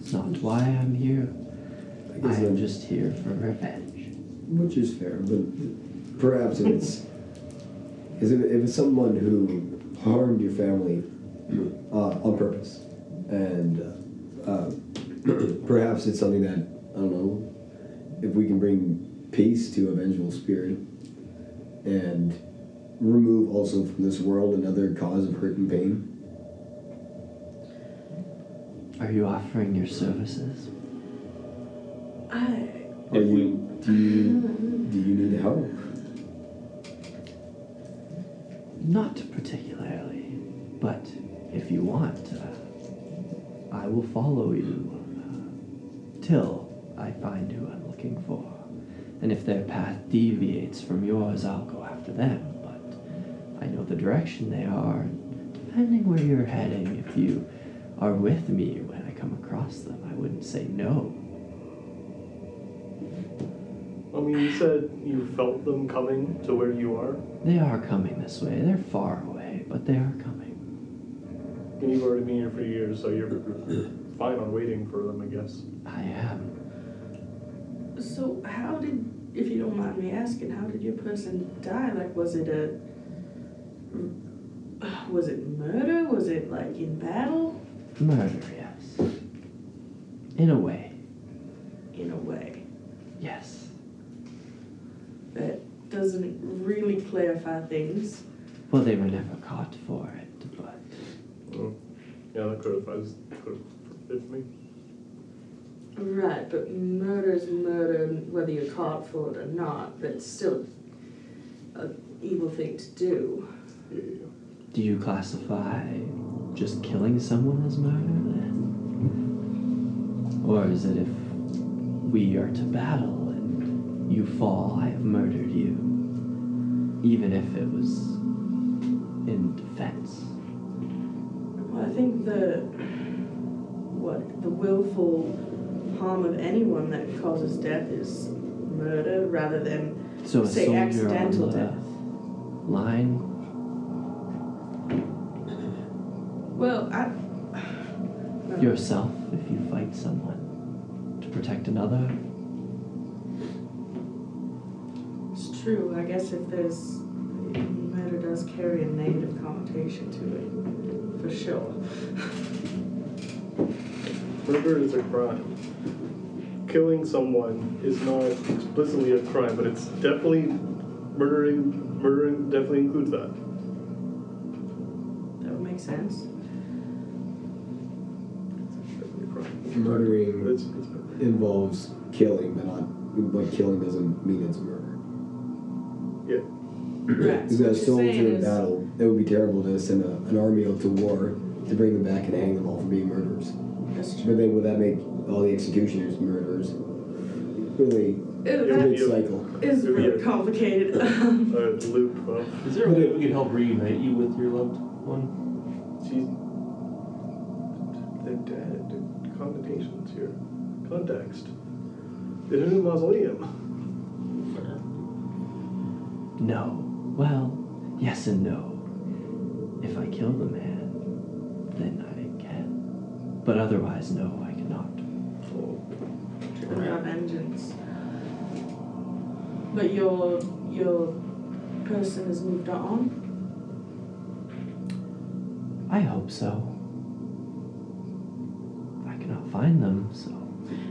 S1: It's not why I'm here.
S3: I
S1: I
S3: guess
S1: am
S3: I'm-
S1: just here for revenge.
S3: which is fair, but perhaps if it's is it, if it's someone who harmed your family uh, on purpose, and uh, *clears throat* uh, perhaps it's something that I don't know if we can bring peace to a vengeful spirit and remove also from this world another cause of hurt and pain.
S1: Are you offering your services?
S5: *laughs* I
S3: Are you do you do you need help?
S1: Not particularly, but if you want, uh, I will follow you uh, till I find who I'm looking for. And if their path deviates from yours, I'll go after them. But I know the direction they are. and Depending where you're heading, if you are with me when I come across them, I wouldn't say no.
S2: I mean, you said you felt them coming to where you are,
S1: They are coming this way. They're far away, but they are coming.
S2: and you've already been here for years, so you're fine on waiting for them, I guess.
S1: I am.
S5: So how did, if you don't mind me asking, how did your person die? Like, was it a, was it murder? Was it like in battle?
S1: Murder, yes. In a way.
S5: In a way,
S1: Yes.
S5: that doesn't really clarify things.
S1: Well, they were never caught for it, but
S2: Yeah, that clarifies. Could have me.
S5: Right, but murder's murder, whether you're caught for it or not. But still, an evil thing to do.
S22: Do you classify just killing someone as murder then? Or is it if we are to battle and you fall, I have murdered you? Even if it was in defense.
S5: Well, I think the what the willful harm of anyone that causes death is murder rather than
S22: So a
S5: say
S22: soldier
S5: accidental
S22: on the
S5: death.
S22: line.
S5: Well, I. *sighs* No.
S22: Yourself, if you fight someone to protect another,
S5: It's true. I guess if there's murder does carry a negative connotation to it, for sure. *laughs*
S2: Murder is a crime. Killing someone is not explicitly a crime, but it's definitely murdering. Murdering definitely includes that.
S5: That would make sense.
S2: Definitely a crime.
S3: Murdering
S2: It's, it's murder.
S3: involves killing, but not but killing doesn't mean it's murder.
S2: Yeah.
S5: Right.
S3: You've got
S5: So
S3: a
S5: what you're saying
S3: soldier in
S5: is-
S3: battle. It would be terrible to send a, an army out to war to bring them back and hang them all for being murderers.
S5: That's true.
S3: But then would that make all the executioners murderers? Really,
S5: Ew,
S2: Yeah,
S5: that
S3: big cycle.
S5: is
S2: It would be
S5: really
S3: *laughs*
S5: complicated.
S2: a, a loop of
S4: Is there a way we could help reunite you with your loved one?
S2: she's they're dead. Connotations here. Context. They're in a mausoleum.
S22: no. Well, yes and no. If I kill the man, then I can. But otherwise, no, I cannot.
S5: With our vengeance. But your your person has moved on.
S22: I hope so. I cannot find them, so.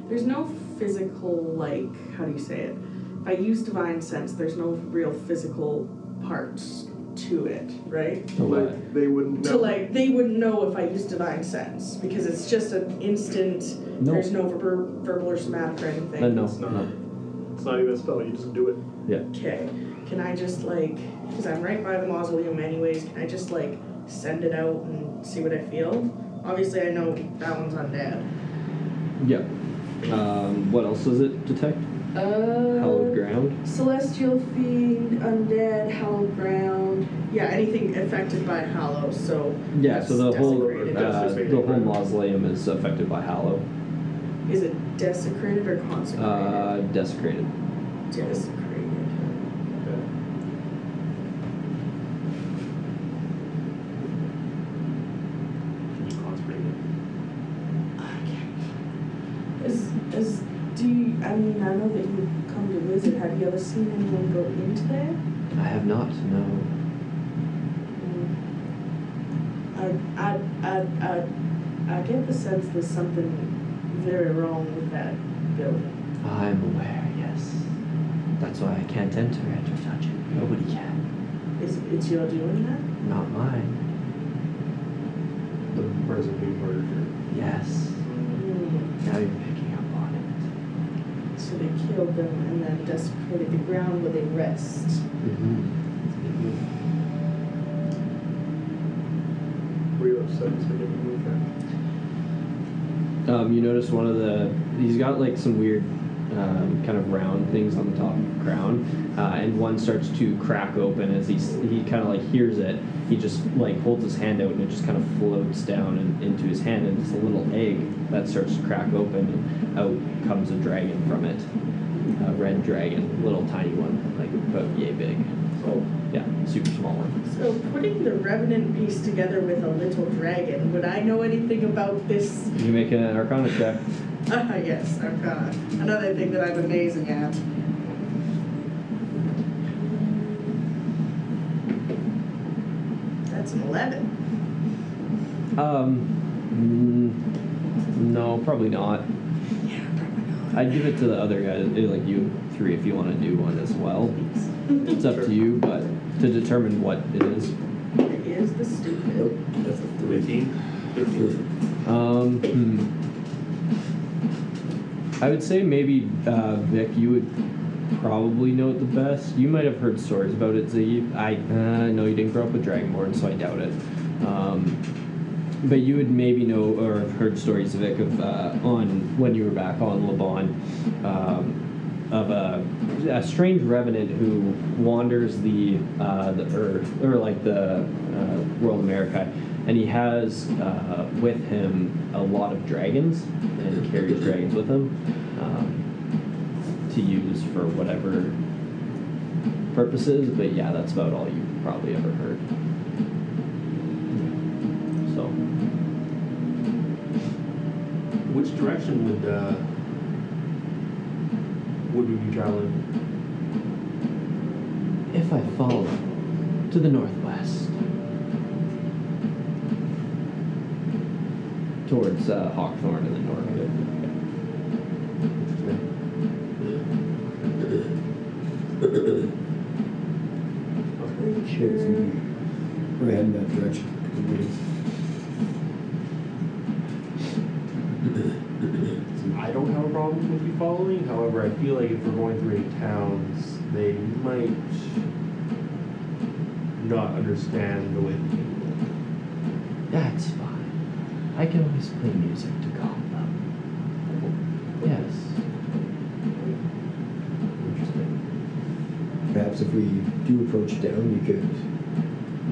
S5: There's no physical like how do you say it? If I use divine sense, there's no real physical parts to it, right?
S2: Like they wouldn't know.
S5: To like they wouldn't know if I use divine sense because it's just an instant.
S1: No.
S5: There's no ver- verbal or somatic or anything.
S1: Then no.
S2: it's not. It's not even a spell. You just do it.
S5: Okay. Can I just like, because I'm right by the mausoleum anyways, can I just like send it out and see what I feel? Obviously, I know that one's undead.
S1: Yeah. Um, what else does it detect?
S5: Uh,
S1: Hallowed ground.
S5: Celestial fiend, undead, hallowed ground. Yeah, anything affected by hallow. So
S1: Yeah. So the
S5: that's
S1: whole
S5: desecrated.
S1: uh, the
S2: Desecrated,
S1: whole
S2: right.
S1: mausoleum is affected by hallow.
S5: is it desecrated or consecrated?
S1: Uh, desecrated.
S5: desecrated. Is is do you, I mean I know that you come to visit. Have you ever seen anyone go into there?
S22: I have not, no.
S5: Mm. I, I, I, I, I get the sense there's something very wrong with that building.
S22: I'm aware, yes. That's why I can't enter it or touch it. Nobody can.
S5: Is it's your doing that?
S22: Not mine.
S4: The person who murdered
S22: Yes. Now you're picking up on
S5: Mm. So they killed them and then desecrated the ground where they rest.
S22: it. Mm-hmm.
S2: Were you upset? So you didn't move there?
S1: Um, you notice one of the he's got like some weird um, kind of round things on the top of the crown, uh, and one starts to crack open as he he kind of like hears it. He just like holds his hand out and it just kind of floats down and into his hand, and it's a little egg that starts to crack open, and out comes a dragon from it, a red dragon, little tiny one, like about yay big.
S2: Oh.
S1: Yeah, super small one.
S5: So putting the revenant piece together with a little dragon, would I know anything about this?
S1: You make an Arcana check.
S5: Ah, yes, I've got another thing that I'm amazing at. That's an eleven.
S1: Um, mm, no, probably not.
S5: Yeah, probably not.
S1: I'd give it to the other guy, eh, like you three, if you want to do one as well. It's up to you, but to determine what it is.
S5: It is the stupid.
S2: That's a three.
S1: Um, hmm. I would say maybe uh, Vic, you would probably know it the best. You might have heard stories about it, Ziggy. I uh, know you didn't grow up with Dragonborn, so I doubt it. Um, but you would maybe know or have heard stories, Vic, of uh, on when you were back on Laban, um, of a, a strange revenant who wanders the uh, the earth or like the uh, world of America, and he has uh, with him a lot of dragons and carries dragons with him um, to use for whatever purposes. But yeah, that's about all you probably ever heard. So.
S6: Which direction would uh, would we be traveling?
S1: If I follow to the northwest, towards uh, Hawthorne in the north.
S3: Sure, so We're heading that direction.
S6: I don't have a problem with you following. However, I feel like if we're going through any towns, they might not understand the way that you would.
S1: That's fine. I can always play music to calm them. Yes.
S6: Interesting.
S3: Perhaps if we do approach down, you could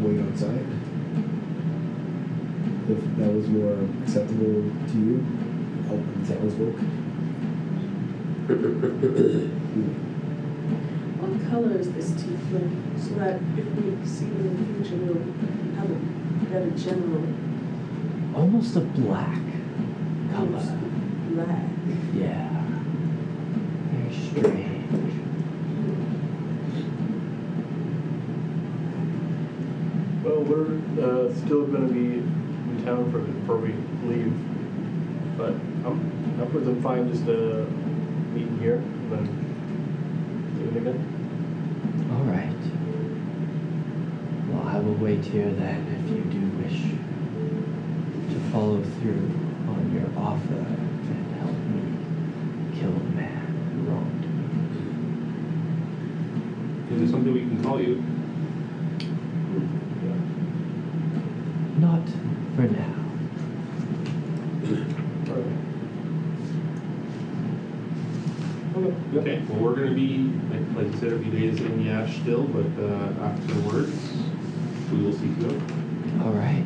S3: wait outside. If that was more acceptable to you, help the townsfolk.
S23: What color is this tiefling? So that if we see them in the future, we'll have a better general
S1: Almost a black color.
S23: black.
S1: Yeah. Very strange.
S2: Well, we're uh, still going to be in town for before we leave, but I'm upwards. I'm fine just uh, meeting here and then doing it again.
S1: All right. Well, I will wait here then if you do wish to follow through on your offer and help me kill the man who wronged me.
S4: Is there something we can call you?
S1: Not for now.
S4: Okay, well, we're gonna be, like, like you said, a few days in Yash still, but uh, afterwards, we will seek you out.
S1: All right.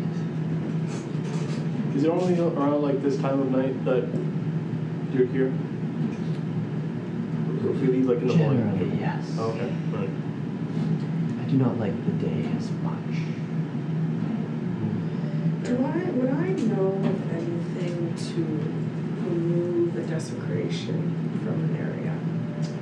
S2: Is it only around like this time of night that you're here? Or If we leave like in the morning.
S1: Generally, yes.
S2: Oh, okay. All right.
S1: I do not like the day as much.
S5: Do I, would I know of anything to remove the desecration from an area?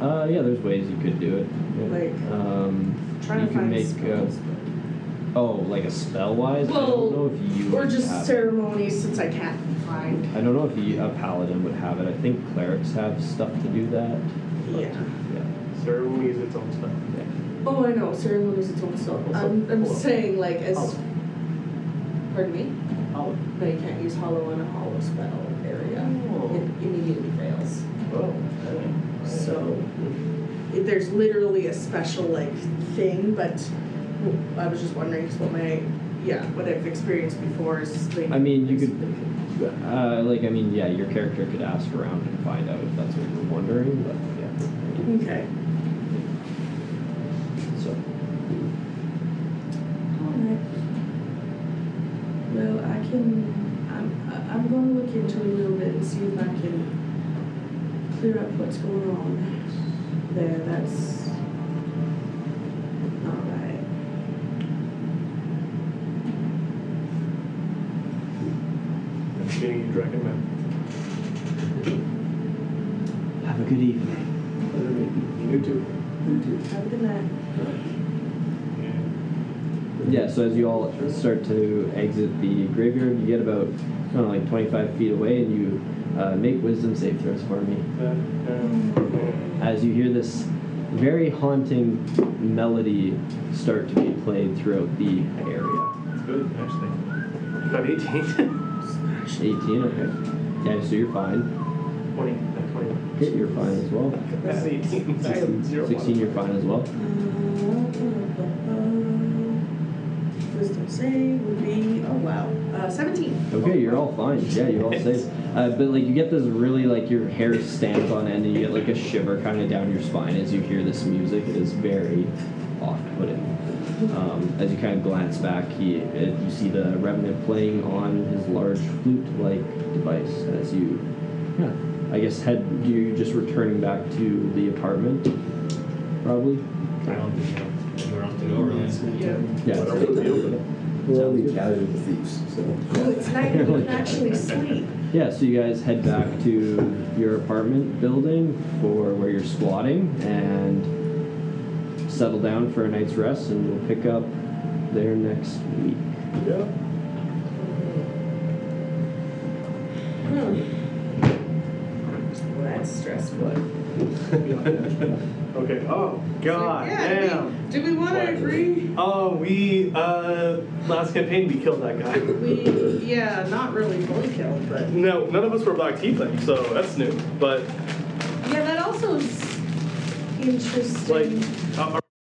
S1: Uh, yeah, there's ways you could do it.
S5: Like,
S1: Um,
S5: trying
S1: you
S5: to
S1: can
S5: find
S1: make
S5: spells.
S1: uh, oh, like a spell wise. I
S5: Well,
S1: don't know if you
S5: Or
S1: would
S5: just
S1: have-
S5: ceremonies since I can't find.
S1: I don't know if you, a paladin would have it. I think clerics have stuff to do that. but-
S5: Yeah.
S1: yeah.
S2: Ceremony is its own stuff.
S5: Oh, I know, ceremonies its own stuff. I'm, I'm saying like as,
S1: Oh.
S5: pardon me?
S2: Hollow.
S5: No, you can't use hollow on a hollow spell area.
S2: Oh.
S5: It immediately fails.
S2: Well, I-
S5: So it- there's literally a special like thing, but I was just wondering 'cause what my yeah what I've experienced before is like
S1: I mean, you could, uh, like, I mean, yeah, your character could ask around and find out if that's what you're wondering, but yeah.
S5: okay.
S1: So,
S23: Alright. Well, I can, I'm, I- I'm gonna look into it a little bit and see if I can clear up what's going on there, that's not right.
S2: I'm kidding you, Dragon Man.
S1: have a good evening.
S2: You too.
S23: Have a good night.
S1: Yeah, so as you all start to exit the graveyard, you get about, I don't know, like 25 feet away, and you uh, make wisdom save throws for me.
S2: Uh, um,
S1: As you hear this very haunting melody start to be played throughout the area.
S2: It's good, actually. Got 18. *laughs*
S1: 18, okay. Yeah, so you're fine.
S2: 20. fine.
S1: Hit your fine as well.
S2: That's 18. I have *laughs* zero.
S1: 16 you're fine as well.
S23: Wisdom save would be, oh wow, uh, 17.
S1: Okay, you're all fine. Yeah, you're all safe. Uh, but like you get this really like your hair stands on end and you get like a shiver kind of down your spine as you hear this music. It is very off-putting. Um, as you kind of glance back, he, uh, you see the remnant playing on his large flute-like device. As you, yeah, I guess head you just returning back to the apartment, probably.
S4: I don't think you know, anywhere else to go really.
S5: Yeah.
S1: Yeah.
S2: Why don't we be open?
S3: We're only casual thieves, so.
S5: Oh, it's night, you can actually sleep.
S1: Yeah, so you guys head back to your apartment building for where you're squatting and settle down for a night's rest, and we'll pick up there next week.
S2: Yeah.
S23: Hmm.
S5: Well, that's stressful.
S2: Okay. Oh, God
S5: Yeah, I
S2: damn.
S5: mean, Do we want to agree?
S2: Oh, we, uh, last campaign, we killed that guy. *laughs*
S5: We, yeah, not really fully killed, but.
S2: No, none of us were black teething, so that's new. But,
S5: Yeah, that also is interesting.
S2: like, our, our